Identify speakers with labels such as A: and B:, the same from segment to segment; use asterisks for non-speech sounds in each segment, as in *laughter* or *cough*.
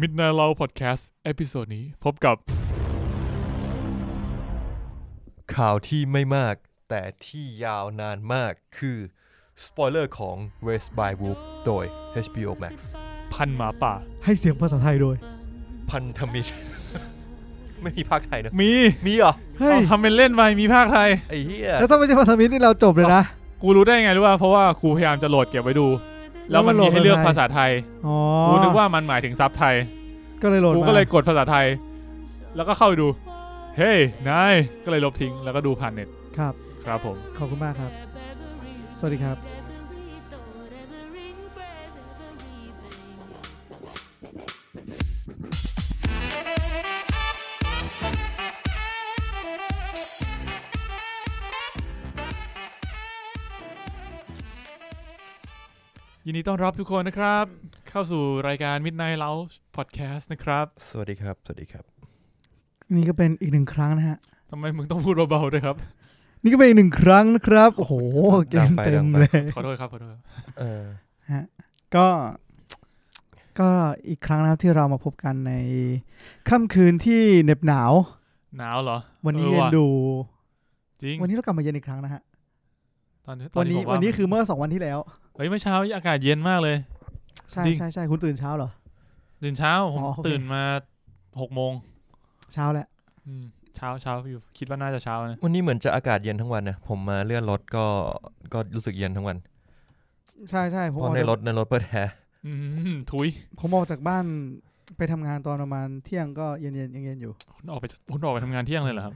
A: มิดนาเราพอดแคสต์เอพิโซดนี้พบกับ
B: ข่าวที่ไม่มากแต่ที่ยาวนานมากคือ สปอยเลอร์ของ Race by Wolf โดย HBO Max
A: พันหมาป่า
C: ให้เสียงภาษาไทยโดย
B: พันธมิตร *laughs* ไม่มีภาคไทยนะ
A: มี
B: มีเหรอ
C: เฮ้ย
A: เอาทำเป็นเล่นไปมีภาคไทย
B: ไอ้เหี้ย
C: แล้วถ้าไม่ใช่ภาษามิตรนี่เราจบเลยนะ
A: กูรู้ได้ไงรู้ป่ะเพราะว่ากูพยายามจะโหลดเก็บไว้ดู แล้วมันมีให้เลือกภาษาไทย
C: อ๋อ
A: กูนึกว่ามันหมายถึงซับไทย
C: ก็เลยโหลด
A: กู
C: มา
A: ก็เลยกดภาษาไทย แล้วก็เข้าไปดู เฮ้ย นาย ก็เลยลบทิ้งแล้วก็ดูผ่านเน็ต
C: ครับ
A: ครับผม
C: ขอบคุณมากครับ สวัสดีครับ
A: ยินดีต้อนรับทุกคนนะครับ เข้าสู่รายการ Midnight Lounge Podcast นะครับ
B: สวัสดีครับ สวัสดีครับ
C: นี่ก็เป็นอีกหนึ่งครั้งนะฮะ
A: ทำไมมึงต้องพูดเบาๆ
C: *laughs*
A: ด้วยครับ
C: นี่ก็เป็นอีกหนึ่งครั้งนะครับ โอ้โห เกมเต็
B: ดัง
C: ม
B: ไป
C: เลย
A: ขอโทษครับขอโทษครับ
B: เออ
C: ก็ ก็อีกครั้งนะครับที่เรามาพบกันในค่ำคืนที่เหน็บหนาว
A: หนาวเหรอ
C: วัน
A: อ
C: นี้
A: อ
C: เย็น
A: ว่ะ
C: ดู
A: จริง
C: วันนี้เรากลับมาเย็นอีกครั้งนะฮะ
A: ตอนตอ
C: วันนี้
A: ผม
C: วันนี้คือเมื่อสองวันที่แล้ว
A: เฮ้ยเมื่อเช้าอากาศเย็นมากเลย
C: ใช่
A: จริง
C: ใช่ใช่คุณตื่นเช้าเหรอ
A: ตื่นเช้าผม
C: อ๋อโอเค
A: ตื่นมาหกโมง
C: เช้าแหละ
A: อืมเช้าเช้าอยู่คิดว่าน่าจะเช้านะ
B: วันนี้เหมือนจะอากาศเย็นทั้งวันนะ ผมมาเลื่อนรถก็ ก็รู้สึกเย็นทั้งวัน
C: ใช่ใช่ผม
B: เพ
C: อ
B: ราะ
C: อก
B: ใน
C: จาก
B: รถในรถเปิดแอร์
A: อืมถุย
C: ผมออกจากบ้านไปทำงานตอนประมาณเที่ยงก็เย็นเย็นยังเย็นอยู่
A: คุณออกไปคุณออกไปทำงานเที่ยงเลยเหรอครับ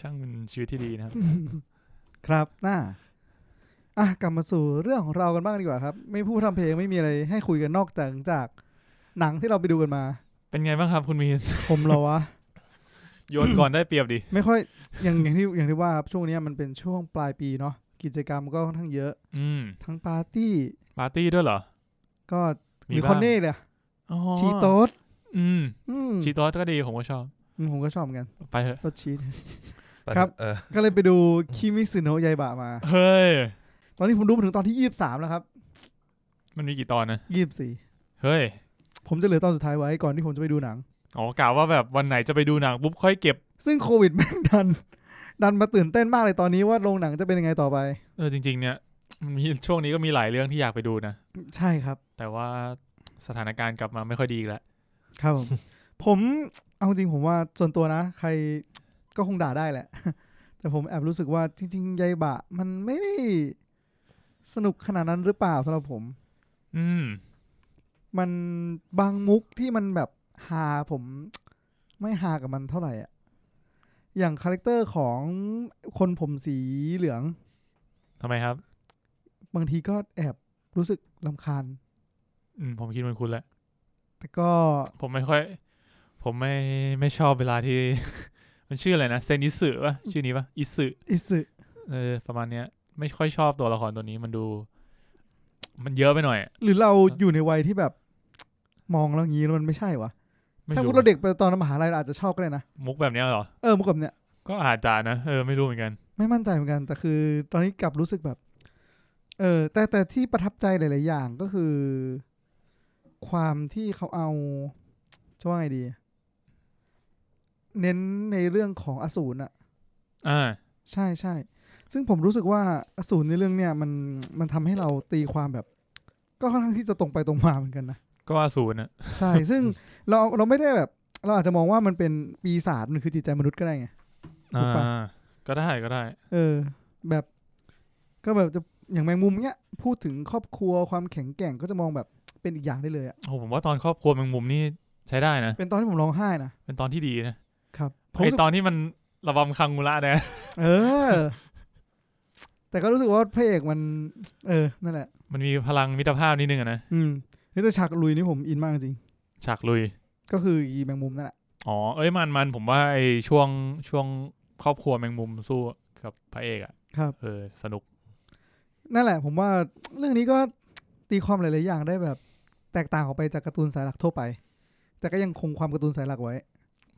A: ช่างเป็นชีวิตที่ดีนะครับ
C: ครับน่าอ่ะกลับมาสู่เรื่องของเรากันบ้างดีกว่าครับ ไม่พูดทำเพลงไม่มีอะไรให้คุยกันนอกจากจากหนังที่เราไปดูกันมา
A: เป็นไงบ้างครับคุณมีน
C: ผมเหรอวะ
A: โยนก่อนได้เปรียบดิ
C: ไม่ค่อยอย่างอย่างที่อย่างที่ว่าครับช่วงเนี้ยมันเป็นช่วงปลายปีเนาะกิจกรรมก็ค่อนข้างเยอะ
A: อืม
C: ทั้งปาร์ตี้
A: ปาร์ตี้ด้วยเหรอ
C: ก็มีค
A: บ้าง
C: อนเน่เลยอะ
A: อ๋อ
C: ชีโต๊ด
A: อืม
C: อืม
A: ชีโต๊ดก็ดีผมก็ชอบ
C: อืมผมก็ชอบเหมือนกัน
A: ไปเถอะ
C: รสชีส
B: ปั่น
C: ครับ
B: เออ
C: ก็เลยไปดูคิมิสึโนะยายบะมา
A: เฮ้ย
C: ตอนนี้ผมดูมาถึงตอนที่ยี่สิบสามแล้วครับ
A: มันมีกี่ตอนนะ
C: ยี่สิบสี่
A: เฮ้ย
C: ผมจะเหลือตอนสุดท้ายไว้ก่อนที่ผมจะไปดูหนัง
A: อ๋อกล่าวว่าแบบวันไหนจะไปดูหนังปุ๊บค่อยเก็บ
C: ซึ่งโควิดแม่งดัน ดันมาตื่นเต้นมากเลยตอนนี้ว่าโรงหนังจะเป็นยังไงต่อไป
A: เออจริง ๆ เนี่ยมันมีช่วงนี้ก็มีหลายเรื่องที่อยากไปดูนะ
C: ใช่ครับ
A: แต่ว่าสถานการณ์กลับมาไม่ค่อยดีอีกแล้ว
C: ครับผม *laughs* ผมเอาจริงผมว่าส่วนตัวนะ ใครก็คงด่าได้แหละ *laughs* แต่ผมแอบรู้สึกว่าจริงๆยายบะ มันไม่ได้สนุกขนาดนั้นหรือเปล่าสำหรับผม
A: อืม
C: มันบางมุกที่มันแบบฮาผม ไม่ฮากับมันเท่าไหร่อ่ะอย่างคาแรคเตอร์ของคนผมสีเหลือง
A: ทำไมครับ
C: บางทีก็แอบรู้สึกลำคาญ
A: อืม ผมคิดเหมือนคุณแหละ
C: แต่ก็
A: ผมไม่ค่อย ผมไม่ไม่ชอบเวลาที่ *laughs* มันชื่ออะไรนะ เซนอิสึปะชื่อนี้ปะอิสึ
C: อิสึ
A: เออ ประมาณเนี้ย ไม่ค่อยชอบตัวละครตัวนี้มันดู มันเยอะไปหน่อยอะ
C: หรือเราอยู่ในวัยที่แบบ มองแล้วงี้แล้วมันไม่ใช่วะ
A: ไม่
C: ถ้าพู
A: รู้
C: ดเราเด็กไปตอนมหาลัยเราอาจจะชอบก็ได้นะ
A: มุกแบบเนี้ยเหรอ
C: เออเมื่อก่อนเนี่ย
A: ก็อาจจะนะ เออ ไม่รู้เหมือนกัน
C: ไม่มั่นใจเหมือนกัน แต่คือตอนนี้กลับรู้สึกแบบ เออ แต่แต่ที่ประทับใจหลาย ๆ อย่างก็คือ ความที่เขาเอาจะว่าไงดี เน้นในเรื่องของอสูรอะ
A: อ่า
C: ใช่ใช่ซึ่งผมรู้สึกว่าอสูรในเรื่องเนี่ย มันมันทำให้เราตีความแบบ ก็ค่อนข้างที่จะตรงไปตรงมาเหมือนกันนะ
A: ก็อสูรนะ
C: ใช่ ซึ่งเราเราไม่ได้แบบ เราอาจจะมองว่ามันเป็นปีศาจมันคือจิตใจมนุษย์ก็ได้ไง ถูกปะ
A: อ่า ก็ได้ก็ได้
C: เออ แบบ ก็แบบจะอย่างแมงมุมเนี้ยพูดถึงครอบครัวความแข็งแกร่งก็จะมองแบบเป็นอีกอย่างได้เลยอะ
A: โอ้ผมว่าตอนครอบครัวแมงมุมนี่ใช้ได้นะ
C: เป็นตอนที่ผมร้องไห้นะ
A: เป็นตอนที่ดีนะครับ
C: ผม
A: ไอ
C: รู้สึก
A: ตอนที่มันระบำคังมูระเนี่ย *laughs*
C: เออ *laughs* แต่ก็รู้สึกว่าพระเอกมัน เออ นั่นแหละ
A: มันมีพลังมิตรภาพนิดนึงอะนะ
C: อืมนี่แต่ฉากลุยนี่ผมอินมากจริง
A: ฉากลุย
C: ก็คืออีแมงมุมนั่นแหละ
A: อ๋อ เอ้ยมันมันผมว่าไอช่วงช่วงครอบครัวแมงมุมสู้กับพระเอกอะ
C: ครับ
A: เออ สนุก
C: นั่นแหละ ผมว่าเรื่องนี้ก็ตีความหลาย ๆ อย่างได้แบบ แตกต่างออกไปจากการ์ตูนสายหลักทั่วไป แต่ก็ยังคงความการ์ตูนสายหลักไว้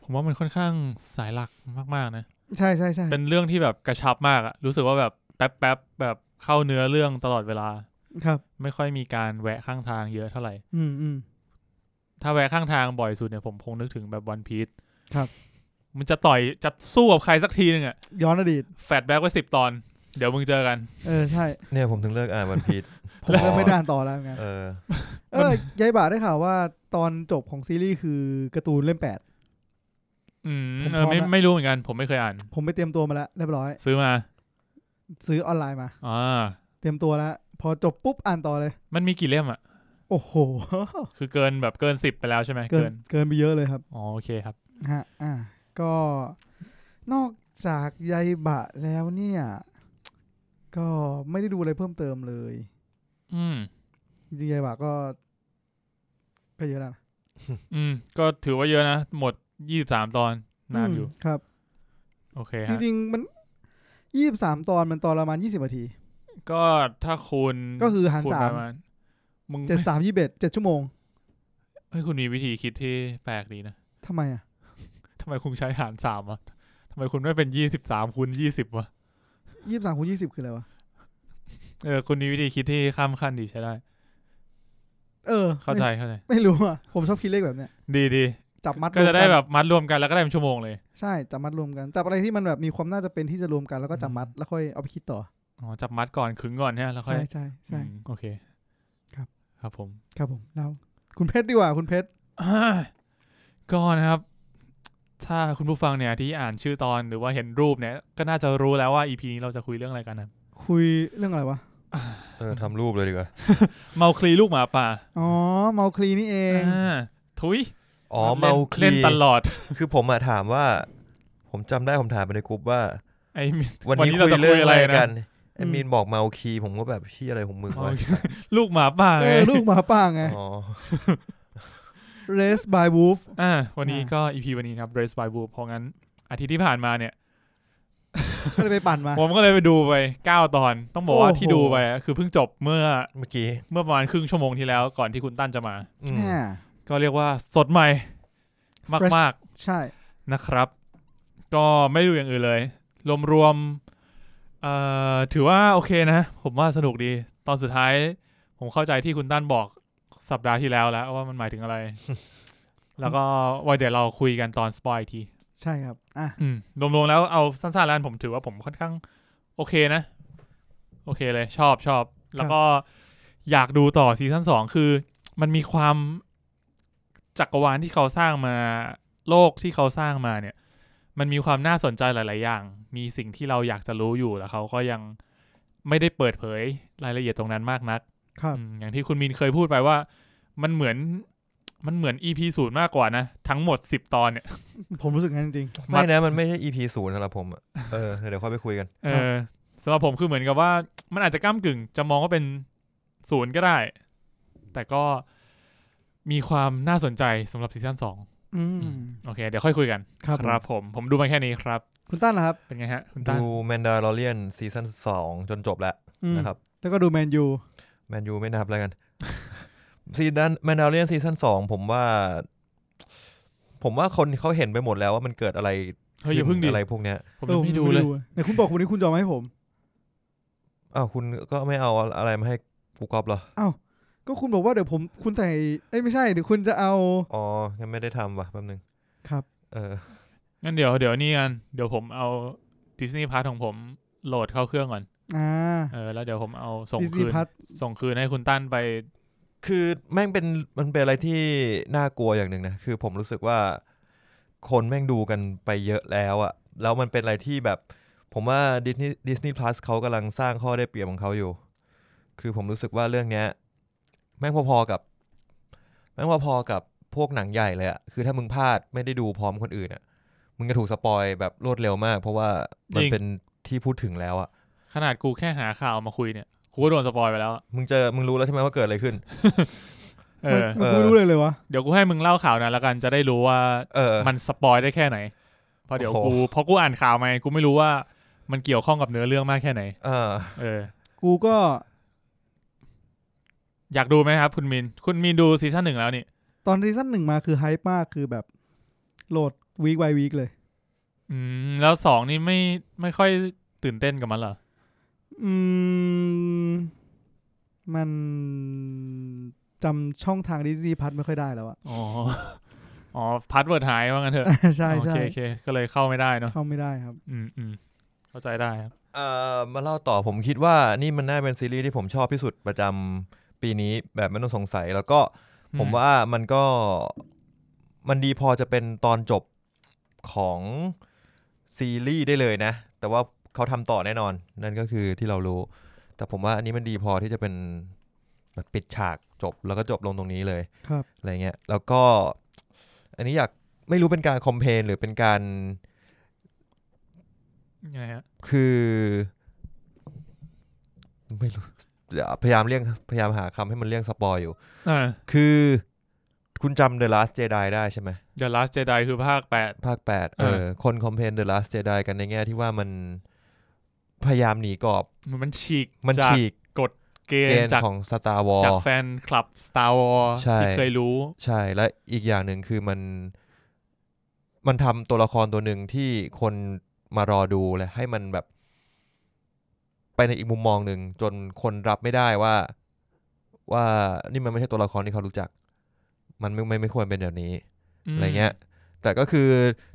A: ผมว่ามันค่อนข้างสายหลักมากๆนะ
C: ใช่ใช่ใช่
A: เป็นเรื่องที่แบบกระชับมากอะรู้สึกว่าแบบแป๊บแป๊บแบบเข้าเนื้อเรื่องตลอดเวลา
C: ครับ
A: ไม่ค่อยมีการแวะข้างทางเยอะเท่าไหร่
C: อืมอืม
A: ถ้าแวะข้างทางบ่อยสุดเนี่ยผมคงนึกถึงแบบวันพีช
C: ครับ
A: มันจะต่อยจะสู้กับใครสักทีหนึ่งอะ
C: ย้อนอดีต
A: แฟดแบ็กไว้สิบตอน เดี๋ยวมึงเจอกัน
C: เออใช่
B: เนี่ยผมถึง *laughs* เลิกอ่านวันพีช
C: ผมเริ่มไม่ได้อ่านต่อแล้วงั้ *laughs* น
B: เออ
C: เออยายบ่าได้ข่าวว่าตอนจบของซีรีส์คือการ์ตูนเล่มแปด
A: อืม
C: ผม
A: เออไม่
C: พร้อมละ
A: ไม่รู้เหมือนกัน ผมไม่เคยอ่าน
C: ผมไปเตรียมตัวมาแล้วเรียบร้อย
A: ซื้อมา
C: ซื้อออนไลน์มา
A: อ่า
C: เตรียมตัวแล้ว พอจบปุ๊บอ่านต่อเลย
A: มันมีกี่เล่มอะ
C: โอ้โห
A: คือเกินแบบเกินสิบไปแล้วใช่ไหม
C: เกิ
A: เกิ
C: น
A: น
C: เกินไปเยอะเลยครับ
A: อ๋อโอเคครับ
C: ฮะ อ่ะก็นอกจากยายบะแล้วเนี่ย ก็ไม่ได้ดูอะไรเพิ่มเติมเลย
A: อืม
C: จริงๆยายบะก็ ก็เยอะแล้วนะ
A: อืม ก็ถือว่าเยอะนะ หมดยี่สิบสามตอนนานอยู่
C: มครับ
A: โอเค
C: จ
A: ฮะ
C: ริงๆมันยี่สามตอนมันตอนละประมาณยี่สิบนาที
A: ก็ถ้าคูณ
C: ก็คือหาร
A: ณ
C: สาม
A: ประณมึง
C: เจ็ดสามยี่สิบเอ็ดเจ็ดชั่วโมง
A: เฮ้ยคุณมีวิธีคิดที่แปลกดีนะ
C: ทำไมอ่ะ
A: ทำไมคุณใช้หารสามวะทำไมคุณไม่เป็นยี่สิบสามคูณยี่สิบวะ
C: ยี่สามคูณยี่สิบคืออะไรวะ
A: เออคุณมีวิธีคิดที่ข้ามขั้นดีใช้ได้
C: เออ
A: เข้าใจ
C: ไม่
A: เข้าใจ
C: ไม่รู้อ่ะ ผมชอบคิดเลขแบบเนี้ย
A: ดีดี
C: จับมัด
A: ก็
C: รวม
A: จะได้แบบมัดรวมกันแล้วก็ได้เป็นชั่วโมงเลย
C: ใช่ จับมัดรวมกัน จับอะไรที่มันแบบมีความน่าจะเป็นที่จะรวมกันแล้วก็จับมัดแล้วค่อยเอาไปคิดต่อ
A: อ๋อ จับมัดก่อนขึงก่อนใช่ไหมแล้วค่อ
C: ใช่
A: ย
C: ใช่ใช่
A: อืมโอเค
C: ครับ
A: ครับผม
C: ครับผมแล้วคุณเพชรดีกว่าคุณเพชร
A: อ่าก็นะครับ ถ้าคุณผู้ฟังเนี่ยที่อ่านชื่อตอนหรือว่าเห็นรูปเนี่ย ก็น่าจะรู้แล้วว่า EP นี้เราจะคุยเรื่องอะไรกันนะ
C: คุยเรื่องอะไรวะ
B: เออทำรูปเลยดีกว่า
A: เมาคลีลูกหมาป่า
C: อ๋อเมาคลีนี่เอง
A: อ่าทุย
B: อ๋อเมาคลี
A: เล่นตลอด
B: คือผมอะถามว่า ผมจำได้ผมถามไปในกลุ่มว่า
A: ไอ้
B: วัน
A: วันนี้
B: นี้
A: เรา
B: คุย
A: จะคุย
B: เรื่องอะไร
A: อะไรนะ
B: กันไอ้
C: อืม
B: มีนบอกเมาคีผมก็แบบพี่อะไรของมึง
A: เมาว
B: ะ
A: ลูกหมาป่า
C: เอ
A: ไง
C: อลูกหมาป่าไง
B: อ๋อ
C: Race by Wolf
A: อ่าวันนี้ก็ EP วันนี้นะครับ Race by Wolf เพราะงั้น อาทิตย์ที่ผ่านมาเนี่ย
C: ก็เลยไปปั่นมา
A: ผมก็เลยไปดูไป 9 ตอน ต้องบอกว่า
C: โอ้โห
A: ที่ดูไปอะคือเพิ่งจบเมื่อ
B: เมื่อกี้
A: เมื่อประมาณครึ่งชั่วโมงที่แล้วก่อนที่คุณตั้นจะมา
B: อืม
C: แหม่
A: ก็เรียกว่าสดใหม่มากๆ
C: ใช่
A: นะครับ ก็ไม่ดูอย่างอื่นเลย รวมๆเอ่อถือว่าโอเคนะ ผมว่าสนุกดี ตอนสุดท้าย ผมเข้าใจที่คุณตั้นบอกสัปดาห์ที่แล้วแล้วว่ามันหมายถึงอะไร แล้วก็ไว้เดี๋ยวเราคุยกันตอนสปอยอีกที
C: ใช่ครับ อ่ะ
A: อืมรวมๆแล้วเอาสั้นๆแล้วกันผมถือว่าผมค่อนข้าง โอเคนะ โอเคเลย ชอบชอบ แล้วก็อยากดูต่อซีซั่นสองคือ มันมีความจักรวาลที่เขาสร้างมา โลกที่เขาสร้างมาเนี่ย มันมีความน่าสนใจหลาย ๆ อย่าง มีสิ่งที่เราอยากจะรู้อยู่แล้วเขาก็ยังไม่ได้เปิดเผยรายละเอียดตรงนั้นมากนัก
C: ครับ
A: อืมอย่างที่คุณมินเคยพูดไปว่า มันเหมือน มันเหมือน EP ศูนย์มากกว่านะ ทั้งหมดสิบตอนเนี่ย
C: ผมรู้สึกงั้นจริง
B: ไม่นะมันไม่ใช่ EP ศูนย์สำหรับผมอะเออเดี๋ยวค่อยไปคุยกัน
A: เออสำหรับผมคือเหมือนกับว่า มันอาจจะก้ามกึ่ง จะมองว่าเป็นศูนย์ก็ได้ แต่ก็มีความน่าสนใจสำหรับซีซั่นสอง
C: ๆ อืม
A: โอเค เดี๋ยวค่อยคุยกัน
C: ครับผม
A: ผม ผมดูมาแค่นี้ครับ
C: คุณตั้นเหรอครับ
A: เป็นไงฮะ คุณตั้
B: ดู
A: น
B: แมนดาร์เรียนซีซั่นสองจนจบแล้ว
C: อืม
B: นะครับ
C: แล้วก็ดูแมนยู
B: แมนยูไม่นับแล้วกัน ซีซั่นแมนดาร์เรียนซีซั่นสองผมว่า ผมว่าคนเขาเห็นไปหมดแล้วว่ามันเกิดอะไร
A: เฮ้ยอย่าเพิ่งดิ
B: อะไรพวกเนี้ย
A: ผมยังไม่ดูเลย
C: ในคุณบอกวันนี้คุณจะเอามาให้ผม
B: อ้าวคุณก็ไม่เอาอะไรมาให้กูกอบเหรอ
C: ก็คุณบอกว่าเดี๋ยวผมคุณใส่เอ้ยไม่ใช่เดี๋ยวคุณจะเอา
B: อ๋อยังไม่ได้ทำว่ะแป๊บนึง
C: ครับ
B: เออ
A: งั้นเดี๋ยวเดี๋ยวนี่กัน เดี๋ยวผมเอาดิสนีย์พาร์ทของผมโหลดเข้าเครื่องก่อน
C: อ่า
A: เออ แล้วเดี๋ยวผมเอาส่ง
C: ดิสนี
A: คืน
C: พัท
A: ส่งคืนให้คุณตั้นไป
B: คือแม่งเป็นมันเป็นอะไรที่น่ากลัวอย่างหนึ่งนะ คือผมรู้สึกว่าคนแม่งดูกันไปเยอะแล้วอะแล้วมันเป็นอะไรที่แบบ ผมว่าดิสนีย์ดิสนีย์พลัสเขากำลังสร้างข้อได้เปรียบของเขาอยู่ คือผมรู้สึกว่าเรื่องเนี้ย แม่งพอๆกับ แม่งพอๆกับพวกหนังใหญ่เลยอะคือถ้ามึงพลาดไม่ได้ดูพร้อมคนอื่นอะมึงจะถูกสปอยแบบรวดเร็วมาก เพราะว่ามัน
A: จริง
B: เป็นที่พูดถึงแล้วอะ
A: ขนาดกูแค่หาข่าวมาคุยเนี่ย กูก็โดนสปอยไปแล้ว
B: มึงเจอมึงรู้แล้วใช่ไหมว่าเกิดอะไรขึ้น
A: เออ
C: มันไม่รู้เลยเลยวะ
A: เดี๋ยวกูให้มึงเล่าข่าวนั้นแล้วกัน จะได้รู้ว่า
B: เออ
A: มันสปอยได้แค่ไหนเพราะเดี๋ยว
B: โอ้
A: กู
B: โห
A: เพราะกูอ่านข่าวมาไงกูไม่รู้ว่ามันเกี่ยวข้องกับเนื้อเรื่องมากแค่ไหน
B: เออ
A: เออ
C: กูก็
A: อยากดูไหมครับ คุณมิน คุณมินดูซีซั่นหนึ่งแล้วนี่
C: ตอนซีซั่นหนึ่งมาคือไฮป์มากคือแบบโหลดวีค by วีคเลย
A: อืม แล้วสองนี่ไม่ไม่ค่อยตื่นเต้นกับมันเหรอ
C: อืม มัน จำช่องทางดิซี่พัทไม่ค่อยได้แล้วอะ
A: อ๋อ อ๋อพาสเวิร์ดหายว่างั้นเถอะ
C: *laughs* ใช่
A: โอ
C: ใช่
A: เคโอเค ก็เลยเข้าไม่ได้เนาะ
C: เข้าไม่ได้ครับ
A: อืมอืมเข้าใจได้ครับ
B: เอ่อมาเล่าต่อผมคิดว่านี่มันน่าเป็นซีรีส์ที่ผมชอบที่สุดประจำปีนี้แบบไม่ต้องสงสัย แล้วก็ผมว่ามันก็มันดีพอจะเป็นตอนจบของซีรีส์ได้เลยนะ แต่ว่าเขาทำต่อแน่นอน นั่นก็คือที่เรารู้ แต่ผมว่าอันนี้มันดีพอที่จะเป็นแบบปิดฉากจบแล้วก็จบลงตรงนี้เลย
C: ครับ
B: อะไรเงี้ย แล้วก็อันนี้อยากไม่รู้เป็นการคอมเพลนหรือเป็นการ
A: ยังไงฮะ
B: คือไม่รู้เดี๋ยวพยายามเลี่ยงพยายามหาคำให้มันเลี่ยงสปอยอยู่
A: อ่า
B: คือ คุณจำ The Last Jedi ได้ใช่ไหม
A: The Last Jedi คือภาคแปด
B: ภาค 8 เออ
A: เออ
B: คนคอมเพน The Last Jedi กันในแง่ที่ว่ามันพยายามหนีกรอบ
A: เหมันมันฉีก
B: มัน
A: จาก
B: ฉีก
A: เก
B: เก
A: ณ
B: ณ
A: ฑ์
B: ฑ์
A: จาก
B: ของ Star
A: จาก
B: Wars
A: แฟนคลับ Star Wars
B: ใช่
A: ที่เคยรู้
B: ใช่ และอีกอย่างหนึ่งคือมัน มันทำตัวละครตัวหนึ่งที่คนมารอดูและให้มันแบบ ไปในอีกมุมมองหนึ่งจนคนรับไม่ได้ว่า ว่านี่มันไม่ใช่ตัวละครที่เขารู้จัก มันไม่ไม่ไม่ควรเป็นแบบนี้ อะไรเงี้ย แต่ก็คือ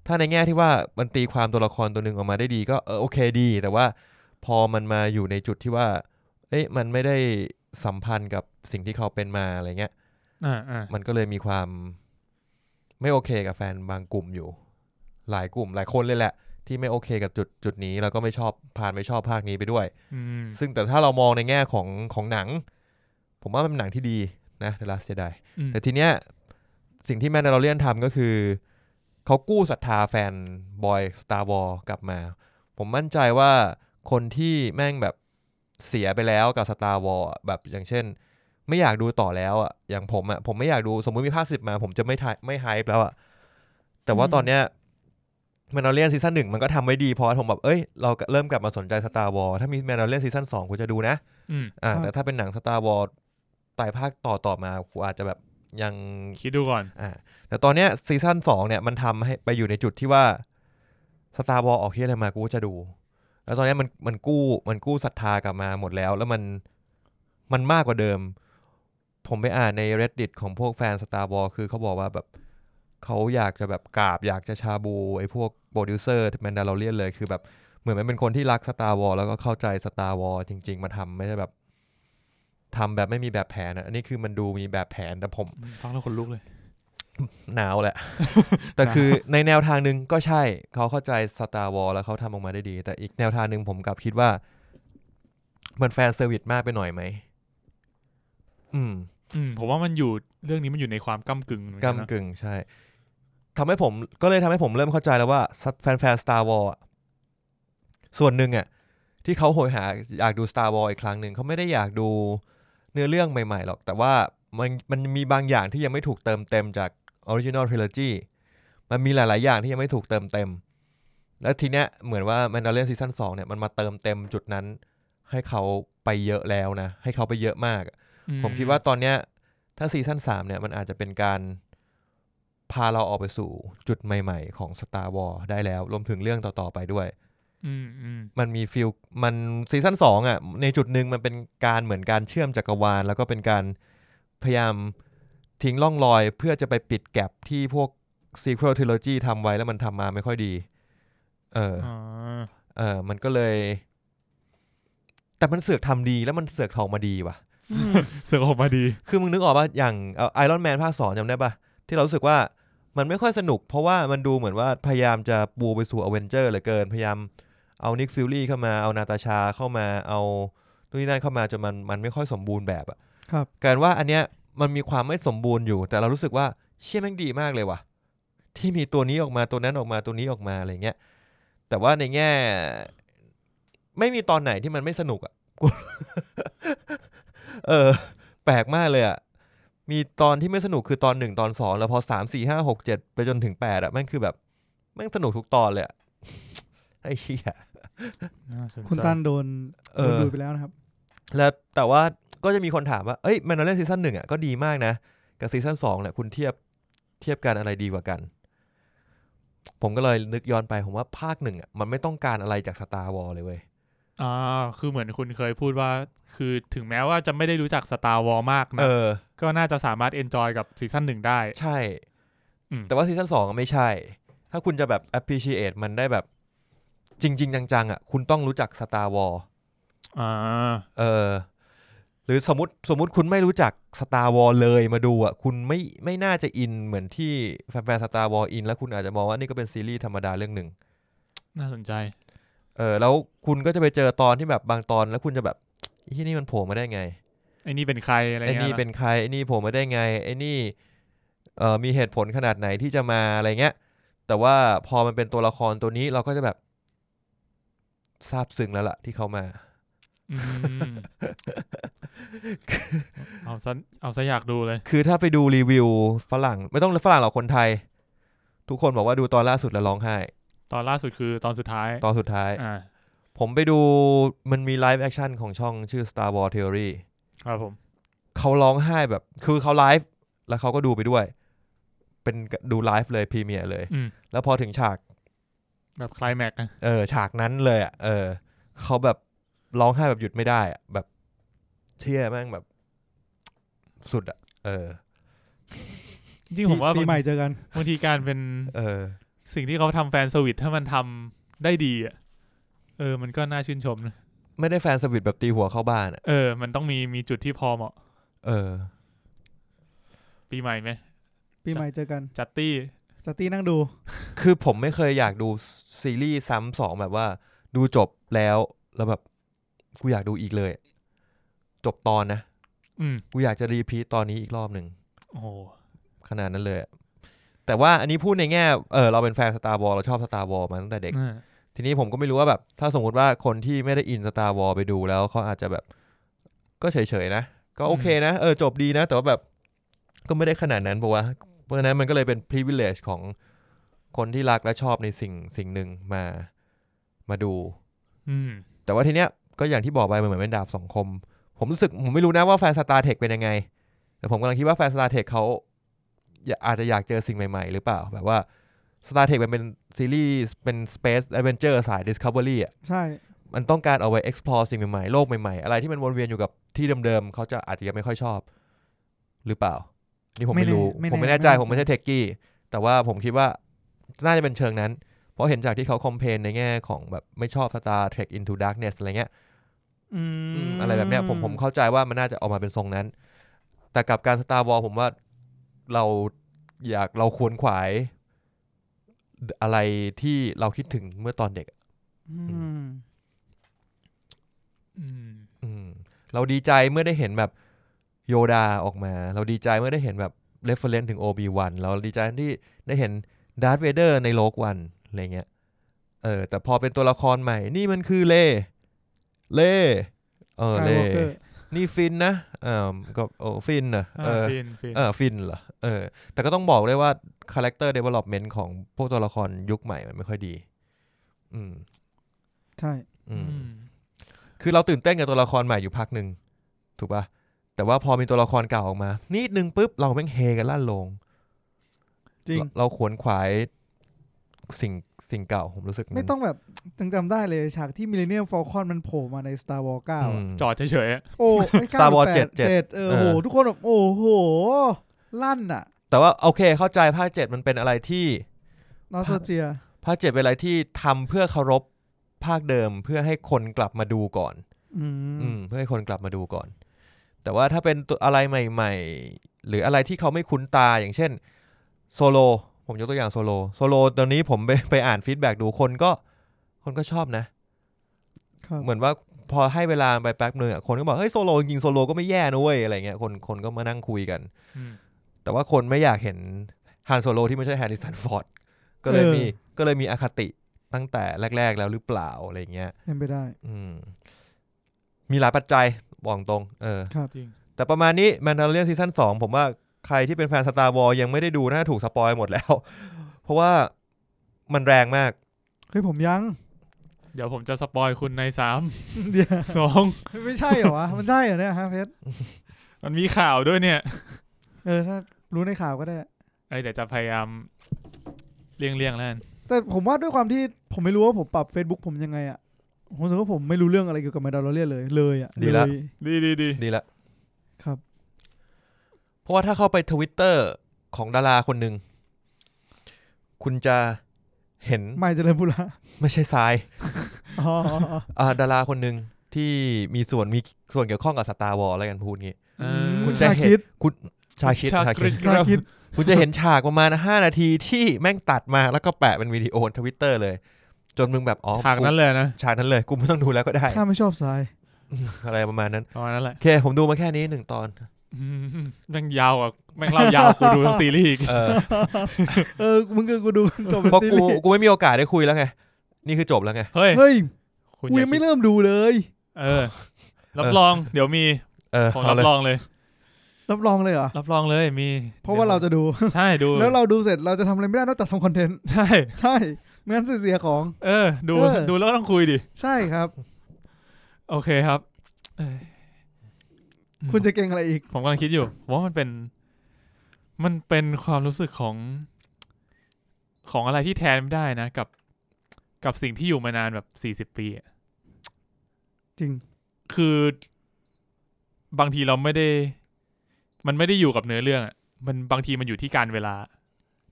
B: ถ้าในแง่ที่ว่ามันตีความตัวละครตัวหนึ่งออกมาได้ดี ก็เออโอเคดี แต่ว่าพอมันมาอยู่ในจุดที่ว่า เอ๊ะมันไม่ได้สัมพันธ์กับสิ่งที่เขาเป็นมาอะไรเงี้ย
A: อ่าอ่า
B: *laughs* มันก็เลยมีความไม่โอเคกับแฟนบางกลุ่มอยู่ หลายกลุ่มหลายคนเลยแหละ ที่ไม่โอเคกับจุดจุดนี้ แล้วก็ไม่ชอบผ่านไม่ชอบภาคนี้ไปด้วย
A: อืม
B: ซึ่งแต่ถ้าเรามองในแง่ของของหนัง ผมว่ามันเป็นหนังที่ดีนะเดลัสเสียดาย
A: อืม
B: แต่ทีเนี้ยสิ่งที่แมนดาร์เลียนทำก็คือ เขากู้ศรัทธาแฟนบอยสตาร์วอลกลับมา ผมมั่นใจว่าคนที่แม่งแบบเสียไปแล้วกับสตาร์วอลแบบอย่างเช่น ไม่อยากดูต่อแล้วอ่ะอย่างผมอ่ะผมไม่อยากดูสมมุติมีภาคสิบมา ผมจะไม่ทายไม่ไฮป์แล้วอ่ะแต่ว่าตอนเนี้ยแมนดาเลียนซีซั่นหนึ่งมันก็ทำไว้ดีพอผมแบบเอ้ยเราเริ่มกลับมาสนใจสตาร์วอลถ้ามีแมนดาเลียนซีซั่นสองกูจะดูนะ
A: อืม
B: อ่า
C: ครับ
B: แต่ถ้าเป็นหนังสตาร์วอลไต่ภาคต่อต่อมากูอาจจะแบบยัง
A: คิดดูก่อน
B: อ่าแต่ตอนเนี้ยซีซั่นสองเนี่ยมันทำให้ไปอยู่ในจุดที่ว่าสตาร์วอลออกเฮียอะไรมากูก็จะดู แล้วตอนเนี้ยมันมันกู้มันกู้ศรัทธากลับมาหมดแล้ว แล้วมันมันมากกว่าเดิม ผมไปอ่านใน reddit ของพวกแฟนสตาร์วอลคือเขาบอกว่าแบบเขาอยากจะแบบกราบ อยากจะชาบูไอ้พวกโปรดิวเซอร์แมนดา l เรียนเลยคือแบบเหมือนมันเป็นคนที่รักสตาร์วอลแล้วก็เข้าใจสตาร์วอลจริง ๆ มาทำไม่ใช่แบบทำแบบไม่มีแบบแผนอะอันนี้คือมันดูมีแบบแผนแต่ผม
A: ฟังแล้วขนลุกเลย
B: หนาวแหละ แต่คือในแนวทางหนึ่งก็ใช่ เขาเข้าใจสตาร์วอลแล้วเขาทำออกมาได้ดี แต่อีกแนวทางหนึ่งผมกลับคิดว่า มันแฟนเซอร์วิสมากไปหน่อยไหม อืม
A: อืมผมว่ามันอยู่เรื่องนี้มันอยู่ในความก้ากึ่งเหมือนนนะ
B: กำกึ่งใช่ทำให้ผมก็เลยทำให้ผมเริ่มเข้าใจแล้วว่า แฟนแฟนสตาร์วอลส่วนหนึ่งอ่ะ ที่เขาโหยหาอยากดู Star Wars อีกครั้งหนึ่งเขาไม่ได้อยากดูเนื้อเรื่องใหม่ๆหรอก แต่ว่ามันมันมีบางอย่างที่ยังไม่ถูกเติมเต็มจาก Original Trilogy มันมีหลายๆอย่างที่ยังไม่ถูกเติมเต็ม และทีเนี้ยเหมือนว่า Mandalorian Season 2เนี่ยมันมาเติมเต็มจุดนั้น ให้เขาไปเยอะแล้วนะ ให้เขาไปเยอะมาก
A: อื
B: ผมคิดว่าตอนเนี้ยถ้าซีซั่นสามเนี่ย มันอาจจะเป็นการพาเราออกไปสู่จุดใหม่ๆ ของ Star Wars ได้แล้ว รวมถึงเรื่องต่อๆไปด้วย
A: อืมอืม
B: มันมีฟิลมันซีซั่นสองอ่ะ ในจุดหนึ่งมันเป็นการเหมือนการเชื่อมจักรวาล แล้วก็เป็นการพยายามทิ้งร่องรอยเพื่อจะไปปิดแกลบที่พวกซีควอลทิโลจีทำไว้แล้วมันทำมาไม่ค่อยดี เออ
A: อ่า
B: เออ มันก็เลย แต่มันเสือกทำดีแล้วมันเสือกทองมาดีว่ะ
A: เสือกออกมาดี
B: คือมึงนึกออกป่ะอย่างไอรอนแมนภาคสองจำได้ป่ะ ที่เรารู้สึกว่ามันไม่ค่อยสนุก เพราะว่ามันดูเหมือนว่าพยายามจะปูไปสู่อเวนเจอร์เหลือเกิน พยายามเอานิกฟิลลี่เข้ามาเอานาตาชาเข้ามาเอานู่นนี่นั่นเข้ามาจนมันมันไม่ค่อยสมบูรณ์แบบอะ
C: ครับ
B: การว่าอันเนี้ยมันมีความไม่สมบูรณ์อยู่ แต่เรารู้สึกว่าเชี่ยแม่งดีมากเลยว่ะ ที่มีตัวนี้ออกมาตัวนั้นออกมาตัวนี้ออกมาอะไรเงี้ยแต่ว่าในแง่ ไม่มีตอนไหนที่มันไม่สนุกอะ *laughs* เออ แปลกมากเลยอะ่ะ มีตอนที่ไม่สนุกคือตอนหนึ่งตอนสองแล้วพอสามสี่ห้าหกเจ็ดไปจนถึงแปดอะ่ะแม่งคือแบบแม่งสนุกทุกตอนเลยอะ *laughs* ไอ้เหี้ย
A: น่าสนใจ
C: คุณตันโดน
B: เอ
C: โดน
B: อ
C: ดูดไปแล้วนะครับ
B: แล้วแต่ว่าก็จะมีคนถามว่า เอ้ยแมนนเล่นซีซั่นหนึ่งอ่ะก็ดีมากนะ กับซีซั่นสองเนี่ยคุณเทียบเทียบกันอะไรดีกว่ากัน ผมก็เลยนึกย้อนไปผมว่าภาคหนึ่งอ่ะมันไม่ต้องการอะไรจากสตาร์วอลเลยเว้ย
A: อ่าคือเหมือนคุณเคยพูดว่า คือถึงแม้ว่าจะไม่ได้รู้จักสตาร์วอลมาก
B: เอ
A: นะ
B: อ
A: ก็น่าจะสามารถเอนจอยกับซีซั่นหนึ่งได้
B: ใช่
A: อืม
B: แต่ว่าซีซั่นสองอะไม่ใช่ ถ้าคุณจะแบบ appreciate มันได้แบบจริง ๆ จังๆอ่ะคุณต้องรู้จัก Star Wars
A: อ่า
B: เออ หรือสมมติสมมติคุณไม่รู้จัก Star Wars เลยมาดูอ่ะคุณไม่ไม่น่าจะอินเหมือนที่แฟนๆ Star Wars อิน แล้วคุณอาจจะมองว่านี่ก็เป็นซีรีส์ธรรมดาเรื่องหนึ่ง
A: น่าสนใจ
B: เออแล้วคุณก็จะไปเจอตอนที่แบบบางตอนแล้วคุณจะแบบที่นี่มันโผล่มาได้ไง
A: ไอ้นี่เป็นใครอะไร
B: ไอ้
A: เงี้ย
B: นี่
A: นะ
B: เป็นใครไอ้นี่โผล่มาได้ไงไอ้นี่เออมีเหตุผลขนาดไหนที่จะมาอะไรเงี้ย แต่ว่าพอมันเป็นตัวละครตัวนี้เราก็จะแบบซาบซึ้งแล้วล่ะที่เขามา
A: *laughs* อืมเอาซะเอาซะอยากดูเลย
B: คือถ้าไปดูรีวิวฝรั่ง ไม่ต้องฝรั่งหรอกคนไทย ทุกคนบอกว่าดูตอนล่าสุดแล้วร้องไห้
A: ตอนล่าสุดคือตอนสุดท้าย
B: ตอนสุดท้าย
A: อ่า
B: ผมไปดูมันมีไลฟ์แอคชั่นของช่องชื่อ Star Wars Theory
A: ครับผม
B: เขาร้องไห้แบบ คือเขาไลฟ์แล้วเขาก็ดูไปด้วย เป็นดูไลฟ์เลยพรีเมียร์เลย
A: อืม
B: แล้วพอถึงฉาก
A: แบบไคลายแม็กซ์นะ
B: เออฉากนั้นเลยอ่ะ เออเขาแบบร้องไห้แบบหยุดไม่ได้อ่ะ แบบเที่ยแม่งแบบ สุดอ่ะ เออ
A: จริงๆผมว่า
C: ปี
A: บาง
C: ใหม่เจอกัน
A: บางทีการเป็น
B: เออ
A: สิ่งที่เขาทำแฟนสวิตถ้ามันทำได้ดีอ่ะเออ มันก็น่าชื่นชมนะ
B: ไม่ได้แฟนสวิตช์แบบตีหัวเข้าบ้านอ่ะ
A: เออ มันต้องมีมีจุดที่พอเหมาะ
B: เออ
A: ปีใหม่ไหม
C: ปีใหม่เจอกัน
A: จัตตี้
C: จัตตี้นั่งดู
B: คือผมไม่เคยอยากดูซีรีส์ซ้ำสองแบบว่า ดูจบแล้วแล้วแบบกูอยากดูอีกเลย จบตอนนะ
A: อืม
B: กูอยากจะรีพีทตอนนี้อีกรอบหนึ่ง
A: โอ้โห
B: ขนาดนั้นเลยอะแต่ว่าอันนี้พูดในแง่ เออเราเป็นแฟนสตาร์วอลเราชอบสตาร์วอลมาตั้งแต่เด็ก
A: อ่า
B: ทีนี้ผมก็ไม่รู้ว่าแบบ ถ้าสมมติว่าคนที่ไม่ได้อินสตาร์วอลไปดูแล้วเขาอาจจะแบบ ก็เฉยๆนะ ก็โอเคนะ เออจบดีนะ แต่ว่าแบบ ก็ไม่ได้ขนาดนั้นปะวะเพราะฉะนั้นมันก็เลยเป็น privilege ของคนที่รักและชอบในสิ่งสิ่งหนึ่งมามาดู
A: อืม
B: แต่ว่าทีเนี้ยก็อย่างที่บอกไปมันเหมือนเป็นดาบสองคม ผมรู้สึกผมไม่รู้นะว่าแฟนสตาร์เทคเป็นยังไง แต่ผมกำลังคิดว่าแฟนสตาร์เทคเขาอยากอาจจะอยากเจอสิ่งใหม่ๆ หรือเปล่า แบบว่าสตาร์เทคมันเป็นซีรีส์เป็น Space Adventure สาย Discovery อ่ะ
C: ใช่
B: มันต้องการเอาไว้ explore สิ่งใหม่ๆ โลกใหม่ๆ อะไรที่มันวนเวียนอยู่กับที่เดิมๆเขาจะอาจจะยังไม่ค่อยชอบ หรือเปล่า นี่ผม
C: ไม่
B: ไม่
C: แน่
B: รู้
C: ไม่แน่
B: ผมไม่แน่ใจ
C: ไม่แน่
B: ผมไม่ใช่เทคกี้แต่ว่าผมคิดว่าน่าจะเป็นเชิงนั้น เพราะเห็นจากที่เขาคอมเพลนในแง่ของแบบไม่ชอบ Star Trek Into Darkness อะไรเงี้ย
C: อื
B: อืม
C: ม
B: อะไรแบบเนี้ยผมผมเข้าใจว่ามันน่าจะออกมาเป็นทรงนั้น แต่กับการสตาร์วอลผมว่าเราอยากเราควรขวายอะไรที่เราคิดถึงเมื่อตอนเด็ก
C: อืม
A: อืม
B: อืมเราดีใจเมื่อได้เห็นแบบโยดาออกมา เราดีใจเมื่อได้เห็นแบบเรฟเฟรนถึง OB 1เราดีใจที่ได้เห็นดาร์ธเวเดอร์ในโลกวันอะไรเงี้ยเออแต่พอเป็นตัวละครใหม่ นี่มันคือเล เลเออเล
C: Skywalker
B: นี่ฟินนะอ่าก็โอ้ฟินนะเอ
A: อ่า
B: อ
A: ฟินฟิน
B: เออฟินเหรอเออ แต่ก็ต้องบอกเลยว่าคาแรคเตอร์เดเวล็อปเมนต์ของพวกตัวละครยุคใหม่มันไม่ค่อยดี อืม
C: ใช่
B: อืม
A: ม
B: คือเราตื่นเต้นกับตัวละครใหม่อยู่พักหนึ่งถูกปะ่ะ แต่ว่าพอมีตัวละครเก่าออกมา นิดนึงปุ๊บ เราแม่งเฮกันลั่นโลง
C: จริง
B: เราเราขวนขวายสิ่งสิ่งเก่าผมรู้สึกนั้น
C: ไม่ต้องแบบยังจำได้เลยฉากที่มิเลเนียมฟอลคอนมันโผล่มาใน Star Wars 9
B: อื
C: อะ
B: ม
A: จอดเฉยๆอะ
C: โอ้ไม่
B: Star Wars
C: 98
B: เจ็ดเจ็ด
C: เออโอ้โห
B: เออ
C: ทุกคนแบบโอ้โห ลั่นอะ
B: แต่ว่าโอเค เข้าใจภาคเจ็ดมันเป็นอะไรที่
C: นอสโตเจีย
B: ภาคเจ็ดเป็นอะไรที่ทำเพื่อเคารพภาคเดิมเพื่อให้คนกลับมาดูก่อน
C: อื
B: อื
C: ม
B: มเพื่อให้คนกลับมาดูก่อน แต่ว่าถ้าเป็นตัวอะไรใหม่ ๆ หรืออะไรที่เขาไม่คุ้นตาอย่างเช่นโซโลผมยกตัวอย่างโซโลโซโลตอนนี้ผมไปไปอ่านฟีดแบ็กดูคนก็คนก็ชอบนะ
C: ครับ
B: เหมือนว่าพอให้เวลาไปแป๊บนึงอ่ะคนก็บอกเฮ้ยโซโลจริงๆโซโลก็ไม่แย่นะเว้ยอะไรเงี้ยคนคนก็มานั่งคุยกัน
A: อืม
B: แต่ว่าคนไม่อยากเห็นฮันโซโลที่ไม่ใช่แฮร์ริสันฟอร์ดก็เลย
C: เออ
B: มีก็เลยมีอคติตั้งแต่แรก ๆ แล้วหรือเปล่าอะไรเงี้ย
C: เป็นไปได้
B: อืมมีหลายปัจจัยบอกตรงเออ
A: จริง
B: แต่ประมาณนี้แมนดาเรียนซีซั่น2ผมว่าใครที่เป็นแฟนสตาร์วอลยังไม่ได้ดูน่าถูกสปอยหมดแล้ว *laughs* เพราะว่ามันแรงมาก
C: เฮ้ยผมยัง *laughs*
A: เดี๋ยวผมจะสปอยคุณในสาม *laughs*
C: เดี๋ยว
A: สอง
C: ไม่ใช่เหรอวะ มันใช่เหรอเนี่ยฮะเพชร
A: มันมีข่าวด้วยเนี่ย
C: เออถ้ารู้ในข่าวก็ได้
A: เอ้ยเดี๋ยวจะพยายามเลี่ยงๆแล้วกัน
C: แต่ผมว่าด้วยความที่ผมไม่รู้ว่าผมปรับ Facebook ผมยังไงอะ ผมรู้สึกว่าผมไม่รู้เรื่องอะไรเกี่ยวกับมาดาโลเรียนเลยเลยอ่ะ
B: ดีละ
C: เย
A: ดีดีดี
B: ดีละ
C: ครับ
B: เพราะว่าถ้าเข้าไปทวิตเตอร์ของดาราคนหนึ่งคุณจะเห็น
C: ไม่เจริญบุระ
B: ไม่ใช่ทราย
C: อ๋ออ๋ออ๋อ
B: อ่าดาราคนหนึ่งที่มีส่วนมีส่วนเกี่ยวข้องกับสตาร์วอลอะไรกันพูดงี้
A: เออ
B: คุณ
C: ชา
B: จะเห็น
C: คิด
B: คุณชาคิด
A: ชา
B: ชา
A: ค
B: คิ
A: ริ
B: ด
A: ส
C: ชาคิด
B: คุณจะเห็นฉากประมาณ 5 นาทีที่แม่งตัดมาแล้วก็แปะเป็นวิดีโอทวิตเตอร์เลย จนมึงแบบอ๋อ
A: ฉากนั้นเลยนะ
B: ฉากนั้นเลยกูไม่ต้องดูแล้วก็ได้
C: ข้าไม่ชอบสาย
B: อะไรประมาณนั้น
A: ประมาณนั้นแหละ *laughs*
B: โอเค ผมดูมาแค่นี้หนึ่งตอน
A: อืมแม่งยาวอ่ะแม่งเล่ายาวกูดูทั้งซีรีส์อีก
B: เออ
C: เออมึงก็กูดูจบ
B: เพราะ
C: ซี
B: กู
C: รีส์
B: กูไม่มีโอกาสได้คุยแล้วไง นี่คือจบแล้วไง
A: เฮ้ย
C: เฮ้ย
A: คุณ
C: กู
A: อ
C: ยั
A: ย่างคิ
C: ไม่
A: ด
C: เริ่มดูเลย
A: เออรับรองเดี๋ยวมี
B: เออ
A: ผม
B: เอา
A: รับ
B: เลย
A: รองเลย
C: รับรองเลยเหรอ
A: รับรองเลยมี
C: เพราะว่าเราจะดู
A: ใช่ดู
C: แล้วเราดูเสร็จเราจะทำอะไรไม่ได้นอกจากทำคอนเทนต์
A: ใช่
C: ใช่ไม่งั้นเสียของ
A: เออ ดู
C: เออ
A: ดูแล้วก็ต้องคุยดิ
C: ใช่ครับ
A: โอเคครับเอ้ย
C: คุณจะเก่งอะไรอีก
A: ผมกำลังคิดอยู่ว่ามันเป็น มันเป็นความรู้สึกของ ของอะไรที่แทนไม่ได้นะ กับ กับสิ่งที่อยู่มานานแบบสี่สิบ40 ปีอะ
C: จริง
A: คือ บางทีเราไม่ได้ มันไม่ได้อยู่กับเนื้อเรื่องอะมันบางทีมันอยู่ที่การเวลา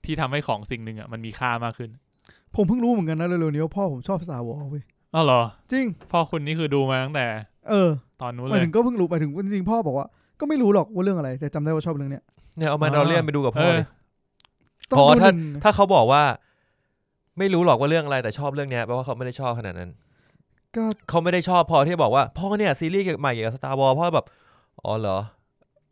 A: ที่ทำให้ของสิ่งหนึ่งอะมันมีค่ามากขึ้น
C: ผมเพิ่งรู้เหมือนกันนะเร็วๆนี้ว่าพ่อผมชอบ Star Wars เว้ย
A: อ้าวเหรอ
C: จริง
A: พ่อคุณนี่คือดูมาตั้งแต่
C: เออ
A: ตอนนู้น
C: ห
A: เล
C: มาย
A: ย
C: ถึงก็เพิ่งรู้หมายถึงจริงๆพ่อบอกว่า ก็ไม่รู้หรอกว่าเรื่องอะไร แต่จำได้ว่าชอบเรื่องเนี้ย
B: เนี่ยเอามาดอลเลียนไปดูกับพ่อเลย
C: ต้อง
B: อ๋อ
C: ดูหนึ่ง
B: ถ้าเขาบอกว่า ไม่รู้หรอกว่าเรื่องอะไรแต่ชอบเรื่องเนี้ยแปลว่าเขาไม่ได้ชอบขนาดนั้น
C: ก็
B: เขาไม่ได้ชอบพอที่จะบอกว่าพ่อเนี่ยซีรีส์เกี่ยวกับใหม่เกี่ยวกับสตาร์วอลพ่อแบบอ๋อเหรอ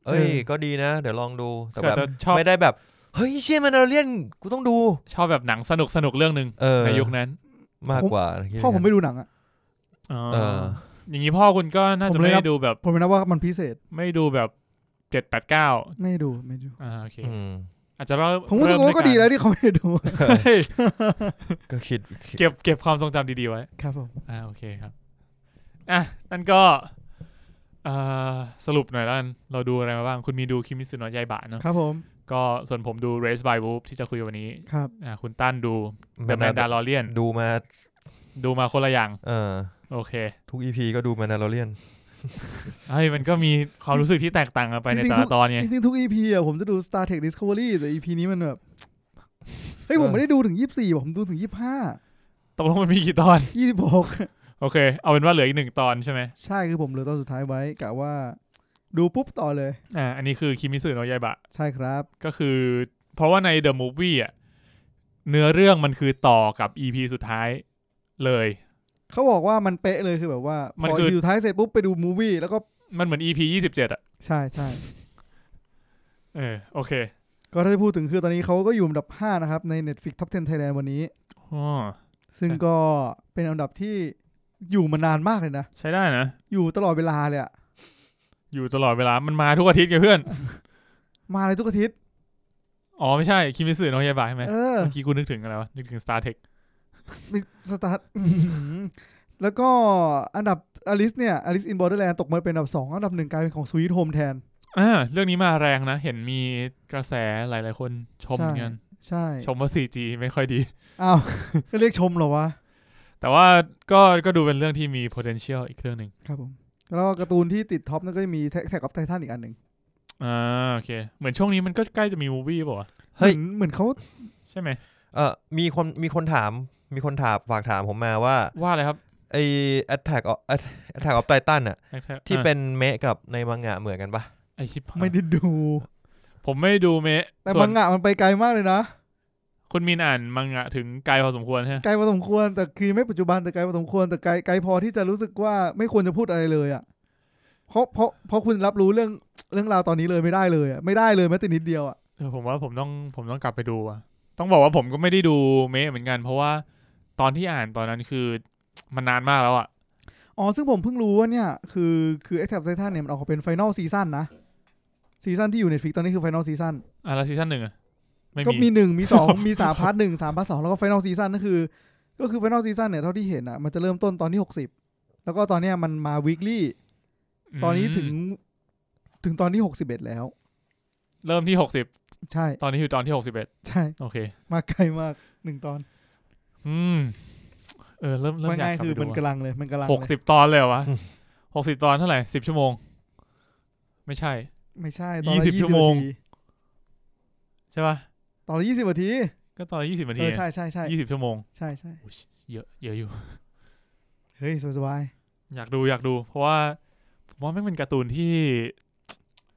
B: เอ้ย ก็ดีนะ เดี๋ยวลองดูแต่แบบ
A: แต่ชอบ
B: ไม่ได้แบบเฮ้ยเชี่ยมันดอลเลียนกูต้องดู
A: ชอบแบบหนังสนุกสนุกเรื่องหนึ่ง
B: เออ
A: ในยุคนั้น
B: มากกว่า
C: พ่อผมไม่ดูหนังอ่ะ
A: อ๋อ
B: เออ
A: อย่างนี้พ่อคุณก็น่า
C: ผ
A: จะ
C: มเลย
A: ไม่
C: นะ
A: ได้ดูแบบ
C: ผมเลยนะว่ามันพิเศษ
A: ไม่ดูแบบเจ็ดแปดเก้า
C: ไม่ดูไม่ดู
A: อ่าโอเค
B: อืม
A: อาจจะเริ่ม
C: ผมรู้สึกว่าก็ดีแล้วที่เขาไม่ได้ดู
A: เฮ้ย *laughs*
B: ก็คิดคิด
A: เก็บเก็บความทรงจำดีๆไว้
C: ครับผม
A: อ่าโอเคครับอ่ะนั่นก็เอ่อสรุปหน่อยละกันเราดูอะไรมาบ้าง คุณมีดูคิมิสุโนะยายบะเนาะ
C: ครับผม
A: ก็ส่วนผมดู Race by Wolf ที่จะคุยวันนี้
C: ครับ
A: อ่าคุณตั้นดู
B: มั
A: The
B: น
A: Mandalorian
B: ดูมา
A: ดูมาคนละอย่าง
B: เออ
A: โอเค
B: ทุกอีพีก็ดูมาดอลเลียน
A: เฮ้ยมันก็มีความรู้สึกที่แตกต่างกันไปในแต่ละตอนไง
C: จริงๆทุก EP อ่ะผมจะดู Star Trek Discovery แต่ EP นี้มันแบบเฮ้ยผมไม่ได้ดูถึง 24ว่ะผมดูถึง 25
A: ตกลงมันมีกี่ตอน
C: 26
A: โอเค เอาเป็นว่าเหลืออีกหนึ่งตอนใช่ไหม
C: ใช่คือผมเหลือตอนสุดท้ายไว้กะว่า ดูปุ๊บต่อเลย
A: อ่า อันนี้คือคิมิสึโนะยายบะ
C: ใช่ครับ
A: ก็คือ เพราะว่าใน The Movie อ่ะ เนื้อเรื่องมันคือต่อกับ EP สุดท้ายเลย
C: เขาบอกว่ามันเป๊ะเลยคือแบบว่าพ
A: มัน
C: อ
A: คือ
C: อยู่ท้ายเสร็จปุ๊บไปดูมูวี่แล้วก็
A: มันเหมือน EP ยี่สิบเจ็ดอ่ะ
C: ใช่ใช่
A: เออ โอเค
C: ก็ถ้าจะพูดถึงคือตอนนี้เขาก็อยู่อันดับ 5 นะครับ ใน Netflix Top 10 Thailand วันนี้
A: อ๋อ
C: ซึ่งก็เป็นอันดับที่อยู่มานานมากเลยนะ
A: ใช้ได้นะ
C: อยู่ตลอดเวลาเลยอะ
A: อยู่ตลอดเวลา มันมาทุกอาทิตย์ไงเพื่อน
C: มาเลยทุกอาทิตย์
A: อ๋อ ไม่ใช่ คิมิสึโนะยายบะใช่ไหม
C: เออ
A: เมื่อกี้กูนึกถึงอะไรวะ นึกถึง Star Trek
C: มีสตาร์ทอื้อหือแล้วก็อันดับอลิสเนี่ยอลิสอินบอร์เดอร์แลนด์ตกมาเป็นอันดับสองอันดับหนึ่งกลายเป็นของสวีทโฮมแทน
A: อ่า เรื่องนี้มาแรงนะ เห็นมีกระแสหลาย ๆ คนชมเหมือนกัน
C: ใช่
A: ชมว่า 4G ไม่ค่อยดี
C: อ้าว *laughs* ก็เรียกชมเหรอวะ
A: แต่ว่าก็ ก็ดูเป็นเรื่องที่มี potential อีกเรื่องหนึ่ง
C: ครับผม แล้วก็การ์ตูนที่ติดท็อปนั่นก็จะมีแท็กออฟไททันอีกอันหนึ่ง
A: อ่าโอเค เหมือนช่วงนี้มันก็ใกล้จะมีมูวี่ป่ะวะ
B: เฮ้ย
C: หมือนเหมือนเขา
A: ใช่ไหม
B: เออมีคนมีคนถามมีคนถามฝากถามผมมาว่า
A: ว่าอะไรครับ
B: ไอ้ Attack of Attack of Titan อะที่
A: อ่ะ
B: เป็นเมะกับในมังงะเหมือนกันปะ
A: ไอชิปหาย
C: ไม่ได้ดู
A: ผมไม่ดูเมะ
C: แต่
A: ส่ว
C: มัน งงะมันไปไกลมากเลยนะ
A: คุณมินอ่านมังงะถึงไกลพอสมควรใช่ไหม
C: ไกลพอสมควรแต่คือไม่ปัจจุบันแต่ไกลพอสมควรแต่ไกลไกลพอที่จะรู้สึกว่าไม่ควรจะพูดอะไรเลยอ่ะเพราะเพราะเพราะคุณรับรู้เรื่องเรื่องราวตอนนี้เลยไม่ได้เลยอะไม่ได้เลยแม้แต่นิดเดียวอ่ะ
A: เออผมว่าผมต้องผมต้องกลับไปดูอ่ะต้องบอกว่าผมก็ไม่ได้ดูเมะเหมือนกัน เพราะว่าตอนที่อ่านตอนนั้นคือมันนานมากแล้วอ่ะ
C: อ๋อซึ่งผมเพิ่งรู้ว่าเนี่ยคือคือแอคแท็บไททันเนี่ยมันออกมาเป็นไฟนอลซีซั่นนะซีซั่นที่อยู่ในฟิกตอนนี้คือไฟนอลซีซั่น
A: อ่ะแล้วซีซั่นหนึ่งอ่ะไม่
C: ก็มี
A: มี
C: หนึ่งมีสอง
A: *laughs*
C: มีสามพาร์ทหนึ่งสามพาร์ทสองแล้วก็ไฟนอลซีซั่นนั่นคือก็คือไฟนอลซีซั่นเนี่ยเท่าที่เห็นอ่ะมันจะเริ่มต้นตอนที่หกสิบแล้วก็ตอนเนี้ยมันมาวีคลี่
A: ม
C: ตอนนี้ถึงถึงตอนที่หกสิบเอ็ดแล้ว
A: เริ่มที่หกสิบ
C: ใช่
A: ตอนนี้อยู่ตอนที่หกสิบเอ็ด
C: ใช่
A: โอเค
C: มาไกลมากหนึ่งตอน
A: อืม เออเริ่มเริ่ม
C: ว่า
A: อยาก
C: ง่าย
A: กลับ
C: คือ
A: ไปดู
C: มันกำลังเลยมันกำลัง
A: หก
C: เลย
A: สิบตอนเลยเหรอวะ หกสิบตอนเท่าไหร่สิบชั่วโมง ไม่ใช่
C: ไม่ใช่ตอน
A: ยี่
C: ละ
A: สิบ
C: ยี่
A: ชั่
C: สิบ
A: วโมง
C: นาที
A: ใช่ปะ
C: ตอนละยี่สิบนาที
A: ก็ตอนยี่สิบนา
C: เอ
A: ที
C: อใช่ใช่ใช่
A: ยี่สิบชั่วโมง
C: ใช่ใช่
A: โอ้ยเยอะเยอะอยู่
C: เฮ้ยสบายสบาย
A: อยากดูอยากดู เพราะว่าผมว่าแม่งเป็นการ์ตูนที่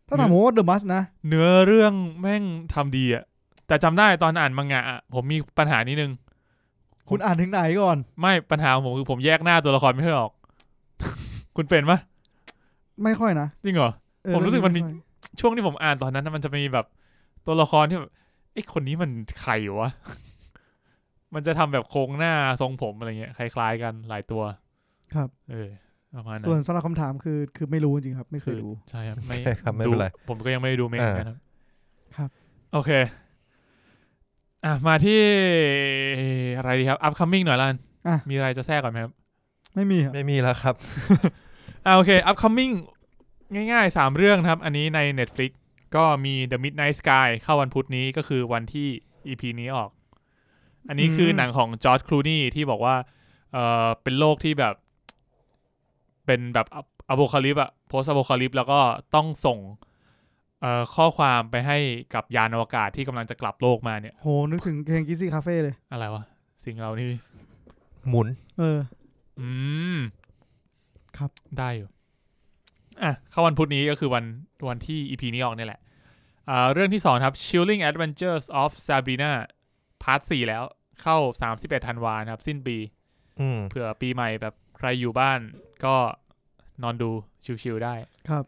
C: ถ้าถามผมว่าเดอะมัสนะ
A: เนื้อเรื่องแม่งทำดีอะแต่จำได้ตอนอ่านมังงะอะผมมีปัญหานิดนึง
C: คุณอ่านถึงไหนก่อน
A: ไม่ปัญหาของผมคือผมแยกหน้าตัวละครไม่ค่อยออก *laughs* คุณเป็นปะ
C: ไม่ค่อยนะ
A: จริงเหรอ
C: เออ
A: ผมรู้สึกมันมี
C: ไค่อย
A: ช่วงที่ผมอ่านตอนนั้นนะมันจะมีแบบตัวละครที่แบบไอ้คนนี้มันใครวะ *laughs* มันจะทำแบบโครงหน้าทรงผมอะไรเงี้ยคล้ายๆกันหลายตัว
C: ครับ
A: เออประมาณนั้
C: ส่วน
A: น
C: สำหรับคำถามคือคือไม่รู้จริงๆครับ ไม่เค
A: คื
C: ย
A: อ
C: ดู
A: ใช่
B: *laughs*
A: ครับไม่
B: โอเคครับไม่เป็นไร
A: ดูผมก็ยังไม่ได้ดูเมก
B: อ่า
A: นะครับ
C: ครับ
A: โอเค อ่ะมาที่อะไรดีครับ upcoming หน่อยละกัน
C: อ่ะ
A: มีอะไรจะแทรกก่อนไหมครับ
C: ไม่มีครับ
B: ไม่มีแล้วครับ
A: อ่าโอเค upcoming ง่ายๆ 3 เรื่องนะครับ อันนี้ใน Netflix ก็มี The Midnight Sky เข้าวันพุธนี้ก็คือวันที่ EP นี้ออก อันนี้คือหนังของจอร์จครูนี่ที่บอกว่าเออเป็นโลกที่แบบ เป็นแบบอโ o คาลิปอะโพสอโ o คาลิปแล้วก็ต้องส่งเอ่อข้อความไปให้กับยานอวกาศที่กำลังจะกลับโลกมาเนี่ย
C: โหนึกถึงเพลงกิซี่คาเฟ่เลย
A: อะไรวะ สิ่งเหล่านี้
B: หมุน
C: เออ
A: อืม
C: ครับ
A: ได้อยู่อ่ะเข้าวันพุธนี้ก็คือวันวันที่ EP นี้ออกเนี่ยแหละอ่าเรื่องที่สองครับ Chilling Adventures of Sabrina พาร์ท4แล้วเข้า 31ธันวานะครับ สิ้นปี
B: อืม
A: เผื่อปีใหม่แบบใครอยู่บ้านก็นอนดูชิวๆได้
C: ครับ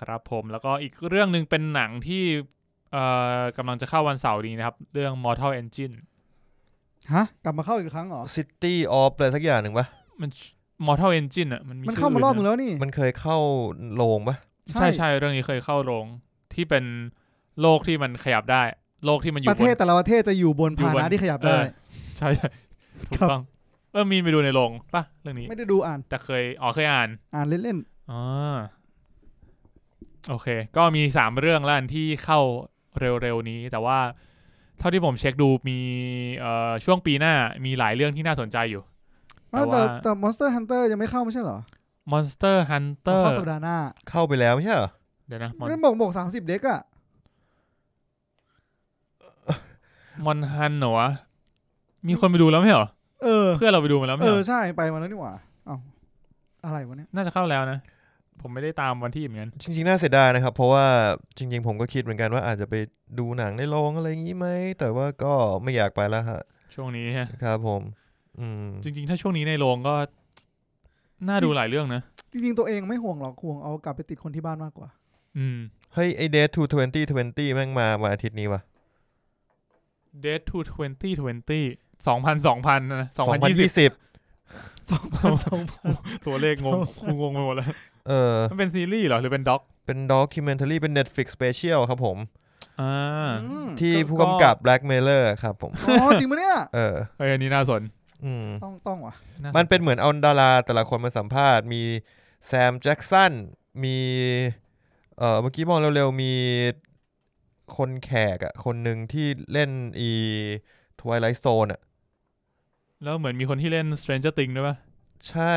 A: ครับผมแล้วก็อีกเรื่องหนึ่งเป็นหนังที่เอ่อกำลังจะเข้าวันเสาร์นี้นะครับ เรื่อง Mortal Engine
C: ฮะ กลับมาเข้าอีกครั้งเหรอ
B: ซิตี้ออฟอะไรสักอย่างหนึ่งปะ
A: มัน Mortal Engine อ่ะมัน
C: มัน
A: ชื่
C: เข้ามารอบ
A: น
C: ห
A: นะ
C: นึงแล้วนี่
B: มันเคยเข้าโรงปะ
C: ใช่
A: ใช่ใช่เรื่องนี้เคยเข้าโรงที่เป็นโลกที่มันขยับได้ โลกที่มันอ
C: ป
A: ยู่
C: ระ
A: บ
C: เทศ
A: น
C: แต่ละประเทศจะอยู่บน
A: อยู่
C: พาห
A: บน
C: นะที่ขยับ
A: เอ
C: ได้
A: อ ใช่ใช่ถูก
C: ครับ
A: ต้องเออมีนไปดูในโรงป่ะเรื่องนี้
C: ไม่ได้ดูอ่าน
A: แต่เคยอ๋อเคยอ่าน
C: อ่านเล่น
A: อ๋อโอเค ก็มีสามเรื่องแล้วอันที่เข้าเร็วๆนี้ แต่ว่าเท่าที่ผมเช็คดูมีเอ่อช่วงปีหน้ามีหลายเรื่องที่น่าสนใจอยู่
C: ๆอ้าวแต่
A: แต่ว่า
C: แต่ Monster Hunter ยังไม่เข้าไม่ใช่เหรอ
A: Monster
C: อ๋อ
A: Hunter
C: เข้าสัปดาห์หน้า
B: เข้าไปแล้วไม่ใช่เหรอ
A: เดี๋ยวนะ
C: ไม่ได้บอกบอกสามสิบเด็กอะ
A: Mon Hun เหรอวะมีคนไปดูแล้วไม่เหรอ
C: เออ
A: เพื่อนเราไปดูมาแล้วไม่
C: เอ
A: เหร
C: อ
A: อ
C: ใช่ไปมาแล้วนี่หว่าเอ้าอะไรวะเนี่ย
A: น่าจะเข้าแล้วนะ ผมไม่ได้ตามวันที่เหมือนกัน
B: จริง ๆ น่าเสียดายนะครับ เพราะว่าจริง ๆ ผมก็คิดเหมือนกันว่าอาจจะไปดูหนังในโรงอะไรอย่างนี้ไหม แต่ว่าก็ไม่อยากไปแล้วฮะ
A: ช่วงนี้ฮะ
B: ครับผม อืม
A: จริง ๆ ถ้าช่วงนี้ในโรงก็น่าดูหลายเรื่องนะ
C: จริงๆตัวเองไม่ห่วงหรอกห่วงเอากลับไปติดคนที่บ้านมากกว่า
A: อืม
B: เฮ้ยไอเดททูทเวนตี้ทเวนตี้แม่งมาวันอาทิตย์นี้วะ
A: Date to 2020 2000 2000นะ2020
B: สิบ
C: สองพันสองพัน
A: ตัวเลขงงกูงงไปหมดแล้ว
B: เออ
A: มันเป็นซีรีส์เหรอ หรือเป็นด็อก
B: เป็นด็อกิเมนทารีเป็น Netflix Special ครับผม
A: อ่า
B: ที่
A: ก็
B: ผู้กำกับ Black Mailer ครับผม
C: อ๋อจริงปะเนี่ย
B: เออ
A: เอ้ยอันนี้น่าสน
B: อืม
C: ต้องต้องว่ะ
A: าส
B: มันเป็นเหมือนเอาดาราแต่ละคนมาสัมภาษณ์ มีแซมแจ็กสัน มี เออเมื่อกี้มองเร็วๆ มีคนแขกอะคนหนึ่งที่เล่นอีทวายไลท์โซนอะ
A: แล้วเหมือนมีคนที่เล่น Stranger Things ด้วยป่ะ
B: ใช่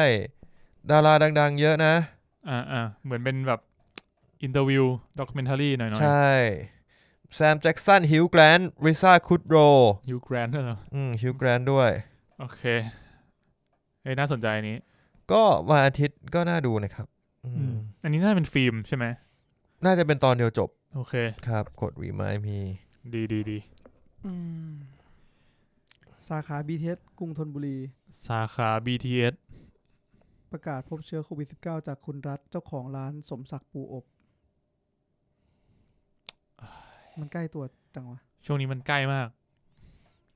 B: ดาราดังๆ เยอะนะ
A: อ่าอ่าเหมือนเป็นแบบอินเตอร์วิวด็อกเมนทารีหน่อย
B: ใช่ แซมแจ็กสันฮิวแกรนริซ่าคุดโร
A: ๆยูแกรนด้วยเหรอ
B: อืมฮิวแกรนด้วย
A: โอเคเอ้ยน่าสนใจอันนี้
B: ก็วันอาทิตย์ก็น่าดูนะครับอืม
A: อืมอันนี้น่าจะเป็นฟิล์มใช่ไหม
B: น่าจะเป็นตอนเดียวจบ
A: โอเค
B: ครับ กดรีมายมี
A: ดีดีดี
C: สาขา BTS กรุงธนบุรี
A: สาขา BTS
C: ประกาศพบเชื้อโควิด -19 จากคุณรัฐเจ้าของร้านสมศักดิ์ปูอบ มันใกล้ตัวจังวะ
A: ช่วงนี้มันใกล้มาก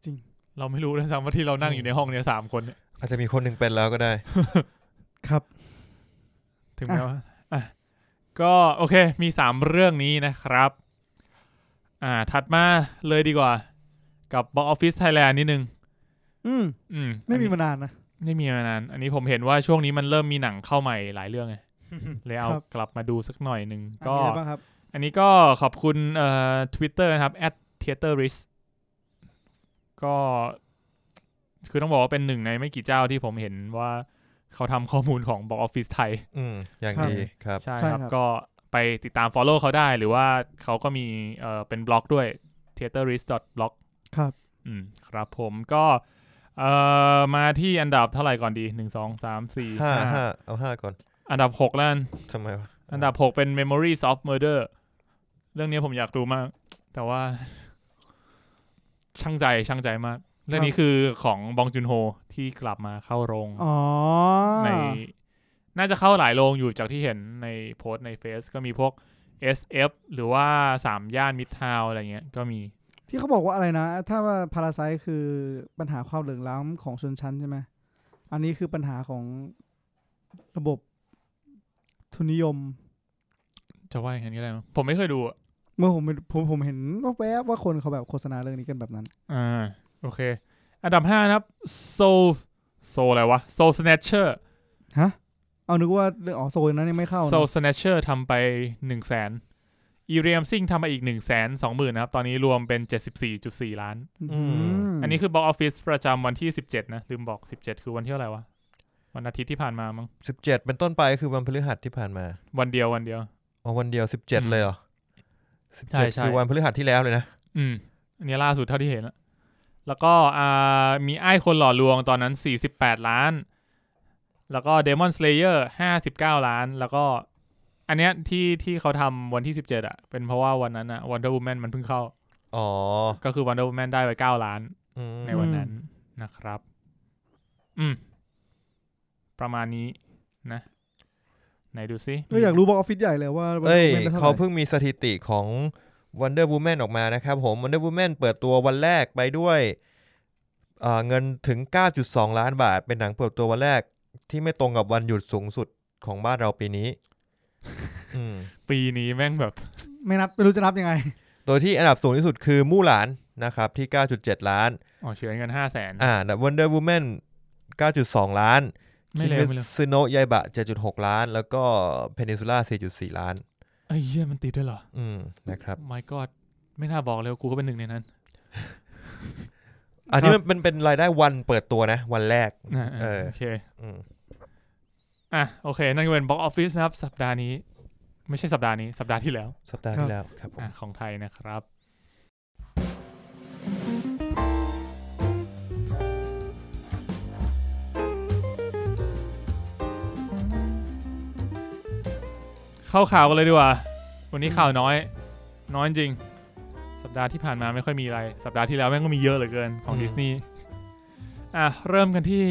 C: จริง
A: เราไม่รู้ด้วยซ้ำว่าที่เรานั่งอยู่ในห้องเนี่ยสามคนเนี่ย
B: อาจจะมีคนหนึ่งเป็นแล้วก็ได้
C: ครับ
A: ถึงแม้ว่าอ่ะก็โอเค มีสามเรื่องนี้นะครับ อ่า ถัดมาเลยดีกว่า กับ Box Office Thailand นิดนึง
C: อืม
A: อืม
C: ไม่
A: อัน
C: มี
A: นี้
C: มานานนะ
A: ไม่มีมานาน อันนี้ผมเห็นว่าช่วงนี้มันเริ่มมีหนังเข้าใหม่หลายเรื่องไง
C: *laughs*
A: เลยเอา
C: ครับ
A: กลับมาดูสักหน่อยหนึ่ง
C: ก็
A: ก็
C: อะไรบ้างครับ
A: อันนี้ก็ขอบคุณเอ่อ Twitter นะครับ t h e a t e r r i s ก็ คือต้องบอกว่าเป็นหนึ่งในไม่กี่เจ้าที่ผมเห็นว่าเขาทำข้อมูลของบ็อกออฟฟิศไทย
B: อืมอย่าง
C: ครับ
B: ดีครับ
A: ใช่
C: ใช่
A: ค
C: ครั
A: รับ
C: บ
A: ก็ไปติดตาม Follow เขาได้หรือว่าเขาก็มีเอ่อเป็นบล็อกด้วย t h e a t e r i s t b l o g
C: ครับ
A: อืมครับผมก็เอ่อมาที่อันดับเท่าไหร่ก่อนดีหนึ่งสองสามสี่
B: ห้า
A: ห้า
B: ห้าเอาห้าก่อน
A: อันดับหกแล้วกัน
B: ทำไมวะ
A: อันดับหกเป็น Memories of Murder เรื่องนี้ผมอยากดูมาก แต่ว่า ช่างใจช่างใจมาก เรื่องนี้คือของบองจุนโฮที่กลับมาเข้าโรง
C: อ๋อ
A: ในน่าจะเข้าหลายโรงอยู่จากที่เห็นในโพสต์ในเฟซก็มีพวก SF หรือว่าสามย่านมิดทาวอะไรเงี้ยก็มี
C: ที่เขาบอกว่าอะไรนะ ถ้าว่าพาราไซคือปัญหาความเหลื่อมล้ำของชนชั้นใช่ไหม อันนี้คือปัญหาของระบบทุนนิยม
A: จะว่าอย่างนั้นก็ได้มั้งผมไม่เคยดูอะ
C: เมื่อผมไปผมผมเห็นแวบๆว่าคนเขาแบบโฆษณาเรื่องนี้กันแบบนั้น
A: อ่าโอเค อันดับ 5 นะครับ Soul Soul อะไรวะ Soul Snatcher
C: เอานึกว่าเรื่องอ๋อโซนนั้นยังไม่เข้านะ
A: Soul Snatcher ทำไป 1 0 0 0 0แสนอีเรียมซิงทำมาอีก1นึ่งแสนสองหมื่นนะครับ ตอนนี้รวมเป็น 74.4 ล้าน
C: อืม
A: อันนี้คือบอกออฟฟิศประจำวันที่ 17 นะ ลืมบอก 17 คือวันที่อะไหรวะวันอาทิตย์ที่ผ่านมามั้ง
B: สิบเจ็ดเป็นต้นไปก็คือวันพฤหัสที่ผ่านมา
A: วันเดียววันเดียว
B: อ๋อวันเดียวสิบเจ็ด
A: อืม
B: เลยเหรอสิบ
A: ใช่
B: เจ็ด
A: ใช่
B: คือวันพฤหัสที่แล้วเลยนะ
A: อืม อันนี้ล่าสุดเท่าที่เห็นแล้ว แล้วก็อ่ามีไอ้ายคนหล่อลวงตอนนั้น 48 ล้าน แล้วก็ Demon Slayer 59 ล้าน แล้วก็ อันเนี้ยที่ที่เขาทำวันที่ 17อะเป็นเพราะว่าวันนั้นอะ Wonder Woman มันเพิ่งเข้า
B: อ๋อ
A: ก็คือ Wonder Woman ได้ไป 9 ล้าน
B: อืม
A: ในวันนั้นนะครับ อืม ประมาณนี้นะ ไหนดูซิ
C: ก็อยากรู้บอกออฟฟิศใหญ่เลยว่า
B: เอ้ย
C: มันป็นท่ไหร่
B: เขาเพิ่งมีสถิติของ Wonder Woman ออกมานะครับผม Wonder Woman เปิดตัววันแรกไปด้วยเอ่อเงินถึง 9.2 ล้านบาท เป็นหนังเปิดตัววันแรกที่ไม่ตรงกับวันหยุดสูงสุดของบ้านเราปี *laughs* นี้ อืม
A: ปีนี้แม่งแบบ
C: ไม่นับไม่รู้จะนับยังไง
B: โดยที่อันดับสูงที่สุดคือมู่หลานนะครับที่ 9.7 ล้าน
A: อ๋อเฉือนกันห้าแสน
B: อ่าแต่ Wonder Woman 9.2 ล้าน
A: ไม่เลวไม่เลว
B: ซึโนะยายบะ 7.6 ล้าน แล้วก็ Peninsula 4.4 ล้าน
A: เอ้ยเหี้ยมันติดด้วยเหรอ
B: อืมนะครับ
A: My God ไม่น่าบอกเลยว่ากูก็เป็นหนึ่งในนั้น
B: อันนี้มันเป็นเป็นรายได้วันเปิดตัวนะ วันแรก
A: อ่าๆ
B: เออ
A: โอเค
B: อืม
A: อ่ะ โอเค นั่นก็เป็นบ็อกออฟฟิศนะครับ สัปดาห์นี้ ไม่ใช่สัปดาห์นี้ สัปดาห์ที่แล้ว
B: สัปดาห์ที่แล้วครับผม
A: อ่ะของไทยนะครับ เข้าข่าวกันเลยดีกว่า วันนี้ข่าวน้อย น้อยจริง สัปดาห์ที่ผ่านมาไม่ค่อยมีอะไร สัปดาห์ที่แล้วแม่งก็มีเยอะเหลือเกินของดิสนีย์ อ่ะ เริ่มกันที่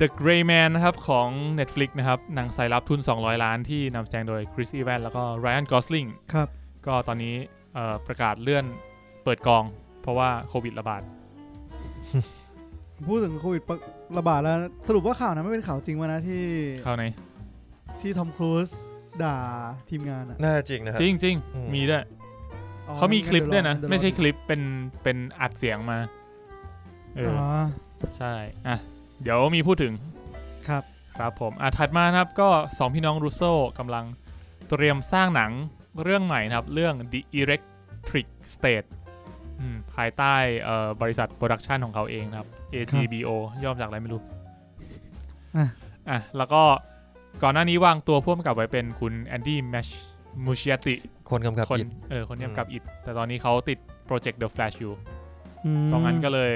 A: The Gray Man นะครับ ของ Netflix นะครับ หนังสายลับทุน 200 ล้านที่นำแสดงโดยคริสอีแวนแล้วก็ Ryan Gosling
C: ครับ
A: ก็ตอนนี้เอ่อประกาศเลื่อนเปิดกอง เพราะว่าโควิดระบาด
C: พูดถึงโควิดระบาดแล้ว สรุปว่าข่าวนั้นไม่เป็นข่าวจริงวะนะที่
A: เข้าใน
C: ที่ทอมครูซด่าทีมงานอะ
B: น่าจริงนะฮะ
A: จริงจริง
B: อืม
A: มีด้วย
C: อ๋อ
A: เขามีคลิปด้วยนะ
C: เดี๋รอ
A: ไม่ใช่
C: เดี๋ยวรอ
A: คลิปเป็นเป็นอัดเสียงมา เออ
C: อ๋อ
A: ใช่ อ่ะ เดี๋ยวมีพูดถึง
C: ครับ
A: ครับผม อ่ะ ถัดมานะครับ ก็สองพี่น้องรูโซ่กำลังเตรียมสร้างหนังเรื่องใหม่นะครับ เรื่อง The Electric State อืมภายใต้เอ่อบริษัทโปรดักชันของเขาเองนะครับ AGBO ย่อมาจากอะไรไม่รู้
C: อ่ะ
A: อ่ะ แล้วก็ก่อนหน้านี้วางตัวพ่วมกับไว้เป็นคุณแอนดี้แมชมูชิยติ
B: คนกำกับ
A: คน
B: อิด
A: เออคนเนีย
B: อืม
A: กับอิดแต่ตอนนี้เขาติดโปรเจกต์ The Flash อยู่
C: ม
A: เพราะงั้นก็เลย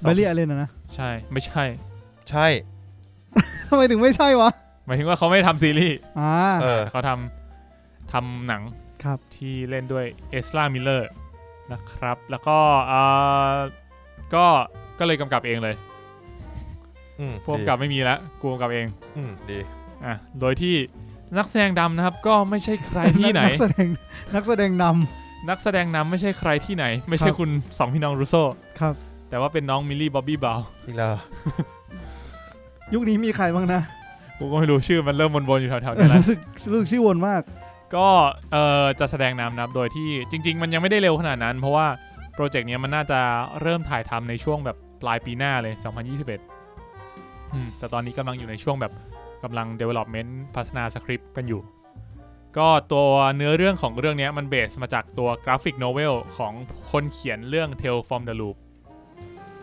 C: เบลลี่อะไรนะนะ
A: ใช่ไม่ใช่
B: ใช่
C: ทำไมถึงไม่ใช่วะ
A: หมายถึงว่าเขาไม่ทำซีรีส์
C: อ่า
B: เออ
A: เขาทำทำหนัง
C: ครับ
A: ที่เล่นด้วยเอสลามิลเลอร์นะครับ แล้วก็เอ่อก็ก็เลยกำกับเองเลย
B: อืม
A: พวกำกับไม่มีแล้วกูกำกับเอง
B: ดีอืมดี
A: อ่ะโดยที่นักแสดงดำนะครับ ก็ไม่ใช่ใครที่ไหน
C: นักแสดงนักแสดงน
A: นักแสดงนำไม่ใช่ใครที่ไหน ไม่ใช่
C: ครับ
A: คุณสองพี่น้องรูโซ
C: ำครับ
A: แต่ว่าเป็นน้องมิลลี่บ๊อบบี้บาว
B: อีกแล้ว
C: ยุคนี้มีใครบ้างนะ
A: กูก็ไม่รู้ชื่อมันเริ่มวนๆอยู่แถวๆนี้แล้ว
C: รู้สึกรู้สึกชื่อวนมาก
A: ก็เอ่อจะแสดงนำนะครับ โดยที่จริง ๆ มันยังไม่ได้เร็วขนาดนั้น เพราะว่าโปรเจกต์เนี้ยมันน่าจะเริ่มถ่ายทำในช่วงแบบปลายปีหน้าเลย 2021อืมแต่ตอนนี้กำลังอยู่ในช่วงแบบกำลัง development พัฒนาสคริปต์กันอยู่ ก็ตัวเนื้อเรื่องของเรื่องเนี้ยมันเบสมาจากตัวกราฟิกโนเวลของคนเขียนเรื่อง Tale from the Loop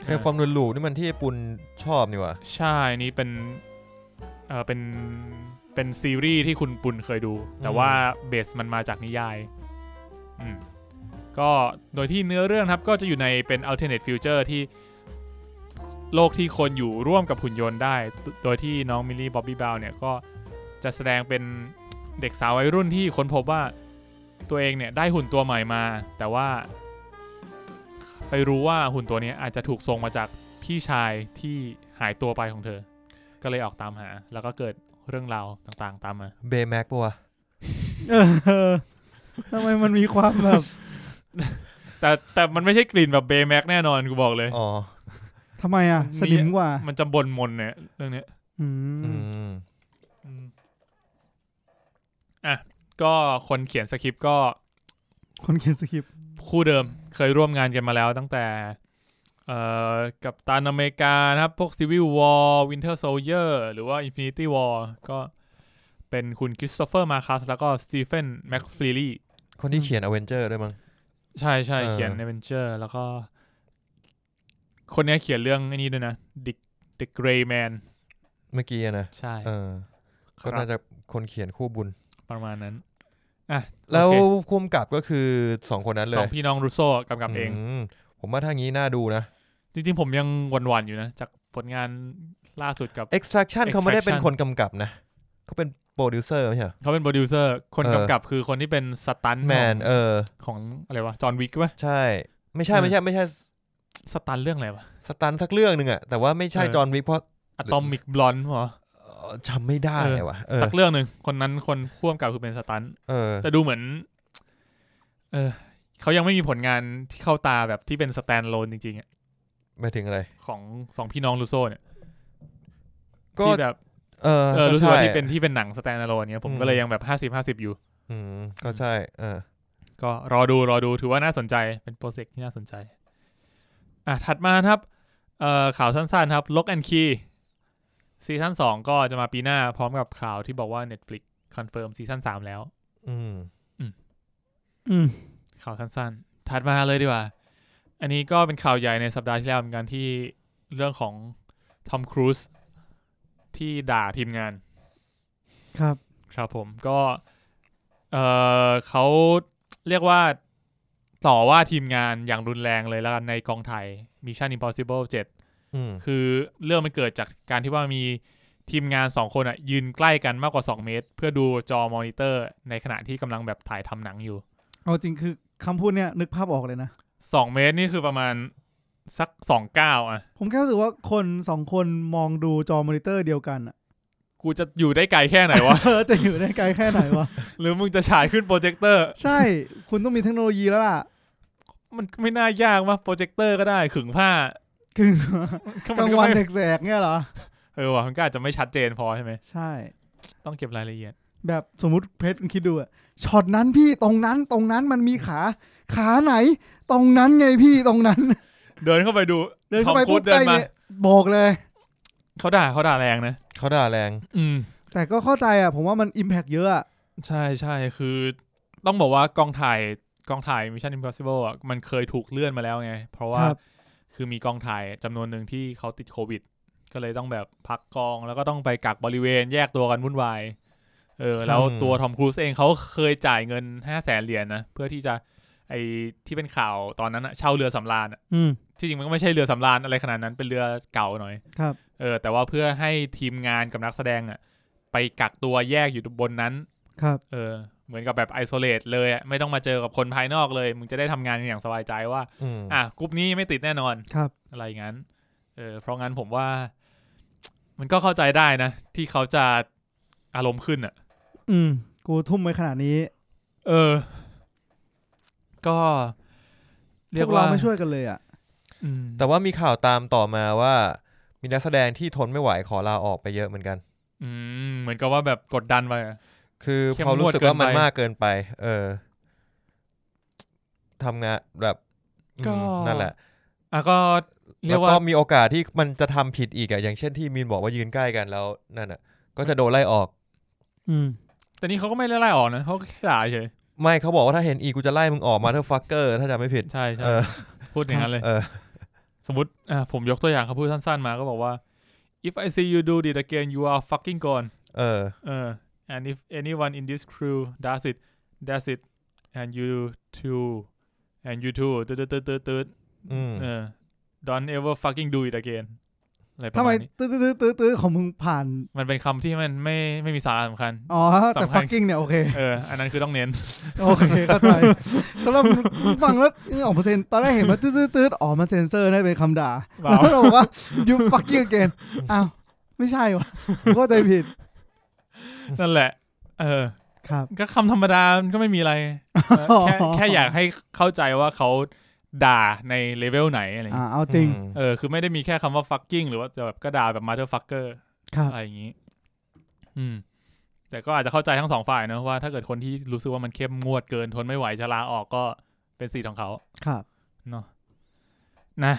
B: ไอ้ความหนุนหลูนี่มันที่ญี่ปุ่นชอบนี่หว่า
A: ใช่นี่เป็นเออเป็นเป็นซีรีส์ที่คุณปุณเคยดู แต่ว่าเบสมันมาจากนิยายอืมก็โดยที่เนื้อเรื่องครับก็จะอยู่ในเป็น alternate future ที่โลกที่คนอยู่ร่วมกับหุ่นยนต์ได้ โดยที่น้องมิลลี่บ๊อบบี้บราวน์เนี่ยก็จะแสดงเป็นเด็กสาววัยรุ่นที่ค้นพบว่าตัวเองเนี่ยได้หุ่นตัวใหม่มา แต่ว่า ไปรู้ว่าหุ่นตัวเนี้ยอาจจะถูกส่งมาจาก พี่ชายที่หายตัวไปของเธอ ก็เลยออกตามหา แล้วก็เกิดเรื่องราวต่างๆ ตามมา
B: เบย์แม็กปะวะ
C: เออทำไมมันมีความแบบ
A: แต่แต่มันไม่ใช่กลิ่นแบบเบย์แม็กแน่นอนกูบอกเลย
B: อ๋อ
C: ทำไมอ่ะ
A: มันมี
C: สนิมกว่า
A: มันจะบนมนเนี่ยเรื่องเนี้ย
C: อื
B: อ
C: ม
B: อืม
A: อ่ะ ก็คนเขียนสคริปต์ก็
C: คนเขียนสคริปต์
A: คู่เดิมเคยร่วมงานกันมาแล้วตั้งแต่ เอ่อกับตานอเมริกานะครับ พวก Civil War Winter Soldier หรือว่า Infinity War ก็เป็นคุณคริสโตเฟอร์มาคัสแล้วก็สตีเฟนแม็กฟลีลี
B: คนที่เขียนอเวนเจอร์ด้วยมั้ง
A: ใช่ใช่
B: เออ
A: เขียนในเวนเจอร์ แล้วก็ คนเนี้ยเขียนเรื่องไอ้นี่ด้วยนะดิกดิกเกรย์แมน
B: เมื่อกี้อะนะ
A: ใช่
B: เออ
A: ค
B: ก็
A: รับ
B: น่าจะคนเขียนคู่บุญ
A: ประมาณนั้น
B: แล้ว
A: โอเค
B: คุ้มกับก็คือสองคนนั้นเล
A: สอย งพี่น้องรูโซกำกับเอง
B: มผมว่าทางนี้น่าดูนะ
A: จริงๆผมยังหวั่นๆอยู่นะ จากผลงานล่าสุดกับ
B: Extraction เขาไม่ได้เป็น
A: Extraction
B: คนกำกับนะเขาเป็นโปรดิวเซอร์ไม่ใช่เหรอ
A: เขาเป็นโปรดิวเซอร์ คน
B: เออ
A: กำกับคือคนที่เป็นสตันท์
B: แมน
A: ของ
B: เออ
A: ของอะไรวะ จอห์นวิกป่ะ
B: ใช่ ไม่ใช่
A: เออ
B: ไม่ใช่ไม่ใช่
A: สตันท์เรื่องอะไรวะ
B: สตันสักเรื่องหนึ่งอะแต่ว่าไม่ใช่
A: เออ
B: จอห์นวิกเพราะ
A: อะตอมิกบลอนหรอ
B: เอ่อจำไม่ได้
A: เออ
B: ว่ะเออ
A: สักเรื่องหนึ่งคนนั้นคนพ่วงกับคือเป็นสตันท์
B: เออ
A: แต่ดูเหมือน เออเขายังไม่มีผลงานที่เข้าตาแบบที่เป็นสแตนโลนจริงๆอะ
B: ไปถึงอะไร
A: ของสองพี่น้องลูโซเนี่ย
B: ก็
A: ที่แบบ
B: เออ
A: เออรู้สึกว่า
B: ใช่
A: ที่เป็นที่เป็นหนังสแตนโลนเนี่ยผม
B: อืม
A: ก็เลยยังแบบห้าสิบห้าสิบอยู่
B: อืมก็ใช่เออ
A: ก็รอดูรอดูถือว่าน่าสนใจเป็นโปรเจกต์ที่น่าสนใจ อ่ะ ถัดมาครับเอ่อข่าวสั้นๆครับล็อกแอนคีซีซั่นสองก็จะมาปีหน้าพร้อมกับข่าวที่บอกว่า Netflix คอนเฟิร์มซีซั่นสามแล้ว
B: อืม
C: อืม
A: ข่าวสั้นๆ ถัดมาเลยดีกว่า อันนี้ก็เป็นข่าวใหญ่ในสัปดาห์ที่แล้วเหมือนกันที่เรื่องของทอมครูซที่ด่าทีมงาน
C: ครับ
A: ครับผมก็เออเขาเรียกว่าต่อว่าทีมงานอย่างรุนแรงเลยแล้วกันในกองถ่าย Mission Impossible 7
B: อืม
A: คือเรื่องมันเกิดจากการที่ว่ามีทีมงาน 2 คนอะยืนใกล้กันมากกว่า 2 เมตร เพื่อดูจอมอนิเตอร์ในขณะที่กำลังแบบถ่ายทำหนังอยู่
C: เอาจริงคือคำพูดเนี่ยนึกภาพออกเลยนะ
A: สองเมตรนี่คือประมาณสักสองเก้าวอ่ะ
C: ผมแค่รู้สึกว่าคนสองคนมองดูจอมอนิเตอร์เดียวกันอะ *laughs*
A: กูจะอยู่ได้ไกลแค่ไหนวะ *laughs*
C: เออจะอยู่ได้ไกลแค่ไหนวะ
A: หรือมึงจะฉายขึ้นโปรเจคเตอร์
C: ใช่ คุณต้องมีเทคโนโลยีแล้วล่ะ
A: มันไม่น่ายากวะโปรเจคเตอร์ก็ได้ขึงผ้า
C: คือก ก
A: มั
C: ลาน ง
A: ก็
C: วัน
A: ไม่
C: แสกๆเนี่ยเหรอ
A: เออว่ะมันก็อาจจะไม่ชัดเจนพอใช่ไหม
C: ใช่
A: ต้องเก็บรายละเอียด
C: แบบสมมติเพชรคุณคิดดูอะช็อตนั้นพี่ตรงนั้นตรงนั้นมันมีขา ขาไหน ตรงนั้นไงพี่ตรงนั้น
A: เดินเข้าไปดู
C: เดินเข้าไป
A: ทอมครู
C: ปุ๊
A: ซ
C: บ
A: เดิ
C: ใกล้
A: นมา
C: เนี่ยบอกเลย
A: เขาด่าเขาด่าแรงนะ
B: เขาด่าแรง
A: อืม
C: แต่ก็เข้าใจอ่ะ ผมว่ามันอิมแพกเยอะอะ
A: ใช่ใช่คือต้องบอกว่ากองถ่ายกองถ่าย Mission Impossible อ่ะมันเคยถูกเลื่อนมาแล้วไง เพราะว่า
C: ครับ
A: คือมีกองถ่ายจำนวนหนึ่งที่เขาติดโควิด ก็เลยต้องแบบพักกองแล้วก็ต้องไปกักบริเวณแยกตัวกันวุ่นวาย เออ แล้ว
B: อืม
A: ตัวทอมครูซเองเขาเคยจ่ายเงินห้าแสนเหรียญนะ เพื่อที่จะไอที่เป็นข่าวตอนนั้นอะเช่าเรือสำราญอะ
C: อืม
A: ที่จริงมันก็ไม่ใช่เรือสำราญอะไรขนาดนั้นเป็นเรือเก่าหน่อย
C: ครับ
A: เออแต่ว่าเพื่อให้ทีมงานกับนักแสดงอะไปกักตัวแยกอยู่บนนั้น
C: ครับ
A: เออเหมือนกับแบบไอโซเลตเลยอะไม่ต้องมาเจอกับคนภายนอกเลย มึงจะได้ทำงานอย่างสบายใจว่า
B: อืม
A: อ่ะกรุ๊ปนี้ไม่ติดแน่นอน
C: ครับ
A: อะไรอย่างนั้น เออ เพราะงั้นผมว่า มันก็เข้าใจได้นะ ที่เขาจะอารมณ์ขึ้นอ่ะ
C: อืม กูทุ่มไปขนาดนี้
A: เออ ก็ เรียก
C: พว
A: ว่า
C: เราไม่ช่วยกันเลยอ่ะ
A: อืม
B: แต่ว่ามีข่าวตามต่อมาว่า มีนักแสดงที่ทนไม่ไหวขอลาออกไปเยอะเหมือนกัน
A: อืม เหมือนกับว่าแบบกดดันไปอะ
B: คือ
A: เข้ม
B: พอรู้สึกว่ามัน
A: งวดเกินไป
B: มากเกินไป เออทำงานแบบอืม
A: ก็
B: นั่นแหละ
A: อ่ะก็เรี
B: แล้
A: ยว กว่า
B: ก็มีโอกาสที่มันจะทำผิดอีกอะอย่างเช่นที่มีนบอกว่ายืนใกล้กันแล้วนั่นอะก็จะโดนไล่ออก
C: อืม
A: แต่นี่เขาก็ไม่ได้ไล่ออกนะเขาก็แค่ด่าเฉย
B: ไม่เขาบอกว่าถ้าเห็นอีกกูจะไล่มึงออกมาเธอฟักเกอร์ ถ้าจำไม่ผิด
A: ใช่ใช่
B: เออ
A: พูดอย่างนั้นเลย
B: เออ
A: สมมติอ่ะผมยกตัวอย่างคำพูดสั้นๆมาก็บอกว่า if I see you do it again you are fucking gone
B: เออ
A: เออ and if anyone in this crew does it does it and you too and you too ตืดตืดตืดตืด
B: อืม
A: เออ don't ever fucking do it again อะไรประ
C: ทำไม
A: มาณนี้
C: ตื้อตื้อตื้อตื้อของมึงผ่าน
A: มันเป็นคำที่มันไม่ไม่มีสาระสำคัญ
C: อ๋อ แต่
A: สำคัญ
C: fucking เนี่ย โอเค
A: เออ อันนั้นคือต้องเน้น
C: โอเคเข้าใจตอนแรกมึงฟังแล้วนี่ออกมาเซนตอนแรกเห็นว่าตื้อตื้อตื้ออ๋อมันเซนเซอร์ได้เป็นคำด่า
A: เปล่า
C: แล้วเราบอกว่า you fucking again อ้าว ไม่ใช่วะผมเข้าใจผิด
A: นั่นแหละ เออ
C: ครับ
A: ก็คำธรรมดามันก็ไม่
C: *laughs*
A: มีอะไรเออแค่แค่อยากให้เข้าใจว่าเขาด่าในเลเวลไหนอะไรอย่าง
C: อ่า
A: เงี้ย
C: เอาจริง
A: เออ คือไม่ได้มีแค่คำว่า fucking หรือว่าจะแบบก็ด่าแบบ motherfucker
C: ครับ
A: อะไรอย่างนี้ อืม แต่ก็อาจจะเข้าใจทั้งสองฝ่ายเนอะว่าถ้าเกิดคนที่รู้สึกว่ามันเข้มงวดเกินทนไม่ไหวจะลาออกก็เป็นสิทธิ์ของเขา
C: ครับ
A: นะ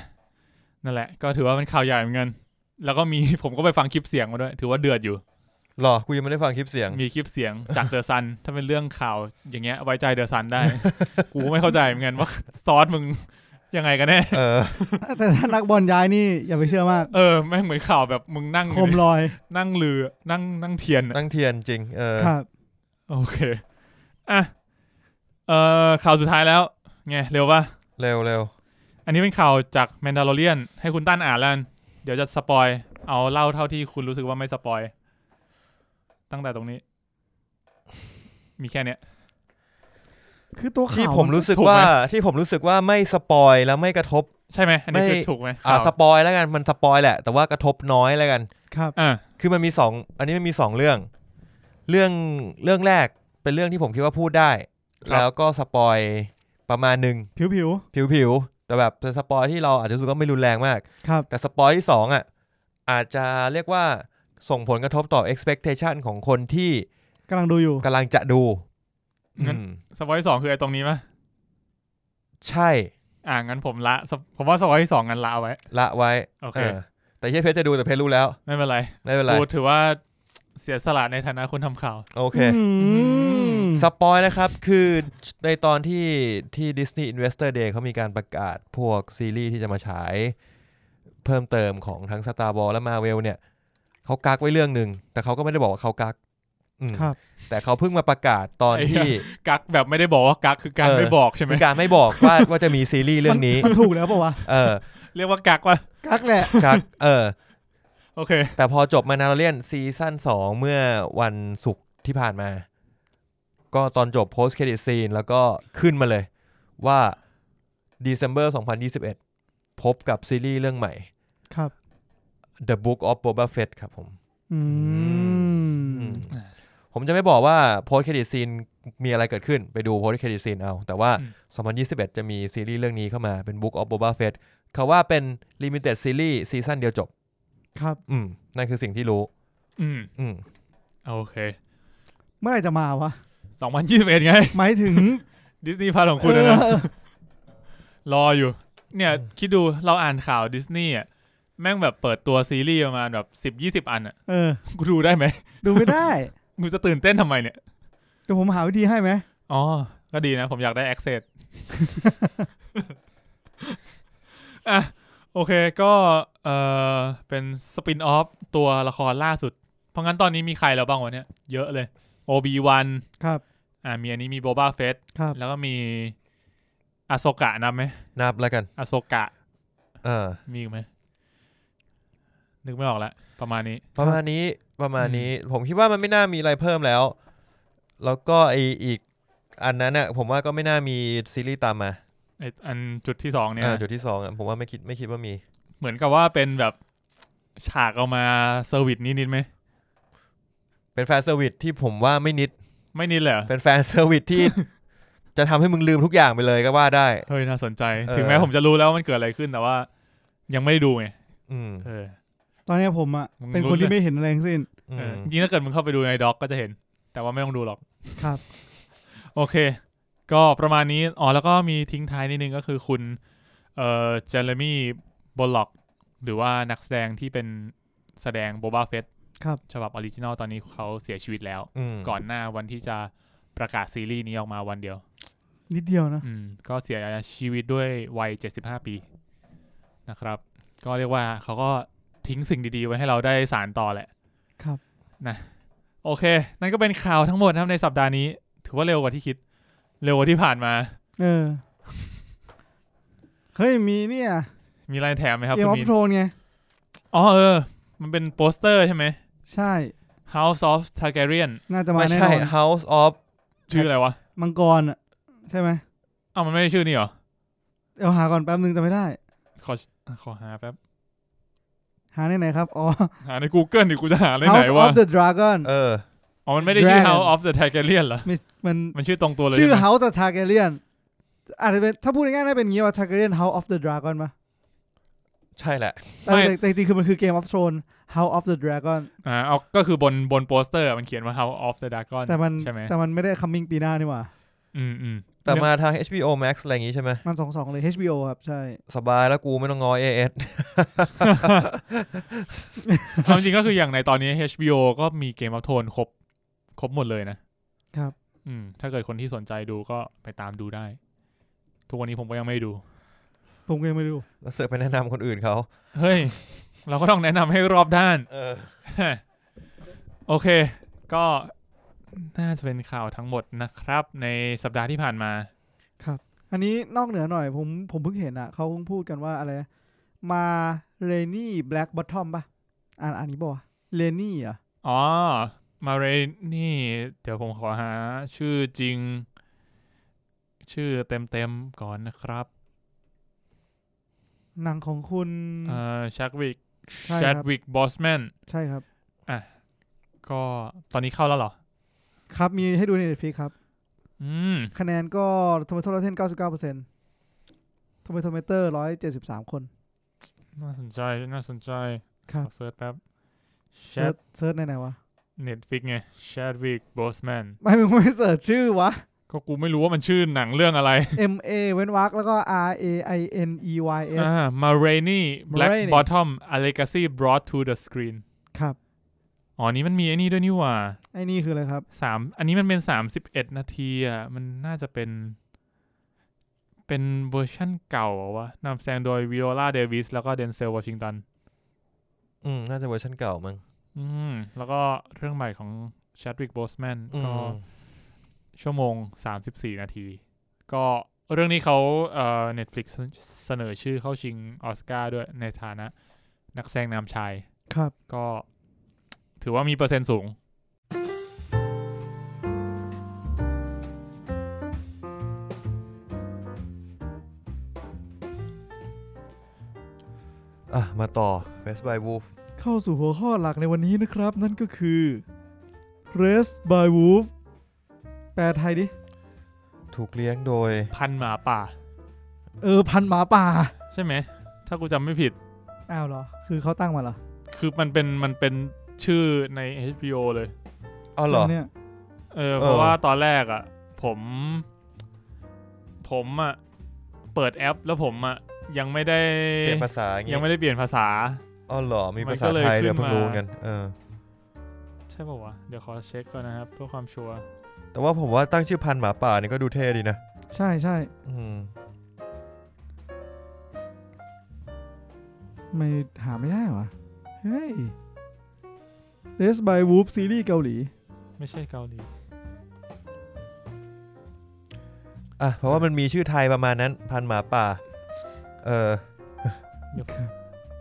A: นั่นแหละ ก็ถือว่าเป็นข่าวใหญ่เหมือนกัน แล้วก็มี *laughs* ผมก็ไปฟังคลิปเสียงมาด้วย ถือว่าเดือดอยู่
B: หรอกูยังไม่ได้ฟังคลิปเสียง
A: มีคลิปเสียงจากเดอะซัน ถ้าเป็นเรื่องข่าวอย่างเงี้ย ไว้ใจเดอะซันได้ กูไม่เข้าใจเหมือนกันว่า ซอสมึงยังไงกันแน่
B: เออ
C: แต่ถ้านักบอลย้ายนี่อย่าไปเชื่อมาก
A: เออแม่งเหมือนข่าวแบบมึงนั่งอ
C: โค
A: ยู่
C: ม
A: ใน
C: ลอย
A: นั่งเรือนั่งนั่งเทียนอะ
B: นั่งเทียนจริง เออ
C: ครับ
A: โอเค อ่ะ เอ่อ ข่าวสุดท้ายแล้ว ไง เร็วปะ
B: เร็วเร็ว
A: อันนี้เป็นข่าวจากแมนดา l o เ i ียนให้คุณตั้นอ่านแล้วกันเดี๋ยวจะสปอย เอาเล่าเท่าที่คุณรู้สึกว่าไม่สปอย ตั้งแต่ตรงนี้ มีแค่เนี้ย
C: คือตัวข่าว
B: ที่ผมรู้สึก
A: ถูกไหม
B: ว่าที่ผมรู้สึกว่าไม่สปอยแล้วไม่กระทบ
A: ใช่ไหม อันนี้คือ
B: ไม่
A: ถูกไหม
B: อ่า
A: ข่าว
B: สปอยแล้วกันมันสปอยแหละ แต่ว่ากระทบน้อยแล้วกัน
C: ครับ
A: อ่ะ
B: คือมันมีสองอันนี้มันมีสองเรื่อง เรื่องเรื่องแรกเป็นเรื่องที่ผมคิดว่าพูดได้
A: ครับ
B: แล้วก็สปอยประมาณหนึ่ง
C: ผิว
B: ผิวๆแต่แบบเป็นสปอยที่เราอาจจะรู้สึกว่าไม่รุนแรงมาก
C: ๆครับ
B: แต่สปอยที่สองอ่ะอาจจะเรียกว่าส่งผลกระทบต่อ expectation ของคนที่
C: กำลังดูอยู่
B: กำลังจะดู
A: งั้น
B: อืม
A: สปอยสองคือไอ้ตรงนี้ปะ
B: ใช่
A: อ่างั้นผมละสปผมว่าสปอยสองงั้นละเอาไว้
B: ละไว้
A: โอเค
B: เออแต่เหี้ยเพชรจะดูแต่เพชรรู้แล้ว
A: ไม่เป็นไร
B: ไม่เป็นไร
A: กูถือว่าเสียสละในฐานะคนทำข่าว
B: โอเค
C: อืม
B: สปอยนะครับ คือในตอนที่ที่ Disney Investor Day เขามีการประกาศพวกซีรีส์ที่จะมาฉาย เพิ่มเติมของทั้ง Star Wars และ Marvel เนี่ยเขากักไว้เรื่องหนึ่ง แต่เขาก็ไม่ได้บอกว่าเขากักอืม
C: ครับ
B: แต่เขาเพิ่งมาประกาศตอน
A: ไอ้เหี้
B: ที่
A: ย กักแบบไม่ได้บอกว่ากักคือการ
B: เออ
A: ไม่บอกใช่ไหม
B: มีการไม่บอก *laughs* ว่าว่าจะมีซีรีส์เรื่องนี้
C: มันถูกแล้วเปล่าวะ
B: เออ
A: เรียกว่ากักว่า
C: กักแหละ
B: กักเออ
A: โอเค
B: แต่พอจบมานาเรียนซีซั่น2 เมื่อวันศุกร์ที่ผ่านมา ก็ตอนจบโพส t c เครดิตซีนแล้วก็ขึ้นมาเลยว่า December 2021 พบกับซีรีส์เรื่องใหม่
C: ครับ
B: The Book of Boba Fett ครับผม
C: อืม
B: ผมจะไม่บอกว่าโพส t c เครดิตซีนมีอะไรเกิดขึ้นไปดูโพส t c เครดิตซีนเอา แต่ว่า
A: อืม
B: 2021 จะมีซีรีส์เรื่องนี้เข้ามาเป็น Book of Boba Fett เขาว่าเป็น Limited Series ซีซั่นเดียวจบ
C: ครับ
B: อืมนั่นคือสิ่งที่รู้
A: อืม
B: อืม
A: โอเค
C: เมื่อไหร่จะมาวะ
A: สองพันยี่สิบเอ็ดไง
C: หมายถึง
A: ดิสนีย์พาร์ทของคุณอะนะ
C: เออ
A: รออยู่ เนี่ย คิดดูเราอ่านข่าวดิสนีย์อ่ะ แม่งแบบเปิดตัวซีรีส์ประมาณแบบสิบยี่สิบอันอ่ะ *laughs*
C: เออ
A: กูดูได้ไหม
C: ดูไม่ได้
A: มึงจะตื่นเต้นทำไมเนี่ย
C: เดี๋ยวผมหาวิธีให้ไหม
A: อ๋อ ก็ดีนะ ผมอยากได้ access *laughs* อ่ะ โอเคก็เออเป็นสปินออฟตัวละครล่าสุด เพราะงั้นตอนนี้มีใครแล้วบ้างวะเนี่ย เยอะเลย OB1
C: ครับ
A: อ่ามีอันนี้มี Boba Fett
C: ครับ
A: แล้วก็มีอโซกะนับไหม
B: นับแล้วกัน
A: อโซกะ
B: เออ
A: มีอีกไหมนึกไม่ออกละประมาณนี้
B: ประมาณนี้ประมาณนี้ผมคิดว่ามันไม่น่ามีอะไรเพิ่มแล้ว แล้วก็ไออีกอันนั้นน่ะผมว่าก็ไม่น่ามีซีรีส์ตามมา
A: ไออันจุดที่สองเนี่ย
B: อ่า
A: นะ
B: จุดที่สองอ่ะผมว่าไม่คิดไม่คิดว่ามี
A: เหมือนกับว่าเป็นแบบฉากเอามาเซอร์วิสนิดนิดๆไหม
B: เป็นแฟนเซอร์วิสที่ผมว่าไม่นิด
A: ไม่นิดเลยเหรอ
B: เป็นแฟน *laughs* เซอร์วิสที่ จะทำให้มึงลืมทุกอย่างไปเลยก็ว่าได้
A: เฮ้ยน่าสนใจ
B: เออ
A: ถึงแม้ผมจะรู้แล้วว่ามันเกิดอะไรขึ้นแต่ว่า ยังไม่ได้ดูไง
B: อืม
A: เออ
C: ตอนเนี้ยผมอะ
A: มึง
C: เป็น
A: รู้
C: คนที่
A: เลย
C: ไม่เห็นอะไรทั้งสิ้น
A: อ
B: อื
A: เออ
B: ม
A: จริงๆถ้าเกิดมึงเข้าไปดูในด็อกก็จะเห็น แต่ว่าไม่ต้องดูหรอก
C: ครับ
A: โอเค ก็ประมาณนี้อ๋อแล้วก็มีทิ้งท้ายนิดนึงก็คือคุณ เอ่อเจเรมี่บอลล็อก หรือว่านักแสดงที่เป็นแสดงโบบาเฟส
C: ครับ
A: ฉบับออริจินอลตอนนี้เขาเสียชีวิตแล้ว
B: อืม
A: ก่อนหน้าวันที่จะประกาศซีรีส์นี้ออกมาวันเดียว
C: นิดเดียวนะ
A: อืม ก็เสียชีวิตด้วยวัย 75 ปี นะครับ ก็เรียกว่าเขาก็ทิ้งสิ่งดีๆ ไว้ให้เราได้สารต่อแหละ
C: ครับ
A: นะ โอเค นั่นก็เป็นข่าวทั้งหมดนะครับในสัปดาห์นี้ ถือว่าเร็วกว่าที่คิด เร็วกว่าที่ผ่านมา
C: เออ เฮ้ย มีเนี่ย
A: มีอะไรแถมไหมครับ
C: เกม
A: คุ
C: อ
A: ณ
C: อฟ
A: มีน
C: โทนไง
A: อ๋อเออ มันเป็นโปสเตอร์ใช่ไหม
C: ใช่
A: House of Targaryen
C: น่าจะมา
B: ไม่
C: แน่น
B: ใช่
C: อน
B: House of
A: ชื่ออะไรวะ
C: มังกรอ่ะ ใช่ไหม
A: อ้าวมันไม่ได้ชื่อนี่เหรอ
C: เดี๋ยวหาก่อนแป๊บนึงจะไม่ได้
A: ขอขอหาแป๊บ
C: หาในไหนครับ อ๋อ
A: หาใน Google ดิกูจะหาได้ไหน
C: House
A: วะ
C: of the Dragon
B: เออ
A: อ๋อมันไม่ได้ชื่อ
C: Dragon
A: House of the Targaryen เหรอ
C: มัน
A: มันชื่อตรงตัวเลย
C: ชื่อ
A: ใไหม
C: House of Targaryen อาจจะเป็นถ้าพูดง่ายๆน่าเป็นอย่างงี้ว่า Targaryen House of the Dragon ปะ
B: ใช่แหละ
C: แต่
A: ไม่
C: แต่แต่จริงๆคือมันคือ Game of Thrones House of the Dragon
A: อ่าเอาก็คือบนบนโปสเตอร์มันเขียนว่า House of the Dragon
C: แต่มัน
A: ใช่ไหม
C: แต่มันไม่ได้ coming ปีหน้านี่หว่า
A: อืมอืม
B: แต่มาทาง HBO Max อะไรอย่างงี้ใช่ไหม
C: มันสองสองเลย HBO ครับใช่
B: สบายแล้วกูไม่ต้องงอ AS
A: ความจริงก็คืออย่างในตอนนี้ HBO ก็มีเกมอัพโทนครบ ครบหมดเลยนะครับ อืม ถ้าเกิดคนที่สนใจดูก็ไปตามดูได้ ทุกวันนี้ผมก็ยังไม่ดู
C: ผมก็ยังไม่ดู
B: แล้วเสือกไปแนะนำคนอื่นเขา
A: เฮ้ย *laughs* เราก็ต้องแนะนำให้รอบด้าน *laughs*
B: เออ
A: โอเค ก็น่าจะเป็นข่าวทั้งหมดนะครับ ในสัปดาห์ที่ผ่านมา
C: อันนี้นอกเหนือหน่อยผมผมเพิ่งเห็นอ่ะเขาเพิ่งพูดกันว่าอะไรมาเรนี่แบล็กบอททอมปะอ่านอ่านนี้บอกเรนี่อ่ะ
A: อ๋อ มาเรนี่ เดี๋ยวผมขอหา ชื่อจริง ชื่อเต็มๆก่อนนะครับ
C: หนังของคุณ
A: เอ่อชัดวิก
C: ใช่ครับ
A: ชัดวิกบอสแมน
C: ใช่ครับ
A: ก็ตอนนี้เข้าแล้วเหรอ
C: ครับมีให้ดูใน Netflix ครับ
A: อืม
C: คะแนนก็ Tomato Rotten 99เปอร์เซ็นต์ Tomato Meter 173 คน
A: น่าสนใจ น่าสนใจ
C: ครั
A: ข
C: บ
A: อเซิร์ชแป๊บชั
C: เซิร์
A: ด
C: ชเซิร์ชในไหนวะ
A: เน็ตฟิกไงชัดวิกบอสแมน
C: ไม่มึงไม่เสิร์ชชื่อวะ
A: ก็กูไม่รู้ว่ามันชื่อหนังเรื่องอะไร
C: M A เว้นวรรคแล้วก็ R A I N E Y S
A: อ่ามาเรนี่แบล็ก
C: Mulroney
A: บอททอมอเลกาซี่ brought to the screen
C: ครับ
A: อ๋อนี่มันมีไอ้นี่ด้วยนี่หว่า
C: ไอ้นี่คืออะไรครับ
A: สามอันนี้มันเป็นสามสิบเอ็ดนาทีอ่ะ มันน่าจะเป็น เป็นเวอร์ชั่นเก่าเหรอวะนำแสดงโดยวิโอลาเดวิสแล้วก็เดนเซลวอชิงตัน
B: อืม น่าจะเวอร์ชันเก่ามั้ง
A: อืม แล้วก็เรื่องใหม่ของช d ด i ิกโบสแมน
B: อืม
A: ก็ชั่วโมง 34 นาที ก็เรื่องนี้เขาเอ่อ Netflix เสนอชื่อเข้าชิงออสการ์ด้วยในฐานะ นักแสดงนำชาย
C: ครับ
A: ก็ถือว่ามีเปอร์เซ็นต์สูง
B: อ่ะ มาต่อ Best by Wolf
C: เข้าสู่หัวข้อหลักในวันนี้นะครับ นั่นก็คือ Race by Wolf แปลไทยดิ
B: ถูกเลี้ยงโดย
A: พันหมาป่า
C: เออ พันหมาป่า
A: ใช่ไหม ถ้ากูจำไม่ผิด
C: อ้าวเหรอ คือเขาตั้งมาเหรอ
A: คือมันเป็นมันเป็นชื่อใน HBO เลย
B: อ้าวเหรอ
C: เนี่ย
A: เออ
B: เออ
A: เพราะว่าตอนแรกอะ่ะ ผม ผมอะ่ะ เปิดแอปแล้วผมอะ่ะ ยังไม่ได้
B: เปลี่ยนภาษาอย่างงี้
A: ยังไม่ได้เปลี่ยนภาษา
B: อ้าวเหรอ มี
A: มัน
B: ภา
A: ก็
B: ษา
A: เลย
B: ไทย
A: ขึ้น
B: เดี๋ยวเพิ่งรู้
A: มา
B: กัน เออ
A: ใช่ป่าวะ เดี๋ยวขอเช็คก่อนนะครับ เพื่อความชัวร์
B: แต่ว่าผมว่าตั้งชื่อพันธุ์หมาป่านี่ก็ดูเท่ดีนะ
C: ใช่ใช่
B: อืม
C: ไม่หาไม่ได้วะเฮ้ย Race by Wolf ซีรีส์เกาหลี
A: ไม่ใช่เกาหลี
B: อ่ะ เพราะว่ามันมีชื่อไทยประมาณนั้น พันธุ์หมาป่า เออ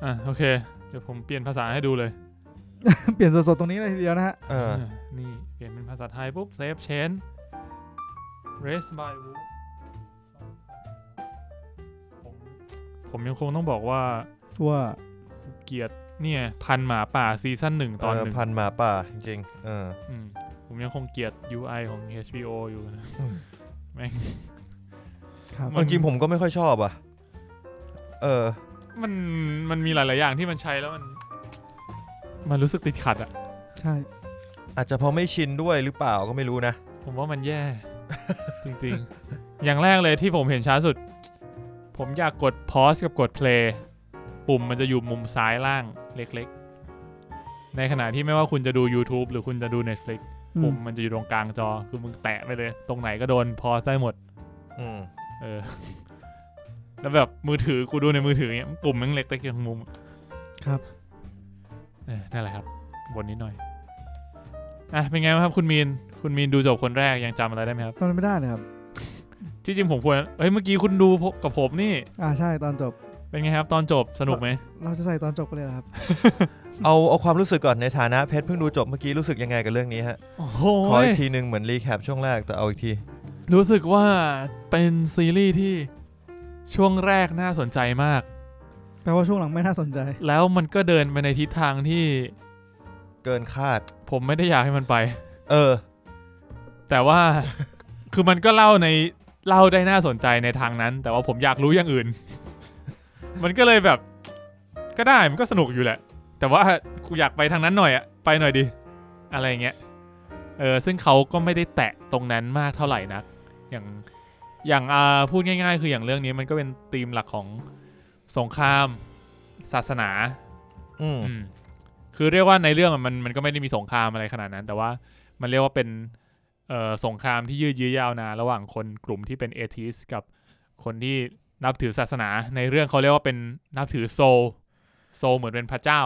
A: อ่ะโอเค เดี๋ยวผมเปลี่ยนภาษาให้ดูเลย
C: เปลี่ยนสดๆตรงนี้เลยทีเดียวนะฮะ
B: เออ
A: เออนี่เปลี่ยนเป็นภาษาไทยปุ๊บ save change race by wolf ผมผมยังคงต้องบอกว่า
C: ว่า
A: เกลียรติเนี่ยพันหมาป่าซีซั่นหนึ่งต
B: ต
A: อ
B: อน น
A: หนึ่ง
B: พันธุ์หมาป่าจริงๆ เออ
A: อืมผมยังคงเกลียรติ UI ของ HBO อยู่นะ
B: อืม
A: แม่ง
C: ครับ
A: มัน
B: จริงๆผมก็ไม่ค่อยชอบอ่ะ เออ
A: มันมันมีหลาย ๆ อย่างที่มันใช้แล้วมัน มันรู้สึกติดขัดอะ
C: ใช่
B: อาจจะเพราะไม่ชินด้วยหรือเปล่าก็ไม่รู้นะ
A: ผมว่ามันแย่
B: *laughs*
A: จริง ๆ อย่างแรกเลยที่ผมเห็นช้าสุด ผมอยากกดพอสกับกดเพลย์ปุ่มมันจะอยู่มุมซ้ายล่างเล็ก ๆ ในขณะที่ไม่ว่าคุณจะดู YouTube หรือคุณจะดู Netflix ปุ่มมันจะอยู่ตรงกลางจอ คือมึงแตะไปเลย *laughs* ตรงไหนก็โดนพอสได้หมด
B: อืม
A: เออ แล้วแบบมือถือกูดูในมือถือเนี้ยปุ่มแมันเล็กไปเกี่ยงมุม
C: ครับ
A: เออนั่นแหละครับบนนิดหน่อยอ่ะเป็นไงบ้างครับคุณมีนคุณมีนดูจบคนแรกยังจำอะไรได้ไหมครับ
C: จำอะไรไม่ได้เลยครับ
A: ที่จริงผมควรเฮ้ยเมื่อกี้คุณดูกับผมนี่
C: อ่าใช่ตอนจบ
A: เป็นไงครับ ตอนจบสนุกไหม
C: เราจะใส่ตอนจบกันเลยเหรอครับ
B: เอาเอาความรู้สึกก่อนในฐานะเพชรเพิ่งดูจบเมื่อกี้รู้สึกยังไงกับเรื่องนี้ฮะ
A: โอ้โห
B: ขออีกทีหนึ่งเหมือนรีแคปช่วงแรกแต่เอาอีกที
A: รู้สึกว่าเป็นซีรีส์ที่ช่วงแรกน่าสนใจมาก
C: แปลว่าช่วงหลังไม่น่าสนใจ
A: แล้วมันก็เดินไปในทิศทางที่
B: เกินคาด
A: ผมไม่ได้อยากให้มันไป
B: เออ
A: แต่ว่า *laughs* คือมันก็เล่าในเล่าได้น่าสนใจในทางนั้น แต่ว่าผมอยากรู้อย่างอื่น *laughs* มันก็เลยแบบ ก็ได้มันก็สนุกอยู่แหละ แต่ว่ากูอยากไปทางนั้นหน่อยอะไปหน่อยดิอะไรอย่างเงี้ยเออซึ่งเขาก็ไม่ได้แตะตรงนั้นมากเท่าไหร่นัก อย่างอย่างอ่าพูดง่าย ๆ คืออย่างเรื่องนี้มันก็เป็นธีมหลักของสงคราม ศาสนา
B: อืม
A: อืมคือเรียกว่าในเรื่องอะมันมันก็ไม่ได้มีสงครามอะไรขนาดนั้น แต่ว่ามันเรียกว่าเป็นเอ่อสงครามที่ยืดเยื้อยาวนานระหว่างคนกลุ่มที่เป็นเอทิสกับคนที่นับถือศาสนา ในเรื่องเขาเรียกว่าเป็นนับถือโซลโซลเหมือนเป็นพระเจ้า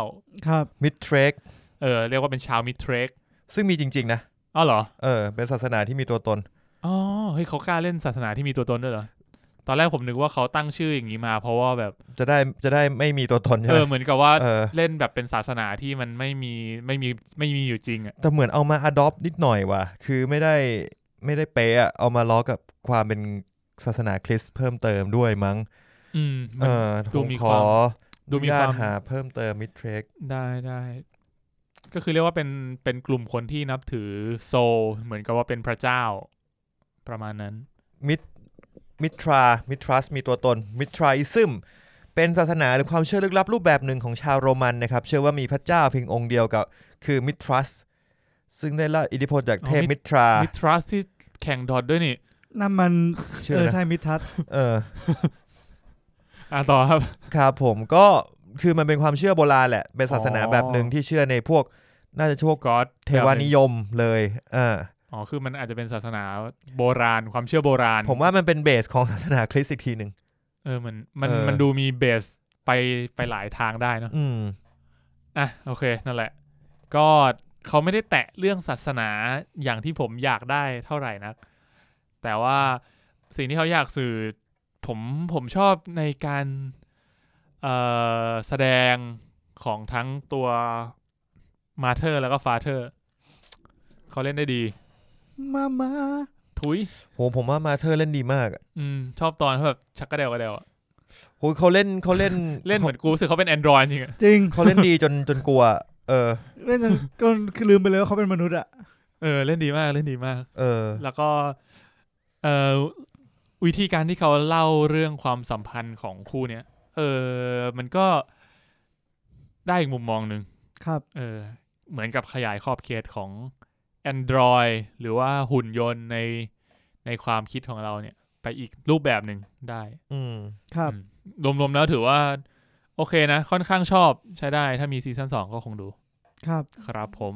C: ครับ
B: มิดเทรก
A: เออเรียกว่าเป็นชาวมิทเทรก
B: ซึ่งมีจริง ๆ นะ
A: อ๋อเหรอ
B: เออ เป็นศาสนาที่มีตัวตน
A: อ๋อเฮ้ยเขากล้าเล่นศาสนาที่มีตัวตนด้วยเหรอตอนแรกผมนึกว่าเขาตั้งชื่ออย่างนี้มา เพราะว่าแบบ
B: จะได้จะได้ไม่มีตัวตนใช่
A: เอ
B: ไหม
A: อเหมือนกับว่า
B: เออ
A: เล่นแบบเป็นศาสนาที่มันไม่มีไม่มีไม่มีอยู่จริงอ่ะ
B: แต่เหมือนเอามา adopt นิดหน่อยว่ะ คือไม่ได้ไม่ได้เป๊ะอะเอามาล้อกับความเป็นศาสนาคริสต์เพิ่มเติมด้วยมั้ง
A: อืมมั
B: เอน อ
A: ดู
B: ผม
A: มี
B: ข
A: ค
B: อ
A: วามดู
B: ดู
A: มี
B: มีค
A: คาว
B: วาม มหาเพิ่มเติมมิดเทรก
A: ได้ได้ ก็คือเรียกว่าเป็นเป็นกลุ่มคนที่นับถือโซลเหมือนกับว่าเป็นพระเจ้า ประมาณนั้น
B: มิตรามิตรัสมีตัวตนมิตราอิซึมเป็นศาสนาหรือความเชื่อลึกลับรูปแบบหนึ่งของชาวโรมันนะครับ เชื่อว่ามีพระเจ้าเพียงองค์เดียวกับ คือมิตรัสซึ่งได้รับอิทธิพลจากเทพ
A: อ๋อมิ
B: มิ
A: ตร
B: ตรา
A: มิทรัสที่แข่งดอดด้วยนี่
C: นั่นมัน
B: เชื่อ
C: เออ
B: นะ
C: ใช่มิดทัศน์
B: เออ
A: อ่ะต่อครับ
B: ครับผมก็คือมันเป็นความเชื่อโบราณแหละ เป็นศาสนา
A: อ๋อ
B: แบบหนึ่งที่เชื่อในพวก น่าจะพวก
A: กอด
B: เทวานิยมเลยอ่า
A: อ๋อคือมันอาจจะเป็นศาสนาโบราณ ความเชื่อโบราณ
B: ผมว่ามันเป็นเบสของศาสนาคริสต์อีกทีหนึ่ง
A: เออมันมัน
B: เออ
A: มันดูมีเบสไปไปหลายทางได้เนอะ
B: อืม
A: อ่ะโอเคนั่นแหละ ก็เขาไม่ได้แตะเรื่องศาสนาอย่างที่ผมอยากได้เท่าไหร่นัก แต่ว่าสิ่งที่เขาอยากสื่อ ผมผมชอบในการเอ่อแสดงของทั้งตัวมาเธอร์แล้วก็ฟาเธอร์เขาเล่นได้ดี
C: มามา
A: ถุย
B: โหผมว่ามาเธอเล่นดีมากอะ
A: อืม ชอบตอนเขาแบบชักกระเดวกระเดวอะ
B: โหเขาเล่นเขาเล่น *laughs*
A: เล่นเหมือนกูรู้สึกเขาเป็นแอนดรอยจริงอะ
C: จริง
B: เขาเล่นดีจนจนกลัว เออ
C: เล่นจน *laughs* ก็คือลืมไปเลยว่าเขาเป็นมนุษย์อะ
A: เออ เล่นดีมากเล่นดีมาก
B: เออ
A: แล้วก็เอ่อวิธีการที่เขาเล่าเรื่องความสัมพันธ์ของคู่เนี้ยเออมันก็ได้อีกมุมมองหนึ่ง
C: ครับ
A: เออเหมือนกับขยายขอบเขตของ Android หรือว่าหุ่นยนต์ในในความคิดของเราเนี่ย ไปอีกรูปแบบหนึ่งได้
B: อืม
C: ครับ
A: อืมรวมๆแล้วถือว่า โอเคนะ ค่อนข้างชอบใช้ได้ถ้ามีซีซั่นสองก็คงดู
C: ครับ
A: ครับผม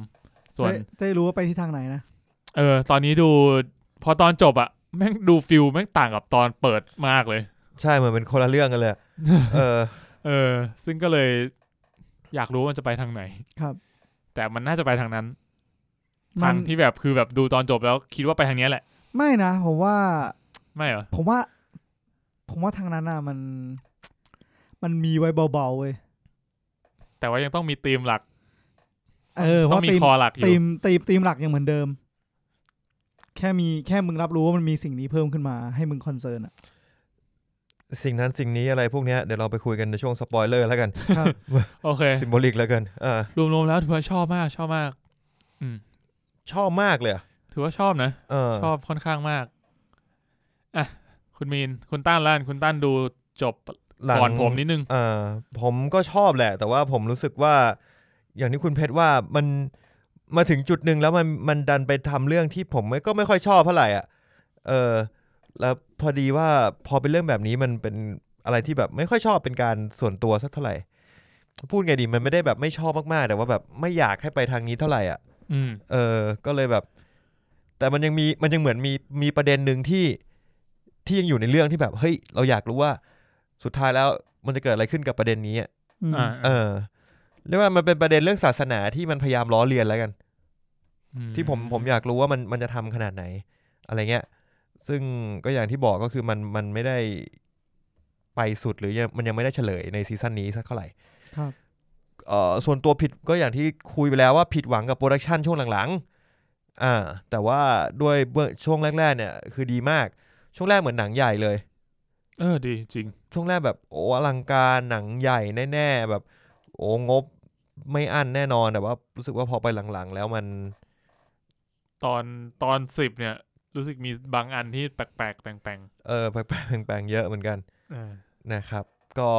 A: ส่วน
C: จะจะได้รู้ว่าไปที่ทางไหนนะ
A: เออ ตอนนี้ดูพอตอนจบอะแม่งดูฟิลแม่งต่างกับตอนเปิดมากเลย
B: ใช่เหมือนเป็นคนละเรื่องกันเลยอะเออ
A: เออ ซึ่งก็เลย อยากรู้ว่ามันจะไปทางไหน
C: ครับ
A: แต่มันน่าจะไปทางนั้น
C: มั
A: ทาน งที่แบบคือแบบดูตอนจบแล้วคิดว่าไปทางเนี้ยแหละ
C: ไม่นะผมว่า
A: ไม่เหรอ
C: ผมว่า ผมว่าทางนั้นอะมัน มันมีไว้เบาๆเว้ย
A: แต่ว่ายังต้องมีธีมหลัก
C: เออเพ
A: ต้อ
C: ราะ
A: งมี
C: ตีม
A: คอหลักอ
C: ตี
A: ยู่
C: มตีมตีมหลักยังเหมือนเดิม แค่มีแค่มึงรับรู้ว่ามันมีสิ่งนี้เพิ่มขึ้นมาให้มึงคอนเซิร์นอะ
B: สิ่งนั้นสิ่งนี้อะไรพวกเนี้ยเดี๋ยวเราไปคุยกันในช่วงสปอยเลอร์แล้วกัน
C: ครับ
B: *laughs*
A: โอเค
B: s ิมโบลิกแล้วกันเออ
A: รวมๆแล้วถือว่าชอบมากชอบมาก อืม
B: ชอบมากเลยอะ
A: ถือว่าชอบนะ
B: เออ
A: ชอบค่อนข้างมากอ่ะคุณมีนคุณต้านล้านคุณต้านดูจบก่อนผมนิดนึง
B: เอ่อผมก็ชอบแหละ แต่ว่าผมรู้สึกว่าอย่างที่คุณเพชรว่ามันมาถึงจุดหนึ่งแล้วมันมันดันไปทำเรื่องที่ผมไม่ก็ไม่ค่อยชอบเท่าไหร่อ่ะเออแล้วพอดีว่าพอเป็นเรื่องแบบนี้มันเป็นอะไรที่แบบไม่ค่อยชอบเป็นการส่วนตัวสักเท่าไหร่ พูดไงดีมันไม่ได้แบบไม่ชอบมากๆ แต่ว่าแบบไม่อยากให้ไปทางนี้เท่าไหร่อ่ะ
A: อืม
B: เออ ก็เลยแบบ แต่มันยังมีมันยังเหมือนมีมีประเด็นหนึ่งที่ที่ยังอยู่ในเรื่องที่แบบ เฮ้ย เราอยากรู้ว่า สุดท้ายแล้วมันจะเกิดอะไรขึ้นกับประเด็นนี้อะ
C: อืม
A: อ่า
B: เออเรียกว่ามันเป็นประเด็นเรื่องศาสนาที่มันพยายามล้อเลียนแล้วกัน ที่ผมผมอยากรู้ว่ามันมันจะทำขนาดไหน อะไรเงี้ย ซึ่งก็อย่างที่บอกก็คือมันมันไม่ได้ไปสุดหรือยังมันยังไม่ได้เฉลยในซีซั่นนี้สักเท่าไหร่
C: ครับ
B: เอ่อส่วนตัวผิดก็อย่างที่คุยไปแล้วว่าผิดหวังกับโปรดักชันช่วงหลังๆอ่าแต่ว่าด้วยเบื้องช่วงแรกๆเนี่ยคือดีมากช่วงแรกเหมือนหนังใหญ่เลย
A: เออดีจริง
B: ช่วงแรกแบบโอ้อลังการหนังใหญ่แน่ๆแบบ โอ้งบไม่อั้นแน่นอนแต่ว่ารู้สึกว่าพอไปหลังๆ แล้วมัน
A: ตอนตอนสิบเนี่ย รู้สึกมีบางอันที่แปลกๆแปลงๆ
B: เออแปลงๆแปลงๆเยอะเหมือนกัน
A: เออ
B: นะครับก็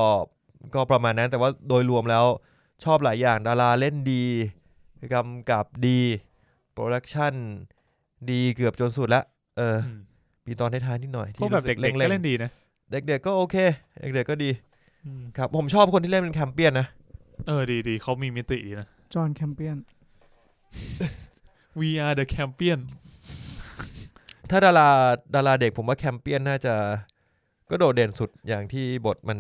B: ก็ประมาณนั้นแต่ว่าโดยรวมแล้วชอบหลายอย่างดาราเล่นดีกำกับดีโปรดักชันดีเกือบจนสุดละเออ
A: อืม
B: มีตอนท้ายๆนิดหน่อย
A: พวก
B: ที่
A: แบบ
B: รู้สึ
A: เด็กๆก็
B: ๆ
A: เล่นดีนะ
B: เด็กๆก็โอเค เด็กๆก็ดี
A: อืม
B: ครับ ผมชอบคนที่เล่นเป็นแคมเปี้ยนนะ
A: เออดีดีเขามีมิติดีนะ
C: จอห์นแคมเปียน
A: We are the champion
B: ถ้าดาราดาราเด็กผมว่าแคมเปี้ยนน่าจะก็โดดเด่นสุดอย่างที่บทมัน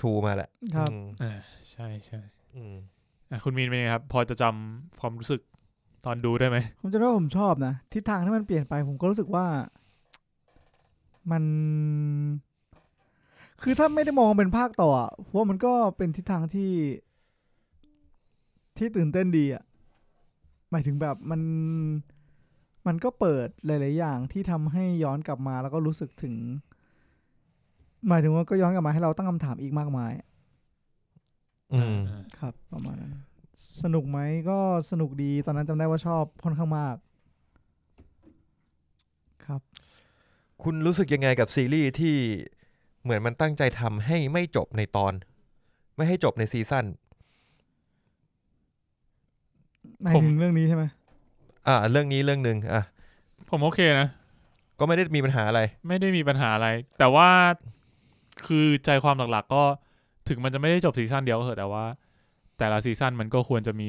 B: ชูมาแหละ
C: ครับ
B: อืม
A: อ่าใช่ใช่
B: อืม
A: อ่ะคุณมีนเป็นไงครับ พอจะจำความรู้สึกตอนดูได้ไหม
C: ผมจะรู้ว่าผมชอบนะ ทิศทางที่มันเปลี่ยนไป ผมก็รู้สึกว่า มัน คือถ้าไม่ได้มองเป็นภาคต่ออะผมว่ามันก็เป็นทิศทางที่ ที่ตื่นเต้นดีอ่ะ หมายถึงแบบมัน มันก็เปิดหลาย ๆ อย่างที่ทำให้ย้อนกลับมาแล้วก็รู้สึกถึง หมายถึงว่าก็ย้อนกลับมาให้เราตั้งคำถามอีกมากมาย
B: อืม
A: อ่า
C: ครับ ประมาณนั้น สนุกไหมก็สนุกดีตอนนั้นจำได้ว่าชอบค่อนข้างมาก ครับ
B: คุณรู้สึกยังไงกับซีรีส์ที่เหมือนมันตั้งใจทำให้ไม่จบในตอน ไม่ให้จบในซีซั่น
C: หมายถึงเรื่องนี้ใช่ไหม
B: อ่าเรื่องนี้เรื่องหนึ่งอ่ะ
A: ผมโอเคนะ
B: ก็ไม่ได้มีปัญหาอะไร
A: ไม่ได้มีปัญหาอะไร แต่ว่าคือใจความหลักๆ ก็ถึงมันจะไม่ได้จบซีซั่นเดียวก็เถอะแต่ว่า แต่ละซีซั่นมันก็ควรจะมี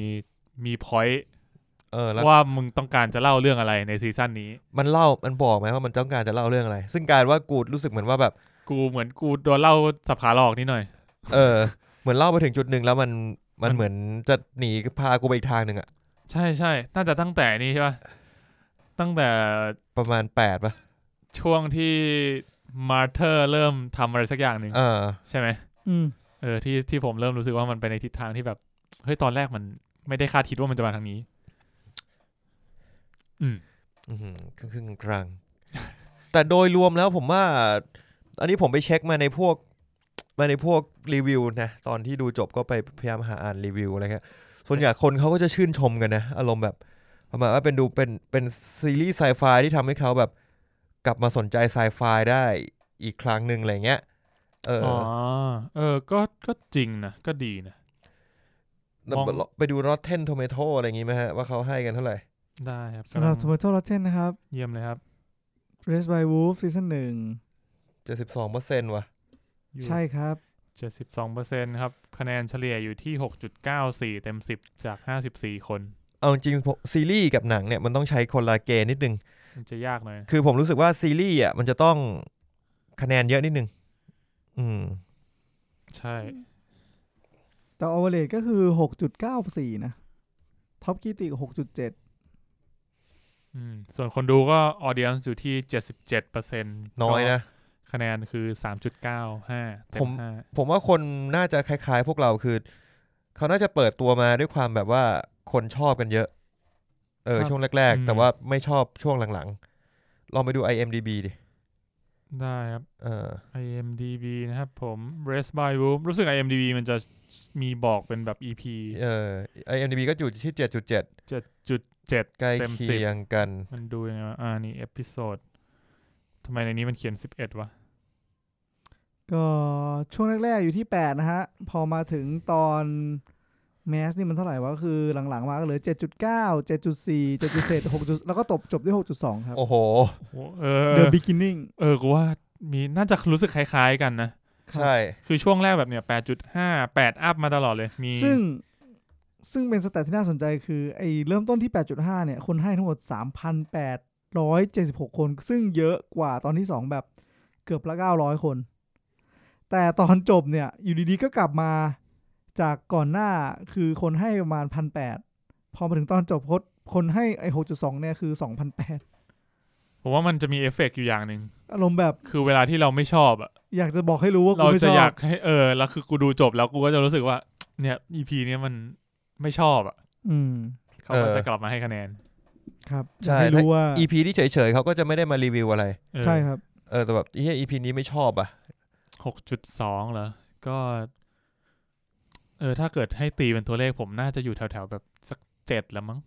A: มีพอยต์
B: เออแล้ว
A: ว่ามึงต้องการจะเล่าเรื่องอะไรในซีซั่นนี้
B: มันเล่ามันบอกไหมว่ามันต้องการจะเล่าเรื่องอะไร ซึ่งการว่ากูรู้สึกเหมือนว่าแบบ
A: กูเหมือนกูโดนเล่าสับขาหลอกนิดหน่อย
B: เออ เหมือนเล่าไปถึงจุดหนึ่งแล้วมันมัน
A: มัน
B: เหมือนจะหนีพากูไปอีกทางหนึ่งอะ
A: ใช่ใช่น่าจะตั้งแต่นี่ใช่ป่ะตั้งแต่
B: ประมาณแปดป่ะ
A: ช่วงที่มาร์เธอร์เริ่มทำอะไรสักอย่างหนึ่ง
B: เออ
A: ใช่ไหม
C: อืม
A: เออที่ที่ผมเริ่มรู้สึกว่ามันไปในทิศทางที่แบบ เฮ้ย ตอนแรกมันไม่ได้คาดคิดว่ามันจะมาทางนี้ อืม
B: อืมครึ่งๆกลางๆ แต่โดยรวมแล้วผมว่า อันนี้ผมไปเช็คมาในพวกมาในพวกรีวิวนะตอนที่ดูจบก็ไปพยายามหาอ่านรีวิวอะไรเงี้ยส่วนใหญ่คนเขาก็จะชื่นชมกันนะ อารมณ์แบบประมาณว่าเป็นดูเป็นเป็นซีรีส์ไซไฟที่ทำให้เขาแบบกลับมาสนใจไซไฟได้อีกครั้งหนึ่งอะไรเงี้ยเออ
A: อ๋อ
B: อ
A: เออ ก็ก็จริงนะ ก็ดีนะ
B: แล้ว
A: มอง
B: ไปดู Rotten Tomato อะไรอย่างงี้ไหมฮะ ว่าเขาให้กันเท่าไหร่
A: ได้ครับ
C: สำห
A: กำ
C: รับ
A: ลัง
C: Tomato Rotten นะครับ
A: เยี่ยมเลยครับ
C: Raised by Wolf ซีซั่นหนึ่ง
B: 72เปอร์เซ็นต์ว่ะ
C: ใช่ครับ
A: เจ็ดสิบสองเปอร์เซ็นครับ คะแนนเฉลี่ยอยู่ที่หกจุดเก้าสี่เต็มสิบจากห้าสิบสี่คน
B: เอาจริงๆผมซีรีส์กับหนังเนี่ยมันต้องใช้คนละเกณฑ์นิดนึง
A: มันจะยากหน่อย
B: คือผมรู้สึกว่าซีรีส์อ่ะมันจะต้องคะแนนเยอะนิดนึง อืม
A: ใช่
C: แต่ Overrate ก็คือ 6.94 นะท็อปกีติ6.7
A: อืมส่วนคนดูก็ออเดียนอยู่ที่เจ็ดสิบเจ็ดเปอร์เซ็น
B: น้อยนะ
A: คะแนนคือสามจุดเก้าห้าเต็
B: ผม ม
A: ห้า
B: ผมว่าคนน่าจะคล้าย ๆ พวกเราคือ เขาน่าจะเปิดตัวมาด้วยความแบบว่าคนชอบกันเยอะ เออ
C: ครับ
B: ช่วงแรก ๆ แต่ว่าไม่ชอบช่วงหลังๆ ลองไปดู IMDB ดิ
A: ได้ครับ
B: เออ
A: IMDb นะครับผม r e s t by Wolf รู้สึก IMDb มันจะมีบอกเป็นแบบ EP
B: เออ IMDB ก็อยู่ที่ 7.7
A: 7.7
B: ใกล้
A: เต็ม
B: เคี
A: สิบ
B: ยงกัน
A: มันดูยังไงวะอ่า นี่เอพิโซดทำไมในนี้มันเขียน 11 วะ
C: ก็ช่วงแรก ๆ อยู่ที่ 8 นะฮะ พอมาถึงตอนแมสนี่มันเท่าไหร่วะก็คือหลัง ๆ มาก็เหลือ 7.9 7.4 7.7 6แล้วก็ตบจบด้วย 6.2 ครับ
B: โอ้โห
A: โอ้โหเออ
C: The Beginning
A: เออ กูว่ามีน่าจะรู้สึกคล้ายๆกันนะ
C: ครับ
B: ใช่
A: คือช่วงแรกแบบเนี้ย8.5 8 อัพมาตลอดเลย มี
C: ซึ่งซึ่งเป็นสแตทที่น่าสนใจคือไอ้เริ่มต้นที่ 8.5 เนี่ย คนให้ทั้งหมด 3,876 คน ซึ่งเยอะกว่าตอนที่ 2 แบบเกือบละ 900 คน แต่ตอนจบเนี่ย อยู่ดีๆก็กลับมาจากก่อนหน้าคือคนให้ประมาณพันแปดพอมาถึงตอนจบคนคนให้ไอ้หกจุดสองเนี่ยคือสองพันแปด
A: ผมว่ามันจะมีเอฟเฟกต์อยู่อย่างหนึ่ง
C: อารมณ์แบบ
A: คือเวลาที่เราไม่ชอบอะ
C: อยากจะบอกให้รู้ว่ากู
A: เรา
C: ไม่
A: จะ
C: ชอ
A: อยา
C: บ
A: กให้เออแล้วคือกูดูจบแล้วกูก็จะรู้สึกว่า เนี่ยอีพีนี้ยมันไม่ชอบอะ
C: อืม
A: เขาก็จะกลับมาให้คะแนน
C: ครับ
B: ใช่
C: อยากห้รู้ว่า
B: EP ที่เฉยๆเขาก็จะไม่ได้มารีวิวอะไร
A: เออ
C: ใช่ครับ
B: เออแต่แบบเฮีย EP นี้ไม่ชอบอ่ะ
A: หกจุดสองเหรอ ก็ เออ ถ้าเกิดให้ตีเป็นตัวเลขผมน่าจะอยู่แถวๆแบบสักเจ็ดละมั้ง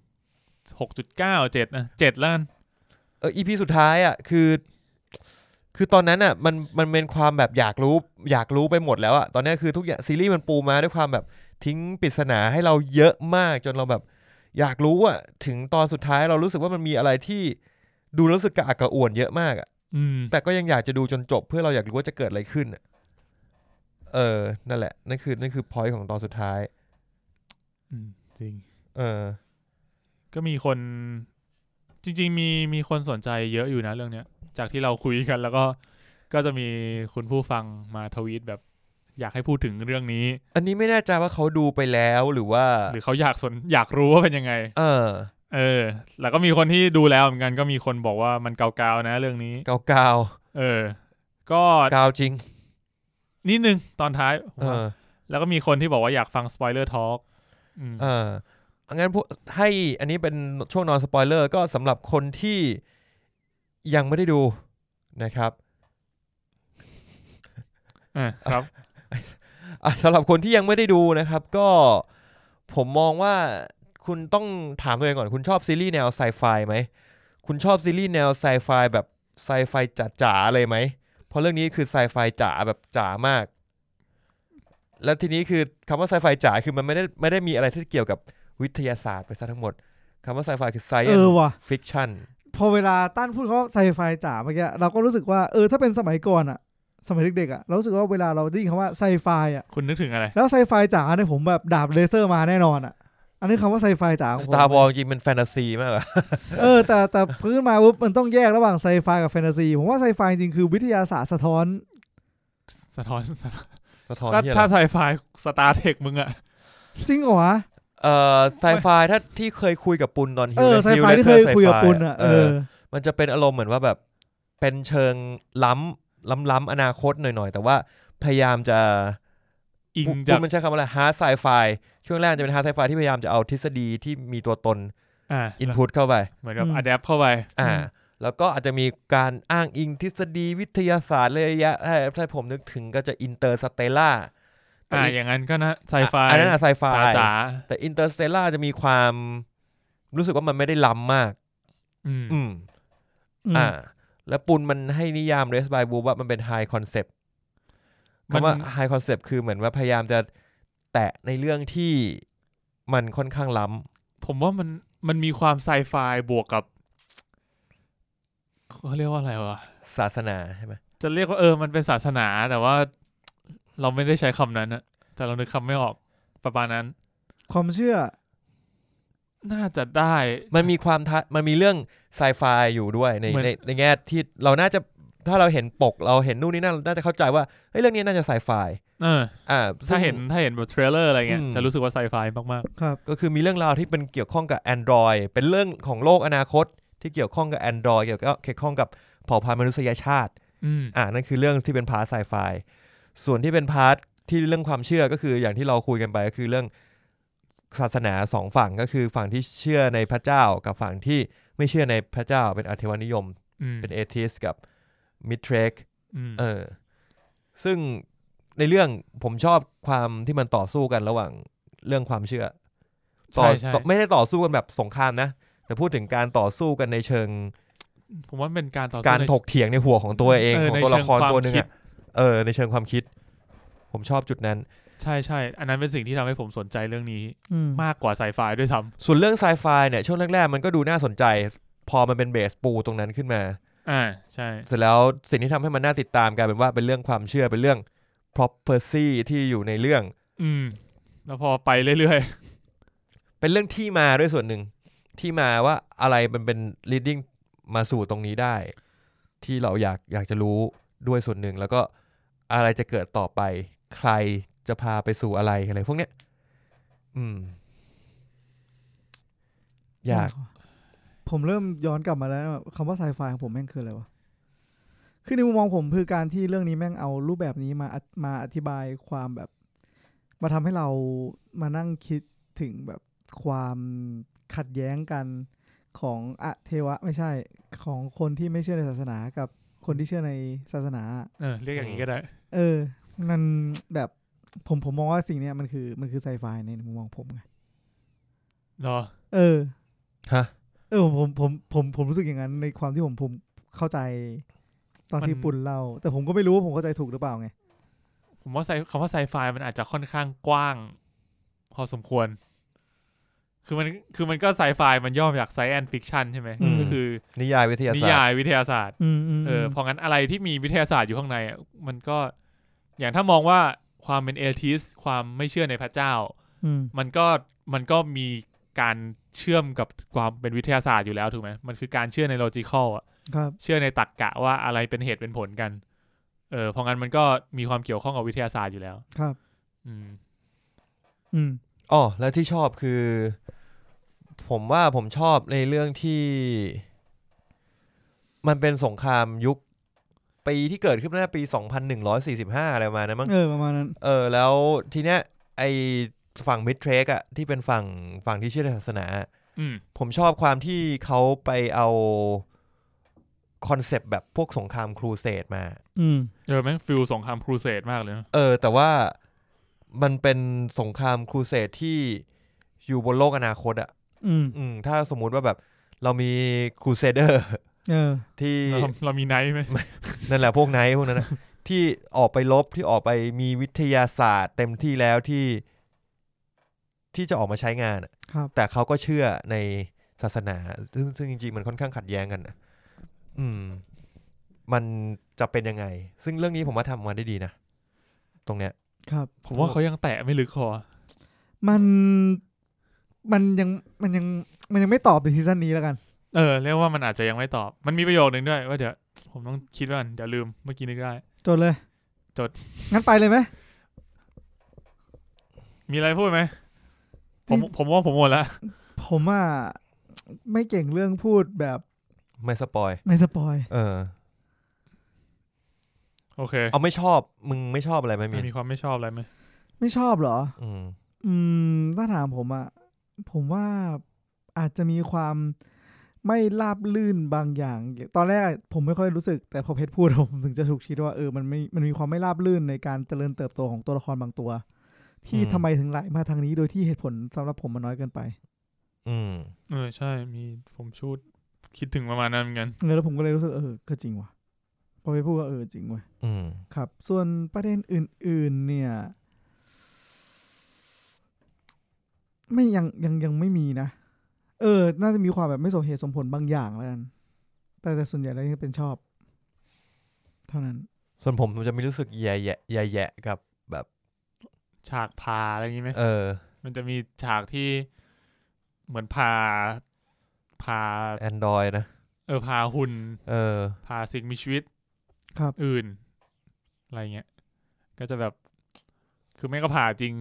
A: หกจุดเก้าเจ็ดนะเจ็ดล้าน
B: เออ EP สุดท้ายอ่ะคือ คือตอนนั้นอ่ะมันมันเป็นความแบบอยากรู้อยากรู้ไปหมดแล้วอ่ะตอนนี้คือทุกอย่างซีรีส์มันปูมาด้วยความแบบทิ้งปริศนาให้เราเยอะมากจนเราแบบ อยากรู้อ่ะถึงตอนสุดท้ายเรารู้สึกว่ามันมีอะไรที่ดูแล้วรู้สึกกระอักกระอ่วนเยอะมากอ่ะ
A: อืม
B: แต่ก็ยังอยากจะดูจนจบเพื่อเราอยากรู้ว่าจะเกิดอะไรขึ้นน่ะเออ นั่นแหละ นั่นคือ นั่นคือพอยต์ของตอนสุดท้าย
A: อืม จริง
B: เออ
A: ก็มีคน จริง ๆ มีมีคนสนใจเยอะอยู่นะเรื่องเนี้ย จากที่เราคุยกัน แล้วก็ก็จะมีคุณผู้ฟังมาทวีตแบบ อยากให้พูดถึงเรื่องนี้
B: อันนี้ไม่แน่ใจว่าเขาดูไปแล้วหรือว่า
A: หรือเขาอยากสนอยากรู้ว่าเป็นยังไง
B: เออ
A: เออ แล้วก็มีคนที่ดูแล้วเหมือนกันก็มีคนบอกว่ามันเกาๆนะ เรื่องนี้
B: กาวกาว
A: เออ ก็
B: กาวจริง
A: นิดนึงตอนท้ายผมว่า
B: เออ
A: แล้วก็มีคนที่บอกว่าอยากฟังสปอยเลอร์ทอล์ก
B: เอองั้นพวกให้อันนี้เป็นช่วงนอนสปอยเลอร์ก็สำหรับคนที่ยังไม่ได้ดูนะครับ
A: ครับ
B: อ่ะสำหรับคนที่ยังไม่ได้ดูนะครับ ก็ผมมองว่าคุณต้องถามตัวเองก่อนคุณชอบซีรีส์แนวไซไฟไหม คุณชอบซีรีส์แนวไซไฟแบบไซไฟจ๋าๆเลยไหม เพราะเรื่องนี้คือไซไฟจ๋าแบบจ๋ามาก และทีนี้คือคำว่าไซไฟจ๋าคือมันไม่ได้ไม่ได้มีอะไรที่เกี่ยวกับวิทยาศาสตร์ไปซะทั้งหมดคำว่าไซไฟคือ
C: เอ
B: science
C: อว่ะ
B: fiction
C: พอเวลาตั้นพูดเขาไซไฟจ๋าเมื่อกี้เราก็รู้สึกว่าเออถ้าเป็นสมัยก่อนอะสมัยเด็กๆอะเรารู้สึกว่าเวลาเราได้ยินคำว่าไซไฟอะ
A: คุณนึกถึงอะไร
C: แล้วไซไฟจ๋าเนี่ยผมแบบดาบเลเซอร์มาแน่นอนอะอันนี้คำว่าไซไฟจ๋าของผม
B: Star Wars จริงๆเป็นแฟนตาซีมากอะ
C: เออแต่แต่พื้นมาปุ๊บมันต้องแยกระหว่างไซไฟกับแฟนตาซีผมว่าไซไฟจริงๆคือวิทยาศาสตร์สะท้อน
A: สะท้อนสะท้อน
B: สะท้อน
A: ถ้า
B: ที่อะไร
A: ถ้าไซไฟสตาร์เทคมึงอะ
C: จริงเหรอวะ
B: เอ่อไซไฟถ้าที่เคยคุยกับปุณตอนฮิ
C: เอ
B: ว
C: อ
B: เลน
C: ไซ
B: ฮิว
C: ไฟ
B: เลน
C: ที่
B: เตอย ร์ไซ
C: เคคุย
B: ไฟ
C: กับปุณ
B: อะ
C: อะ
B: เอ
C: เอ
B: อ
C: อ
B: มันจะเป็นอารมณ์เหมือนว่าแบบเป็นเชิงล้ำล้ำล้ำอนาคตหน่อยๆ แต่ว่าพยายามจะ
A: อิง
B: ปุ
A: จาก
B: ณมันใช้คำว่าอะไรฮาร์ดไซไฟช่วงแรกจะเป็นฮาร์ดไซไฟที่พยายามจะเอาทฤษฎีที่มีตัวตน
A: อ่า
B: อินพุตเข้าไป
A: เหมือนกับ
C: อืม
A: อัดแอปเข้าไป
B: อ่า
C: อืม
B: แล้วก็อาจจะมีการอ้างอิงทฤษฎีวิทยาศาสตร์เลยยะถ้าถ้าผมนึกถึงก็จะอินเตอร์สเตล่า
A: อ่า อย่างนั้นก็นะไซไฟ
B: อันนั้นอะไซไฟ
A: จ๋า
B: แต่อินเตอร์สเตลล่าจะมีความรู้สึกว่ามันไม่ได้ล้ำมาก
A: ๆอืม
B: อืม
C: อืม
B: อ่า แล้วปุนมันให้นิยาม r e s by Boop ว่ามันเป็น high concept คำว่า high concept คือเหมือนว่าพยายามจะแตะในเรื่องที่มันค่อนข้างล้
A: ผมว่ามันมันมีความไซไฟบวกกับเขาเรียกว่าอะไรวะ
B: ำศาสนาใช่ไหม
A: จะเรียกว่าเออ มันเป็นศาสนา แต่ว่าเราไม่ได้ใช้คำนั้นนะแต่เรานึกคำไม่ออกประมาณนั้น
C: ความเชื่อ
A: น่าจะได้
B: มันมีความท้ามันมีเรื่อง sci-fi อยู่ด้วยใน
A: เหมือน
B: ในในแง่ที่เราน่าจะถ้าเราเห็นปกเราเห็นนู่นนี่นั่นเราน่าจะเข้าใจว่าเฮ้ยเรื่องนี้น่าจะ sci-fi
A: เออ
B: อ่าซึ่
A: ถ้าง เห็นถ้าเห็นแบบเทรลเลอร์อะไรเงี้ย
B: อืม
A: จะรู้สึกว่าไซไฟมาก
C: ครับ
B: ก็คือมีเรื่องราวที่เป็นเกี่ยวข้องกับ Android เป็นเรื่องของโลกอนาคตที่เกี่ยวข้องกับ Android เกี่ยวกับเกี่ยวข้องกับเผ่าพันธุ์มนุษยชาติ
A: ๆ อืม
B: อ่านั่นคือเรื่องที่เป็นพาร์ทไซไฟ ส่วนที่เป็นพาร์ทที่เรื่องความเชื่อก็คืออย่างที่เราคุยกันไปก็คือเรื่องศาสนาสองฝั่งก็คือฝั่งที่เชื่อในพระเจ้ากับฝั่งที่ไม่เชื่อในพระเจ้าเป็นอเทวนิยม
A: อืม
B: เป็นเอทิสกับมิทเรก
A: อืม
B: เออ ซึ่งในเรื่องผมชอบความที่มันต่อสู้กันระหว่างเรื่องความเชื่อ ต่อ
A: ใช่ใช่
B: ต่อไม่ได้ต่อสู้กันแบบสงครามนะ แต่พูดถึงการต่อสู้กันในเชิง
A: ผมว่าเป็นการต่อสู้
B: การ
A: ใน
B: ถกเถียงในหัวของตัวเอง
A: เออ
B: ของ
A: ใน
B: ตัวละคร
A: เชิงความ
B: ตัวหนึ่ง
A: คิด
B: อะเออ ในเชิงความคิด ผมชอบจุดนั้น
A: ใช่ใช่อันนั้นเป็นสิ่งที่ทำให้ผมสนใจเรื่องนี้
C: อืม
A: มากกว่าไซไฟด้วยซ้
B: ส่วนเรื่องไซไฟเนี่ยช่วงแรกๆมันก็ดูน่าสนใจ พอมันเป็นเบสปูตรงนั้นขึ้นมา
A: ำอ่าใช่
B: เสร็จแล้วสิ่งที่ทำให้มันน่าติดตามกลายเป็นว่าเป็นเรื่องความเชื่อเป็นเรื่อง property ที่อยู่ในเรื่อง
A: อืม แล้วพอไปเรื่อย
B: เป็นเรื่องที่มาด้วยส่วนหนึ่งที่มาว่าอะไรมันเป็น leading มาสู่ตรงนี้ได้ ที่เราอยากอยากจะรู้ด้วยส่วนหนึ่ง แล้วก็ อะไรจะเกิดต่อไป ใครจะพาไปสู่อะไรอะไรพวกเนี้ยอืม อยาก
C: ผมเริ่มย้อนกลับมาแล้วนะคำว่าไซไฟของผมแม่งคืออะไรวะ คือในมุมมองผมคือการที่เรื่องนี้แม่งเอารูปแบบนี้มาอธิมาอธิบายความแบบ มาทำให้เรามานั่งคิดถึงแบบความขัดแย้งกันของอะเทวะไม่ใช่ของคนที่ไม่เชื่อในศาสนากับคนที่เชื่อในศาสนา
A: เออเรียกอย่างนี้ก็ได้
C: เออ มันแบบผมผมมองว่าสิ่งเนี้ยมันคือมันคือไซไฟในมุมมองผมไง
A: เหรอ
C: เออ
B: ฮะ
C: เออผมผมผมผมรู้สึกอย่างนั้นในความที่ผมผมเข้าใจ ตอนที่
A: มัน
C: ปุ่นเล่า แต่ผมก็ไม่รู้ว่าผมเข้าใจถูกหรือเปล่าไง
A: ผมว่าไซคำว่าไซไฟมันอาจจะค่อนข้างกว้างพอสมควร คือมันคือมันก็ไซไฟมันย่อมาจากไซแอนฟิคชันใช่ไหม
C: อืม
A: ก็คือ
B: นิยายวิทยา
A: นิ
B: ศาสตร์
A: ยายวิทยาศาสตร์
C: อืมอืม
A: เออเพราะงั้นอะไรที่มีวิทยาศาสตร์อยู่ข้างในอะมันก็อย่างถ้ามองว่าความเป็นเอทิสความไม่เชื่อในพระเจ้า
C: อืม
A: มันก็มันก็มีการเชื่อมกับความเป็นวิทยาศาสตร์อยู่แล้วถูกไหมมันคือการเชื่อในโลจิคอลอะ
C: ครับ
A: เชื่อในตรรกกะว่าอะไรเป็นเหตุเป็นผลกันเออเพราะงั้นมันก็มีความเกี่ยวข้องกับวิทยาศาสตร์อยู่แล้ว
C: ครับ
A: อืม
C: อืม
B: อ๋อและที่ชอบคือ ผมว่าผมชอบในเรื่องที่ มันเป็นสงครามยุค ปีที่เกิดขึ้นน่าปี 2145 อะไรประมาณนั้นมั้ง
C: เออ ประมาณนั้น
B: เออแล้วทีเนี้ยไอฝั่งมิดเทรกอะที่เป็นฝั่งฝั่งที่เชื่อในศาสนา
A: อืม
B: ผมชอบความที่เขาไปเอาคอนเซปต์แบบพวกสงครามครูเสดมา
C: อืม
A: เออแม่งฟิลสงครามครูเสดมากเลยนะ
B: เออ แต่ว่ามันเป็นสงครามครูเสดที่อยู่บนโลกอนาคตอะ
C: อืม
B: อืมถ้าสมมุติว่าแบบเรามีครูเสเดอร์ *laughs*
C: เออ
B: ที่
A: เราเรามีไนท์ไหม
B: นั่นแหละพวกไนท์พวกนั้นนะ ที่ออกไปลบที่ออกไปมีวิทยาศาสตร์เต็มที่แล้วที่ที่จะออกมาใช้งานอะ
C: ครับ
B: แต่เขาก็เชื่อในศาสนา ซึ่งซึ่งจริงๆ มันค่อนข้างขัดแย้งกันนะอืม มันจะเป็นยังไง ซึ่งเรื่องนี้ผมว่าทำออกมาได้ดีนะ ตรงเนี้ย
C: ครับ
A: ผมว่าเขายังแตะไม่ลึกคอ
C: มัน มันยัง มันยัง มันยังไม่ตอบในซีซั่นนี้แล้วกัน
A: เออเรียกว่ามันอาจจะยังไม่ตอบ มันมีประโยคหนึ่งด้วยว่าเดี๋ยวผมต้องคิดว่าเดี๋ยวลืมเมื่อกี้นึกได้
C: จดเลย
A: จด
C: งั้นไปเลยไหม
A: มีอะไรพูดไหมผม
C: จริง
A: ผมว่าผมหมดละ
C: ผมอ่ะไม่เก่งเรื่องพูดแบบ
B: ไม่สปอย
C: ไม่สปอย
B: เออ
A: โอเค
B: เอาไม่ชอบ มึงไม่ชอบอะไรไหมมีน
A: มีความไม่ชอบอะไรไหม
C: ไม่ชอบเหรอ
B: อืม
C: อืมถ้าถามผมอะผมว่าอาจจะมีความไม่ราบลื่นบางอย่าง ตอนแรกผมไม่ค่อยรู้สึก แต่พอเพชรพูด ผมถึงจะถูกคิดว่าเออมันไม่มันมีความไม่ราบลื่นในการเจริญเติบโตของตัวละครบางตัว ที่
B: อืม
C: ทำไมถึงไหลมาทางนี้โดยที่เหตุผลสำหรับผมมันน้อยเกินไป
B: อืม
A: เออใช่มีผมชูดคิดถึงประมาณนั้นเหมือนกัน
C: เออแล้วผมก็เลยรู้สึกเออก็จริงว่ะพอเพชรพูดก็เออจริงเว้ย
B: อืม
C: ครับ ส่วนประเด็นอื่น ๆ เนี่ย ไม่ยังยังยังไม่มีนะ เออ น่าจะมีความแบบไม่สมเหตุสมผลบางอย่างแล้วกัน แต่แต่ส่วนใหญ่แล้วยังเป็นชอบ เท่านั้น
B: ส่วนผมผมจะมีรู้สึกแย่แย่แย่แย่ๆกับ
A: ฉากพาอะไรอย่างงี้ไหม
B: เออ
A: มันจะมีฉากที่เหมือนพาพา
B: แอนดรอยนะ
A: เออพาหุ่น
B: เออ
A: พาสิ่งมีชีวิต
C: ครับ
A: อื่น อะไรเงี้ย ก็จะแบบ คือแม่งก็ผ่าจริง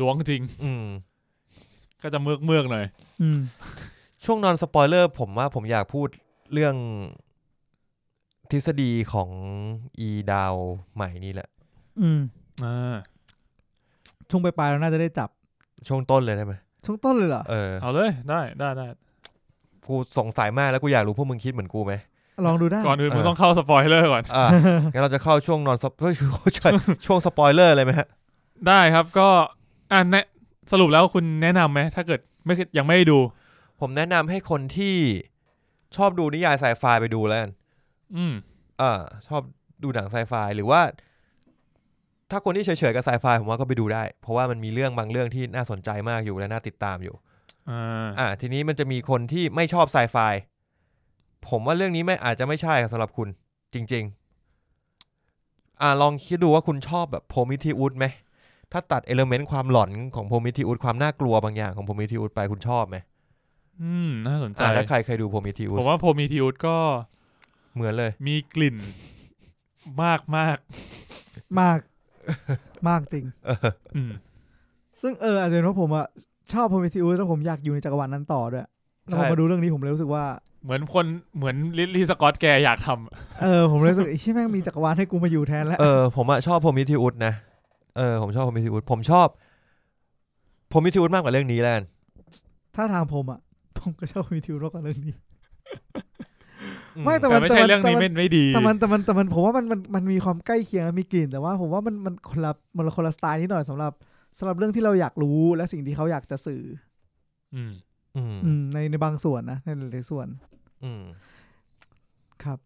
A: ล้วงจริง
B: อืม
A: ก็จะเมือกเมือกๆหน่อย
C: อืม
B: ช่วงนอนสปอยเลอร์ผมว่าผมอยากพูดเรื่องทฤษฎีของอีดาวใหม่นี่แหละ
C: อืม
A: อ่า
C: ช่วงปลายๆเราน่าจะได้จับ
B: ช่วงต้นเลยได้ไหม
C: ช่วงต้นเลยเหรอ
B: เออ
A: เอาเลยได้ได้ได้
B: กูสงสัยมากแล้วกูอยากรู้พวกมึงคิดเหมือนกูไหม
C: ลองดูได้
A: ก่อนอื่น
B: เออ
A: มึงต้องเข้าสปอยเลอร์ก่อน
B: อ่ะ งั้นเราจะเข้าช่วงนอนสปอย *laughs* ช่วงสปอยเลอร์เลยไหมฮะ
A: ได้ครับก็อ่าแนะสรุปแล้วคุณแนะนำไหม ถ้าเกิดไม่เคยยังไม่ได้ดู
B: ผมแนะนำให้คนที่ชอบดูนิยายไซไฟไปดูแล้วกัน
A: อืม
B: อ่าชอบดูหนังไซไฟหรือว่า ถ้าคนที่เฉยๆกับไซไฟผมว่าก็ไปดูได้ เพราะว่ามันมีเรื่องบางเรื่องที่น่าสนใจมากอยู่และน่าติดตามอยู่
A: อ่า
B: อ่า ทีนี้มันจะมีคนที่ไม่ชอบไซไฟผมว่าเรื่องนี้ไม่อาจจะไม่ใช่สำหรับคุณจริง ๆ อ่าลองคิดดูว่าคุณชอบแบบโพมิทิอุสไหม ถ้าตัดเอลเมนต์ความหลอนของโพมิทิอุสความน่ากลัวบางอย่างของโพมิทิอุสไปคุณชอบไหม
A: อืม น่าสนใจ
B: อ่าถ้าใครเคยดูโพมิทิอุ
A: ผ
B: ส
A: มว่าโพมีทิอุสก็
B: เหมือนเลย
A: มีกลิ่นมากมาก
C: มาก มากจริง
A: อืม
C: ซึ่งเอออาจจะเป็นเพราะผมอะชอบพรเมทิอุสแล้วผมอยากอยู่ในจักรวาลนั้นต่อด้วยแล้วพอ
B: ใช่
C: มาดูเรื่องนี้ผมเลยรู้สึกว่า
A: เหมือนคนเหมือนลิลลี่สกอตแกอยากทำอะ
C: เออผมเลยรู้สึกไอ้ชี่แม่งมีจักรวาลให้กูมาอยู่แทนแล้ว
B: เออผมอะชอบพรหมิทิอุสนะเออผมชอบพรหมิทิอุสผมชอบพรหมิทิอุสมากกว่าเรื่องนี้แล้วกัน
C: ถ้าทางผมอะ *laughs* ผมก็ชอบพรเมทิอุสมากกว่าเรื่องนี้
B: อื
C: ไม่แต่
A: แต่ไม่ใช่เรื่องนี้
C: แต่มัน
A: ไม่ไม่ดี
C: แต่มันแต่มันแต่มันผมว่ามันมันมันมีความใกล้เคียงและมีกลิ่นแต่ว่าผมว่ามันมันคนละมันคนละสไตล์นิดหน่อยสำหรับสำหรับเรื่องที่เราอยากรู้และสิ่งที่เขาอยากจะสื่อ
A: อืม
B: อืม
C: ออืมในในบางส่วนนะในหลายๆส่วน
B: อืม
C: ครับ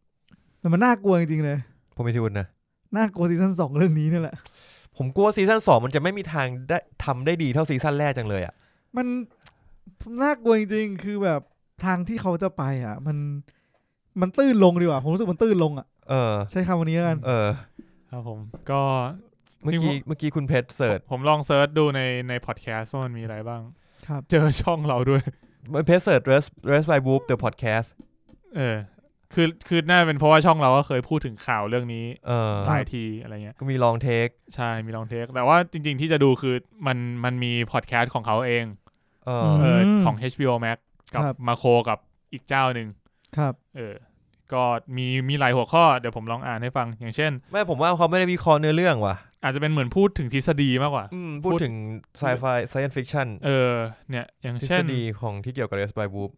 C: แต่มันน่ากลัวจริงๆเลย
B: พรหมิทิอุสนะ
C: น่ากลัวซีซั่นสองเรื่องนี้นี่แหละ
B: ผมกลัวซีซั่นสองมันจะไม่มีทางได้ทำได้ดีเท่าซีซั่นแรกจังเลยอ่ะ
C: มันน่ากลัวจริงๆ คือแบบทางที่เขาจะไปอ่ะ มันมันตื้นลงดีกว่า ผมรู้สึกมันตื้นลงอ่ะ
B: เออ
C: ใช้คำวันนี้แล้วกัน
B: เออ
A: ครับผมก็
B: เมื่อ
A: จริง
B: กี้
A: ผม
B: เมื่อกี้คุณเพชรเสิร์ช
A: ผมลองเซิร์ชดูในในพอดแคสต์ว่ามันมีอะไรบ้าง
C: ครับ
A: เจอช่องเราด้วย
B: เพชรเสิร์ช rest rest by whoop the podcast
A: เออ คือคือน่าเป็นเพราะว่าช่องเราก็เคยพูดถึงข่าวเรื่องนี้
B: เออ
A: หลายทีอะไรเงี้ย
B: ก็มีลองเทค
A: ใช่ มีลองเทค แต่ว่าจริง ๆ ที่จะดูคือมันมันมีพอดแคสต์ของเขาเอง
B: เอ
C: ม
B: อ
A: เออ
C: อื
A: ของ HBO Max กับ
C: ครับ
A: มาโคกับอีกเจ้าหนึ่ง
C: ครับ
A: เออ ก็มีมีหลายหัวข้อเดี๋ยวผมลองอ่านให้ฟัง อย่างเช่น
B: ไม่ผมว่าเขาไม่ได้วิเคราะห์เนื้อเรื่องว่ะ
A: อาจจะเป็นเหมือนพูดถึงทฤษฎีมากกว่า
B: อืมพูด
A: พูด
B: ถึง sci-fi science fiction
A: เออ เนี่ย อย่าง
B: ทฤษ
A: เช่น
B: ฎีของที่เกี่ยวกับ rest by whoop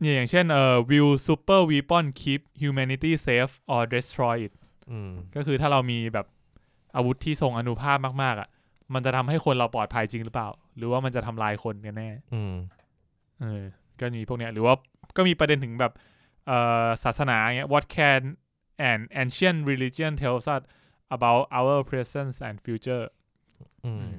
A: เนี่ยอย่างเช่นเอ่อ will super weapon keep humanity safe or destroy it
B: อืม
A: ก็คือถ้าเรามีแบบอาวุธที่ทรงอนุภาพมากๆ อ่ะ มันจะทำให้คนเราปลอดภัยจริงหรือเปล่า หรือว่ามันจะทำลายคนกันแน่
B: อืม
A: เออก็มีพวกเนี้ยหรือว่าก็มีประเด็นถึงแบบเอ่อศาสนาเงี้ย what can an ancient religion tells us about our present and future
B: อืม
A: อืม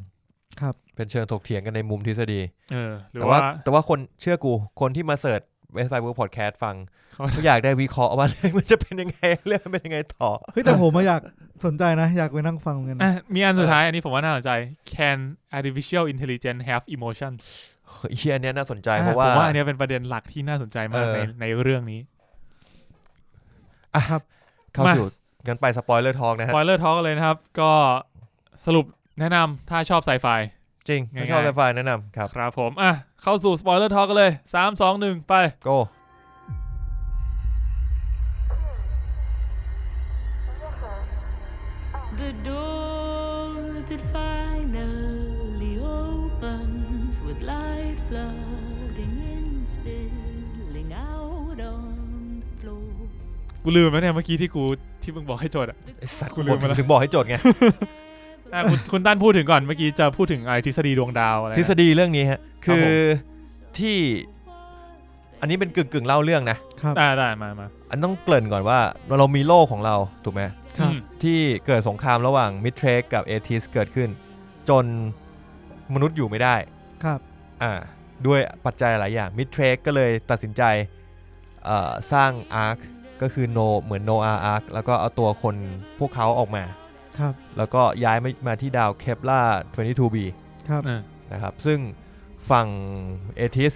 C: ครับ
B: เป็นเชิงถกเถียงกันในมุมทฤษฎี
A: เออหรือ
B: แต่
A: ว่า
B: ว่าแต่ว่าคนเชื่อกู คนที่มาเสิร์ช rest by whoop podcast ฟัง
A: เขา
B: เขาอยากได้วิเคราะห์ว่า มันจะเป็นยังไงเรื่องมันเป็นยังไงต่อ
C: เฮ้ยแต่ผมอะอยากสนใจนะ อยากไปนั่งฟังเหมือนกัน
A: อ่ะมีอันสุดท้ายอันนี้ผมว่าน่าสนใจ can artificial intelligence have emotion
B: เฮียอันเนี้ยน่าสนใจ
A: อ่
B: เพราะว่า
A: ผมว่าอันเนี้ยเป็นประเด็นหลักที่น่าสนใจมาก
B: เออ
A: ในในเรื่องนี้
B: อ่ะครับเข้า
A: มา
B: สู่กันไปสปอยเลอร์ทองนะ
A: ส
B: ฮะ
A: ปอยเลอร์ทอเลยนะครับ ก็สรุปแนะนำถ้าชอบไซไฟ
B: จริงไม่ชอบ
A: ง่ายๆ
B: ไฟแนะนำครับ
A: ครับผม อ่ะ เข้าสู่สปอยเลอร์ทอกันเลย 3 2 1 ไป
B: go
D: The door that finally opens with light flooding in, spilling out on the floor.
A: กูลืมแล้วเนี่ยเมื่อกี้ที่กูที่มึงบอกให้จดอ่ะ
B: ไอสัตว์
A: กูลืม
B: บอก
A: ไปแล้ว
B: ถึงบอกให้จดไง
A: อ่ะคุณคุณตั้นพูดถึงก่อนเมื่อกี้จะพูดถึงไอทฤษฎีดวงดาวอะไรนะ
B: ทฤษฎีเรื่องนี้ฮะ
A: ครับ
B: คือ
A: ผม
B: ที่อันนี้เป็นกึ่งกึ่งๆเล่าเรื่องนะ
C: ครับ
A: อ่ะได้มามา
B: อันต้องเกริ่นก่อนว่าเรามีโลกของเรา ถูกไหม
C: ครับ
A: อืม
B: ที่เกิดสงครามระหว่างมิเทรกกับเอทิสเกิดขึ้น จนมนุษย์อยู่ไม่ได้
C: ครับ
B: อ่าด้วยปัจจัยหลายอย่างมิเทรกก็เลยตัดสินใจเอ่อสร้างอาร์คก็คือโนเหมือนโนอาอาร์คแล้วก็เอาตัวคนพวกเขาออกมา
C: ครับ
B: แล้วก็ย้ายมามาที่ดาวเคปลา 22b
C: ครับ
A: อ่ะ
B: นะครับซึ่งฝั่งเอทิส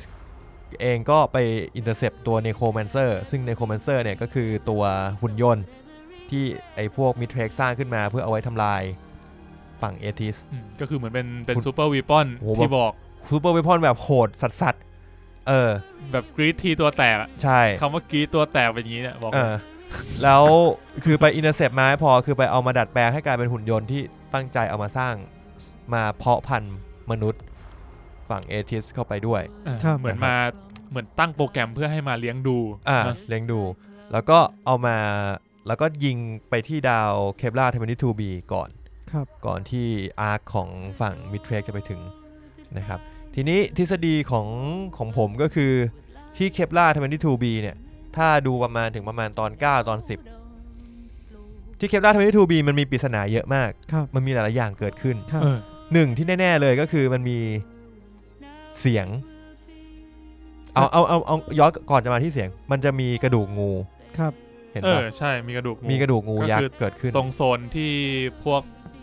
B: เองก็ไปอินเตอร์เซปตัวเนโครแมนเซอร์ซึ่งเนโครแมนเซอร์เนี่ยก็คือตัวหุ่นยนต์ที่ไอ้พวกมิเทรกสร้างขึ้นมาเพื่อเอาไว้ทำลายฝั่งเอทิส
A: อืมก็คือเหมือนเป็นเป็น
B: คุณ
A: ซูเปอร์วีปอน
B: โอ้โห
A: ที่บอก
B: ซูเปอร์เวพอนแบบโหดสัสสัสๆเออ
A: แบบกรีดทีตัวแตกอะ
B: ใช่
A: คำว่ากรีดตัวแตกเป็นอย่างนี้เนี่ยบอก
B: เออแล้ว คือไปอินเตอร์เซปมาไม่พอคือไปเอามาดัดแปลงให้กลายเป็นหุ่นยนต์ที่ตั้งใจเอามาสร้างมาเพาะพันธุ์มนุษย์ฝั่งเอทิสเข้าไปด้วย
A: เออ
C: ครับ
A: เหมือนมาเหมือนตั้งโปรแกรมเพื่อให้มาเลี้ยงดู
B: อ่า
A: นะ
B: เลี้ยงดู แล้วก็เอามาแล้วก็ยิงไปที่ดาวเคปลาเทมินิทูบีก่อน
C: ครับ
B: ก่อนที่อาร์คของฝั่งมิดเทรกจะไปถึงนะครับ ทีนี้ทฤษฎีของของผมก็คือที่เคปลาเทมินิทูบีเนี่ย ถ้าดูประมาณถึงประมาณตอน 9 ตอน 10 ที่เคปลาเทมินิทูบีมันมีปริศนาเยอะมาก
C: ครับ
B: มันมีหลายๆอย่างเกิดขึ้น
C: ครับ
A: เออ
B: หนึ่งที่แน่ ๆ เลยก็คือมันมีเสียง เอาเอาเอาเอาย้อนก่อนจะมาที่เสียง มันจะมีกระดูกงู
C: ครับ
B: เห็น
A: เอ
B: ปะ
A: อ ใช่ มีกระดูกงู
B: มีกระดูกงูยัก
A: ก็คือ
B: ษ์เกิดขึ้น
A: ตรงโซนที่พวก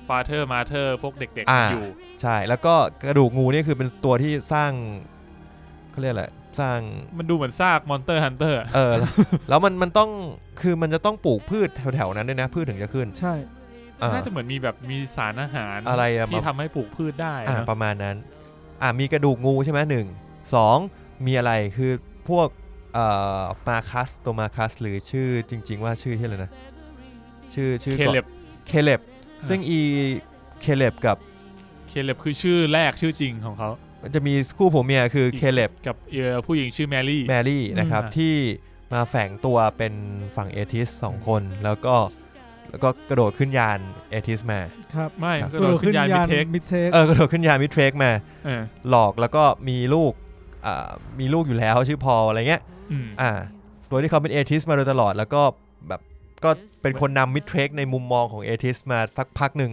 A: ฟาเธอร์มาเธอร์พวกเด็ก
B: อ่า
A: ๆอยู่
B: ใช่ แล้วก็กระดูกงูนี่คือเป็นตัวที่สร้างเขาเรียกอะไรสร้าง
A: มันดูเหมือนซากมอนเตอร์ฮันเตอร์
B: เอ *laughs* อ แล้วมันมันต้องคือมันจะต้องปลูกพืชแถวๆนั้นด้วยนะ พืชถึงจะขึ้น
C: ใช่
B: อ่า
A: น่าจะเหมือนมีแบบมีสารอาหาร
B: อะไรอะ
A: ที่
B: มา
A: ทำให้ปลูกพืชได้
B: อ่า
A: นะ
B: ประมาณนั้น อ่ามีกระดูกงูใช่ไหมหนึ่งสองมีอะไรคือพวกเอ่อมาคัสตัวมาคัสหรือชื่อจริง ๆ ว่าชื่อที่อะไรนะ ชื่อชื่อ
A: เค
B: ก่อน
A: เล็บ
B: เคเลบซึ่งอีเคเลบกับ
A: เคเล็บคือชื่อแรกชื่อจริงของเขา
B: จะมีคู่ผัวเมียคือเคเลบ
A: กับเอ่อผู้หญิงชื่อแมรี่
B: แมรี่นะครับ
A: อืม
B: ที่มาแฝงตัวเป็นฝั่งเอทิสสองคนแล้วก็แล้วก็กระโดดขึ้นยานเอทิสมา
C: ครับ
A: ไม่
B: ครับ
A: กระโดดขึ้นยานมิดเทค
C: มิดเทค
B: เออกระโดดขึ้นยานมิดเทรกมา
A: เออ
B: หลอกแล้วก็มีลูกอ่ามีลูกอยู่แล้วชื่อพอลอะไรเงี้ย
A: อืม
B: อ่าโดยที่เขาเป็นเอทิสมาโดยตลอดแล้วก็แบบก็เป็นคนนำมิดเทรกในมุมมองของเอทิสมาสักพักหนึ่ง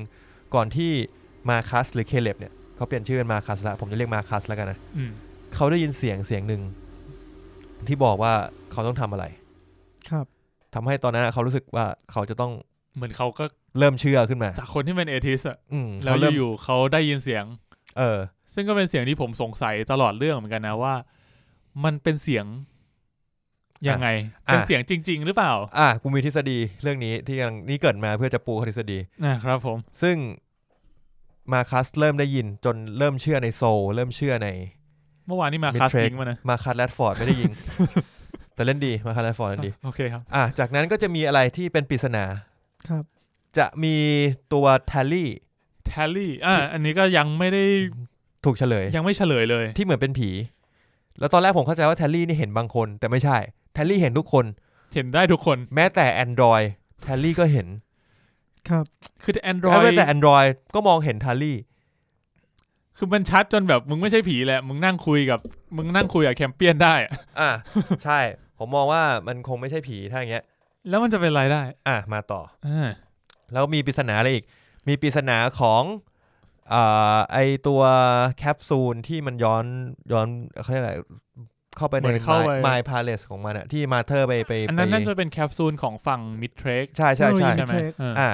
B: ก่อนที่มาคัสหรือเคเลบเนี่ยเขาเปลี่ยนชื่อเป็นมาคัสละผมจะเรียกมาคัสแล้วกันนะ
A: อืม
B: เขาได้ยินเสียงเสียงหนึ่งที่บอกว่าเขาต้องทำอะไร
C: ครับ
B: ทำให้ตอนนั้นอะเขารู้สึกว่าเขาจะต้อง
A: เหมือนเขาก็
B: เริ่มเชื่อขึ้นมา
A: จากคนที่เป็นเอทิสอะ
B: อืม
A: แล้ว
B: เขาเริ่ม
A: อยู่ๆเขาได้ยินเสียง
B: เออ
A: ซึ่งก็เป็นเสียงที่ผมสงสัยตลอดเรื่องเหมือนกันนะว่า มันเป็นเสียงยังไง
B: ะ
A: เป็นเสียงจริง ๆ หรือเปล่า
B: อ่ะกูมีทฤษฎีเรื่องนี้ที่กำลังนี่เกิดมาเพื่อจะปูทฤษฎี
A: นะครับผม
B: ซึ่งมาคัสเริ่มได้ยินจนเริ่มเชื่อในโซลเริ่มเชื่อใน
A: เมื่อวานนี่มา
B: Mid-track
A: คัสซิงมานะ
B: มาคัสแรดฟอร์ดไม่ได้ยิง แต่เล่นดี มาคัสแรดฟอร์ดเล่นดี
A: โอเคครับ
B: อ่ะจากนั้นก็จะมีอะไรที่เป็นปริศนา
C: ครับ
B: จะมีตัวแทลลี่
A: แทลลี่อ่าอันนี้ก็ยังไม่ได้
B: ถูกเฉลย
A: ยังไม่เฉลยเลย
B: ที่เหมือนเป็นผี แล้วตอนแรกผมเข้าใจว่าแทลลี่นี่เห็นบางคน แต่ไม่ใช่แทลลี่เห็นทุกคน
A: เห็นได้ทุกคน
B: แม้แต่ Android แทลลี่ก็เห็น
C: ครับ
A: คือแอนดรอ
B: แม้
A: ย
B: แต่ Android ก็มองเห็นแทลลี่
A: คือมันชัดจนแบบมึงไม่ใช่ผีแหละมึงนั่งคุยกับมึงนั่งคุยกับแคมเปี้ยนได้อะ
B: อ่ะ ใช่ ผมมองว่ามันคงไม่ใช่ผีถ้าอย่างเงี้ย
A: แล้วมันจะเป็นอะไรได้
B: อ่ะ มาต่อ
A: อ่า
B: แล้วมีปริศนาอะไรอีก มีปริศนาของอาไอตัวแคปซูลที่มันย้อนย้อนเขาเรียกอะไร เข้าไป
A: เห
B: ใน
A: มือนเข้าไป
B: มายพาเลสของมันอะที่มาเธอร์ไปไป
A: อันนั้น
B: ไป
A: น่าจะเป็นแคปซูลของฝั่งมิดเทรก
B: ใช่ใช่ใช่
A: ใช่ไหม
C: Midtrack
A: เออ
B: อ่า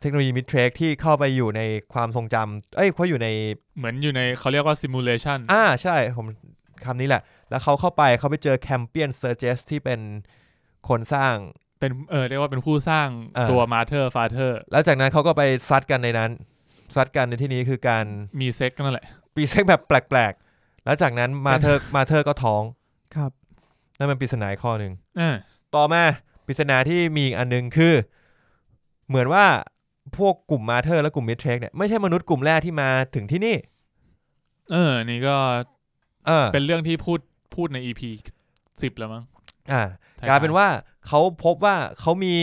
B: เทคโนโลยีมิดเทรกที่เข้าไปอยู่ในความทรงจำเอ้ยเขาอยู่ใน
A: เหมือนอยู่ในเขาเรียกว่าซิมูเลชัน
B: อ่าใช่ ผมคำนี้แหละ แล้วเขาเข้าไปเขาไปเจอแคมเปียนเซอร์เจสที่เป็นคนสร้าง
A: เป็นเออเรียกว่าเป็นผู้สร้าง
B: เออ
A: ตัวมาเธอร์ฟาเธอร์
B: แล้วจากนั้นเขาก็ไปซัดกันในนั้น ซัดกันในที่นี้คือการ
A: มีเซ็กนั่นแหละ
B: ปีเซ็กแบบแปลกๆ แล้วจากนั้นมาเธ
A: *laughs*
B: อ มาเธอก็ท้อง
C: ครับ
B: นั่นมันปริศนาอีกข้อหนึ่ง
A: อ่า
B: ต่อมาปริศนาที่มีอีกอันหนึงคือ เหมือนว่าพวกกลุ่มมาเธอและกลุ่มมิดเทรกเนี่ยไม่ใช่มนุษย์กลุ่มแรกที่มาถึงที่นี่
A: เออ นี่ก็
B: เออ
A: เป็นเรื่องที่พูดพูดในอีพีสิบแล้วมั้ง
B: อ่า กลายเป็นว่าเขาพบว่าเขามี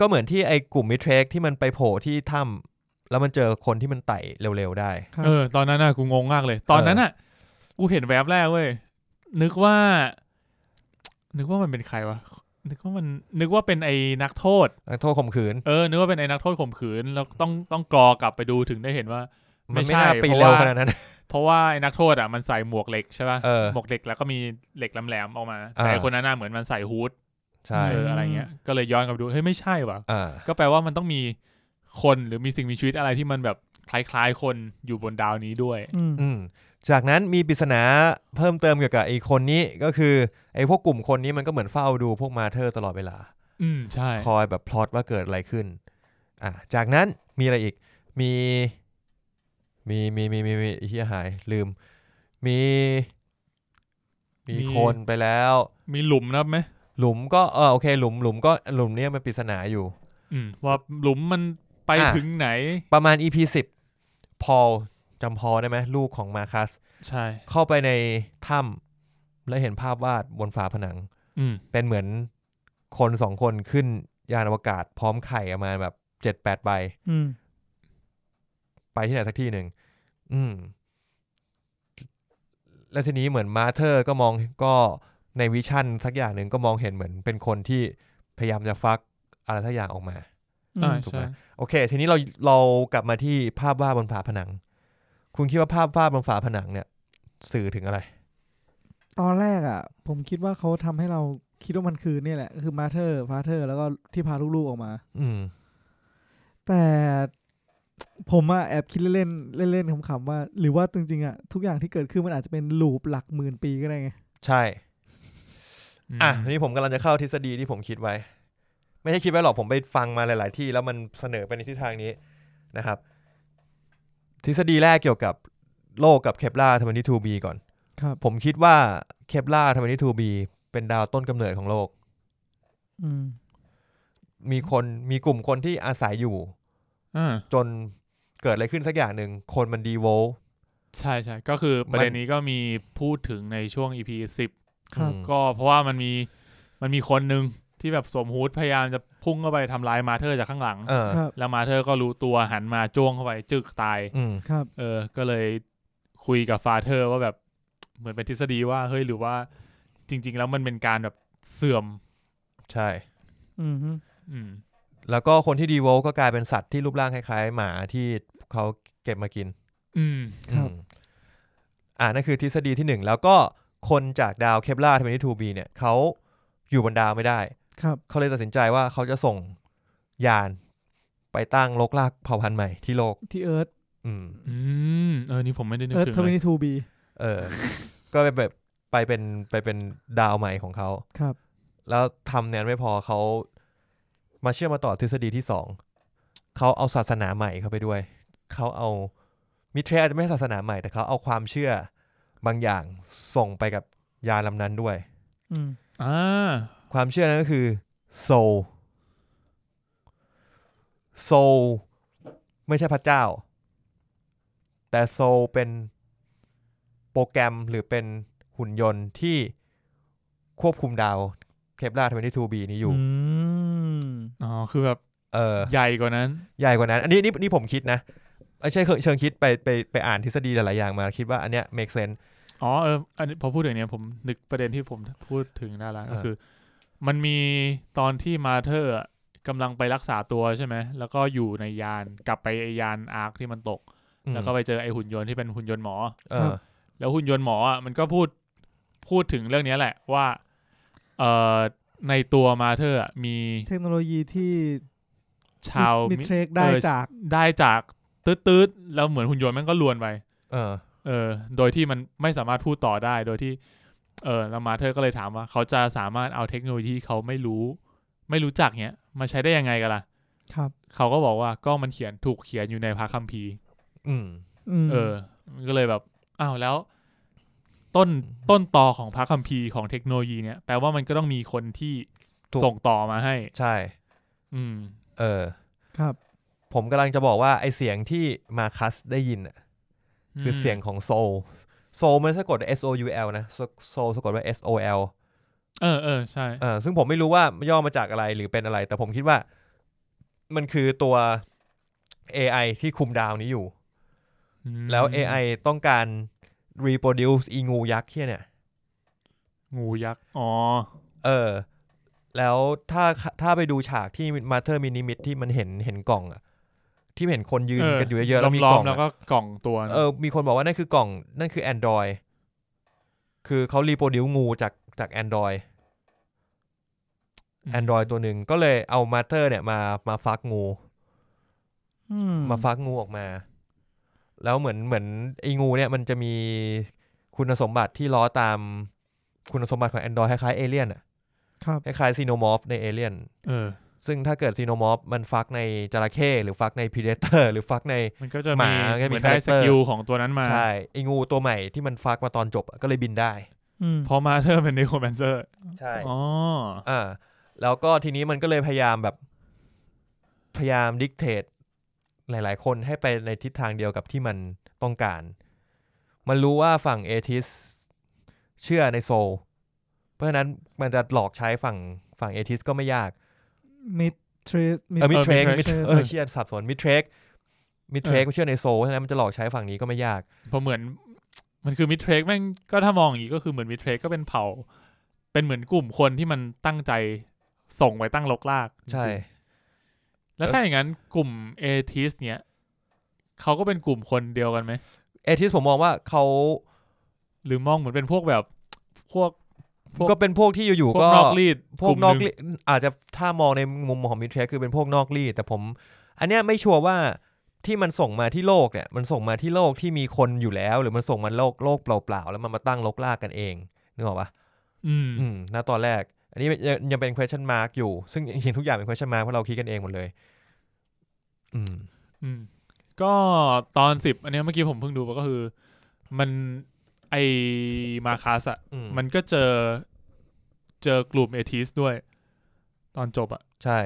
B: ก็เหมือนที่ไอ้กลุ่มมิดเทรกที่มันไปโผล่ที่ถ้ำแล้วมันเจอคนที่มันไต่เร็วๆได้
C: ครับ
A: เออ ตอนนั้นน่ะกูงงมากเลย ตอนนั้นน่ะ กูเห็นแวบแรกเว้ย นึกว่า นึกว่ามันเป็นใครวะ นึกว่ามัน นึกว่าเป็นไอ้นักโทษ
B: นักโทษข่มขืน
A: เออ นึกว่าเป็นไอ้นักโทษข่มขืน แล้วต้องต้องกรอกลับไปดูถึงได้เห็นว่า
B: มัน
A: ไม่
B: ไม่
A: ใช่
B: น่าปี
A: เพ
B: น
A: ราะ
B: เร็ว
A: ว่า
B: ขนาดนั้น
A: เพราะว่าไอ้นักโทษอ่ะมันใส่หมวกเหล็กใช่ป่ะ
B: เออ
A: หมวกเหล็กแล้วก็มีเหล็กแหลมๆออกมา แต่ไอ้
B: อ่า
A: คนนั้นน่ะเหมือนมันใส่ฮูด
B: ใช่
A: เอออะไรเงี้ยก็เลยย้อนกลับไปดูเฮ้ยไม่ใช่ว่ะ
B: อ่า
A: ก็แปลว่ามันต้องมีคนหรือมีสิ่งมีชีวิตอะไรที่มันแบบคล้ายๆ คนอยู่บนดาวนี้ด้วย
C: อืม
B: อืมจากนั้นมีปริศนาเพิ่มเติมเกี่ยวกับไอ้คนนี้ก็คือไอ้พวกกลุ่มคนนี้มันก็เหมือนเฝ้าดูพวกมาเธอร์ตลอดเวลา
A: อืมใช่
B: คอยแบบพลอตว่าเกิดอะไรขึ้นอ่ะจากนั้นมีอะไรอีกมีมีมีมีมีมีเฮียหายลืม มี มีคนไปแล้ว
A: มีหลุมนับไหม
B: หลุมก็เออโอเคหลุมหลุมก็หลุมเนี้ยมันปริศนาอยู่
A: อืมว่าหลุมมันไป
B: อ่ะ
A: ถึงไหน
B: ประมาณ EP 10พอลจำพอลได้ไหมลูกของมาคัส
A: ใช่
B: เข้าไปในถ้ำและเห็นภาพวาดบนฝาผนัง
A: อืม
B: เป็นเหมือนคนสองคนขึ้นยานอวกาศพร้อมไข่ประมาณแบบเจ็ดแปดใบ
C: อืม
B: ไปที่ไหนสักที่หนึ่งอืม แล้วทีนี้เหมือนมาเธอร์ก็มองก็ในวิชั่นสักอย่างหนึ่งก็มองเห็นเหมือนเป็นคนที่พยายามจะฟักอะไรสักอย่างออกมา
C: อื
A: อ่าม
B: ถูกไห
A: ใช่
B: ม โอเค ทีนี้เราเรากลับมาที่ภาพวาดบนฝาผนัง คุณคิดว่าภาพวาดบนฝาผนังเนี่ย สื่อถึงอะไร
C: ตอนแรกอ่ะ ผมคิดว่าเขาทำให้เราคิดว่ามันคือเนี่ยแหละ คือมาเธอร์ฟาเธอร์ แล้วก็ที่พาลูกๆออกมา
B: อืม
C: แต่ผมอะแอบคิดเล่นๆเล่นๆขำๆว่า หรือว่าจริงๆอะทุกอย่างที่เกิดขึ้นมันอาจจะเป็นลูปหลักหมื่นปีก็ได้ไง
B: ใช่ อ่ะทีนี้ผมกำลังจะเข้าทฤษฎีที่ผมคิดไว้ ไม่ใช่คิดไว้หรอกผมไปฟังมาหลาย ๆ ที่แล้วมันเสนอไปในทิศทางนี้นะครับ ทฤษฎีแรกเกี่ยวกับโลกกับเคปลาทเวนตี้ทูบีก่อน
C: ครับ
B: ผมคิดว่าเคปลาทเวนตี้ทูบีเป็นดาวต้นกำเนิดของโลก
C: อืม
B: มีคนมีกลุ่มคนที่อาศัยอยู่
A: อ่า
B: จนเกิดอะไรขึ้นสักอย่างหนึ่งคนมันดีโวล
A: ใช่ใช่ก็คือประเด็น
B: มัน
A: นี้ก็มีพูดถึงในช่วง EP สิบ
C: ครับ
A: ก็เพราะว่ามันมีมันมีคนหนึ่งที่แบบสวมฮูดพยายามจะพุ่งเข้าไปทำร้ายมาเธอร์จากข้างหลัง
B: เออ
C: ครับ
A: แล้วมาเธอร์ก็รู้ตัวหันมาจ้วงเข้าไปจึกตาย
B: อืม
C: ครับ
A: เออ ก็เลยคุยกับฟาเธอร์ว่าแบบเหมือนเป็นทฤษฎีว่าเฮ้ยหรือว่าจริง ๆ แล้วมันเป็นการแบบเสื่อม
B: ใช่
C: อืมฮึ
A: อืม
B: แล้วก็คนที่ดีโวลก็กลายเป็นสัตว์ที่รูปร่างคล้ายๆ หมาที่เขาเก็บมากิน
A: อืม
C: ครับ
B: อืมอ่านั่นคือทฤษฎีที่หนึ่งแล้วก็คนจากดาวเคปลาร์ทเวนิทูบีเนี่ยเขาอยู่บนดาวไม่ได้
C: ครับ
B: เขาเลยตัดสินใจว่าเขาจะส่งยานไปตั้งลกลากเผ่าพันธุ์ใหม่ที่โลก
C: ที่เอิร์ธ
B: อืม
A: อืม เออ นี่ผมไม่ได้นึก
C: เอิร์ธ
A: ถึง
C: ทเว
A: เลย
C: นิทูบี
B: เออ ก็ไปแบบไปเป็นไปเป็นดาวใหม่ของเขา
C: ครับ
B: แล้วทำเนี่ยไม่พอเขามาเชื่อมมาต่อทฤษฎีที่สองเขาเอาศาสนาใหม่เข้าไปด้วย เขาเอามิเทรอาจจะไม่ใช่ศาสนาใหม่ แต่เขาเอาความเชื่อบางอย่างส่งไปกับยานลำนั้นด้วย
C: อืม
A: อ่า
B: ความเชื่อนั้นก็คือโซลโซลไม่ใช่พระเจ้า แต่โซลเป็นโปรแกรมหรือเป็นหุ่นยนต์ที่ควบคุมดาวเคปลาร์ทเวนตี้ทูบีนี้อยู่
C: อืม
A: อ๋อ คือแบบ
B: เออ
A: ใหญ่กว่านั้น
B: ใหญ่กว่านั้น อันนี้นี่นี่ผมคิดนะไม่ใช่เชิงคิดไปไปไปอ่านทฤษฎีหลายๆอย่างมา คิดว่าอันเนี้ย make sense
A: อ๋อ เออ อันนี้พอพูดถึงเนี้ยผมนึกประเด็นที่ผมพูดถึงได้ละ
B: เออ
A: ก็คือ มันมีตอนที่มาเธอร์อะกำลังไปรักษาตัวใช่ไหม แล้วก็อยู่ในยานกลับไปไอยานอาร์คที่มันตก
B: อืม
A: แล้วก็ไปเจอไอหุ่นยนต์ที่เป็นหุ่นยนต์หมอ
B: เออ
A: แล้วหุ่นยนต์หมออ่ะมันก็พูดพูดถึงเรื่องเนี้ยแหละว่า เอ่อในตัวมาเธอร์อะมี
C: เทคโนโลยีที่
A: ชาว
C: มิ
A: มิ
C: เทรกได้จาก
A: ได้จากตืดๆแล้วเหมือนหุ่นยนต์มันก็ลวนไป
B: เออ
A: เออ โดยที่มันไม่สามารถพูดต่อได้ โดยที่ เออแล้วมาเธอร์ก็เลยถามว่า เขาจะสามารถเอาเทคโนโลยีที่เขาไม่รู้ ไม่รู้จักเนี้ยมาใช้ได้ยังไงกันล่ะ
C: ครับ
A: เขาก็บอกว่าก็มันเขียนถูกเขียนอยู่ในพระคัมภีร์
B: อืม
C: ม
A: เออ มันก็เลยแบบ อ้าวแล้ว ต้นต้นต่อของพระคัมภีร์ของเทคโนโลยีเนี่ยแปลว่ามันก็ต้องมีคนที่
B: ถูก
A: ส่งต่อมาให้
B: ใช่
A: อืม
B: เออ
C: ครับ
B: ผมกำลังจะบอกว่าไอเสียงที่มาคัสได้ยินน่ะคือเสียงของโซลโซลมันสะกด S O U L นะโซลสะกดว่า S O L
A: เออเออใช่
B: เออซึ่งผมไม่รู้ว่าย่อมาจากอะไรหรือเป็นอะไร แต่ผมคิดว่ามันคือตัว AI ที่คุมดาวนี้อยู่ แล้ว AI ต้องการ reproduce อีงูยักษ์เหี้ยเนี่ย
A: งูยักษ์ อ๋อ
B: เออ แล้วถ้าถ้าไปดูฉากที่มาเธอร์มินิมิตที่มันเห็นเห็นกล่องอะที่เห็นคนยืน
A: เออ
B: กันอยู่เยอะๆแล้วมี
A: ล้อกม
B: ล่อง
A: ๆแล้ว
B: อะ
A: ก็กล่องตัวนะ
B: เออมีคนบอกว่านั่นคือกล่องนั่นคือ Android คือเขารีโปรดิวงูจากจาก Android
A: ม
B: Android ตัวหนึ่งก็เลยเอามาเธอร์เนี่ยมามาฟักงู
C: อื
B: มาฟักงูออกมา แล้วเหมือนเหมือนไอ้งูเนี่ยมันจะมีคุณสมบัติที่ล้อตามคุณสมบัติของ Android คล้ายๆเอเลี่ยนอะ
C: ครับ
B: คล้ายๆซีโนมอร์ฟในเอเลี่ยน
A: เออ
B: ซึ่งถ้าเกิดซีโนมอร์ฟมันฟักในจระเข้หรือฟักในพีเดเตอร์ หรือฟักใน
A: มันก็จะ
B: ห
A: มี
B: มาก็มี
A: เหมือนได้
B: character
A: สกิลของตัวนั้นมา
B: ใช่ไอ้งูตัวใหม่ที่มันฟักมาตอนจบอะก็เลยบินได้
C: อืม
A: เพอมาเธอร์เป็นเนโคแมนเซอร์
B: ใช่
A: อ๋อ
B: อ่าแล้วก็ทีนี้มันก็เลยพยายามแบบ พยายามดิกเทตหลาย ๆ คนให้ไปในทิศทางเดียวกับที่มันต้องการ มันรู้ว่าฝั่งเอทิสเชื่อในโซลเพราะฉะนั้นมันจะหลอกใช้ฝั่งฝั่งเอทิสก็ไม่ยาก
C: มิเทรส
B: เออมิดเทรก
A: Midtrack
B: มิดเออเชื่อสับสนมิดเทรกมิดเทรกเชื่อในโซลเพราะฉะนั้นมันจะหลอกใช้ฝั่งนี้ก็ไม่ยาก
A: เพราะเหมือน มันคือมิดเทรกแม่งก็ถ้ามองอย่างนี้ก็คือเหมือนมิดเทรกก็เป็นเผ่า เป็นเหมือนกลุ่มคนที่มันตั้งใจส่งไปตั้งลกลาก
B: ใช่
A: จริงๆแล้วถ้าอย่างนั้นกลุ่มเอทิสเนี้ยเขาก็เป็นกลุ่มคนเดียวกันไหม
B: เอทิสผมมองว่าเขา
A: หรือมองเหมือนเป็นพวกแบบ พวก พวก
B: ก็เป็นพวกที่อยู่
A: พว
B: ๆ
A: ก
B: ก็
A: นอกรีด
B: พวกนอก
A: ลุ่มห
B: รี
A: ง
B: อาจจะถ้ามองในมุมของมิดเทรกคือเป็นพวกนอกรีดแต่ผม อันเนี้ยไม่ชัวร์ว่าที่มันส่งมาที่โลกเนี่ยมันส่งมาที่โลกที่มีคนอยู่แล้ว หรือมันส่งมาโลกโลกเปล่าๆแล้วมันมาตั้งลกลากกันเองนึกออกปะ
A: อืม
B: อืมณตอนแรก อันนี้ยังยังเป็น question mark อยู่ ซึ่งจริงๆทุกอย่างเป็น question mark เพราะเราคิดกันเองหมดเลย อืม
A: อืมก็ตอนสิบอันเนี้ยเมื่อกี้ผมเพิ่งดูไปก็คือ มันไอมาคัสอะ
B: อืม
A: มันก็เจอเจอกลุ่มเอทิสด้วย ตอนจบอะ
B: ใช่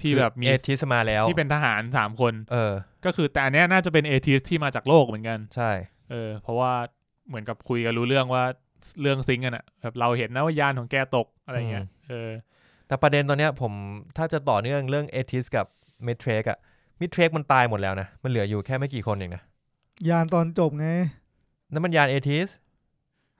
A: ที่แบบมี
B: เอทิสมาแล้ว
A: ที่เป็นทหารสามคน
B: เออ
A: ก็คือแต่อันเนี้ยน่าจะเป็นเอทิสที่มาจากโลกเหมือนกัน
B: ใช่
A: เออ เพราะว่าเหมือนกับคุยกันรู้เรื่องว่าเรื่องซิงค์กันอะแบบเราเห็นนะว่ายานของแกตกอะไรเงี้ยเออ
B: แต่ประเด็นตอนเนี้ยผมถ้าจะต่อเนื่องเรื่องเอทิสกับเมทรกอะเมทรกมันตายหมดแล้วนะ มันเหลืออยู่แค่ไม่กี่คนเองนะ
C: ยานตอนจบไง
B: นั่นมันยานเอทิส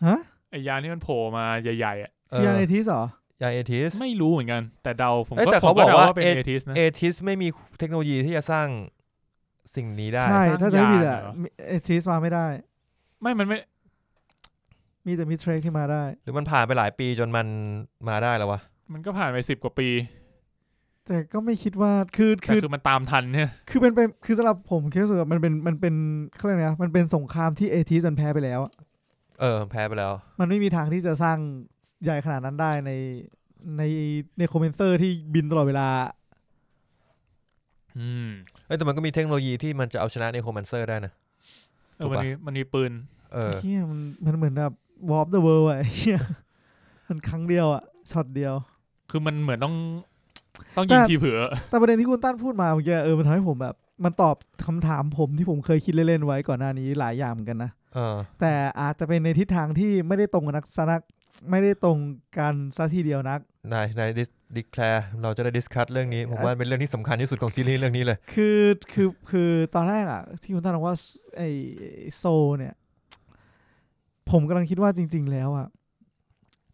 C: ฮะ
A: ไอยานที่มันโผล่มาใหญ่ๆอะ
B: เอ
C: คื
B: อย
C: อานเอทิสเหรอ
B: ยานเอทิส
A: ไม่รู้เหมือนกัน แต่เดาผม
B: เอ้ย
A: ก็
B: แต่
A: ผม
B: เขา
A: ก็
B: บอก
A: เดา
B: ว่า
A: ว่าเป็น
B: เอ
A: เอทิสนะ
B: เอทิสไม่มีเทคโนโลยีที่จะสร้างสิ่งนี้ได้
C: ใช่ ถ้าจะไม่ผิด
A: ยาน
C: อะ
A: เหรอ
C: เอทิสมาไม่ได้
A: ไม่มันไม่
C: มีแต่มิเทรคที่มาได้
B: หรือมันผ่านไปหลายปีจนมันมาได้แล้ววะ
A: มันก็ผ่านไปสิบกว่าปี
C: แต่ก็ไม่คิดว่าคือ
A: แต่
C: คือ
A: คือมันตามทันเนี่ย
C: คือเป็นเป็นคือสำหรับผมคิดรู้สึกว่ามันเป็นมันเป็นเขาเรียกอะไรนะมันเป็นสงครามที่เอทิสมันแพ้ไปแล้วอะ
B: เออ แพ้ไปแล้ว
C: มันไม่มีทางที่จะสร้างใหญ่ขนาดนั้นได้ในในในคอมเมนเซอร์ที่บินตลอดเวลา
A: อืม
B: เอ้ยแต่มันก็มีเทคโนโลยีที่มันจะเอาชนะในโคแมนเซอร์ได้นะ
A: เออ
B: ถูก
A: มัน
B: ปะ
A: มีมันมีปืน
B: เออ
C: ไอ้เฮียมันมันเหมือนแบบวอล์ฟเดอะเวิร์อะไอ้เฮีย *laughs* มันครั้งเดียวอะช็อตเดียว
A: คือมันเหมือนต้อง ต้องยิง
C: แต่
A: ทีเผื่อ
C: แต่ประเด็นที่คุณตั้นพูดมาเมื่อกี้เออมันทำให้ผมแบบ มันตอบคำถามผมที่ผมเคยคิดเล่นๆไว้ก่อนหน้านี้หลายอย่างเหมือนกันนะ
B: เออ
C: แต่อาจจะเป็นในทิศทางที่ไม่ได้ตรงกับนักสนักไม่ได้ตรงกันซะทีเดียวนัก
B: นายนายดิสดิแคลร์เราจะได้ดิสคัตเรื่องนี้ ผมว่าเป็นเรื่องที่สำคัญที่สุดของซีรีส์เรื่องนี้เลย
C: คือคือคือตอนแรกอะที่คุณตั้นบอกว่าไอโซเนี่ย ผมกำลังคิดว่าจริง ๆ แล้วอะ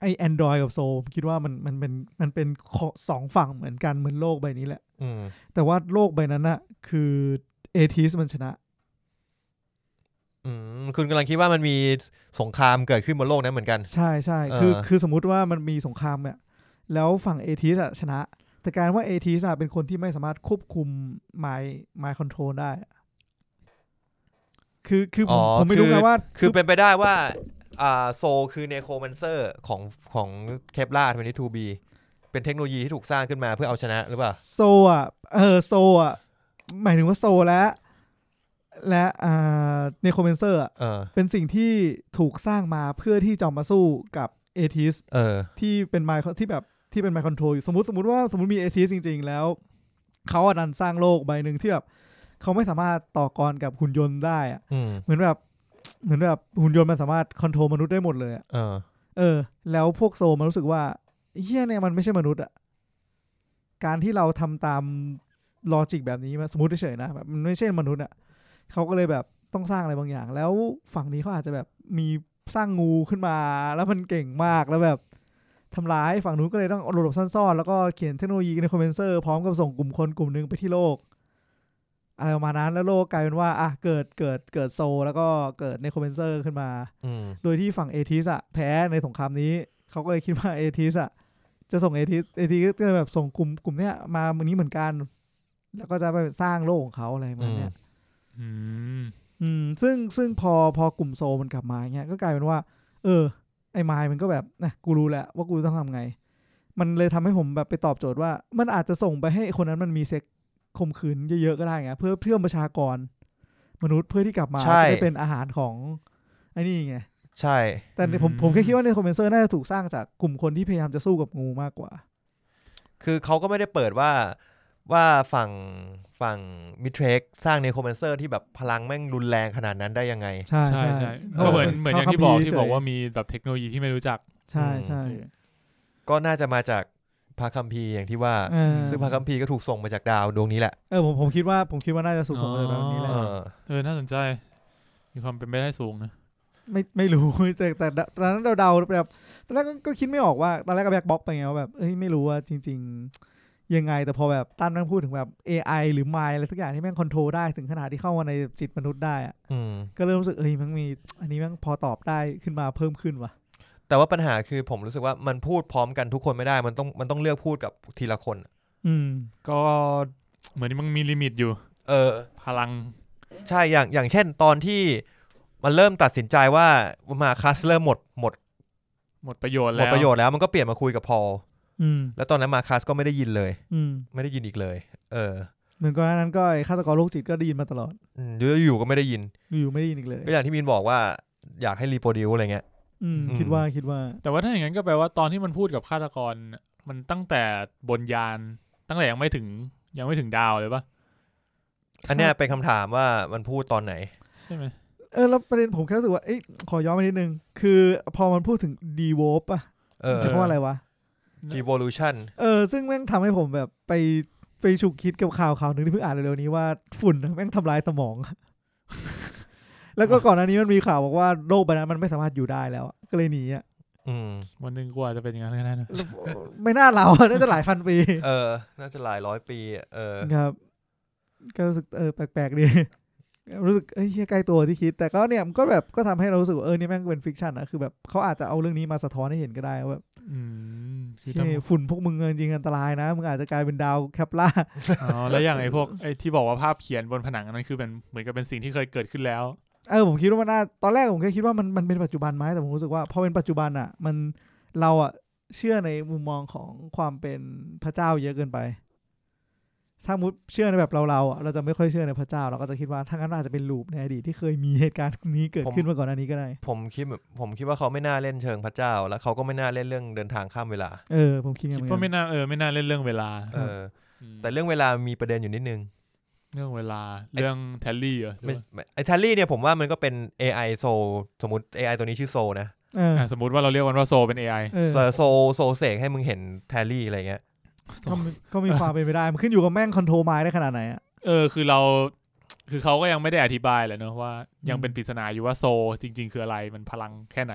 C: ไอแอนดรอยกับโซผมคิดว่ามันมันเป็นมันเป็นข้อสองฝั่งเหมือนกันเหมือนโลกใบนี้แหละ
B: อืม
C: แต่ว่าโลกใบนั้นอะคือเอทิสมันชนะ
B: อืม คุณกำลังคิดว่ามันมีสงครามเกิดขึ้นบนโลกนั้นเหมือนกัน
C: ใช่ใช่
B: เออ
C: คือคือสมมุติว่ามันมีสงครามเนี่ยแล้วฝั่งเอทิสอะชนะ แต่กลารว่าเอทิสอะเป็นคนที่ไม่สามารถควบคุมไมไมคอนโทรลได้อะคือคืออผ
B: อ
C: มผมไม่รู้
B: คือ
C: นะว่า
B: คือเป็นไปได้ว่า อ่าโซลคือเนโคแมนเซอร์ของของเคปลาทเวนทูบีเป็นเทคโนโลยีที่ถูกสร้างขึ้นมาเพื่อเอาชนะหรือเปล่า
C: โซอะเออโซอะหมายถึงว่าโซและ และอ่าเนโคเมนเซอร์
B: เออ
C: เป็นสิ่งที่ถูกสร้างมาเพื่อที่จะมาสู้กับเอทิส
B: เออ
C: ที่เป็นไมค์ที่แบบที่เป็นไมค์คอนโทรลอยู่สมมติสมมติว่าสมมติมีเอทีจริง ๆ แล้ว เขาอะดันสร้างโลกใบหนึ่งที่แบบเขาไม่สามารถต่อกรกับหุ่นยนต์ได้อะ
B: อืม
C: เหมือนแบบเหมือนแบบหุ่นยนต์มันสามารถคอนโทรลมนุษย์ได้หมดเลยอะ
B: เออ
C: เออ แล้วพวกโซมันรู้สึกว่าเฮียเนี่ยมันไม่ใช่มนุษย์อะการที่เราทำตามลอจิกแบบนี้มาสมมติเฉยๆนะแบบมันไม่ใช่มนุษย์อะเขาก็เลยแบบต้องสร้างอะไรบางอย่าง แล้วฝั่งนี้เขาอาจจะแบบมีสร้างงูขึ้นมา แล้วมันเก่งมากแล้วแบบ ทำร้ายฝั่งนู้นก็เลยต้องหลบๆซ่อนๆ แล้วก็เขียนเทคโนโลยีในคอมเพนเซอร์พร้อมกับส่งกลุ่มคนกลุ่มหนึ่งไปที่โลก อะไรประมาณนั้นแล้วโลกกลายเป็นว่าอ่ะเกิดเกิดเกิดโซลแล้วก็เกิดในคอมเพนเซอร์ขึ้นมา
B: อืม
C: โดยที่ฝั่งเอทิสอะแพ้ในสงครามนี้ เขาก็เลยคิดว่าเอทิสอะจะส่งเอทิสเอทิสก็เลยแบบส่งกลุ่มกลุ่มเนี้ยมาเมืองนี้เหมือนกัน แล้วก็จะไปสร้างโลกของเขาอะไรประมาณเนี้ย
A: อืม
C: อืมซึ่งซึ่งพอพอกลุ่มโซลมันกลับมาอย่างเงี้ยก็กลายเป็นว่า เออ ไอ้มายมันก็แบบนะกูรู้แล้วว่ากูต้องทำไง มันเลยทำให้ผมแบบไปตอบโจทย์ว่า มันอาจจะส่งไปให้คนนั้นมันมีเซ็กข่มขืนเยอะๆก็ได้ไงเพื่อเพื่อประชากร มนุษย์เพื่อที่กลับมา
B: ใช่
C: จะได้เป็นอาหารของไอ้นี่ไง
B: ใช่
C: แต่ในผมผมแค่คิดว่าในคอมเพนเซอร์น่าจะถูกสร้างจากกลุ่มคนที่พยายามจะสู้กับงูมากกว่า
B: คือเขาก็ไม่ได้เปิดว่าว่าฝั่งฝั่งมิเทรกสร้างเนโคแมนเซอร์ที่แบบพลังแม่งรุนแรงขนาดนั้นได้ยังไง
C: ใช่
A: ใช่
C: ใช่
A: ใช่
C: ขา
A: ก็เหมือน
C: ขา
A: เหมือนอย่างที่บอก
C: คัมภีร์
A: ที่บอกว่ามีแบบเทคโนโลยีที่ไม่รู้จัก
C: ใช่ใช่
B: ก็น่าจะมาจากพระคัมภีร์อย่างที่ว่า
C: เออ
B: ซึ่งพระคัมภีร์ก็ถูกส่งมาจากดาวดวงนี้แหละ
C: เออผมผมคิดว่าผมคิดว่าน่าจะสูงสมแบบนี้แห
A: อ๋
C: ละ
B: เออ
A: เออน่าสนใจ มีความเป็นไปได้สูงนะ
C: ไม่ไม่รู้ *laughs* แต่แต่แต่ตอนนั้นเราเดาแบบตอนแรกก็ก็คิดไม่ออกว่าตอนแรกก็แบ็คบ็อกไปไงว่าแบบเอ้ยไม่รู้ว่าจริง ๆ ยังไงแต่พอแบบตั้นแม่งพูดถึงแบบ AI หรือ Mind อะไรสักอย่างที่แม่งคอนโทรลได้ถึงขนาดที่เข้ามาในจิตมนุษย์ได้อะ
B: อืม
C: ก็เริ่มรู้สึกเอ้ยแมันมี อันนี้แม่งพอตอบได้ขึ้นมาเพิ่มขึ้นว่ะ
B: แต่ว่าปัญหาคือผมรู้สึกว่ามันพูดพร้อมกันทุกคนไม่ได้ มันต้องมันต้องเลือกพูดกับทีละคน
C: อืม
A: ก็เหมือนมันมีลิมิตอยู่
B: เออ
A: พลัง
B: ใช่อย่างอย่างเช่นตอนที่มันเริ่มตัดสินใจว่ามาคัสเริ่มหมดหมด
A: หมดประโยชน์
B: หม
A: แล้
B: ด
A: ว
B: ประโยชน์แล้วมันก็เปลี่ยนมาคุยกับพอล
C: อืม
B: แล้วตอนนั้นมาคัสก็ไม่ได้ยินเลย
C: อืม
B: ไม่ได้ยินอีกเลย เออ
C: เหมือนก่อนหน้านั้นก็ไอ้ฆาตกรโรคจิตก็ได้ยินมาตลอด
B: อืมอยู่ๆก็ไม่ได้ยิน
C: อยู่ๆไม่ได้ยินอีกเลย
B: ก็อย่างที่มินบอกว่าอยากให้รีโปรดิวอะไรเงี้ย
C: อืม
B: อืม
C: คิดว่าคิดว่า
A: แต่ว่าถ้าอย่างนั้นก็แปลว่าตอนที่มันพูดกับฆาตกรน่ะมันตั้งแต่บนยาน ตั้งแต่ยังไม่ถึงยังไม่ถึงดาวเลยปะ
B: อันเนี้ยเป็นคำถามว่ามันพูดตอนไหน
A: ใช่ไหม
C: เออแล้วประเด็นผมแค่รู้สึกว่าเอ้ยขอย้อนไปนิดนึง คือพอมันพูดถึงดีโวปอะ
B: เออ
C: ใช้คำว่าอะไรวะ
B: devolution
C: เออซึ่งแม่งทำให้ผมแบบไปไปฉุกคิดกับข่าวข่าวหนึ่งที่เพิ่งอ่านเร็วๆนี้ว่าฝุ่นแม่งทำลายสมอง *laughs* แล้วก็ก่อนหน้านี้มันมีข่าวบอกว่าโรคใบนั้นมันไม่สามารถอยู่ได้แล้วอะก็เลยหนีอ่ะ
B: อืม
A: วันหนึ่งกูอาจจะเป็นอย่างนั้นก็ได้นะ
C: แล้ว *laughs* ไม่น่าเรา น่าจะหลายพันปี
B: เออ น่าจะหลายร้อยปีอะเออ
C: ครับ ก็รู้สึกเออแปลกๆดี *laughs* รู้สึกเอ้ยเหี้ยใกล้ตัวที่คิด แต่ก็เนี่ยมันก็แบบก็ทำให้เรารู้สึกว่าเออนี่แม่งเป็นฟิกชันอะคือแบบเขาอาจจะเอาเรื่องนี้มาสะท้อนให้เห็นก็ได้ว่าแบบ
A: อืมคือ
C: เชี่
A: ถ้าย
C: ฝุ่นพวกมึงจริงๆอันตรายนะมึงอาจจะกลายเป็นดาวแคปล่า
A: อ๋อแล้วอย่างไอ้พวกไอ้ที่บอกว่าภาพเขียนบนผนังอันนั้นคือเป็นเหมือนกับเป็นสิ่งที่เคยเกิดขึ้นแล้ว
C: เออผมคิดว่ามันน่าตอนแรกผมแค่คิดว่ามันมันเป็นปัจจุบันไหมแต่ผมรู้สึกว่าพอเป็นปัจจุบันอ่ะ มันเราอ่ะเชื่อในมุมมองของความเป็นพระเจ้าเยอะเกินไป ถ้ามุดเชื่อในแบบเราเราๆอ่ะเราจะไม่ค่อยเชื่อในพระเจ้า เราก็จะคิดว่าถ้างั้นอาจจะเป็นลูปในอดีตที่เคยมีเหตุการณ์นี้เกิดขึ้นมาก่อนอันนี้ก็ได้
B: ผมคิดแบบผมคิดว่าเขาไม่น่าเล่นเชิงพระเจ้า แล้วเขาก็ไม่น่าเล่นเรื่องเดินทางข้ามเวลา
C: เออผมคิดอย่าง
A: คิด
C: นั้
A: ว่าไม่
C: น
A: น่าเออไม่น่าเล่นเรื่องเวลา
B: เออ
A: ม
B: แต่เรื่องเวลามีประเด็นอยู่นิดนึง
A: เรื่องเวลาเรื่องแทลลี่เหรอหรือ
B: ไม่
A: ว่า
B: ไม่ไอทัลลี่เนี่ยผมว่ามันก็เป็น AI โซสมมติ AI ตัวนี้ชื่อโซนะ
C: เออ
A: อ่ะสมมติว่าเราเรียกมันว่าโซเป็น AI
C: เออ
B: โซโซโซเสกให้มึงเห็นแทลลี่อะไรเงี้ย
C: ก็มีก็มีความเป็นไปได้มันขึ้นอยู่กับแม่งคอนโทรลไม้ได้ขนาดไหนอ่ะ
A: เออคือเราคือเขาก็ยังไม่ได้อธิบายแหละเนอะว่า ยัง
C: อืม
A: เป็นปริศนาอยู่ว่าโซจริง ๆ คืออะไรมันพลังแค่ไหน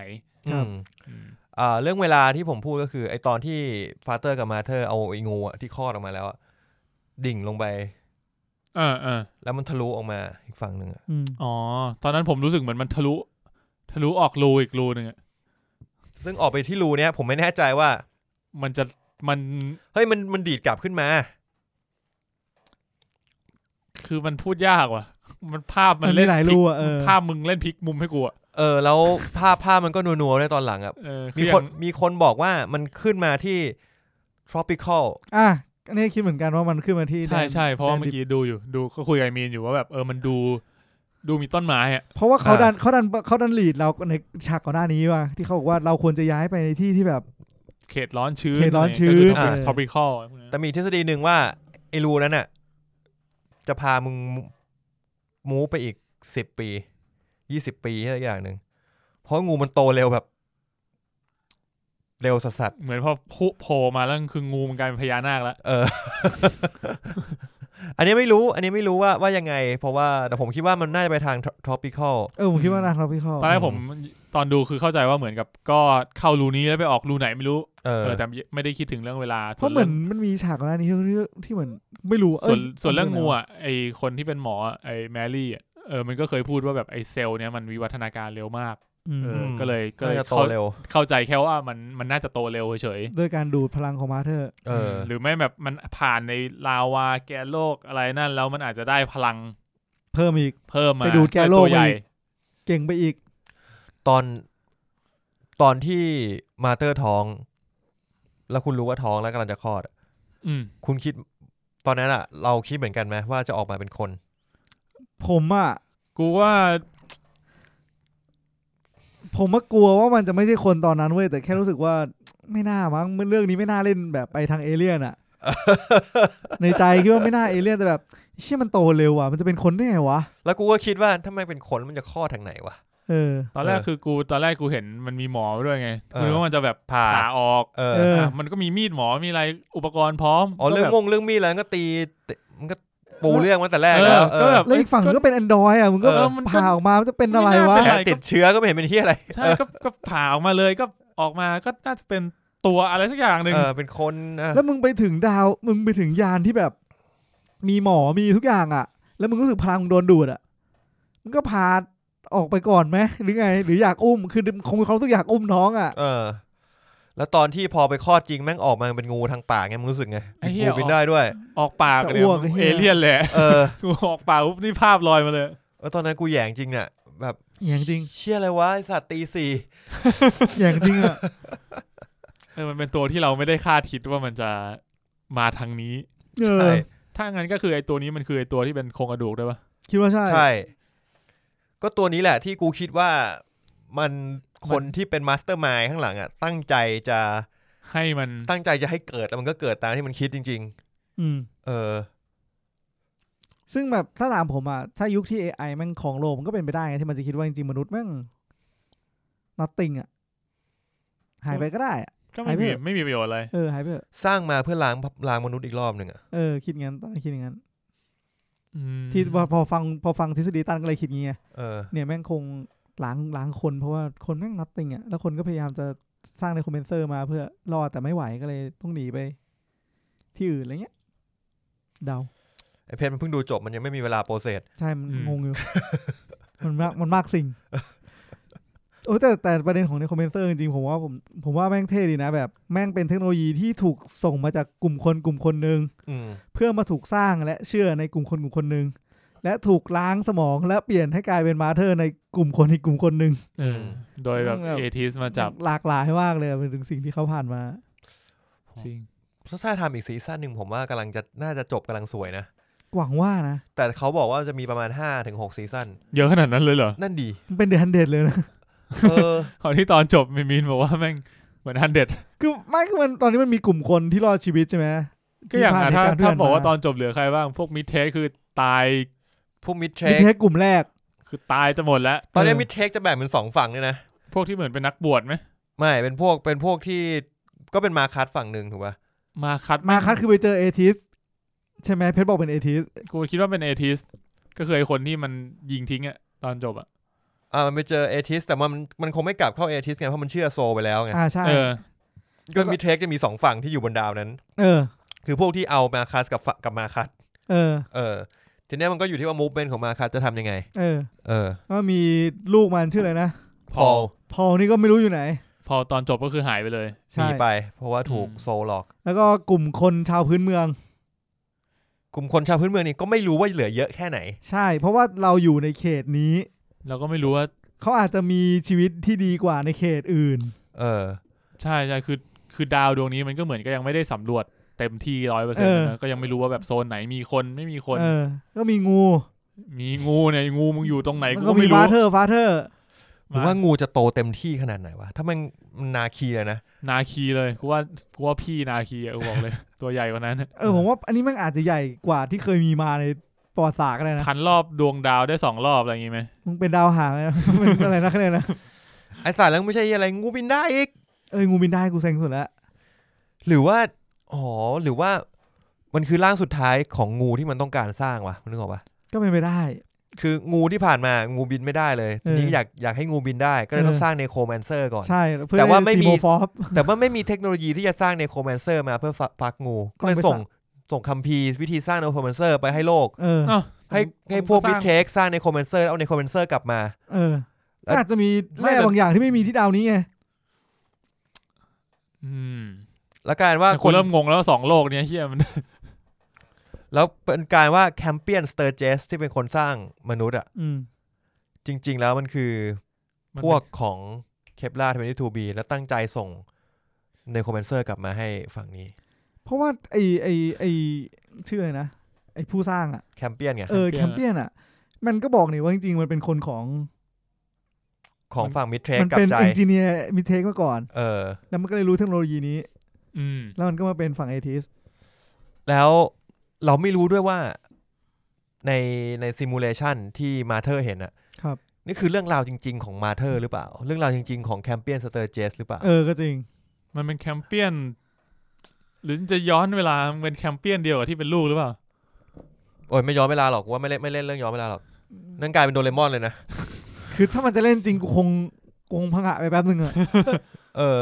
C: ครับ
B: อืม
A: อืม
B: อ่าเรื่องเวลาที่ผมพูดก็คือ ไอตอนที่ฟาเตอร์กับมาเธอร์เอาไองูอะที่คลอดออกมาแล้วอะดิ่งลงไป
A: เออเออ
B: แล้วมันทะลุออกมาอีกฝั่งหนึ่งอะ
C: อืม
A: อ๋อตอนนั้นผมรู้สึกเหมือนมันทะลุทะลุออกรูอีกรูหนึ่งอะ
B: ซึ่งออกไปที่รูเนี้ยผมไม่แน่ใจว่า
A: มันจะมัน
B: เฮ้ยมันมันดีดกลับขึ้นมา
A: คือมันพูดยากว่ะ มันภาพมั
C: มันนมี
A: เล่น
C: หลาย
A: พลิ
C: รู
A: ก
C: อ่ะเออ
A: ภาพมึงเล่นพลิกมุมให้กูอะ
B: เออ แล้วภาพภาพมันก็นัวๆในตอนหลังอะ
A: เออ
B: มี
A: อ
B: คน
A: ย่าง
B: มีคนบอกว่ามันขึ้นมาที่ tropical
C: อ่ะอันนี้คิดเหมือนกันว่ามันขึ้นมาที่
A: ใช่
C: แดน
A: ใช่เพราะว่าเมื่อกี้ดูอยู่ดูก็คุยกับไอมีนอยู่ว่าแบบเออมันดูดูมีต้นไม้อะ
C: เพราะว่าเขา
B: อ่า
C: ดันเขาดันเขาดันลีดเราในฉากก่อนหน้านี้ว่าที่เขาบอกว่าเราควรจะย้ายไปในที่ที่แบบ
A: เขตร้อนชื้น
C: เขตร้อนชื้น
A: ก็คือ
C: อ่า
A: tropical อะไรพวกนี้
B: แต่มีทฤษฎีหนึ่งว่า ไอ้รูนั้นน่ะ จะพามึงมูไปอีกสิบปียี่สิบปีอะไรอย่างหนึ่งเพราะงูมันโตเร็วแบบ เร็วสัส
A: เหมือนพอพุโผล่มาแล้วคืองูมันกลายเป็นพญานาคแล้ว
B: ๆเออ อันนี้ไม่รู้ อันนี้ไม่รู้ว่าว่ายังไง เพราะว่า แต่ผมคิดว่ามันน่าจะไปทาง tropical
C: เออผมคิดว่านะครับพี่เขา
A: ตอนแรกผมตอนดูคือเข้าใจว่าเหมือนกับก็เข้ารูนี้แล้วไปออกรูไหนไม่รู้
B: เออ
A: เออแต่ไม่ได้คิดถึงเรื่องเวลา
C: เพ
A: ส่ว
C: ราะ
A: น
C: เหมื
A: เรื่
C: อ
A: อนง
C: มันมีฉากก่อนหน้านี้ที่ที่เหมือนไม่รู้
A: ส่
C: เอ้
A: วย นส่วนเรื่องงูอ่ะไอคนที่เป็นหมออะไอแมรี่อะเออมันก็เคยพูดว่าแบบไอเซลล์เนี้ยมันวิวัฒนาการเร็วมาก
C: อืม
A: เอออ
B: ม
A: ก็เลยก็เล
B: น่าย จะโต
A: เข้า
B: เร็ว
A: เข้าใจแค่ว่ามันมันน่าจะโตเร็วเฉย
C: โดยการดูดพลังของมาเธอร์
A: ๆ
B: เออ
A: หรือไม่แบบมันผ่านในลาวาแกนโลกอะไรนั่นแล้วมันอาจจะได้พลัง
C: เพิ่มอีก
A: เพิ่มมา
C: ไปดูดแกนโลก
A: ตัวใหญ่
C: มาอีก เก่งไปอีก
B: ตอนตอนที่มาเตอร์ท้อง แล้วคุณรู้ว่าท้องแล้วกำลังจะคลอดอะ
A: อืม
B: คุณคิดตอนนั้นอะเราคิดเหมือนกันไหมว่าจะออกมาเป็นคน
C: ผมอ่ะ
A: กูว่า
C: ผมมากลัวว่ามันจะไม่ใช่คนตอนนั้นเว้ยแต่แค่รู้สึกว่าไม่น่ามั้งมันเรื่องนี้ไม่น่าเล่นแบบไปทางเอเลี่ยน
A: *laughs*
C: อ่ะ ในใจคิดว่าไม่น่าเอเลี่ยนแต่แบบเชี่ยมันโตเร็วอ่ะมันจะเป็นคนได้ไงวะ
B: แล้วกูก็คิดว่าถ้าไม่เป็นคนแล้วมันจะคลอดทางไหนวะ
C: เออ
A: ตอนแรก
B: เออ
A: คือกูตอนแรกกูเห็นมันมีหมอด้วยไง
B: เออ
A: กูนึกว่ามันจะแบบ
B: ผ่า
A: ผ่าออก
B: เออ
C: เออ
A: ะมันก็มีมีดหมอมีอะไรอุปกรณ์พร้อม
B: อ๋อเรื่อง
A: ก็
B: ม
A: แบบ
B: งเรื่องมีดแล้วก็ตีมันก็ปูเรื่องมาแต่แรกแล้ว
A: เออก็แบบ
C: แล้วอีกฝั่งนึงก็เป็นแอนดรอยอ่ะมึงก็
A: เออมันก็
C: ผ่าออกมามันจะเป็นอะไร
A: ไม่น่า
C: วะ
A: เป็
B: แผ
A: น
B: ลติดเชื้อก็ไม่เห็นเป็นที่อะไร
A: ใช่ก็ก็ผ่าออกมาเลยก็ออกมาก็น่าจะเป็นตัวอะไรสักอย่างหนึ่ง
B: เออเป็นคนนะ
C: แล้วมึงไปถึงดาว มึงไปถึงยานที่แบบ มีหมอมีทุกอย่างอะ่ะ แล้วมึงรู้สึกพลังมึงโดนดูดอะ่ะมึงก็พาออกไปก่อนไหมหรือไง หรืออยากอุ้มคือคงมีความรู้สึกอยากอุ้มน้องอะ่ะ
B: เออ แล้วตอนที่พอไปคลอดจริงแม่งออกมาเป็นงูทางปากไงมึงรู้สึกไง
A: ไอ้เหี้
B: งู
A: ย
B: บินได้ด้วย
A: ออกปาก
C: จะ
A: เลย
C: อ้วกไอ้เหี้
A: เอย เลี่ยนแหละ *laughs*
B: เออ
A: กูออกปากปุ๊บนี่ภาพลอยมาเลย
B: เออตอนนั้นกูแหยงจริงเนี่ยแบบ
C: อย่างจริง
B: เชี่ยอะไรวะไอสัตว์ตีสี่
C: อย่างจริงอะ่ะ
A: เออมันเป็นตัวที่เราไม่ได้คาดคิดว่ามันจะมาทางนี้
C: เอ
B: *laughs*
C: อ
B: ใช่
A: ถ้างั้นก็คือไอ้ตัวนี้มันคือไอ้ตัวที่เป็นโครงกระดูกด้วยปะ
C: คิดว่าใช่
B: ใช่ ก็ตัวนี้แหละที่กูคิดว่ามันคนที่เป็นมาสเตอร์มายข้างหลังอ่ะ ตั้งใจจะ
A: ให้มัน
B: ตั้งใจจะให้เกิดแล้วมันก็เกิดตามที่มันคิดจริง
C: อืม
B: ๆ เออ
C: ซึ่งแบบถ้าถามผมอ่ะ ถ้ายุคที่ AI มันของโลกมันก็เป็นไปได้ไงที่มันจะคิดว่าจริงๆ มนุษย์แม่ง nothing อ่ะ หายไปก็ได้อะ
A: ก็ไม่มี
C: ให้เพิ่ม
A: ไม่มีประโยชน์อะไร
C: เออ หายไปเถอะ
B: สร้างมาเพื่อล้างล้างมนุษย์อีกรอบหนึ่งอ่ะ
C: เออ คิดงั้นตอนนั้นคิดอย่างนั้น
A: อืม
C: ที่พอพอฟังพอฟังทฤษฎีตันก็เลยคิดงี้ไง
B: เออ
C: เนี่ยแม่งคงล้างล้างคนเพราะว่าคนแม่ง nothing อ่ะ แล้วคนก็พยายามจะสร้างในคอมเมนเซอร์มาเพื่อรอดแต่ไม่ไหวก็เลยต้องหนีไป ที่อื่นอะไรเงี้ย เดา
B: ไอเพนมันเพิ่งดูจบมันยังไม่มีเวลาโปรเซส
C: ใช่ มันงงอยู่
A: *laughs*
C: มันมาก มันมากสิ่ง โอ้ยแต่แต่ประเด็นของในคอมเมนเซอร์จริงๆผมว่าผมผมว่าแม่งเท่ดีนะ แบบแม่งเป็นเทคโนโลยีที่ถูกส่งมาจากกลุ่มคนกลุ่มคนหนึ่ง
B: อืม
C: เพื่อมาถูกสร้างและเชื่อในกลุ่มคนกลุ่มคนหนึ่งและถูกล้างสมองและเปลี่ยนให้กลายเป็นมาเธอร์ในกลุ่มคนอีกกลุ่มคนหนึ่ง
A: เออโดยแบบ
C: แบบ
A: เอทิสมาจับ
C: หลากหลายมากเลยเป็นถึงสิ่งที่เขาผ่านมา
A: จริง
B: ถ้าทำอีกซีซั่นหนึ่งผมว่ากำลังจะน่าจะจบกำลังสวยนะ
C: หวังว่านะ
B: แต่เขาบอกว่าจะมีประมาณ 5-6ถึงซีซั่น
A: เยอะขนาดนั้นเลยเหรอ
B: นั่นดี
C: มันเป็นเดือนเด็ดเลยนะ
B: เออ
A: ตอนที่ตอนจบมีมีนบอกว่าแม่งเหมือนฮันเด็ด
C: คือไม่คือมันตอนนี้มันมีกลุ่มคนที่รอดชีวิตใช่ไหม
A: ก็อย่าง
C: ที่
A: นะ
C: ผ่
A: ถ้าน
C: เหตุ
A: ถ้า
C: ณ์
A: บอกว่าต
C: เพื่น
A: อนจบเหลือใครบ้าง พวกมิดเทสคือตาย
B: พวกมิดเท
C: มมี
B: ค
C: แค่กลุ่มแรก
A: คือตายจะหมดแล้ว
B: ตอนนี้
C: เออ
B: มิดเทคจะแบ่งเป็นสองฝั่งเนี่ยนะ
A: พวกที่เหมือนเป็นนักบวชไหม
B: ไม่ เป็นพวก เป็นพวกที่ก็เป็นมาคัดฝั่งหนึ่งถูกป่ะ
A: มาคัด
C: มาคัดคือไปเจอเอทิสใช่ไหมเพชรบอกเป็นเอทิส
A: กูคิดว่าเป็นเอทิสก็คือไอ้คนที่มันยิงทิ้งอะตอนจบอะ
B: อ่า มันไปเจอเอทิส แต่ว่ามัน มันคงไม่กลับเข้าเอทิสไง เพราะมันเชื่อโซไปแล้วไง
C: อ่าใช่
A: เออ
B: ก็
C: แล้วก็
B: มิดเทคจะมีสองฝั่งที่อยู่บนดาวนั้น
C: เออ
B: คือพวกที่เอามาคัสกับฝั่งกับมาคัส
C: เออ
B: เออ ทีเนี้ยมันก็อยู่ที่ว่ามูฟเมนของมาคัสจะทำยังไง
C: เออ
B: เออ
C: แล้วมีลูกมันชื่ออะไรนะ
B: พอล
A: Paul
C: พอลนี่ก็ไม่รู้อยู่ไหน
A: พอตอนจบก็คือหายไปเลย
B: ห
C: ใช่
B: นีไป เพราะว่าถูก
A: อืม
B: โซหลอก
C: แล้วก็กลุ่มคนชาวพื้นเมือง
B: กลุ่มคนชาวพื้นเมืองนี่ก็ไม่รู้ว่าเหลือเยอะแค่ไหน
C: ใช่ เพราะว่าเราอยู่ในเขตนี้
A: เราก็ไม่รู้ว่า
C: เขาอาจจะมีชีวิตที่ดีกว่าในเขตอื่น
B: เออ
A: ใช่ใช่คือคือดาวดวงนี้มันก็เหมือนก็ยังไม่ได้สำรวจเต็มที่ร้อยเปอร์เซ็น
C: เอ
A: ต์
C: อ
A: นะก็ยังไม่รู้ว่าแบบโซนไหนมีคนไม่มีคน
C: เออ ก็มีงู
A: มีงูเนี่ยงูมึงอยู่ตรงไหน
C: แล้ว
A: กู
C: ก็
A: ก็
C: มี
A: ไม่รู้
C: ฟาเธอร์ฟาเธอร์
B: ผมว่างูจะโตเต็มที่ขนาดไหนวะ ถ้ามันมันนาคีเลยนะ
A: นาคีเลยกูว่ากูว่าพี่นาคีอะกูบอก
C: *laughs*
A: เลย ตัวใหญ่กว่านั้นอะ
C: เออ ผมว่าอันนี้แมันอาจจะใหญ่กว่าที่เคยมีมาในประวัติศาสตร์ก็ได้นะ
A: พันรอบดวงดาวได้สองรอบอะไรอย่างงี้ไหม
C: มึงเป็นดาวหางเลยนะ *laughs* มันอะไรนะคะแนนนะ
B: ไอสารแล้วไม่ใช่อะไรงูบินได้อีก
C: เอองูบินได้กูเซ็งสุดแล้ว
B: หรือว่า อ๋อ หรือว่า มันคือร่างสุดท้ายของงูที่มันต้องการสร้างวะนึกออกปะ
C: ก็เป็นไปได้
B: คืองูที่ผ่านมางูบินไม่ได้เลย
C: เออ
B: ทีนี้อยากอยากให้งูบินได้ก็เลย
C: เออ
B: ต้องสร้างเนโครแมนเซอร์ก่อน
C: ใช่เพื่อ
B: แต่ว่าไม่มี
C: ซีโมฟอร์ฟ
B: แต่ว่าไม่มีเทคโนโลยีที่จะสร้างเนโครแมนเซอร์มาเพื่อฟักฟักงู ก็เลย
C: ต้องไป
B: ส่ง
C: สร้าง
B: ส่งคัมภีร์วิธีสร้างเนโครแมนเซอร์ไปให้โลก
C: เออ
A: อ้าว
B: ให้ให้พวก
A: ส
B: บิ
A: ร้าง
B: เทคสร้างเนโครแมนเซอร์เอาเนโครแมนเซอร์กลับมา
C: เออ
B: แล้ว
C: อาจจะมี
A: ไม่
C: แร่
A: แต่
C: บางอย่างที่ไม่มีที่ดาวนี้ไง
A: อืม
B: แล้วกลารว่า
A: แต่
B: ค
A: กู
B: น
A: เริ่มงงแล้วว่าสองโลกเนี้ยเฮียมัน *laughs*
B: แล้วเป็นการว่าแคมเปียนสเตอร์เจสที่เป็นคนสร้างมนุษย์อะ
C: อืม
B: จริง ๆ แล้วมันคือ
A: มัน
B: พวกของเคปลา22 b แล้วตั้งใจส่งในคอมเมนเซอร์กลับมาให้ฝั่งนี้
C: เพราะว่าไอไอไอชื่ออะไรนะไอผู้สร้างอ่ะ
B: แคมเปียนไง
C: เออแคมเปี้ยนอ่ะ มันก็บอกนี่ว่าจริงๆ มันเป็นคนของ
B: ของฝั่งมิดเทร
C: มัน
B: กลั
C: เป็
B: บ
C: น
B: ใจ
C: เอนจิเนียร์มิเทคมาก่อน
B: เออ
C: แล้วมันก็เลยรู้เทคโนโลยีนี้
A: อืม
C: แล้วมันก็มาเป็นฝั่งเอทิส
B: แล้วเราไม่รู้ด้วยว่าในในซิมูเลชันที่มาเธอร์เห็นอะ
C: ครับ
B: นี่คือเรื่องราวจริง ๆ ของมาเธอร์หรือเปล่า เรื่องราวจริง ๆ ของแคมเปียนสเตอร์เจสหรือเปล่า
C: เออก็จริง
A: มันเป็นแคมเปี้ยน หรือจะย้อนเวลามันเป็นแคมเปี้ยนเดียวกับที่เป็นลูกหรือเปล่า
B: โอ้ยไม่ย้อนเวลาหรอกว่าไม่เล่นไม่เล่นเรื่องย้อนเวลาหรอกนั่นกลายเป็นโดเรมอนเลยนะ
C: คือถ้ามันจะเล่นจริงกูคงกูคงพังอะไปแป๊บหนึ่ง
B: *laughs*
C: อะ
B: เออ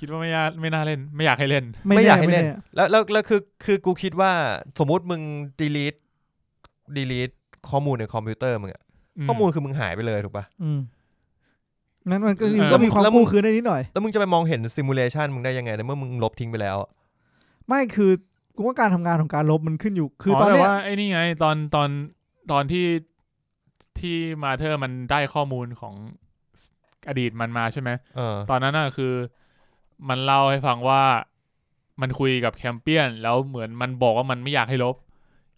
A: คิดว่าไม่ยาไม่น่าเล่น ไม่อยากให้เล่น
C: ไม่
B: ไม่
C: แน่
B: อยากให้
C: ไม่
B: เล่
C: แน่
B: น แล้วแล้วแล้วคือคือกูคิดว่าสมมุติมึง delete delete ข้อมูลในคอมพิวเตอร์มึงอะ
A: ม
B: ข้อมูลคือมึงหายไปเลยถูกปะ
C: อืมนั้นมันก็จริง
A: เออ
C: ก็มีความ
B: แล้วมึง
C: กู้คืนได้นิดหน่อย
B: แล้วมึงจะไปมองเห็นซิมูเลชันมึงได้ยังไงในเมื่อมึงลบทิ้งไปแล้วอะ
C: ไม่คือกูว่าการทำงานของการลบมันขึ้นอยู่ คืออตอน
A: แต่
C: เนี้ย
A: ว่าไอ้นี่ไง ตอนตอนตอนที่ที่มาเธอมันได้ข้อมูลของอดีตมันมาใช่ไหม
B: เออ
A: ตอนนั้นน่ะคือ มันเล่าให้ฟังว่ามันคุยกับแคมเปี้ยน แล้วเหมือนมันบอกว่ามันไม่อยากให้ลบ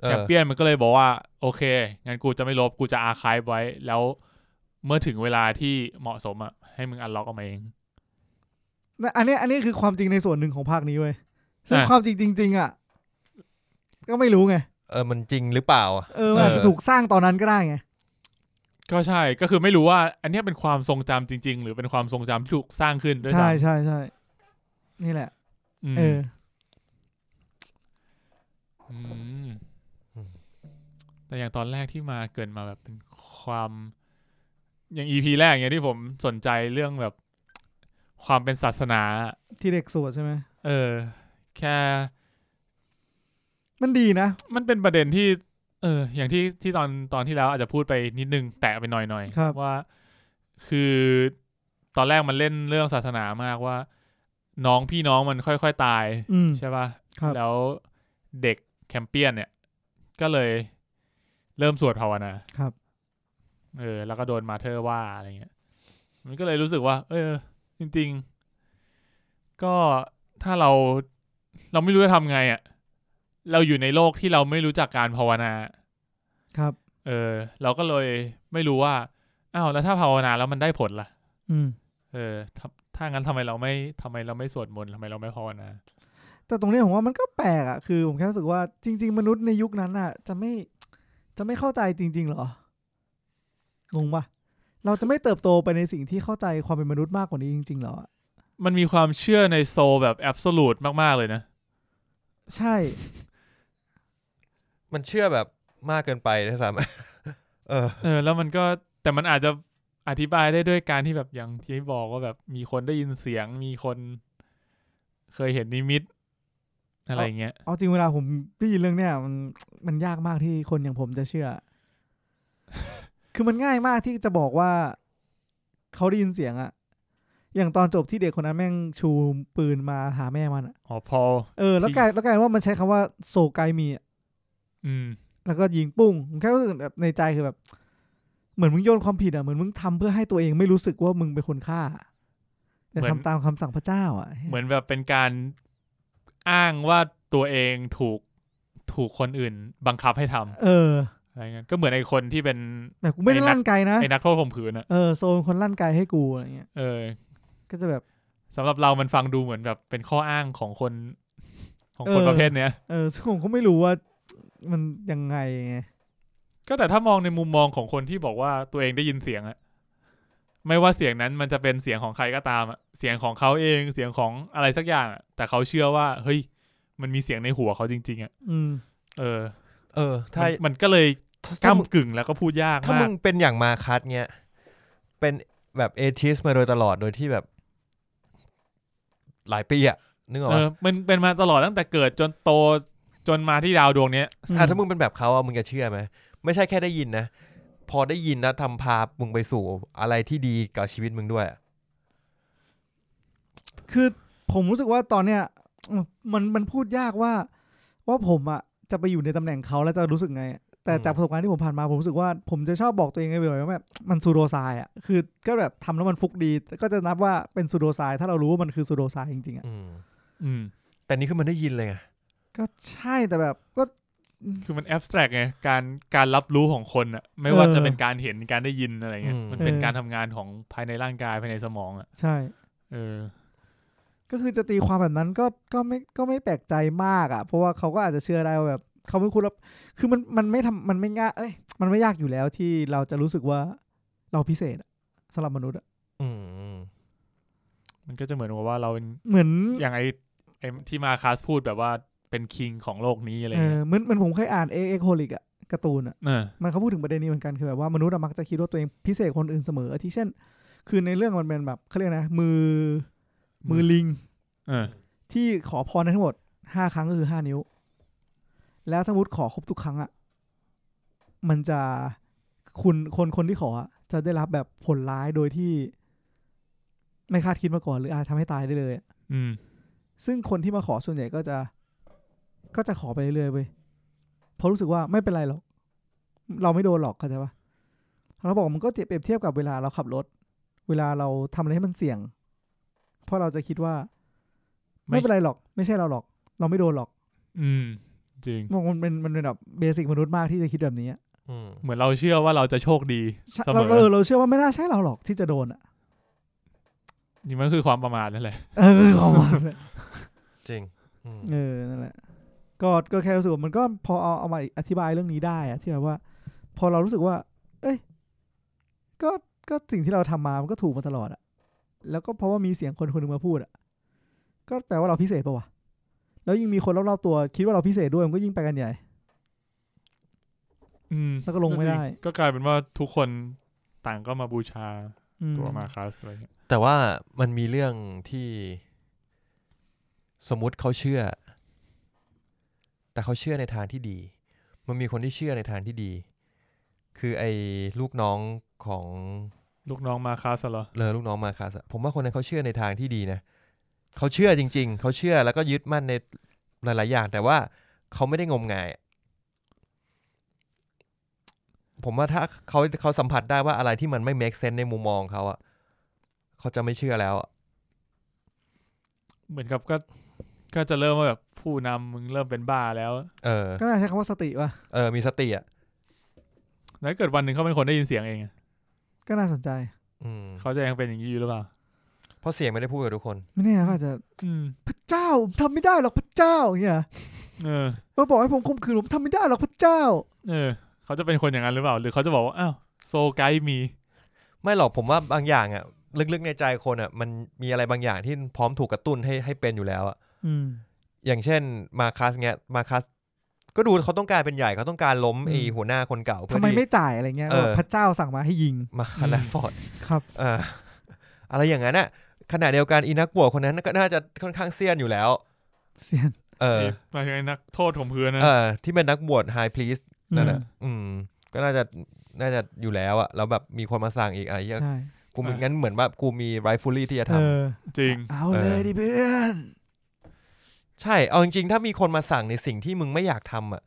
B: เอ
A: แคม
B: อ
A: เปี้ยนมันก็เลยบอกว่า โอเคงั้นกูจะไม่ลบกูจะอาคายไว้ แล้วเมื่อถึงเวลาที่เหมาะสมอ่ะให้มึงอันล็อกเอามาเอง
C: นะอันเนี้ยอันนี้คือความจริงในส่วนหนึ่งของภาคนี้เว้ยซึ่ง
A: อ่ะ
C: ความจริงจริง ๆ อ่ะ ก็ไม่รู้ไง
B: เออมันจริงหรือเปล่าอะ
C: เออมันอาจจะ
B: เออ
C: ถูกสร้างตอนนั้นก็ได้ไง
A: ก็ใช่ก็คือไม่รู้ว่า อันเนี้ยเป็นความทรงจำจริง ๆ หรือเป็นความทรงจำที่ถูกสร้างขึ้นด้วย
C: ใช่
A: ซ้ำ
C: ใช่ใช่นี่แหละ
A: อืม
C: เออ
A: มแต่อย่างตอนแรกที่มาเกินมาแบบเป็นความอย่างอีพีแรกอย่างเงี้ยที่ผมสนใจเรื่องแบบความเป็นศาสนา
C: ที่เด็กสวดใช่ไหม
A: เออ แค่
C: มันดีนะ
A: มันเป็นประเด็นที่ เออ อย่างที่ที่ตอนตอนที่แล้วอาจจะพูดไปนิดนึง แตะไปหน่อยหน่อยๆ
C: ครับ
A: ว่า คือตอนแรกมันเล่นเรื่องศาสนามากว่า น้องพี่น้องมันค่อยๆตาย
C: อืม
A: ใช่ป่ะ
C: ครับ
A: แล้วเด็กแคมเปี้ยนเนี่ย ก็เลยเริ่มสวดภาวนา
C: ครับ
A: เออ แล้วก็โดนมาเธอว่าอะไรเงี้ย มันก็เลยรู้สึกว่า เออ จริง ๆ ก็ถ้าเราเราไม่รู้จะทำไงอะ่ะ เราอยู่ในโลกที่เราไม่รู้จักการภาวนา
C: ครับ
A: เออ เราก็เลยไม่รู้ว่า อ้าว แล้วถ้าภาวนาแล้วมันได้ผลล่ะ
C: อืม
A: เออถ้าถ้างั้นทำไมเราไม่ทำไมเราไม่สวดมนต์ทำไมเราไม่ภาวนา
C: แต่ตรงเนี้ยผมว่ามันก็แปลกอ่ะ คือผมแค่รู้สึกว่าจริง ๆ มนุษย์ในยุคนั้นอ่ะ จะไม่จะไม่เข้าใจจริง ๆ หรอ งงปะเราจะไม่เติบโตไปในสิ่งที่เข้าใจความเป็นมนุษย์มากกว่านี้จริง ๆ หรอ
A: มันมีความเชื่อในโซลแบบแอบสูตมาก ๆ เลยนะ
C: ใช่
B: มันเชื่อแบบมากเกินไปนะสาม *laughs* เออ
A: เออ แล้วมันก็แต่มันอาจจะอธิบายได้ด้วยการที่แบบอย่างที่บอกว่าแบบมีคนได้ยินเสียงมีคน เคยเห็นนิมิต อะไรอย่างเงี้ย
C: เอาจริงเวลาผมได้ยินเรื่องเนี้ยมันมันยากมากที่คนอย่างผมจะเชื่อ คือมันง่ายมากที่จะบอกว่าเขาได้ยินเสียงอะอย่างตอนจบที่เด็กคนนั้นแม่งชูปืนมาหาแม่มันอะ
A: อ๋อพอ
C: เออแล้ว
A: ที่
C: กลายแล้วกลายเป็นว่ามันใช้คำว่าโซไกมีอะ
A: อืม
C: แล้วก็ยิงปุ้งผมแค่รู้สึกแบบในใจคือแบบ เหมือนมึงโยนความผิดอะเหมือนมึงทำเพื่อให้ตัวเองไม่รู้สึกว่ามึงเป็นคนฆ่าแต่
A: เหมือน
C: ทำตามคำสั่งพระเจ้าอะ
A: เหมือนแบบเป็นการอ้างว่าตัวเองถูกถูกคนอื่น บังคับให้ทำ
C: เออ
A: อะไรเงี้ยก็เหมือนไอ้คนที่เป็น
C: แบบกูไม่ได้
A: ไอ้นัก
C: ลั่นไกลนะ
A: ไอ้นักโทษข่มขืนอะ
C: เออโซนคนลั่นไกลให้กูอะไรเงี้ย
A: เออ
C: ก็จะแบบ
A: สำหรับเรามันฟังดูเหมือนแบบเป็นข้ออ้างของคน ของคน
C: เออ
A: ประเภทเนี้ย
C: เออ *laughs* ซึ่งผมก็ไม่รู้ว่ามันยังไงไง
A: ก็แต่ถ้ามองในมุมมองของคนที่บอกว่าตัวเองได้ยินเสียงอะไม่ว่าเสียงนั้นมันจะเป็นเสียงของใครก็ตามอะเสียงของเขาเองเสียงของอะไรสักอย่างอะแต่เขาเชื่อว่า เฮ้ย มันมีเสียงในหัวเขาจริง ๆอะ
C: อืม
A: เออ
B: เออ ถ้า
A: มันมันก็เลย
B: ถ้าถ้า
A: ก้าม
B: มึง
A: กึ่งแล้วก็พูดยา
B: ถ้าม
A: กาม ก
B: งเป็นอย่างมาคัสเนี้ย เป็นแบบเอทิสมาโดยตลอดโดยที่แบบ หลายปีอะนึกออก
A: เออ
B: ปะ
A: มันเป็นมาตลอดตั้งแต่เกิดจนโตจนมาที่ดาวดวงเนี้ย
B: อ่ะถ้ามึงเป็นแบบเขาอ่ะมึงจะเชื่อไหมไม่ใช่แค่ได้ยินนะ พอได้ยินนะทำพามึงไปสู่อะไรที่ดีกับชีวิตมึงด้วยอ่ะ
C: คือผมรู้สึกว่าตอนเนี้ยมันมันพูดยากว่า ว่าผมอ่ะจะไปอยู่ในตำแหน่งเขาแล้วจะรู้สึกไง แต่จากประสบการณ์ที่ผมผ่านมาผมรู้สึกว่า ผมจะชอบบอกตัวเองไงบ่อยๆว่าแบบมันซูโดไซายอ่ะคือก็แบบทำแล้วมันฟุกดี ก็จะนับว่าเป็นซูโดไซายถ้าเรารู้ว่ามันคือซูโดไซายจริงๆอ่ะ
B: อืม
A: อืม
B: แต่นี่คือมันได้ยินเลยไง
C: ก็ใช่แต่แบบก็
A: คือมันแอบสแตรกไงการการรับรู้ของคนอะไม่ว่า
C: เออ
A: จะเป็นการเห็นการได้ยินอะไรเงี้ยมันเป็นการทำงานของภายในร่างกายภายในสมองอะ
C: ใช่
A: เออ
C: ก็คือจะตีความแบบนั้นก็ก็ไม่ก็ไม่แปลกใจมากอ่ะ เพราะว่าเขาก็อาจจะเชื่อได้ว่าแบบเขาเป็นคุณรับคือมันมันไม่ทำมันไม่ง่ายเอ้ยมันไม่ยากอยู่แล้วที่เราจะรู้สึกว่าเราพิเศษอะสำหรับมนุษย์อะ
B: อืม
A: มันก็จะเหมือนกับว่าเราเป็น
C: เหมือน
A: อย่างไอไอที่มาคาสพูดแบบว่าเป็นคิงของโลกนี้อะไร
C: เออ
A: เงี้ย
C: เหมือนเหมือนผมเคยอ่านเอ็กโคลิกอ่ะการ์ตูนอ่ะ
A: เออ
C: มันเขาพูดถึงประเด็นนี้เหมือนกันคือแบบว่ามนุษย์อะมักจะคิดว่าตัวเองพิเศษคนอื่นเสมออาที่เช่น คือในเรื่องมันเป็นแบบเขาเรียกนะมือมือลิง
A: เออ
C: ที่ขอพรได้ทั้งหมดห้าครั้งก็คือห้านิ้ว แล้วสมมติขอครบทุกครั้งอะ่ะ มันจะคุณคนคนที่ขออะจะได้รับแบบผลร้ายโดยที่ ไม่คาดคิดมาก่อน หรืออาจทำให้ตายได้เลยอะ
A: อืม
C: ซึ่งคนที่มาขอส่วนใหญ่ก็จะ ก็จะขอไปเรื่อยๆเว้ยเพราะรู้สึกว่าไม่เป็นไรหรอก เราไม่โดนหรอกเข้าใจปะเราบอกมันก็เปรียบเทียบกับเวลาเราขับรถ เวลาเราทำอะไรให้มันเสี่ยง เพราะเราจะคิดว่า
A: ไม่
C: ไม่เป็นไรหรอก ไม่ใช่เราหรอก เราไม่โดนหรอก
A: อืม จริง
C: มองมันเป็นมันเป็นแบบเบสิกมนุษย์มากที่จะคิดแบบนี้อะ
B: อืม
A: เหมือนเราเชื่อว่าเราจะโชคดี
C: ใช่
A: เสม
C: เรา
A: อ
C: เออเราเชื่อว่าไม่น่าใช่เราหรอกที่จะโดนอ่ะ
A: จริงมันคือความประมาทนั่นแหละ
C: เออ *laughs* ของมัน
B: จริงอืม
C: เออ นั่นแหละ ก็ ก็แค่รู้สึกว่ามันก็พอเอาเอามาอธิบายเรื่องนี้ได้อะที่แบบว่า พอเรารู้สึกว่า เอ้ย ก็ ก็สิ่งที่เราทำมา มันก็ถูกมาตลอดอะแล้วก็เพราะว่ามีเสียงคนคนหนึงมาพูดอะก็แปลว่าเราพิเศษปะวะ แล้วยิ่งมีคนรอบๆตัวคิดว่าเราพิเศษด้วย มันก็ยิ่งไปกันใหญ่
A: อืม
C: แล้วก็ลงไม่ได้
A: จริก็กลายเป็นว่าทุกคนต่างก็มาบูชา
C: อืม
A: ตัวมาคัสอะไรเงี้ย
B: แต่ว่ามันมีเรื่องที่ สมมติเขาเชื่อ แต่เขาเชื่อในทางที่ดี มันมีคนที่เชื่อในทางที่ดี คือไอ้ลูกน้องของ
A: ลูกน้องมาคัสเหรอ
B: เลอลูกน้องมาคาสอะผมว่าคนนั้นเขาเชื่อในทางที่ดีนะเขาเชื่อจริง ๆเขาเชื่อแล้วก็ยึดมั่นในหลาย ๆ อย่าง แต่ว่าเขาไม่ได้งมงายอะผมว่าถ้าเขาเขาสัมผัสได้ว่าอะไรที่มันไม่ make sense ในมุมมองเขาอะเขาจะไม่เชื่อแล้วอะ
A: เหมือนกับก็ ก็จะเริ่มว่าแบบผู้นำมึงเริ่มเป็นบ้าแล้ว
B: เออ
C: ก็น่าใช้คำว่าสติปะ
B: เออ มีสติอ่ะ
A: แล้วถ้าเกิดวันหนึ่งเขาเป็นคนได้ยินเสียงเองอะ
C: ก็น่าสนใจ
B: อืม
A: เขาจะยังเป็นอย่างนี้อยู่หรือเปล่า
B: เพราะเสียงไม่ได้พูดกับทุกคน
C: ไม่แน่นะก็อาจจะ
A: อืม
C: พระเจ้าผมทำไม่ได้หรอกพระเจ้าอย่างเงี้ย
A: เออ
C: มาบอกให้ผมข่มขืนผมทำไม่ได้หรอกพระเจ้า
A: เออ เขาจะเป็นคนอย่างนั้นหรือเปล่า หรือเขาจะบอกว่า อ้าว โซไกด์มี
B: ไม่หรอกผมว่าบางอย่างอ่ะ ลึกๆในใจคนอ่ะ มันมีอะไรบางอย่างที่พร้อมถูกกระตุ้นให้ให้เป็นอยู่แล้วอ่ะ
C: อืม
B: อย่างเช่นมาคัสเงี้ย มาคัส ก็ดูเขาต้องการเป็นใหญ่เขาต้องการล้ม
C: อืม
B: ไอหัวหน้าคนเก่าเพื่
C: ทำ
B: อ
C: ไม
B: ที่
C: ไม่จ่ายอะไรเงี้ย
B: เออ
C: พระเจ้าสั่งมาให้ยิง
B: มาคัสแรดฟอร์ด
C: ครับ
B: เออ อะไรอย่างนั้นอ่ะขณะเดียวกันอีนักบวชคนนั้นก็น่าจะค่อนข้างเซียนอยู่แล้ว
C: เสียน
B: เออ
A: หมายถึงไอ้นักโทษของเพื่อนนะ
B: เออ ที่เป็นนักบวชไฮพลีสนั่นแหละ
A: อืม
B: อืม ก็น่าจะน่าจะอยู่แล้วอ่ะแล้วแบบมีคนมาสั่งอีกอ่ะเหี้ย
C: ใช่
B: กูมี
A: อ่ะ
B: งั้นเหมือนว่ากูมีไรฟูลี่ที่จะท
C: เออ
A: จริง
C: เอา
B: เออ
C: เลยดิเพื่อน
B: ำใช่ เอาจริงๆ ถ้ามีคนมาสั่งในสิ่งที่มึงไม่อยากทำอ่ะ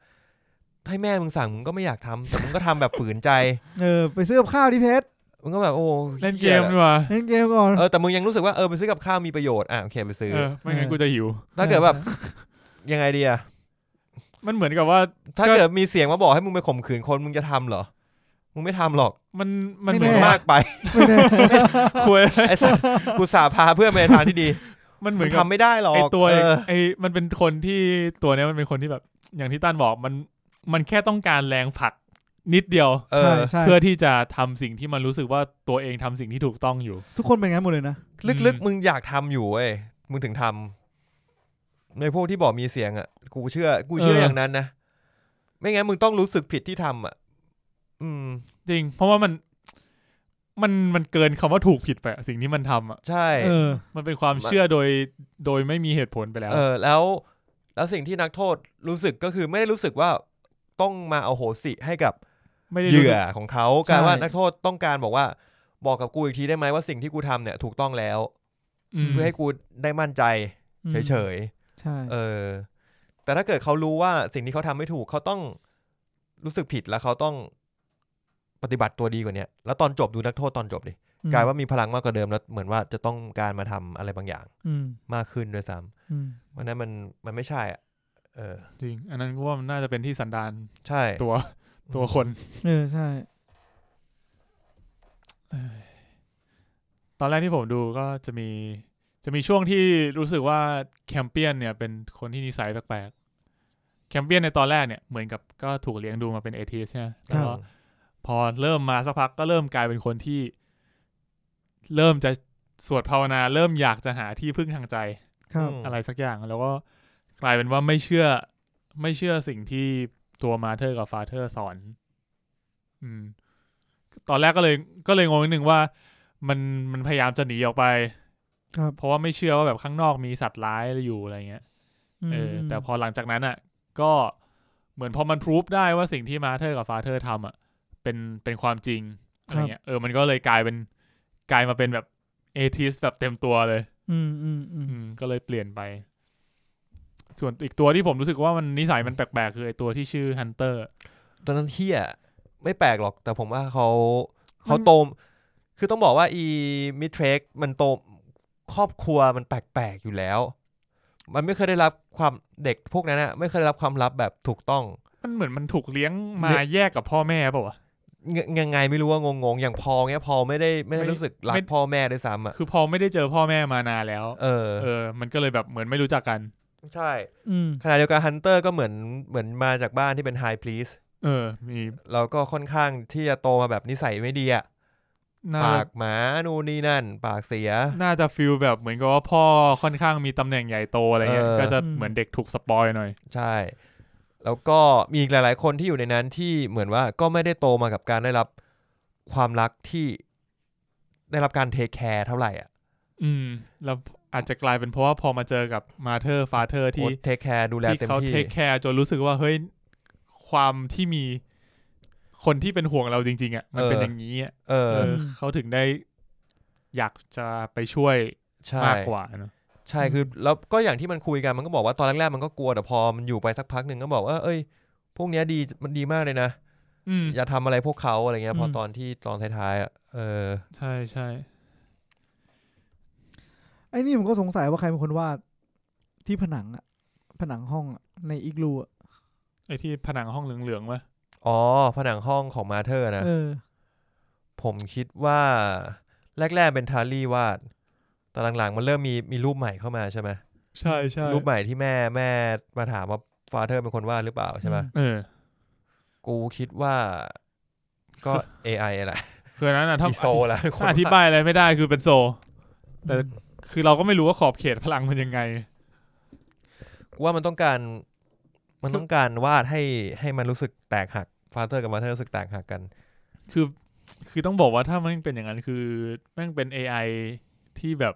B: ให้แม่มึงสั่งมึงก็ไม่อยากทำแต่มึงก็ทำแบบฝืนใจ *laughs*
C: เออไปซื้อกับข้าวดิเพชร
B: มึงก็แบบโอ้
A: เล่นเก
B: หี้ย
A: มดีกว่า
C: เล่นเกมก่อน
B: เออแต่มึงยังรู้สึกว่าเออไปซื้อกับข้าวมีประโยชน์อ่ะโอเคไปซื้อ
A: เออ ไม่งั้นกูจะหิว
B: ถ้าเกิดแบบ ยังไงดีอ่ะ
A: มันเหมือนกับว่า
B: ถ้า
A: ก็
B: เกิดมีเสียงมาบอกให้มึงไปข่มขืนคนมึงจะทำเหรอ มึงไม่ทำหรอก
A: มัน มันเห
B: มึ
A: มือนกับว่าม
B: งากไป *laughs*
C: ไม่แน่
A: คุย
B: ไอ้สัสกูสาพาเพื่อนไปในทางที่ดี
A: มันเหมื
B: มึ
A: อง นกับ
B: ทำไม่ได้หรอก
A: ไอตัว
B: เออ
A: ไอมันเป็นคนที่ตัวเนี้ยมันเป็นคนที่แบบ อย่างที่ต้านบอกมัน มันแค่ต้องการแรงผลักนิดเดียว
B: เอ
C: ใช่
B: อ
C: ใช่
A: เพื่อที่จะทำสิ่งที่มันรู้สึกว่าตัวเองทำสิ่งที่ถูกต้องอยู่
C: ทุกคนเป็นงั้นหมดเลยนะ
B: ลึกๆ มึงอยากทำอยู่เว้ย มึงถึงทำในพวกที่บอกมีเสียงอ่ะ กูเชื่อ กูเชื่อ
A: เออ
B: อ
A: อ
B: ย่างนั้นนะ ไม่งั้นมึงต้องรู้สึกผิดที่ทำอ่ะ อืม
A: จริง เพราะว่ามัน มัน มันเกินคำว่าถูกผิดไปอะสิ่งที่มันทำอ่ะ
B: ใช่
C: เออ
A: มันเป็นความเชื่อโดย โดยไม่มีเหตุผลไปแล้ว
B: เออ แล้ว แล้วสิ่งที่นักโทษรู้สึกก็คือไม่ได้รู้สึกว่าต้องมาเอาโหสิให้กับ
A: ไม่ได้
B: เห
A: รู้
B: ยื่
A: สึ
B: อก ของเขา
C: ใช่
B: กลารว่านักโทษต้องการบอกว่า บอกกับกูอีกทีได้ไหมว่าสิ่งที่กูทำเนี่ย ถูกต้องแล้ว
A: ม
B: เพื่อให้กูได้มั่นใจ
C: อืม
B: เฉยๆ
C: ใช่
B: เออ แต่ถ้าเกิดเขารู้ว่าสิ่งที่เขาทำไม่ถูกเขาต้องรู้สึกผิดแล้วเขาต้องปฏิบัติตัวดีกว่าเนี้ยแล้วตอนจบดูนักโทษตอนจบดิกลายว่ามีพลังมากกว่าเดิมแล้วเหมือนว่าจะต้องการมาทำอะไรบางอย่าง
C: อืม
B: มากขึ้นด้วยซ้
C: อืม
B: ำวันนั้นมันมันไม่ใช่อ่ะเออ
A: จริง อันนั้นก็ว่ามันน่าจะเป็นที่สันดาน
B: ใช่
A: ตัวตัวคน
C: เออ ใช่
A: ตอนแรกที่ผมดูก็จะมี จะมีช่วงที่รู้สึกว่าแคมเปี้ยนเนี่ยเป็นคนที่นิสัยแปลกๆ แคมเปี้ยนในตอนแรกเนี่ยเหมือนกับก็ถูกเลี้ยงดูมาเป็นเอทีใช่ไหม
B: เอ
A: แล้ว
B: อ
A: ก็พอเริ่มมาสักพักก็เริ่มกลายเป็นคนที่ เริ่มจะสวดภาวนา เริ่มอยากจะหาที่พึ่งทางใจ
C: ครับ
B: ม
A: อะไรสักอย่างแล้วก็กลายเป็นว่าไม่เชื่อ ไม่เชื่อสิ่งที่ตัวมาเธอร์กับฟาเธอร์สอน อืม ตอนแรกก็เลยก็เลยงงนิดนึงว่า มันมันพยายามจะหนีออกไป
C: ครับ
A: เพราะว่าไม่เชื่อว่าแบบข้างนอกมีสัตว์ร้ายอยู่อะไรเงี้ยเอออ
C: ม
A: แต่พอหลังจากนั้นอ่ะ ก็เหมือนพอมันพรูฟได้ว่าสิ่งที่มาเธอร์กับฟาเธอร์ทำอ่ะเป็นเป็นความจริงอะไรเงี้ยเออมันก็เลยกลายเป็นกลายมาเป็นแบบเอทิสแบบเต็มตัวเลย
C: อืมอืมอืม
A: อืมก็เลยเปลี่ยนไป ส่วนอีกตัวที่ผมรู้สึกว่ามันนิสัยมันแปลกๆ คือไอตัวที่ชื่อฮันเตอร์
B: ตอนนั้นเที่ยไม่แปลกหรอก แต่ผมว่าเขา
A: มัน
B: เขาโตม คือต้องบอกว่าอีมิเทรกมันโตมครอบครัวมันแปลกๆอยู่แล้ว มันไม่เคยได้รับความเด็กพวกนั้นอะไม่เคยได้รับความลับแบบถูกต้อง
A: มันเหมือนมันถูกเลี้ยงมาแยกกับพ่อแม่เปล่าวะ
B: ไงยังไงไม่รู้ว่างงๆ อย่างพอเงี้ยพอไม่ได้ไม่ได้
A: ไม่
B: รู้สึกรัก
A: ไม่
B: พ่อแม่ด้วยซ้ำอ่ะ
A: คือพอไม่ได้เจอพ่อแม่มานานแล้ว
B: เออ
A: เออ มันก็เลยแบบเหมือนไม่รู้จักกัน
B: ใช่
C: อืม
B: ขณะเดียวกันฮันเตอร์ก็เหมือนเหมือนมาจากบ้านที่เป็นไฮพลีส
A: เออ มี
B: แล้วก็ค่อนข้างที่จะโตมาแบบนิสัยไม่ดีอ่ะ
A: น่า
B: ปากหมานู่นนี่นั่น ปากเสีย
A: น่าจะฟิลแบบเหมือนกับว่าพ่อค่อนข้างมีตำแหน่งใหญ่โตอะไรเงี้ย
B: เออ
A: ก็จะ
C: อืม
A: เหมือนเด็กถูกสปอยหน่อย
B: ใช่ แล้วก็มีอีกหลาย ๆ คนที่อยู่ในนั้นที่เหมือนว่าก็ไม่ได้โตมากับการได้รับความรักที่ได้รับการเทคแคร์เท่าไหร่อ่ะ
A: อืม แล้วอาจจะกลายเป็นเพราะว่าพอมาเจอกับมาเธอร์ฟาเธอร์ที่
B: เทคแคร์ดูแล
A: ที่
B: เต็ม
A: เขา
B: ที่
A: เทคแคร์จนรู้สึกว่าเฮ้ยความที่มีคนที่เป็นห่วงเราจริง ๆอ่ะมันเป็นอ
B: เอออ
A: ย่างนี้อ่ะ
B: เออ
A: เออ เขาถึงได้อยากจะไปช่วย
B: ใช่
A: มากกว่าเนอะ
B: ใช่คือแล้วก็อย่างที่มันคุยกันมันก็บอกว่าตอนแรกๆมันก็กลัวแต่พอมันอยู่ไปสักพักหนึ่งก็บอกว่าเอ้ย พวกเนี้ยดีมันดีมากเลยนะ
A: อืม
B: อย่าทำอะไรพวกเขาอะไรเงี้ยพออ
A: ม
B: ตอนที่ตอนท้ายๆอ่ะเออ
A: ใช่ใช่
C: ไอ้นี่ผมก็สงสัยว่าใครเป็นคนวาดที่ผนังอะผนังห้องอะในอีกลูอะ
A: ไอ้ที่ผนังห้องเหลืองๆวะ
B: อ๋อผนังห้องของมาเธอร์นะ
C: เออ
B: ผมคิดว่าแรกๆเป็นทารี่วาดแต่หลังๆมันเริ่มมีมีรูปใหม่เข้ามาใช่ไหม
A: ใช่ใช่
B: รูปใหม่ที่แม่แม่มาถามว่าฟาเธอร์เป็นคนวาดหรือเปล่าใช่ไหม
C: อืม
A: เออ
B: กูคิดว่าก็ AI
A: *laughs*
B: แหละ
A: คืออันนั้นอ่ะถ้า
B: อีโซแหละคน
A: *laughs* อธิบายอะไรไม่ได้คือเป็นโซ แต่ คือเราก็ไม่รู้ว่าขอบเขตพลังมันยังไง
B: กูว่ามันต้องการ มันต้องการวาดให้ให้มันรู้สึกแตกหักฟาเธอร์กับมาเธอร์รู้สึกแตกหักกัน
A: คือ คือต้องบอกว่าถ้ามันเป็นอย่างนั้นคือแม่งเป็น AI ที่แบบ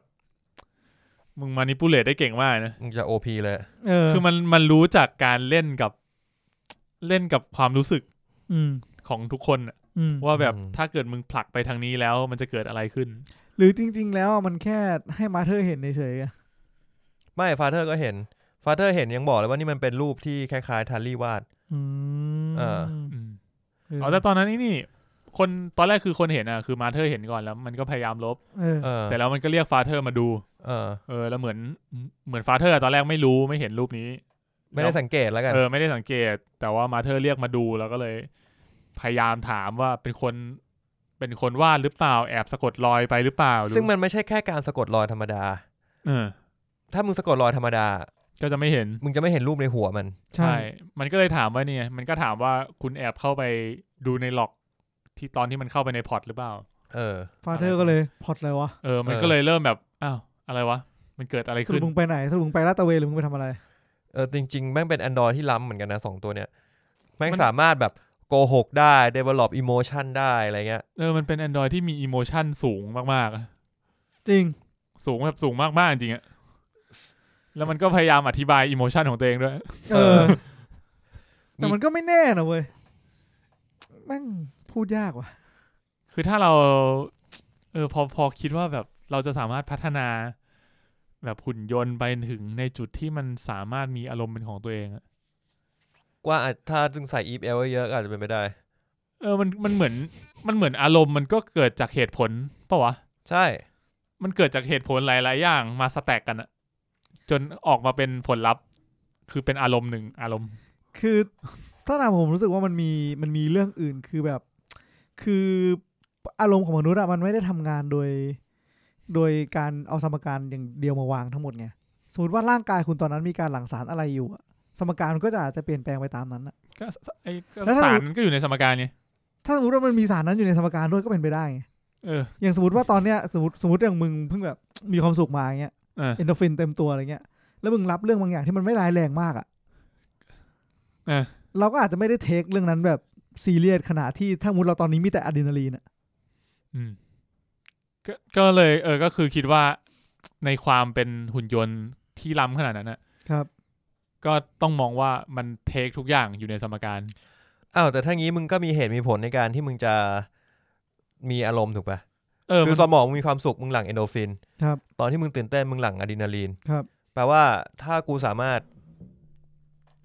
A: มึงมานิปูเลตได้เก่งมากนะ
B: มึงจะ OP เลย
C: เออ
A: คือมันมันรู้จากการเล่นกับ เล่นกับความรู้สึก
C: อืม
A: ของทุกคนน่ะ
C: อืม
A: ว่าแบบถ้าเกิดมึงผลักไปทางนี้แล้วมันจะเกิดอะไรขึ้น
C: หรือจริง ๆ แล้วมันแค่ให้มาเธอเห็นเฉยๆอะ
B: ไม่ฟาเธอร์ก็เห็นฟาเธอร์เห็นยังบอกเลยว่านี่มันเป็นรูปที่คล้ายๆทารี่วาด
C: อืม
B: เออ
A: อืม อ๋อแต่ตอนนั้นนี่นี่ คนตอนแรกคือคนเห็นอ่ะคือมาเธอร์เห็นก่อนแล้วมันก็พยายามลบ
C: เออ
B: เออ
A: เสร็จแล้วมันก็เรียกฟาเธอร์มาดู
B: เออ
A: เออ แล้วเหมือนเหมือนฟาเธอร์ตอนแรกไม่รู้ไม่เห็นรูปนี้
B: ไม่ได้สังเกตแล้วกัน
A: เออไม่ได้สังเกต แต่ว่ามาเธอร์เรียกมาดูแล้วก็เลย พยายามถามว่าเป็นคนเป็นคนวาดหรือเปล่าแอบสะกดรอยไปหรือเปล่าหรือ
B: ซึ่งมันไม่ใช่แค่การสะกดรอยธรรมดา
A: เออ
B: ถ้ามึงสะกดรอยธรรมดา
A: ก็จะไม่เห็น
B: มึงจะไม่เห็นรูปในหัวมัน
C: ใช่
A: มันก็เลยถามว่าเนี่ย มันก็ถามว่าคุณแอบเข้าไปดูในล็อก ที่ตอนที่มันเข้าไปในพอร์ตหรือเปล่า
B: เออ
C: ฟาเธอร์ก็เลยพอดเลยวะ
A: เออ มัน
B: เออ
A: ก็เลยเริ่มแบบอ้าวอะไรวะมันเกิดอะไร
C: สรุ
A: ขึ้
C: ป
A: น
C: มึงไปไหนสรุปมึงไปลาดตระเวนหรือมึงไปทำอะไร
B: เออจริงๆ แม่งเป็นแอนดรอยที่ล้ำเหมือนกันนะสองตัวเนี้ย แม่ง
A: มัน
B: สามารถแบบโกหกได้ develop emotion ได้อะไรเงี้ย
A: เออ มันเป็น Android ที่มี emotion สูงมากๆอะ
C: จริง
A: สูงแบบสูงมากๆจริงอะแล้วมันก็พยายามอธิบาย emotion ของตัวเองด้วย
C: เอ
B: เอ
C: อ
B: อ
C: แต่มันก็ไม่แน่นะเว้ยแม่งพูดยากว่ะ
A: คือถ้าเรา เออ พอพอคิดว่าแบบเราจะสามารถพัฒนา แบบหุ่นยนต์ไปถึงในจุดที่มันสามารถมีอารมณ์เป็นของตัวเองอะ
B: ว่าอาจถ้าถึงใส่ if e l เยอะๆก็อาจจะเป็นไปได้
A: เออ มันมันเหมือนมันเหมือนอารมณ์มันก็เกิดจากเหตุผลปะวะ
B: ใช่
A: มันเกิดจากเหตุผลหลาย ๆ อย่างมาสแต็กกันอะจนออกมาเป็นผลลัพธ์ คือเป็นอารมณ์หนึ่งอารมณ์
C: คือถ้าถามผมรู้สึกว่ามันมีมันมีเรื่องอื่นคือแบบ คืออารมณ์ของมนุษย์อะมันไม่ได้ทำงานโดย โดยการเอาสมการอย่างเดียวมาวางทั้งหมดไงสมมติว่าร่างกายคุณตอนนั้นมีการหลั่งสารอะไรอยู่อะสมการมันก็จะอาจจะเปลี่ยนแปลงไปตามนั้นอะ
A: ก็สไอ้ก็
C: แล้วถ้า
A: สารมันก็อยู่ในสมการไง
C: ถ้าสมมติว่ามันมีสารนั้นอยู่ในสมการด้วยก็เป็นไปได้ไง
A: เออ
C: อย่างสมมติว่าตอนเนี้ยสมมติสมมติอย่างมึงเพิ่งแบบมีความสุขมาอย่างเงี้ย
A: เออ
C: เอนโดร *laughs* ฟินเต็มตัวอะไรเงี้ยแล้วมึงรับเรื่องบางอย่างที่มันไม่ร้ายแรงมากอะ
A: เออ
C: เราก็อาจจะไม่ได้เทคเรื่องนั้นแบบซีเรียสขนาดที่ถ้าสมมุติเราตอนนี้มีแต่อะดรีนาลีนอะ
A: อืมก็ก็เลยเออ ก็คือคิดว่าในความเป็นหุ่นยนต์ที่ล้ำขนาดนั้นนะครับ ก็ต้องมองว่ามันเทคทุกอย่างอยู่ในสมการ
B: อ้าวแต่ถ้างี้มึงก็มีเหตุมีผลในการที่มึงจะมีอารมณ์ถูกปะ
A: เออ
B: คือ
A: มัน
B: ตอนหมอกมึงมีความสุขมึงหลั่งเอนโดฟิน
C: ครับ
B: ตอนที่มึงตื่นเต้นมึงหลั่งอะดรีนาลีน
C: ครับ
B: แปลว่าถ้ากูสามารถ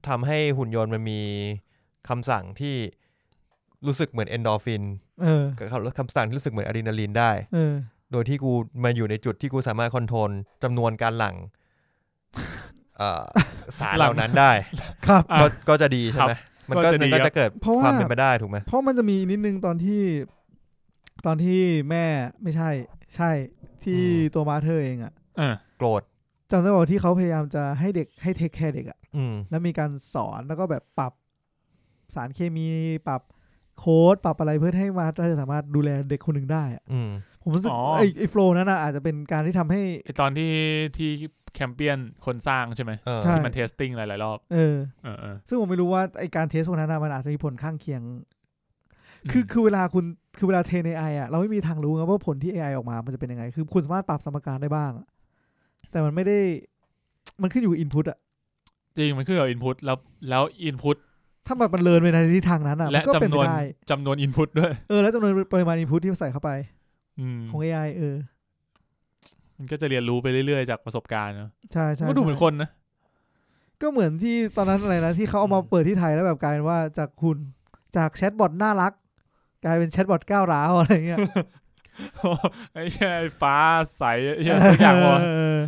B: ทำให้หุ่นยนต์มันมีคำสั่งที่รู้สึกเหมือนเอนโดฟิน
C: เออ
B: กับคำคำสั่งที่รู้สึกเหมือนอะดรีนาลีนได้
C: เออ
B: โดยที่กูมาอยู่ในจุดที่กูสามารถคอนโทรลจำนวนการหลั่ง เอ่อ สารเหล่านั้นได้
C: ครับ
A: อ่ะ
B: ก็ก็จะดีใช่ไหมมันก็
A: ก็จะดี
B: มั
A: ค
B: นก็
A: รับ
B: จะเกิด
C: เพราะว่า
B: ความเป็นไปได้ถูกไหม
C: เพราะมันจะมีนิดนึงตอนที่ ตอนที่แม่ไม่ใช่ ใช่ที่ตัวมาเธอเองอะ
A: อ่า
B: โกรธ
C: จำได้ว่าที่เขาพยายามจะให้เด็กให้เทคแคร์เด็กอะ
B: อืม
C: แล้วมีการสอนแล้วก็แบบปรับสารเคมีปรับโค้ดปรับอะไรเพื่อให้มาเธอสามารถดูแลเด็กคนหนึ่งได้อะ
B: อืม
C: ผมรู้สึกไอ้ไอ้โฟล์นั้นอะอาจจะเป็นการที่ทำให้
A: ไอตอนที่ที่แคมเปี้ยนคนสร้างใช่ไหม
B: เออ
C: ใช่
A: ที่มันเทสติ้งหลายๆรอบ
C: เออ
A: เออเออ
C: ซึ่งผมไม่รู้ว่าไอการเทสพวกนั้นอะมันอาจจะมีผลข้างเคียง
A: ม
C: คือคือเวลาคุณคือเวลาเทรน AI อ่ะเราไม่มีทางรู้ครับว่าผลที่ AI ออกมามันจะเป็นยังไง คือคุณสามารถปรับสมการได้บ้างอะแต่มันไม่ได้ มันขึ้นอยู่กับอินพุตอ่ะ
A: จริงมันขึ้นกับอินพุตแล้วแล้วอินพุต
C: ถ้าแบบมันเลินไปในทิศทางนั้นอ่ะมั
A: และ
C: นก็เป็น
A: จำน
C: ไป
A: วน
C: ได้
A: จำนวนอินพุตด้วย
C: เออแล้วจำนวนปริมาณอินพุตที่ใส่เข้าไป
A: อืม
C: ของ AI เออ
A: มันก็จะเรียนรู้ไปเรื่อยๆจากประสบการณ์เนอะ
C: ใช่ใช่
A: ก็ดูเหมือน
C: ใช่
A: คนนะ *laughs*
C: ก็เหมือนที่ตอนนั้นอะไรนะที่เขาเอามาเปิดที่ไทยแล้วแบบกลายเป็นว่าจากคุณจากแชทบอทน่ารัก กลายเป็นแชทบอทก้าวร้าวอะไรเงี้ย
A: ไอ้เหี้ยไอ้ฟ้าใสไอ้เหี้ยทุกอย่างวะ
C: เออ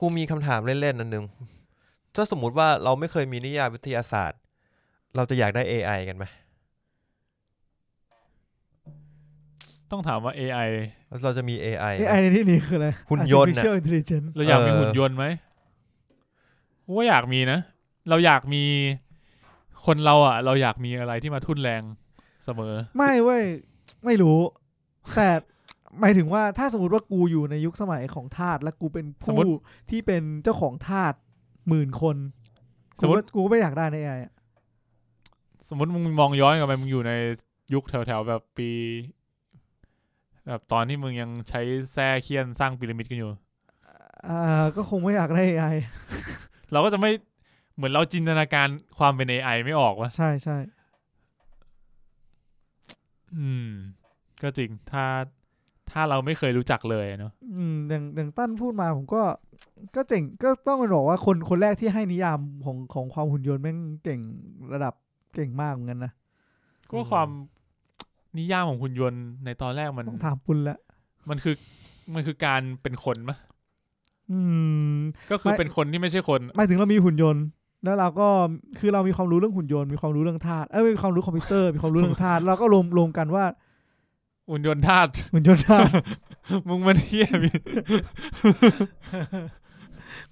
B: กูมีคำถามเล่นๆ นันนึงถ้าสมมุติว่าเราไม่เคยมีนิยายวิทยาศาสตร์ เราจะอยากได้ AI กันไหม
A: ต้องถามว่า AI
B: เราจะมี AI ไหม
C: AI ในที่นี้คืออะไร
B: หุ่นยนต์น่ะ
C: Artificial Intelligence
A: เราอยากมี
B: เออ
A: หุ่นยนต์ไหมกูว่าอยากมีนะ เราอยากมีคนเราอ่ะ เราอยากมีอะไรที่มาทุ่นแรงเสมอ
C: ไม่เว้ยไม่รู้ แต่หมายถึงว่าถ้าสมมติว่ากูอยู่ในยุคสมัยของทาสและกูเป็น
A: สม
C: ผู้
A: มุติ
C: ที่เป็นเจ้าของทาสหมื่นคน
A: สมมุติ
C: กูก็ไม่อยากได้ใน AI อะ
A: สมมติมึงมองย้อนกลับไปมึงอยู่ในยุคแถวๆแบบปี แบบตอนที่มึงยังใช้แส้เคียนสร้างพีระมิดกันอยู่
C: อ่าก็คงไม่อยากได้ AI
A: เราก็จะไม่เหมือนเราจินตนาการความเป็น AI ไม่ออกวะ
C: ใช่ใช่
A: อืม ก็จริงถ้าถ้าเราไม่เคยรู้จักเลยอะเนาะ
C: อืมอย่างอย่างตั้นพูดมาผมก็ ก็เจ๋งก็ต้องไปบอกว่าคนคนแรกที่ให้นิยามของของความหุ่นยนต์แม่งเก่งระดับเก่งมากเหมือนกันนะ
A: ก็ความนิยามของหุ่นยนต์ในตอนแรกมัน
C: ต้องถามปุณละ
A: มันคือมันคือการเป็นคนมะ
C: อืม
A: ก็คือ
C: ไม่
A: เป็นคนที่ไม่ใช่คน
C: หมายถึงเรามีหุ่นยนต์ แล้วเราก็คือเรามีความรู้เรื่องหุ่นยนต์มีความรู้เรื่องธาตุเอ้ยมีความรู้คอมพิวเตอร์ มีความรู้เรื่องธาตุเราก็รวมรวมกันว่า
A: หุ่นยน *laughs* ต์ธาตุ
C: *laughs* หุ่นยนต์ธาตุ
A: มึงมันเฮียมี
C: *laughs*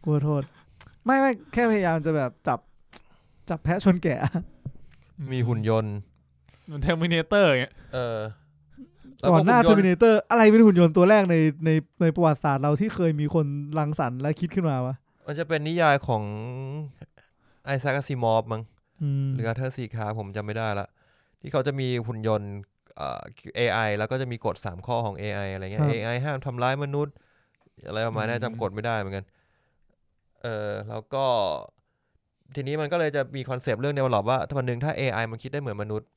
C: กลัวโทษ ไม่ไม่แค่พยายามจะแบบจับจับแพะชนแกะ
B: มีหุ่นยนต์
A: มันเทอร์มินเตอร์เงี้ย
B: เออ
C: ก่อนหน้าเท
B: แล้ว
C: อร์มินเตอร์อะไรเป็นหุ่นยนต์ตัวแรกในในในประวัติศาสตร์เราที่เคยมีคนรังสรรค์และคิดขึ้นมาวะ
B: มันจะเป็นนิยายของไอแซคอาซิมอฟมั้ง
C: อืม
B: หรืออาเธอร์ซีคาผมจำไม่ได้ละ ที่เขาจะมีหุ่นยนต์เอ่อ AI แล้วก็จะมีกฎ 3 ข้อของ AI อะไรเงี้ย AI ห้ามทำร้ายมนุษย์ อะไรประมาณนี้จำกฎไม่ได้เหมือนกัน เออแล้วก็ ทีนี้มันก็เลยจะมีคอนเซปต์เรื่องเดียวหรอว่าถ้าวันหนึ่งถ้า AI มันคิดได้เหมือนมนุษย์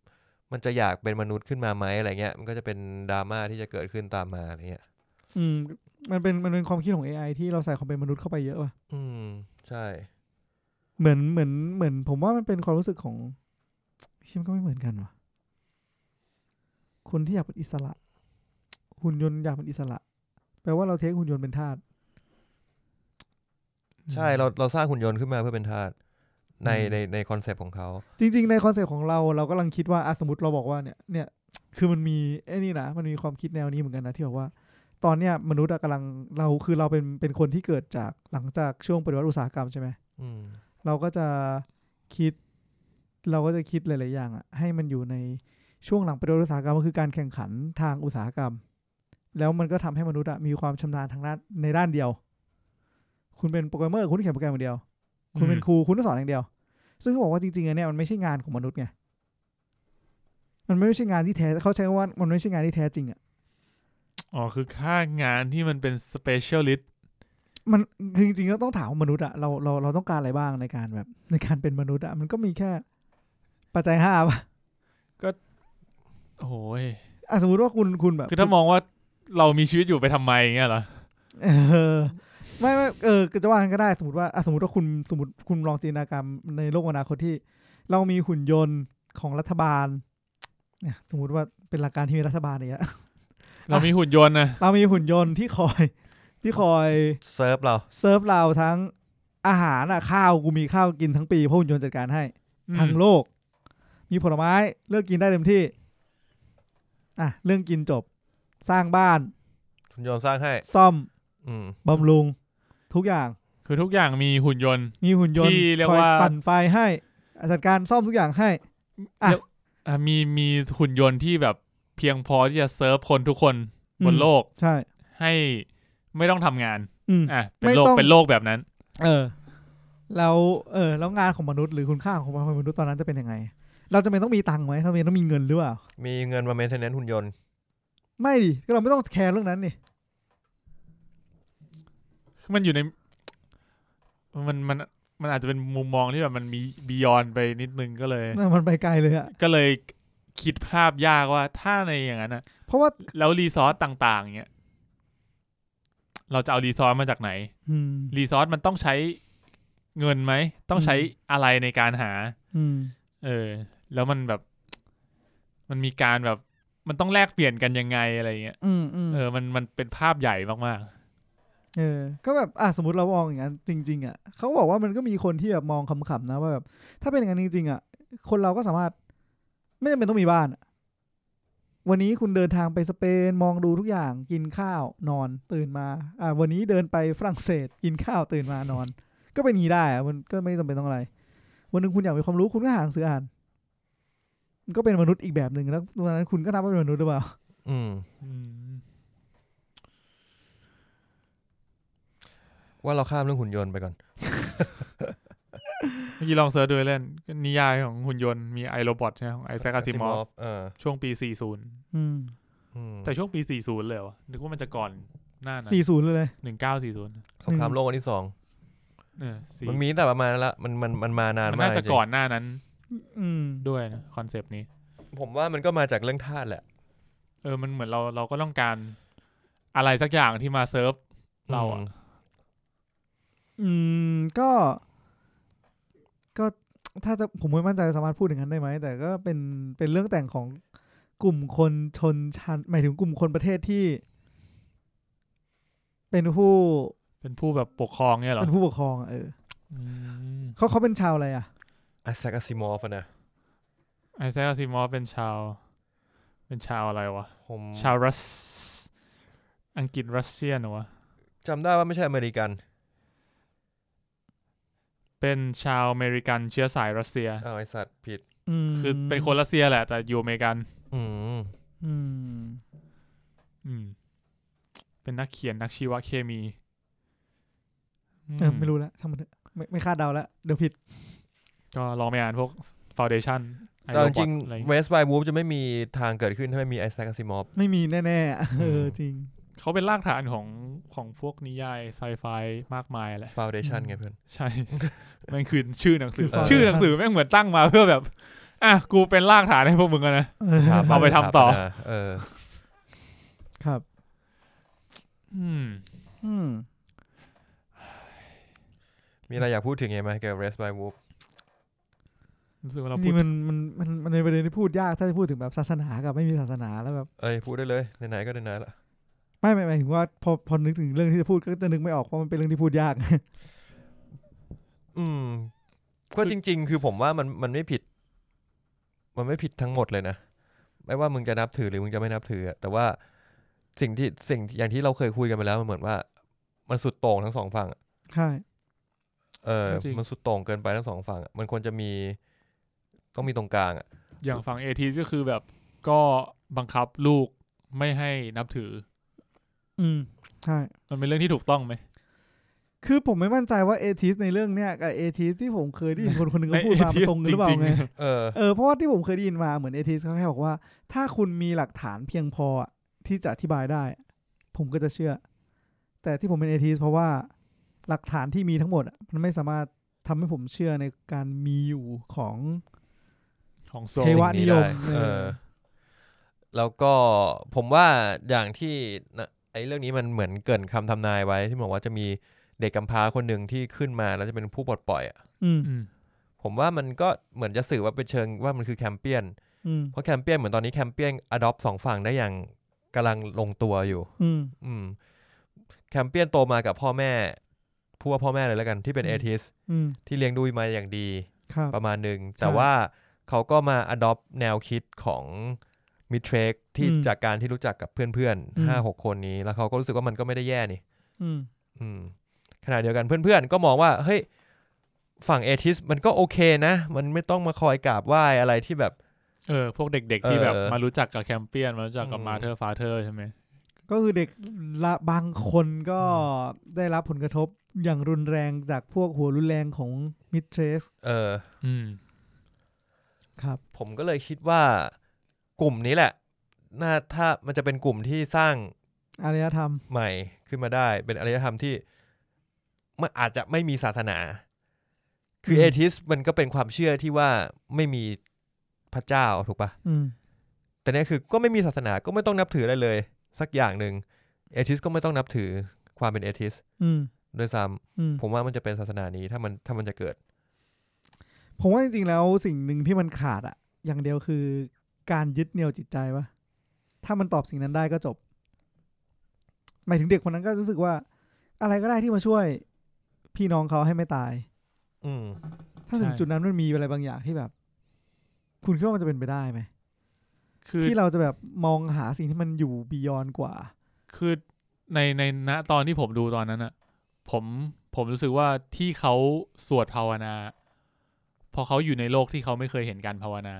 B: มันจะอยากเป็นมนุษย์ขึ้นมาไหมอะไรเงี้ยมันก็จะเป็นดราม่าที่จะเกิดขึ้นตามมาอะไรเงี้ย
C: อืมมันเป็นมันเป็นความคิดของ AI ที่เราใส่ความเป็นมนุษย์เข้าไปเยอะว่ะ
B: อืม ใช่
C: เหมือนเหมือนเหมือน ผมว่ามันเป็นความรู้สึกของชิมนก็ไม่เหมือนกันว่ะคนที่อยากเป็นอิสระ หุ่นยนต์อยากเป็นอิสระ แปลว่าเราเทคหุ่นยนต์เป็นทาส
B: ใช่เราเราสร้างหุ่นยนต์ขึ้นมาเพื่อเป็นทาสในในในคอนเซปต์ของเขา
C: จริง ๆ ในคอนเซ็ปต์ของเราเรากำลังคิดว่าอะสมมติเราบอกว่าเนี่ยเนี่ย คือมันมีไอ้นี่นะมันมีความคิดแนวนี้เหมือนกันนะที่บอกว่า ตอนเนี้ยมนุษย์อะกำลังเราคือเราเป็นเป็นคนที่เกิดจากหลังจากช่วงปฏิวัติอุตสาหกรรมใช่ไหม
B: อืม
C: เราก็จะคิด เราก็จะคิดหลาย ๆ อย่างอะให้มันอยู่ในช่วงหลังปฏิวัติอุตสาหกรรมก็คือการแข่งขันทางอุตสาหกรรม แล้วมันก็ทำให้มนุษย์อะมีความชำนาญทางด้านในด้านเดียว คุณเป็นโปรแกรมเมอร์คุณเขียนโปรแกรมอย่างเดียว คุณเป็นครูคุณต้องสอนอย่างเดียว ซึ่งเขาบอกว่าจริง ๆอันเนี้ยมันไม่ใช่งานของมนุษย์ไงมันไม่ใช่งานที่แท้เขาใช้คำว่ามันไม่ใช่งานที่แท้จริงอะ
A: อ๋อคือค่างานที่มันเป็นสเปเชียลิสต์
C: มันคือจริง ๆ ก็ต้องถามว่ามนุษย์อะเราเราเราต้องการอะไรบ้างในการแบบ ในการเป็นมนุษย์อะมันก็มีแค่ปัจจัยห้าปะ
A: โอ้โหย
C: อ่ะสมมติว่าคุณคุณแบบ
A: คือถ้ามองว่าเรามีชีวิตอยู่ไปทำไมอย่างเงี้ยเหรอ
C: เออไม่ไม่เออก็จะว่ากันก็ได้สมมติว่าอ่ะสมมติว่าคุณสมมติคุณลองจินตนาการในโลกอนาคตที่ เรามีหุ่นยนต์ของรัฐบาลเนี่ยสมมติว่าเป็นหลักการที่มีรัฐบาลอย่างเงี้ *laughs* ย
A: เรามีหุ่นยนต์นะ
C: เรามีหุ่นยนต์ที่คอยที่คอย
B: เซิร์ฟเรา
C: เซิร์ฟเราทั้ง อาหารอ่ะข้าวกูมีข้าวกินทั้งปีเพราะหุ่นยนต์จัดการให้
A: อืม
C: ทั้งโลก มีผลไม้เลือกกินได้เต็มที่ อ่ะ เรื่องกินจบ สร้างบ้าน
B: ทุนยนต์สร้างให้
C: ซ่อม
B: อืม
C: บำรุง ทุกอย่าง
A: คือทุกอย่างมีหุ่นยนต์
C: มีหุ่นยนต์
A: ที่เรียก
C: คอย
A: ว่า
C: ปั่นไฟให้จัดการซ่อมทุกอย่างให้ อ่ะ
A: เรียกอ่ะมีมีหุ่นยนต์ที่แบบเพียงพอที่จะเซิร์ฟคนทุกคนบนโลก
C: ใช่
A: ให้ไม่ต้องทำงาน
C: อืม
A: อ่ะเป็นโลก
C: ไม่ต้อง
A: เป็นโลกแบบนั้น
C: เออ แล้วเออ แล้วงานของมนุษย์หรือคุณค่าของมนุษย์ตอนนั้นจะเป็นยังไง เราจะเป็นต้องมีตังค์ไหมเราเป็นต้องมีเงินหรือเปล่า
B: มีเงินมาเมนเทนแนนหุ่นยนต์
C: ไม่ดิก็เราไม่ต้องแคร์เรื่องนั้นนี่
A: คือมันอยู่ใน มันมันมันอาจจะเป็นมุมมองที่แบบมันมีบียอนไปนิดนึงก็เลย
C: มันไปไกลเลยอะ
A: ก็เลยคิดภาพยากว่าถ้าในอย่างนั้นนะ
C: เพราะว่า
A: แล้วรีซอสต่างๆเนี้ยเราจะเอารีซอสมาจากไหน
C: อืม
A: รีซอสมันต้องใช้เงินไหม ต้องใช้อะไรในการหา
C: อืม
A: เออ แล้วมันแบบ มันมีการแบบ มันต้องแลกเปลี่ยนกันยังไงอะไรเงี้ย
C: อืมอืม
A: เออมันมันเป็นภาพใหญ่มาก
C: เออ ก็แบบ อ่ะ สมมติเรามองอย่างนั้น จริง ๆ อ่ะ เขาบอกว่ามันก็มีคนที่แบบมองขำๆนะว่าแบบ ถ้าเป็นอย่างนั้นจริง ๆ อ่ะ คนเราก็สามารถ ไม่จำเป็นต้องมีบ้านอะวันนี้คุณเดินทางไปสเปน มองดูทุกอย่าง กินข้าว นอน ตื่นมา อ่ะ วันนี้เดินไปฝรั่งเศส กินข้าว ตื่นมานอน ก็เป็นอย่างนี้ได้อ่ะ มันก็ไม่จำเป็นต้องอะไร วันหนึ่งคุณอยากมีความรู้ คุณก็หาหนังสืออ่าน มันก็เป็นมนุษย์อีกแบบหนึ่งแล้วตอนนั้นคุณก็นับว่าเป็นมนุษย์หรือเปล่า
B: อืม
A: ๆอืม
B: ว่าเราข้ามเรื่องหุ่นยนต์ไปก่อน
A: เมื่อกี้ลองเสิร์ชดูเล่นก็นิยายของหุ่นยนต์มีไอโรบอทใช่ไหมของไอแซคอาซิมอฟ
B: Asimov เออ
A: ช่วงปี 40
C: อืม
B: อืม
A: แต่ช่วงปี 40 เลยเหรอนึกว่ามันจะก่อนหน้านะ
C: สี่ศูนย์เลยเลย
A: 1940
B: สงครามโลกครั้งที่สอง
A: เออสี่
B: มันมีตั้งแต่ประมาณนั้นละมันมันมันมานาน
A: มัน
B: มาก
A: น่าจะ
B: จริง
A: ก่อนหน้านั้น
C: อืม
A: ด้วยนะคอนเซปต์นี้
B: ๆผมว่ามันก็มาจากเรื่องธาตุแหละ
A: เออ มันเหมือนเราเราก็ต้องการอะไรสักอย่างที่มาเซิร์ฟ เราอะ
C: อืมก็ ก็ถ้าจะผมไม่มั่นใจสามารถพูดอย่างนั้นได้ไหม แต่ก็เป็นเป็นเรื่องแต่งของกลุ่มคนชนชั้นหมายถึงกลุ่มคนประเทศที่ เป็นผู้
A: เป็นผู้แบบปกครองเนี่ยเหรอ
C: เป็นผู้ปกครองอะเออ
A: อืม
C: เขาเขาเป็นชาวอะไรอ่ะ
B: ไอแซคอาซิมอฟนะ
A: ไอแซคอาซิมอฟเป็นชาว เป็นชาวอะไรวะ
B: ผม
A: ชาวรัส อังกฤษรัสเซียนเหรอวะ
B: จำได้ว่าไม่ใช่อเมริกัน
A: เป็นชาวอเมริกันเชื้อสายรัสเซีย
B: อ้าวไอสัตว์ผิด
C: อืม
A: คือเป็นคนรัสเซียแหละ แต่อยู่อเมริกัน
B: อืม
C: อืม
A: อืม เป็นนักเขียนนักชีวเคมี
C: เออไม่รู้แล้วช่างมันเถอะไม่ไม่คาดเดาแล้วเดี๋ยวผิด
A: ก็ลองไปอ่านพวก Foundation
B: แต่จริง
A: อะไร
B: เวสต์ไบวูฟจะไม่มีทางเกิดขึ้นถ้าไม่มีไอแซคอาซิมอฟ
C: ไม่มีแน่ๆอะเออจริง
A: เขาเป็นรากฐานของของพวกนิยายไซไฟมากมายแหละ
B: ฟาวเดชันไงเพื่อน
A: ใช่ *laughs* แมันคือชื่อหนังสือ
C: คือ Foundation
A: ชื่อหนังสือแม่งเหมือนตั้งมาเพื่อแบบ อ่ะ กูเป็นรากฐานให้พวกมึงอะนะ
B: สถบัน
A: เอาไปทำต่อ
B: สถาปนาเออ
C: ครับ
A: อืม
C: อืม
B: มีอะไรอยากพูดถึงไงไหมเกี่ยวกับเวสต์ไบวูฟ
A: รู้สึกว่าเรา
C: จ
A: พู
C: ริ
A: ด
C: งๆมันมันมันมันเป็นประเด็นที่พูดยากถ้าจะพูดถึงแบบศาสนากับไม่มีศาสนาแล้วแบบ
B: เอ้ยพูดได้เลยไหนๆก็ไหนๆละ
C: ไม่ไม่หมายถึงว่าพอพอนึกถึงเรื่องที่จะพูดก็จะนึกไม่ออกเพราะมันเป็นเรื่องที่พูดยาก *laughs*
B: อืม ก็จริง ๆ คือผมว่ามันมันไม่ผิด มันไม่ผิดทั้งหมดเลยนะ ไม่ว่ามึงจะนับถือหรือมึงจะไม่นับถืออะแต่ว่าสิ่งที่สิ่งอย่างที่เราเคยคุยกันไปแล้วมันเหมือนว่า มันสุดโต่งทั้งสองฝั่งอะ
C: ใช่
B: เออ
A: จริง
B: มันสุดโต่งเกินไปทั้งสองฝั่งอะมันควรจะมี ต้องมีตรงกลางอะ
A: อย่างฝั่งเอทีก็คือแบบก็บังคับลูกไม่ให้นับถือ
C: อืมใช่
A: มันเป็นเรื่องที่ถูกต้องไหม
C: คือผมไม่มั่นใจว่าเอทิสในเรื่องเนี้ยกับเอทิสที่ผมเคยได้ยินคนคนหนึ่ง
A: ใน
C: เขาพูดมามัน
A: atheist
C: ตรงกันหรือเปล่า
A: จ
C: ไง
A: ริง
B: เออ
C: เออเพราะว่าที่ผมเคยได้ยินมาเหมือนเอทิสเขาแค่บอกว่า ถ้าคุณมีหลักฐานเพียงพออะที่จะอธิบายได้ ผมก็จะเชื่อ แต่ที่ผมเป็นเอทิสเพราะว่าหลักฐานที่มีทั้งหมดอะมันไม่สามารถทำให้ผมเชื่อในการมีอยู่ของ
A: ของโซ
C: เทวะ นิยม
B: สิ่งได้
C: เออ
B: เออ แล้วก็ผมว่าอย่างที่นะไอ้เรื่องนี้มันเหมือนเกรินคำทำนายไว้ ที่บอกว่าจะมีเด็กกำพร้าคนหนึ่งที่ขึ้นมาแล้วจะเป็นผู้ปลดปล่อยอะ
C: อืม
A: อืม
B: ผมว่ามันก็เหมือนจะสื่อว่าเป็นเชิงว่ามันคือแคมเปี้ยน
C: อืม
B: เพราะแคมเปี้ยนเหมือนตอนนี้แคมเปี้ยนอดอปสองฝั่งได้อย่างกำลังลงตัวอยู่
C: อืม
B: อืม แคมเปี้ยนโตมากับพ่อแม่ พูดว่าพ่อแม่เลยแล้วกันที่เป็น
C: อื
B: เอ
C: ม
B: ทิส
C: อืม
B: ที่เลี้ยงดูมาอย่างดี
C: ครับ
B: ประมาณหนึ่งแต่
C: ใช่
B: ว่าเขาก็มา adopt แนวคิดของมิเทรกที่
C: อืม
B: จากการที่รู้จักกับเพื่อน
C: อืม
B: ๆห้าหกคนนี้ แล้วเขาก็รู้สึกว่ามันก็ไม่ได้แย่นี่
C: อืม
B: อืมขณะเดียวกันเพื่อนๆ ก็มองว่า เฮ้ย ฝั่งเอทิสมันก็โอเคนะ มันไม่ต้องมาคอยกราบไหว้อะไรที่แบบ
A: เออ พวกเด็ก ๆ ที่แบบ
B: เออ
A: มารู้จักกับแคมเปี้ยน มารู้จักกับ
B: อืม
A: มาเธอร์ฟาเธอร์ใช่ไหม
C: ก็คือเด็กละบางคนก็ได้รับผลกระทบอย่างรุนแรงจากพวกหัวรุนแรงของมิดเทรส
B: เออ
A: อืม
C: ครับ
B: ผมก็เลยคิดว่ากลุ่มนี้แหละ น่าถ้ามันจะเป็นกลุ่มที่สร้าง
C: อารยธรรม
B: ใหม่ขึ้นมาได้ เป็นอารยธรรมที่มันอาจจะไม่มีศาสนา คือ
C: ม
B: เอทิสมันก็เป็นความเชื่อที่ว่าไม่มีพระเจ้าถูกปะ
C: อืม
B: แต่เนี่ยคือก็ไม่มีศาสนาก็ไม่ต้องนับถืออะไรเลย สักอย่างหนึ่งเอทิสก็ไม่ต้องนับถือความเป็นเอทิส
C: อืม
B: ด้วยซ้ำ
C: อืม
B: ผมว่ามันจะเป็นศาสนานี้ถ้ามันถ้ามันจะเกิด
C: ผมว่าจริงๆแล้วสิ่งหนึ่งที่มันขาดอะอย่างเดียวคือการยึดเหนี่ยวจิตใจวะถ้ามันตอบสิ่งนั้นได้ก็จบ หมายถึงเด็กคนนั้นก็รู้สึกว่า อะไรก็ได้ที่มาช่วย พี่น้องเขาให้ไม่ตาย
B: อืม
C: ถ้าถึง
A: ใช่
C: จุดนั้นมันมีอะไรบางอย่างที่แบบ คุณคิดว่ามันจะเป็นไปได้ไหม
A: คือ
C: ที่เราจะแบบมองหาสิ่งที่มันอยู่บียอนกว่า
A: คือในในณตอนที่ผมดูตอนนั้นอะผมผมรู้สึกว่าที่เขาสวดภาวนา พอเขาอยู่ในโลกที่เขาไม่เคยเห็นการภาวนา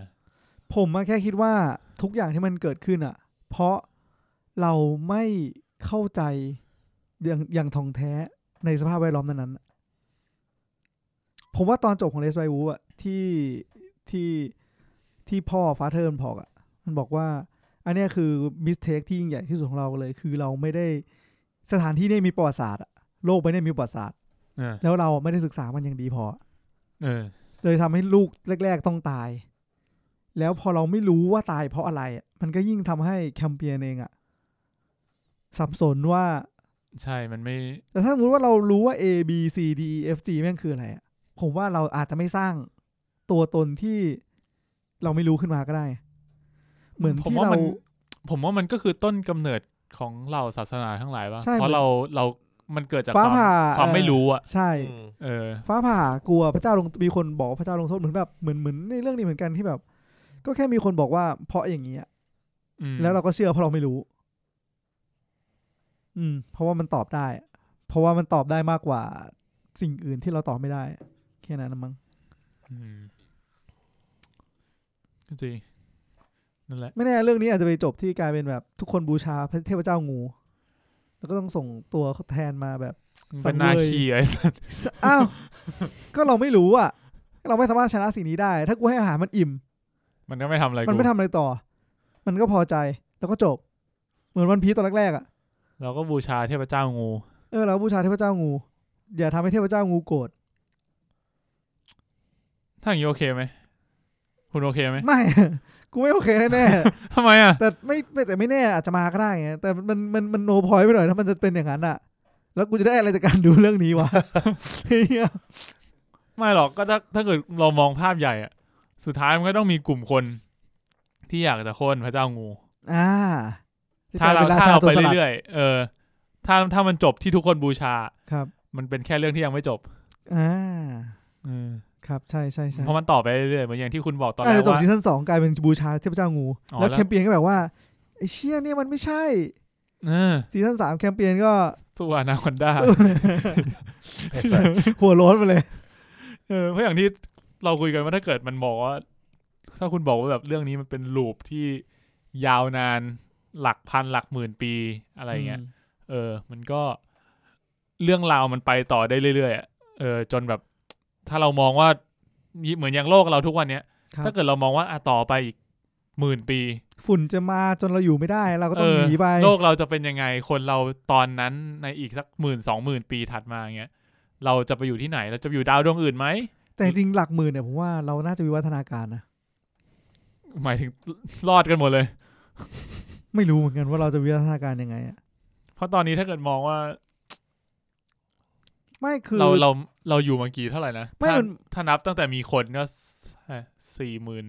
C: ผมอะแค่คิดว่าทุกอย่างที่มันเกิดขึ้นอะเพราะเราไม่เข้าใจอย่างอย่างทองแท้ในสภาพแวดล้อมนั้นๆอะผมว่าตอนจบของเลสไบวูอะที่ที่ที่พ่อฟาเธอร์มันบอกอะมันบอกว่า อันเนี้ยคือมิสเทคที่ยิ่งใหญ่ที่สุดของเราเลย คือเราไม่ได้สถานที่เนี้มีประวัติศาสตร์อะโลกใบเนี้มีประวัติศาสตร์
A: เออ
C: แล้วเราไม่ได้ศึกษามันอย่างดีพอ
A: เออ
C: เลยทำให้ลูกแรก ๆ ต้องตาย แล้วพอเราไม่รู้ว่าตายเพราะอะไรอะมันก็ยิ่งทำให้แคมเปียนเองอะสับสนว่า
A: ใช่มันไม่
C: แต่ถ้าสมมติว่าเรารู้ว่า A B C D E F G แม่งคืออะไรอะผมว่าเราอาจจะไม่สร้างตัวตนที่เราไม่รู้ขึ้นมาก็ได้ เหมือน
A: ผม
C: ที่
A: ว่า
C: เรา
A: น ผมว่ามันก็คือต้นกำเนิดของเหล่าศาสนาทั้งหลายว่า
C: ใช่
A: เพราะเราเรามันเกิดจาก
C: ฟ้าว
A: คาม
C: ผ่า
A: ความ
C: เออ
A: ไม่รู้อะ
C: ใช่
B: อืม
A: เออ
C: ฟ้าผ่ากลัวพระเจ้าลงมีคนบอกว่าพระเจ้าลงโทษเหมือนแบบเหมือนเหมือนในเรื่องนี้เหมือนกันที่แบบ ก็แค่มีคนบอกว่าเพราะอย่างนี้อะ
A: อืม
C: แล้วเราก็เชื่อเพราะเราไม่รู้ อืม เพราะว่ามันตอบได้ เพราะว่ามันตอบได้มากกว่าสิ่งอื่นที่เราตอบไม่ได้ แค่นั้นนะมั้ง
A: อืมก็จริงนั่นแหละ
C: ไม่แน่เรื่องนี้อาจจะไปจบที่กลายเป็นแบบ ทุกคนบูชาพระเทพเจ้างู แล้วก็ต้องส่งตัวแทนมาแบบ *laughs* สั
A: เป็น
C: งเวย
A: นาคีไอ้
C: อ้าว ก็เราไม่รู้อ่ะ เราไม่สามารถชนะสิ่งนี้ได้ ถ้ากูให้อาหารมันอิ่ม
A: มันก็ไม่ทำอะไร
C: มันไม่
A: กู
C: ทำอะไรต่อ มันก็พอใจ แล้วก็จบ เหมือนวันพีซตอนแรกๆอ่ะ
A: เราก็บูชาเทพเจ้างู
C: เออเราบูชาเทพเจ้างู อย่าทำให้เทพเจ้างูโกรธ
A: ถ้าอย่างนี้โอเคไหมคุณโอเคไหม
C: ไม่ *laughs* กูไม่โอเคแน่ๆ
A: ทำไมอะ
C: แต่ไม่ไม่แต่ไม่แน่อาจจะมาก็ได้ไงแต่มันมันมันโนพอยไปหน่อยถ้ามันจะเป็นอย่างนั้นอ่ะ แล้วกูจะได้อะไรจากการดูเรื่องนี้วะ *laughs* เหี้ย
A: ไม่หรอกก็ถ้าถ้าเกิดเรามองภาพใหญ่อะสุดท้ายมันก็ต้องมีกลุ่มคน ที่อยากจะโค่นพระเจ้างู
C: อ่า
A: ถ้าเรา
C: ที่กลยป็น
A: ถ้าเราไป
C: ชตัวสลัด
A: เรื่อยๆเออ ถ้าถ้ามันจบที่ทุกคนบูชา
C: ครับ
A: มันเป็นแค่เรื่องที่ยังไม่จบ
C: อ่า
A: เออ
C: ครับใช่ใช่ใช่
A: เพราะมันต่อไปเรื่อยๆเหมือนอย่างที่คุณบอกตอนแร
C: อาจ
A: ก
C: จะจบ
A: ว่า
C: ซีซั่นสองกลายเป็นบูชาเทพเจ้างู
A: อ๋อ
C: แล้ว
A: แล้ว
C: แคมเปียนก็แบบว่าไอ้เชี่ยเนี่ยมันไม่ใช่
A: เออ
C: ซีซั่นสามแคมเปียนก็ *laughs*
A: สู้อนาคอนด้า
B: ไอ้สัส
C: หัวโล้นไปเลย
A: เออเพราะอย่างที่เราคุยกันว่าถ้าเกิดมันบอกว่า ถ้าคุณบอกว่าแบบเรื่องนี้มันเป็นลูปที่ยาวนานหลักพันหลักหมื่นปีอะไรอย่างเงี้ย เออ มันก็เรื่องราวมันไปต่อได้เรื่อยๆอะเออ จนแบบ ถ้าเรามองว่าเหมือนอย่างโลกเราทุกวันเนี้ย
C: ครับ
A: ถ้าเกิดเรามองว่าอ่ะต่อไปอีกหมื่นปี
C: ฝุ่นจะมาจนเราอยู่ไม่ได้ เราก็ต้องหนีไป
A: โลกเราจะเป็นยังไง คนเราตอนนั้นในอีกสักหมื่นสองหมื่นปีถัดมาเงี้ย เราจะไปอยู่ที่ไหน เราจะไปอยู่ดาวดวงอื่นไหม
C: แต่จริงๆหลักหมื่นเนี่ยผมว่าเราน่าจะวิวัฒนาการนะ
A: หมายถึงรอดกันหมดเลย
C: ไม่รู้เหมือนกันว่าเราจะวิวัฒนาการยังไงอะ
A: เพราะตอนนี้ถ้าเกิดมองว่า
C: ไม่คือ
A: เราเราเราอยู่มากี่เท่าไหร่นะ
C: ไม่
A: ถ้า
C: มัน
A: ถ้านับตั้งแต่มีคนก็สี่หมื่น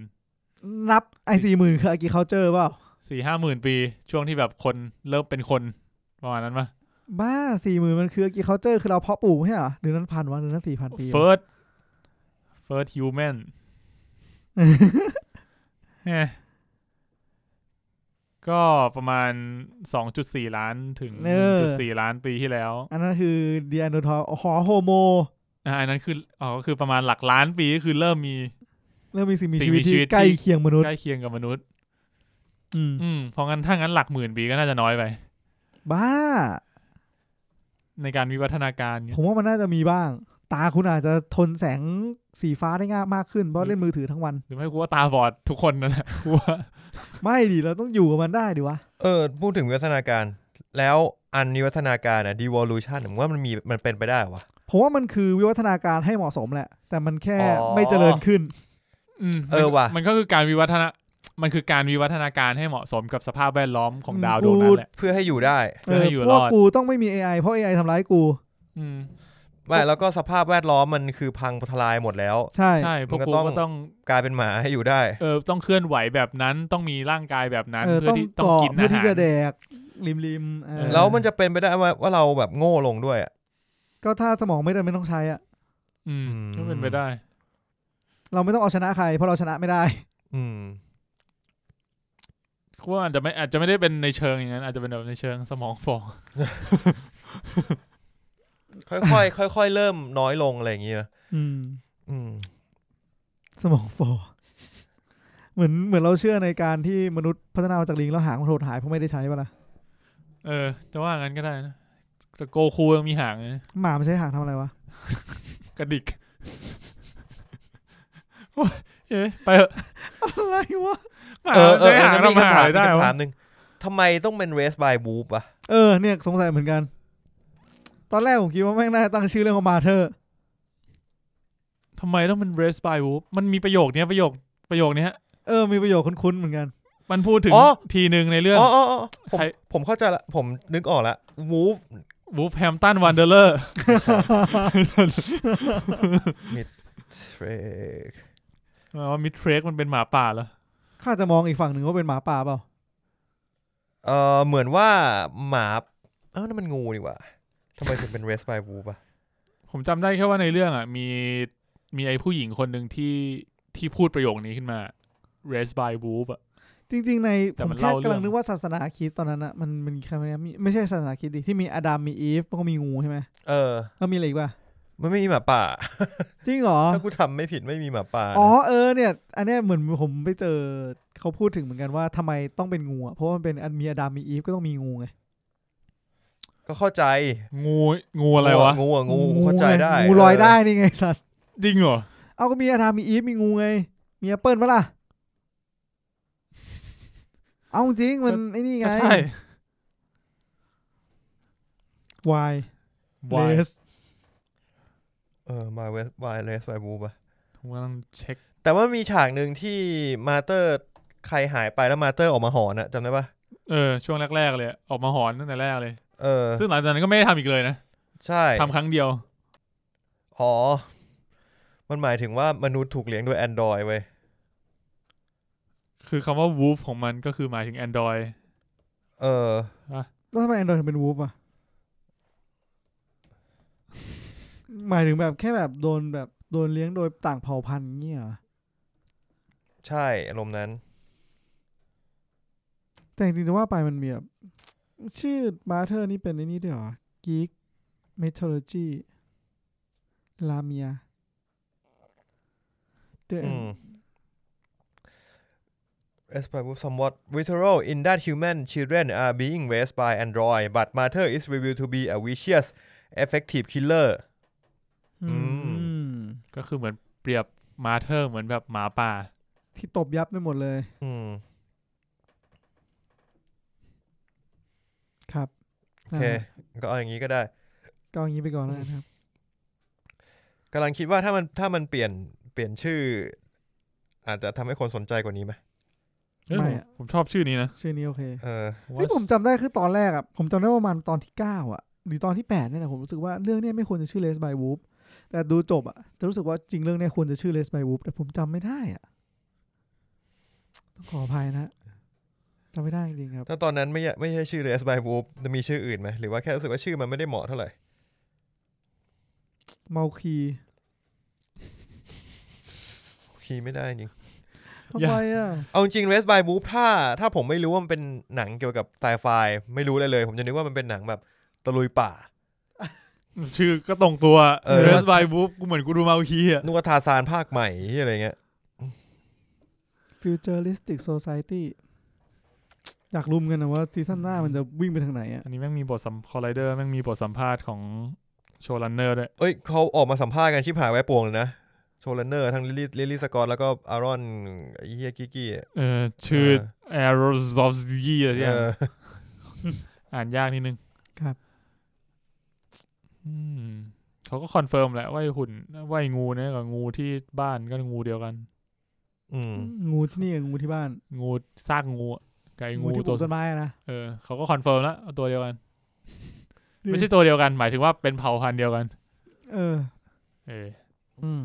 C: นับไอสี่หมื่นคืออากิเคาเจอร์เปล่า
A: สี่ห้าหมื่นปีช่วงที่แบบคนเริ่มเป็นคนประมาณนั้นปะ
C: บ้าสี่หมื่นมันคือกีเคาเจอร์คือเราเพาะปลูกไม่ใช่เหรอเดือนนั้นพันวะเดือนนั้นสี่พันปีวะ
A: first first
C: *laughs*
A: human เอ้ยก็ประมาณ 2.4 ล้านถึง
C: เออ
A: 1.4 ล้านปีที่แล้ว
C: อันนั้นคือเดียนโดทอหอโฮโม
A: อ่าอันนั้นคืออ๋อก็คือประมาณหลักล้านปีก็คือเริ่มมี
C: เริ่มมีสิ่งมี
A: สิ่ง
C: ชีวิต
A: มีชี
C: ที่
A: วิตที่
C: ใกล้เคียงมนุษย์
A: ใกล้เคียงกับมนุษย์
C: อืม
A: อืมเพราะงั้นถ้างั้นหลักหมื่นปีก็น่าจะน้อยไป
C: บ้า
A: ในการวิวัฒนาการเนี่ย
C: ผมว่ามันน่าจะมีบ้าง ตาคุณอาจจะทนแสงสีฟ้าได้ง่ายมากขึ้น เพ
A: อืม
C: ราะเล่นมือถือทั้งวัน
A: หรือไม่กูว่าตาบอดทุกคนนั่นแหละ *laughs* กูว่า
C: ไม่ดิเราต้องอยู่กับมันได้ดิวะ
B: เออพูดถึงวิวัฒนาการ แล้วอันวิวัฒนาการอะ devolution ผมว่ามันมีมันเป็นไปได้เหรอวะ
C: ผมว่ามันคือวิวัฒนาการให้เหมาะสมแหละ แต่มันแค่
B: อ๋อ
C: ไม่เจริญขึ้น
A: อืม
B: เออว่ะ
A: มันก็คือการวิวัฒนา มันคือการวิวัฒนาการให้เหมาะสมกับสภาพแวดล้อมของดาวดวงนั้นแหละ
B: เพื่อให้อยู่ได้
A: เพื่อให้อยู่
C: เพ
A: รอ
C: ราะว่า
A: ด
C: กูต้องไม่มี AI เพราะ AI ทำร้ายกู
A: อืม
B: ไม่แล้วก็สภาพแวดล้อมมันคือพังทลายหมดแล้ว
C: ใช่
A: ใช่พวก
B: มันก็
A: กู
B: ต้อง
A: ก็ต้อง
B: กลายเป็นหมาให้อยู่ได้
A: เออต้องเคลื่อนไหวแบบนั้นต้องมีร่างกายแบบนั้น
C: เออ
A: เพื่อ
C: ต้อง
A: ที่ต้อง
C: เกาะ
A: กิน
C: เพื่
A: อา
C: อที่
A: หาร
C: จะแดกริมริมๆเออ
B: แล้วมันจะเป็นไปได้ไหมว่าเราแบบโง่ลงด้วยอะ
C: ก็ถ้าสมองไม่ได้ไม่ต้องใช้อะ
A: อืม
B: อืม
A: ก็เป็นไปได้
C: เราไม่ต้องเอาชนะใคร เพราะเราชนะไม่ได้
B: อืม
A: กูว่าอาจจะไม่อาจจะไม่ได้เป็นในเชิงอย่างนั้น อาจจะเป็นแบบในเชิงสมองฟอง
B: ค่อย
A: *laughs*
B: ๆ ค่อยๆ เริ่มน้อยลงอะไรอย่างเงี้ย
C: อืม
B: อืม
C: สมองฟอเหมือนเหมือนเราเชื่อในการที่มนุษย์พัฒนามาจากลิงแล้วหางมันโหดหายเพราะไม่ได้ใช้ปะล่ะ
A: เออจะว่างั้นก็ได้นะแต่โกคูยังมีหางนะ
C: หมามันใช้หางทำอะไรวะ
A: กระดิก *laughs* โอ๊ยเอ๊ะไปเถอะ
C: อะไรวะ
A: หมา
B: เออเออ
A: ใช้
B: เออ
A: หาง
B: งั้นมี
A: ทำหาอะไร
B: คำถามมี
A: ได้
B: คำถาว
A: ะ
B: มหนึ่งทำไมต้องเป็น race by boob อะ
C: เออเนี่ยสงสัยเหมือนกัน ตอนแรกผมคิดว่าแม่งน่าจะตั้งชื่อเรื่องว่ามาเธอร์
A: ทำไมต้องเป็น race by wolf มันมีประโยคเนี้ยประโยคประโยคเนี้ย
C: เออมีประโยชน์คุ้นๆเหมือนกัน
A: มันพูดถึงทีหนึ่งในเรื่อง
B: อ๋ออ๋ออ๋อผม
A: ใคร
B: ผมเข้าใจละ ผมนึกออกละ wolf
A: วูฟแฮมตันวันเดอร์เลอร์
B: trick
A: ว่ามิทเทรกมันเป็นหมาป่าเหรอ
C: ข้าจะมองอีกฝั่งหนึ่งว่าเป็นหมาป่าเปล่า
B: เออเหมือนว่าหมาเอ้านั่นมันงูนี่หว่าทำไมถึงเป็น race by boob อะ
A: ผมจำได้แค่ว่าในเรื่องอ่ะมีมีไอ้ผู้หญิงคนหนึ่งที่ที่พูดประโยคนี้ขึ้นมา race by wolf อ่ะ
C: จริง ๆ ใน
A: แต่
C: ผม
A: มัน
C: แค่
A: เล่าเรื่อง
C: กำลังนึกว่าศาสนาคริสต์ตอนนั้นอะมันมันแค่ไม่มีไม่ใช่ศาสนาคริสต์ดิที่มีอดัมมีอีฟแล้วก็มีงูใช่ไหม
B: เออ
C: แล้วมีอะไรอีกป่ะ
B: มันไม่มีหมาป่า
C: จริงเหรอ
B: ถ้ากูทำไม่ผิดไม่มีหมาป่านะ
C: อ๋อเออเนี่ย อันเนี้ยเหมือนผมไปเจอเขาพูดถึงเหมือนกันว่าทำไมต้องเป็นงูอะเพราะว่ามันเป็นอันมีอดัมมีอีฟก็ต้องมีงูไง
B: ก็เข้าใจ
A: งูงูอะไรวะ
B: งูองูเข้าใจได้
C: งูลอยได้นี่ไงสัตว์
A: จริงเหรอ
C: เอาก็มีอดัมมีอีฟมีงูไง มีแอปเปิลปะล่ะ เอาจริงมันไอ้นี่ไง
A: ใช่
C: วาย
A: บอย
B: เออมา race by race by boob อะ
A: ผมกำลังเช็ค
B: แต่ว่ามีฉากหนึ่งที่มาเตอร์ใครหายไปแล้วมาเตอร์ออกมาหอนอะจำได้ปะ
A: เออ ช่วงแรกๆเลย ออกมาหอนตั้งแต่แรกเลย
B: เออ
A: ซึ่งหลังจากนั้นก็ไม่ได้ทำอีกเลยนะ
B: ใช่
A: ทำครั้งเดียว
B: อ๋อ มันหมายถึงว่ามนุษย์ถูกเลี้ยงโดยแอนดรอยเว้ย
A: คือคำว่า wolf ของมันก็คือหมายถึง Android
B: เออ
C: แล้วทำไมแอนดรอยถึงเป็นวูฟอะหมายถึงแบบแค่แบบโดนแบบโดนเลี้ยงโดยต่างเผ่าพันธุ์เงี้ยเหรอ
B: ใช่อารมณ์นั้น
C: แต่จริงๆจะว่าไปมันมีแบบชื่อมาเธอร์นี่เป็นไอ้นี่ด้วยเหรอ Geek Mythology Lamia เดอะ
B: อืม Raised by wolves somewhat literal in that human children are being raised by android but Mater is revealed to be a vicious effective killer
C: อืม
A: ก็คือเหมือนเปรียบมาเธอร์เหมือนแบบหมาป่า
C: ที่ตบยับไปหมดเลย
B: อืม
C: ครับ
B: โอเค ก็เอาอย่างนี้ก็ได้
C: ก็อย่างนี้ไปก่อนแล้วกันครับ
B: กำลังคิดว่าถ้ามันถ้ามันเปลี่ยนเปลี่ยนชื่อ อาจจะทำให้คนสนใจกว่านี้ไหม
A: เอ้ยผ
C: ไม่
A: ม
C: อะ
A: ผมชอบชื่อนี้นะ
C: ชื่อนี้โอเค
B: เออ
C: เฮ้ยผมจำได้คือตอนแรกอ่ะ ผมจำได้ว่ามันตอนที่ 9 อ่ะ หรือตอนที่ 8 เนี่ยนะผมรู้สึกว่าเรื่องเนี้ยไม่ควรจะชื่อ Les by Whoop แต่ดูจบอ่ะ จะรู้สึกว่าจริงเรื่องเนี้ยควรจะชื่อ Les by Whoop แต่ผมจำไม่ได้อ่ะ ต้องขออภัยนะ จำไม่ได้จริงๆครับ
B: แล้วตอนนั้นไม่อยากไม่ใช่ชื่อ Les by Wolf มีชื่ออื่นไหมหรือว่าแค่รู้สึกว่าชื่อมันไม่ได้เหมาะเท่าไหร่
C: เมาคี
B: คีย์ไม่ได้จริง
C: ทำไมอ่ะ
B: เอาจริง Les by Wolf ถ้าถ้าผมไม่รู้ว่ามันเป็นหนังเกี่ยวกับไซไฟไม่รู้เลยเลย ผมจะนึกว่ามันเป็นหนังแบบตะลุยป่า
A: ชื่อก็ตรงตัว
B: เออ
A: เรสบายบุ๊บกูเหมือนกูดูมาคีอะ
B: นึกว่าทาซานภาคใหม่อะไรเงี้ย
C: Futuristic Society อยากรู้เหมอนกันนะว่าซีซั่นหน้ามันจะวิ่งไปทางไหนอ่ะ
A: อันนี้แม่งมีบทสัมคอลไลเดอร์แม่งมีบทสัมภาษณ์ของโชลันเนอร์ด้วย
B: เอ้ยเขาออกมาสัมภาษณ์กันชิบหายไว้ปวงเลยนะโชลเนอร์ทั้งลิลลี่ลิลลี่สกอตแล้วก็อารอนไอ้เฮียกิกกี้อะ
A: เออชื่อ
B: เ
A: แอโรซอฟสกี้อะไรอย่าง
B: เออ
A: อ่านยากนิดนึงอืมเขาก็คอนเฟิร์มแหละว่าไอ้หุ่นว่าไอ้งูเนี่ยกับงูที่บ้านก็งูเดียวกัน
B: อืม
C: งูที่นี่กับงูที่บ้าน
A: งูซากงูอะกับไอ้
C: งู
A: งู
C: ที่ป
A: ตั
C: ลู
A: ว
C: กต้นไม้อะนะ
A: เออเขาก็คอนเฟิร์มแล้วว่าตัวเดียวกัน ไม่ใช่ตัวเดียวกัน หมายถึงว่าเป็นเผ่าพันธุ์เดียวกัน
C: เออ
A: เออ
C: อืม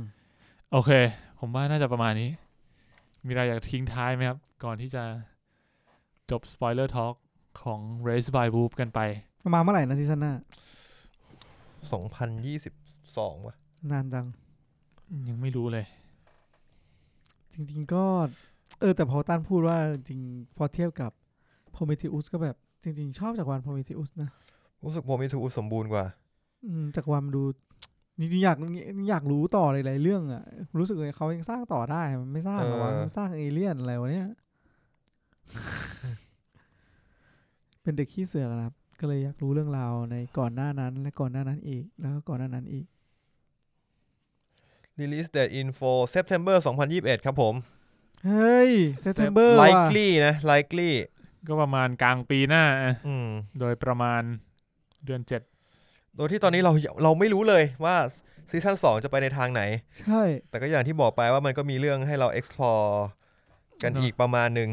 A: โอเค ผมว่าน่าจะประมาณนี้ มีอะไรอยากทิ้งท้ายไหมครับ ก่อนที่จะจบ spoiler talk ของ Race by Whoop กันไป
C: มาเมื่อไหร่นะซีซั่นหน้า
B: สองพันยี่สิบสองว่ะ
C: นานจัง
A: ยังไม่รู้เลย
C: จริง ๆ ก็ เออ แต่พอต้านพูดว่าจริงๆพอเทียบกับ Prometheus ก็แบบ จริง ๆ ชอบจากรวัน Prometheus นะ
B: รู้สึกผมมีทูสมบูรณ์กว่า
C: อืมจากรวันมันดู จริง ๆ อยากอยากรู้ต่อหลายๆเรื่องอ่ะ รู้สึกเลยเขายังสร้างต่อได้ มันไม่สร้างหรอวะ
B: เออ
C: มันสร้างเอเลี่ยนอะไรวะ
B: *laughs*
C: เนี่ย เป็นเด็กขี้เสือกนะครับ ก็เลยอยากรู้เรื่องราวในก่อนหน้านั้น และก่อนหน้านั้นอีก แล้วก็ก่อนหน้านั้นอีก
B: Release date info September 2021 ครับผม
C: เฮ้ยเซตเทมเบอร์
B: likely นะ likely
A: ก็ประมาณกลางปีหน้า
B: อืม
A: โดยประมาณเดือนเจ็ด
B: โดยที่ตอนนี้เราเราไม่รู้เลยว่าซีซั่น2 จะไปในทางไหน
C: ใช่
B: แต่ก็อย่างที่บอกไปว่ามันก็มีเรื่องให้เรา explore กันอีกประมาณหนึ่ง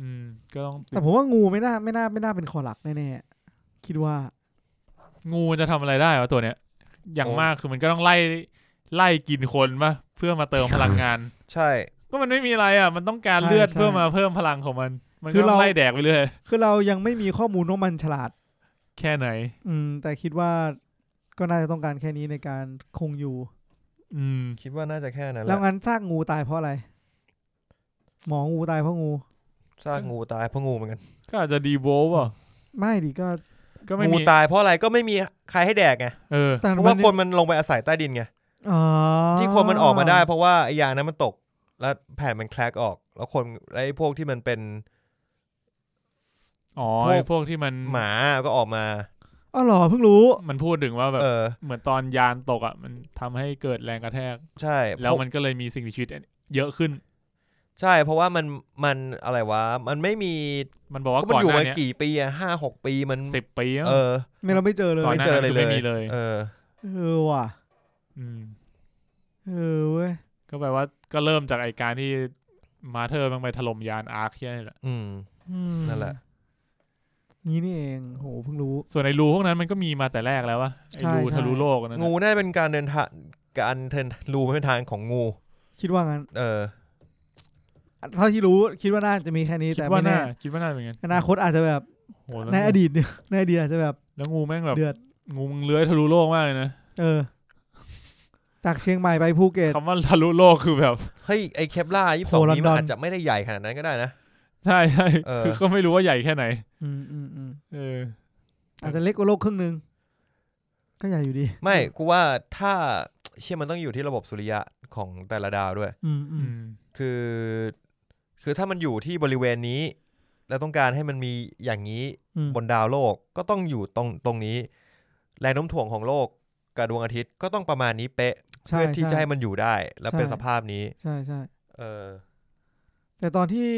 A: อืม ก็ต้อง
C: แต่ผมว่างูไม่น่าไม่น่าไม่น่าเป็นคอหลักแน่ๆ คิดว่า
A: งูมันจะทำอะไรได้วะตัวเนี้ย อย่างมากคือมันก็ต้องไล่ไล่กินคนปะเพื่อมาเติมพลังงาน
B: ใช่
A: ก็มันไม่มีอะไรอ่ะ มันต้องการ
C: ใช่
A: เลือด
C: ใช่
A: เพื่อมาเพิ่มพลังของมัน มัน
C: คื
A: ก็
C: อ
A: ต้อ
C: เรา
A: งไล่แดกไปเรื่อย
C: คือเรายังไม่มีข้อมูลว่ามันฉลาด
A: แค่ไหน
C: อืม แต่คิดว่าก็น่าจะต้องการแค่นี้ในการคงอยู่
A: อืม
B: คิดว่าน่าจะแค่นั้นแห
C: แล้
B: ละ
C: วงั้นซากงูตายเพราะอะไร หมองูตายเพราะงู
B: ซากงูตายเพราะงูเหมือนกัน
A: ก็อาจจะดีโวลว่ะ
C: ไม่ดิก็
A: ก็ไม่
B: งู
A: มี
B: ตายเพราะอะไรก็ไม่มีใครให้แดกไง
A: เออ
C: แต่
B: เพราะว่าคนมันลงไปอาศัยใต้ดินไง
C: อ๋อ
B: ที่คนมันออกมาได้ เพราะว่าไอ้ยางนั้นมันตก แล้วแผ่นมันแคลกออก แล้วคนไอ้พวกที่มันเป็น
A: อ๋อ
B: พวก
A: ไอ้พวกที่มัน
B: หมาก็ออกมา
C: อ๋อเหรอเพิ่งรู้
A: มันพูดถึงว่าแบบ
B: เออ
A: เหมือนตอนยานตกอ่ะ มันทำให้เกิดแรงกระแทก
B: ใช่เพราะ
A: แล้วมันก็เลยมีสิ่งมีชีวิตเยอะขึ้น
B: ใช่เพราะว่ามันมันอะไรวะ มันไม่มี
A: มันบอก
B: ก็
A: ว่า
B: มัน
A: ก่อน
B: อยู่
A: หน้า
B: มา
A: เนี้ย
B: กี่ปีอะห้าหกปีมัน
A: สิบปีมั้ง
B: เออ
C: ไม่เราไม่เจอเลย
A: ก่อนหน้า
B: ไม่เจอ
A: นั้น
B: อะไร
A: คือไม่
B: เลย
A: มีเลย
B: เออ
C: เออว่ะ
A: อืม
C: เออเว้ย
A: ก็แปลว่าก็เริ่มจากไอการที่มาเธอร์มันไปถล่มยานอาร์คแค่นี้แหละ
B: อืม
C: อืม
B: นั่นแหละ
C: นี่นี่เองโหเพิ่งรู้
A: ส่วนไอรูพวกนั้นมันก็มีมาแต่แรกแล้ววะไอ
C: ใช่
A: รู
C: ใช่
A: ทะลุโลกอันนั่น
B: งู
A: น่ะ
B: น่าจะเป็นการเดินทางการเดินรูเป็นทางของงู
C: คิดว่างั้น
B: เออ
C: เท่าที่รู้คิดว่าน่าจะมีแค่นี้
A: คิ
C: แต่
A: ดว่า
C: ไม่
A: น่า
C: แน่
A: คิดว่าน่าเป็นไง
C: อนาคตอาจจะแบบ
A: โหแล้ว
C: ในอดีตเนี่ย ในอดีตอาจจะแบบ
A: แล้วงูแม่งแบบ
C: เดือด
A: งูมึงเลื้อยทะลุโลกมากเลยนะ
C: เออ จากเชียงใหม่ไปภูเก็ต
A: คำว่าทะลุโลกคือแบบ *laughs*
B: เฮ้ย ไอเคปล่ายี่
C: โผ
B: ส
C: ล่
B: อง
C: ลอนดอน
B: นี้มันอาจจะไม่ได้ใหญ่ขนาดนั้นก็ได้นะ
A: ใช่ใช่
B: เออ
A: คือก็ไม่รู้ว่าใหญ่แค่ไหน
C: อืมอืมอืม
A: เออ
C: อาจจะเล็กกว่าโลกครึ่งหนึ่งก็ใหญ่อยู่ดี
B: ไม่กูว่าถ้าเชื่อมันต้องอยู่ที่ระบบสุริยะของแต่ละดาวด้วย
C: อืมอื
A: อื
C: ม
A: ม
B: คือ คือถ้ามันอยู่ที่บริเวณนี้ แล้วต้องการให้มันมีอย่างนี้
C: อืม
B: บนดาวโลกก็ต้องอยู่ตรงตรงนี้ แรงโน้มถ่วงของโลกกับดวงอาทิตย์ก็ต้องประมาณนี้เป๊ะ
C: ใช่
B: เพื่อที่จะ
C: ใช่
B: ให้มันอยู่ได้ แล้ว
C: ใช่
B: เป็นสภาพนี้
C: ใช่ใช่
B: เออ
C: แต่ตอนที่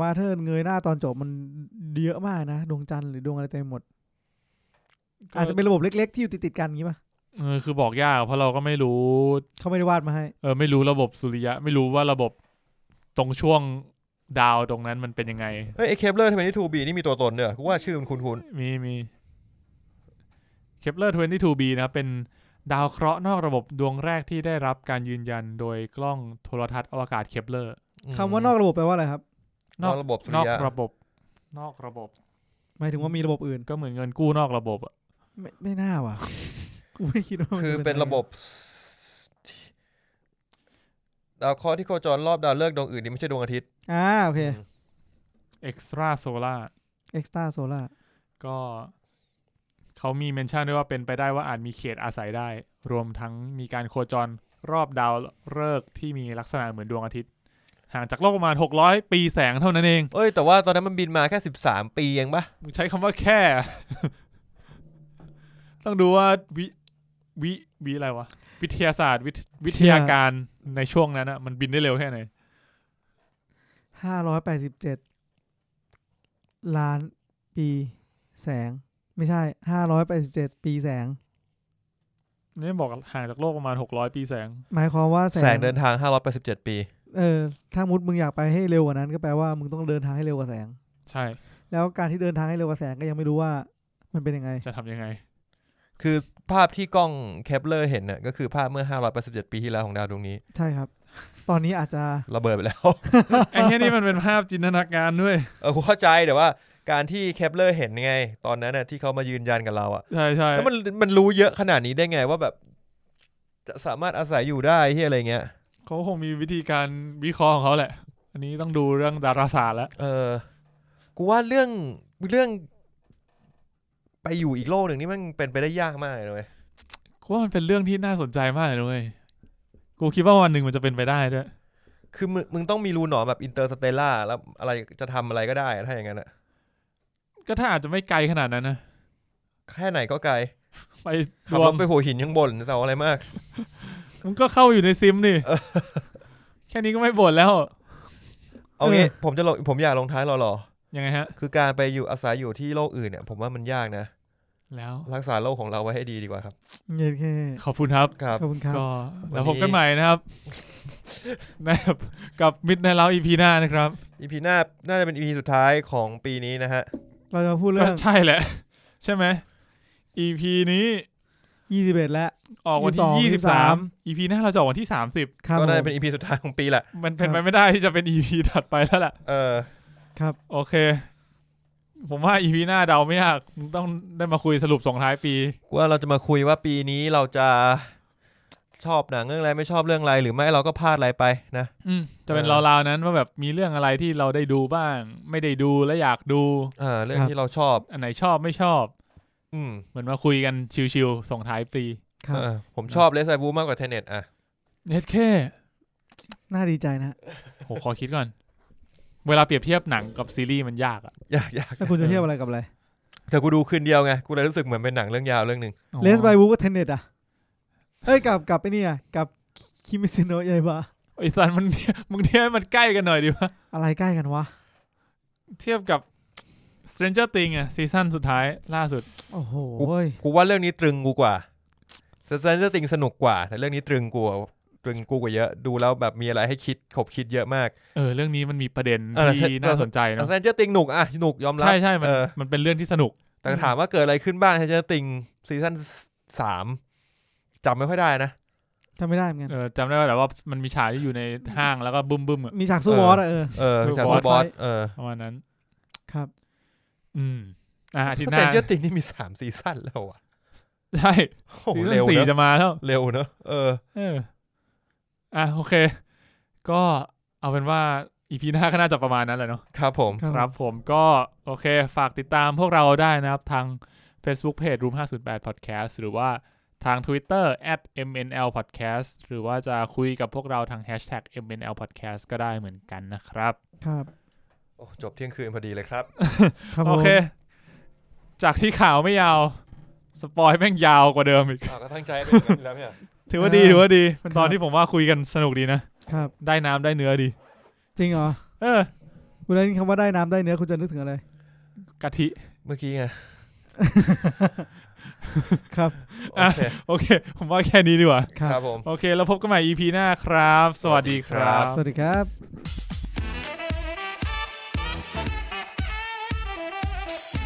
C: มาเทิร์นเงยหน้าตอนจบมันเยอะมากนะดวงจันทร์หรือดวงอะไรเต็มหมด อาจจะเป็นระบบเล็ก ๆ ที่อยู่ติดๆกันงี้ป่ะ
A: เออคือบอกยากเพราะเราก็ไม่รู้
C: เขาไม่ได้วาดมาให้
A: เออไม่รู้ระบบสุริยะ ไม่รู้ว่าระบบตรงช่วงดาวตรงนั้นมันเป็นยังไง
B: เอ้ยไอเคปเลอร์ทเวนตี้ทูบีนี่มีตัวตนเนอะกูว่าชื่อมันคุ้นคุ้น
A: มีมีเคปเลอร์ 22b นะครับเป็นดาวเคราะห์นอกระบบดวงแรกที่ได้รับการยืนยันโดยกล้องโทรทัศน์อวกาศเคปเลอร์
B: ๆม
C: คำว่านอกระบบแปลว่าอะไรครับ
A: น
B: น
A: อ
B: อก กระบบสุ
A: น
B: ริ
A: อก
B: ยะ
A: ระบบ นอกระบบ
C: หมายถึงว่ามีระบบอื่น
A: ก็เหมือนเงินกู้นอกระบบอะ
C: ไม่ไม่น่าว่ะ *laughs* กูไม่คิดว่ามั
B: คือ
C: จ
B: เป็นระบบดาวเคราะห์ที่โคจรรอบดาวฤกษ์ดวงอื่นนี่ไม่ใช่ดวงอาทิตย์
C: อ่าโอเค
B: อืม
A: เอ็กซ์ตร้าโซล่า
C: เอ็กซ์ตาโซล่า
A: ก็เขามีเมนชั่นด้วยว่าเป็นไปได้ว่าอาจมีเขตอาศัยได้ รวมทั้งมีการโคจรรอบดาวฤกษ์ที่มีลักษณะเหมือนดวงอาทิตย์ ห่างจากโลกประมาณ 600 ปีแสงเท่านั้นเอง
B: เอ้ย แต่ว่าตอนนั้นมันบินมาแค่สิบสามปีเองปะ
A: มึงใช้คำว่าแค่ *laughs* ต้องดูว่าวิวิวิอะไรวะ วิทยาศาสตร์ วิทวิทยาการในช่วงนั้นอะมันบินได้เร็วแค่ไหน
C: ห้าร้อยแปดสิบเจ็ดล้านปีแสง ไม่ใช่ห้าร้อยแปดสิบเจ็ดปีแสง
A: นี่บอกห่างจากโลกประมาณ 600 ปีแสง
C: หมายความว่าแสง
B: แสงเดินทาง 587 ปี
C: เออถ้ามุดมึงอยากไปให้เร็วกว่านั้น ก็แปลว่ามึงต้องเดินทางให้เร็วกว่าแสง
A: ใช่
C: แล้วการที่เดินทางให้เร็วกว่าแสงก็ยังไม่รู้ว่า มันเป็นยังไง
A: จะทำยังไง
B: คือภาพที่กล้องเคปเลอร์เห็นน่ะก็คือภาพเมื่อ 587 ปีที่แล้วของดาวดวงนี้
C: ใช่ครับ ตอนนี้อาจจะ
B: ระเบิดไปแล้ว *laughs*
A: ไอ้แค่นี้มันเป็นภาพจินตนาการด้วย
B: เออกูเข้าใจแต่ว่าการที่เคปเลอร์เห็นไง ตอนนั้นน่ะที่เขามายืนยันกับเราอะ
A: ใช่ใช่
B: แล้วมันมันรู้เยอะขนาดนี้ได้ไงว่าแบบ จะสามารถอาศัยอยู่ได้ที่อะไรเงี้ย
A: เขาคงมีวิธีการวิเคราะห์ของเขาแหละ อันนี้ต้องดูเรื่องดาราศาสตร์แล้ว
B: เออ กูว่าเรื่องเรื่อง ไปอยู่อีกโลกหนึ่งนี่มันเป็นไปได้ยากมากเลยนะเว้ย
A: กูว่ามันเป็นเรื่องที่น่าสนใจมากเลยนะเว้ยกูคิดว่าวันหนึ่งมันจะเป็นไปได้ด้วย
B: คือมึงมึงต้องมีรูหนอนแบบอินเตอร์สเตล่าแล้วอะไรจะทำอะไรก็ได้อะถ้าอย่างนั้นอะ
A: ก็ถ้าอาจจะไม่ไกลขนาดนั้นนะ
B: แค่ไหนก็ไกล
A: ไปร
B: ขับ
A: ว
B: ร
A: ม
B: ถไปหัวหินยังบ่นเสาอะไรมาก
A: มันก็เข้าอยู่ในซิมนี่ แค่นี้ก็ไม่บ่นแล้ว
B: เอางี้
C: เออ
B: ผมจะลงผมอยากลงท้ายหล่อ
A: ยังไงฮะ
B: ๆคือการไปอยู่อาศัยอยู่ที่โลกอื่นเนี่ย ผมว่ามันยากนะ
A: แล้ว
B: รักษาโลกของเราไว้ให้ดีดีกว่าครับ
C: เงี้ยแค่
A: ขอบคุณครับ
B: ครับ
C: ขอบคุณครับ
A: ก็
B: วันนี้
A: แล้วพบกันใหม่นะครับ *laughs* นะครับกับมิดในเราอีพีหน้านะครับ
B: อีพีหน้าน่าจะเป็นอีพีสุดท้ายของปีนี้นะฮะ
C: เราจะมาพูด
A: ก็
C: เรื่อง
A: ใช่แหละ ใช่ไหมอีพีนี้
C: 21 แล้ว
A: ออกวันที่
C: ยี่
A: ยี่
C: สิ
A: สิ
C: บบ สา
A: สาม มอีพีหน้าเราจะออกวันที่สามสิบ
C: ครับ
B: ก็น่า
C: ผ
B: จะ
C: ม
B: เป็นอีพีสุดท้ายของปีแหละ
A: มันเป็น
C: ครับ
A: ไปไม่ได้ที่จะเป็น EP ถัดไปแล้วล่ะ
B: เออ
A: โอเค ผมว่า EP หน้าเดาไม่ยากต้องได้มาคุยสรุปส่งท้ายปี
B: กูว่าเราจะมาคุยว่าปีนี้เราจะชอบหนังเรื่องอะไรไม่ชอบเรื่องอะไร หรือไม่เราก็พลาดอะไรไปนะ
A: อืมจะเป็น
B: เออ
A: ราวๆนั้นว่าแบบมีเรื่องอะไรที่เราได้ดูบ้าง ไม่ได้ดูและอยากดู
B: อ่าเรื่อง
C: ครับ
B: ที่เราชอบ
A: อันไหนชอบไม่ชอบ
B: อืม
A: เหมือนมาคุยกันชิวๆส่งท้ายปี
C: ครับ
B: เออผมชอบเลสไซวูมากกว่าเทเน็ตอ่ะ
A: เน็ตแค่
C: น่าดีใจนะ
A: โหขอคิดก่อน เวลาเปรียบเทียบหนังกับซีรีส์มันยากอะ
B: อยากอยาก
C: แล้วคุณจะเทียบอะไรกับอะไร
B: แต่กูดูคืนเดียวไงกูเลยรู้สึกเหมือนเป็นหนังเรื่องยาวเรื่องหนึ่ง
C: เลสไบวูกับเทนเน็ตอ่ะ เอ้ย กับกับไอ้นี่อ่ะ กับคิมิซิโนะยายบะ
A: ไอ้สันมัน มึงเทียบให้มันใกล้กันหน่อยดิวะ
C: อะไรใกล้กันวะ
A: เทียบกับ Stranger Things อะซีซั่นสุดท้ายล่าสุด
C: โอ้โห
B: กู
C: เว้ย
B: กูว่าเรื่องนี้ตรึงกูกว่าเซนเซอร์ติงสนุกกว่า แต่เรื่องนี้ตรึงกูตรึงกูกว่าเยอะ ดูแล้วแบบมีอะไรให้คิดขบคิดเยอะมาก
A: เออเรื่องนี้มันมีประเด็น
B: เออ
A: ที่น่าสนใจเนอะ
B: เซนเซอร์ติงหนุกอะหนุกยอมรับ
A: ใช่ใช่มัน
B: เออ
A: มันเป็นเรื่องที่สนุก
B: แต่ถามว่าเกิดอะไรขึ้นบ้างเซนเซอร์ติงซีซั่นสามจำไม่ค่อยได้นะ
C: จำไม่ได้เหมือนกัน
A: เออจำได้ว่าแบบว่ามันมีฉากที่อยู่ในห้าง
B: *laughs*
A: แล้วก็บึ้มบึ้มๆอะ
C: มีฉากสู้
B: เออ
C: บอสอ่ะเออ
B: เออ
A: คือบอส
B: จากซูบอส
C: ไฟท์
B: เออ
A: ประมาณนั้น
C: ครับ
A: อืม อ่าอา
B: เซ
A: ทิต
B: น
A: ย์หน้า
B: เซอร์ติงนี่มีสามซีซั่นแล้วอะ
A: ใช่
B: โอ้โห
A: ซีซั่น
B: เร็ว
A: สี่
B: เนอะ
A: จะมาแล้ว
B: เร็วเนอะเออ
A: เออ อ่ะโอเค ก็เอาเป็นว่าอีพีหน้าก็น่าจะประมาณนั้นแหละเนาะ
B: ครับผม
A: ครับผมก็โอเค ฝากติดตามพวกเราได้นะครับ ทาง Facebook Page Room 508 Podcast หรือว่าทาง Twitter at @mnl podcast หรือว่าจะคุยกับพวกเราทาง hashtag mnl podcast ก็ได้เหมือนกันนะครับ
C: ครับ
B: โอ้จบเที่ยงคืนพอดีเลย
A: *laughs*
B: ครับ
C: ครับผ
A: โอ
C: ม
A: เค จากที่ข่าวไม่ยาว สปอยแม่งยาวกว่าเดิมอีก
B: อ้าวก็ตั้งใจไปอย่างนั้นแล้วเนี่ย
A: ถือว่าดี ถือว่าดี เป็นตอนที่ผมว่าคุยกันสนุกดีนะ
C: ครับ
A: ได้น้ำได้เนื้อดี
C: จริงเหรอ
A: เออ
C: คุณได้ยินคำว่าได้น้ำได้เนื้อคุณจะนึกถึงอะไร
A: กะทิ
B: เมื่อกี้ไง
C: ครับ
B: โอเค
A: โอเค ผมว่าแค่นี้ดีกว่า
C: ครั
B: ครับ บผม
A: โอเค แล้วพบกันใหม่ EP หน้าครับ สวัสดีครับ
C: สวัสดีครับ
D: Thank you.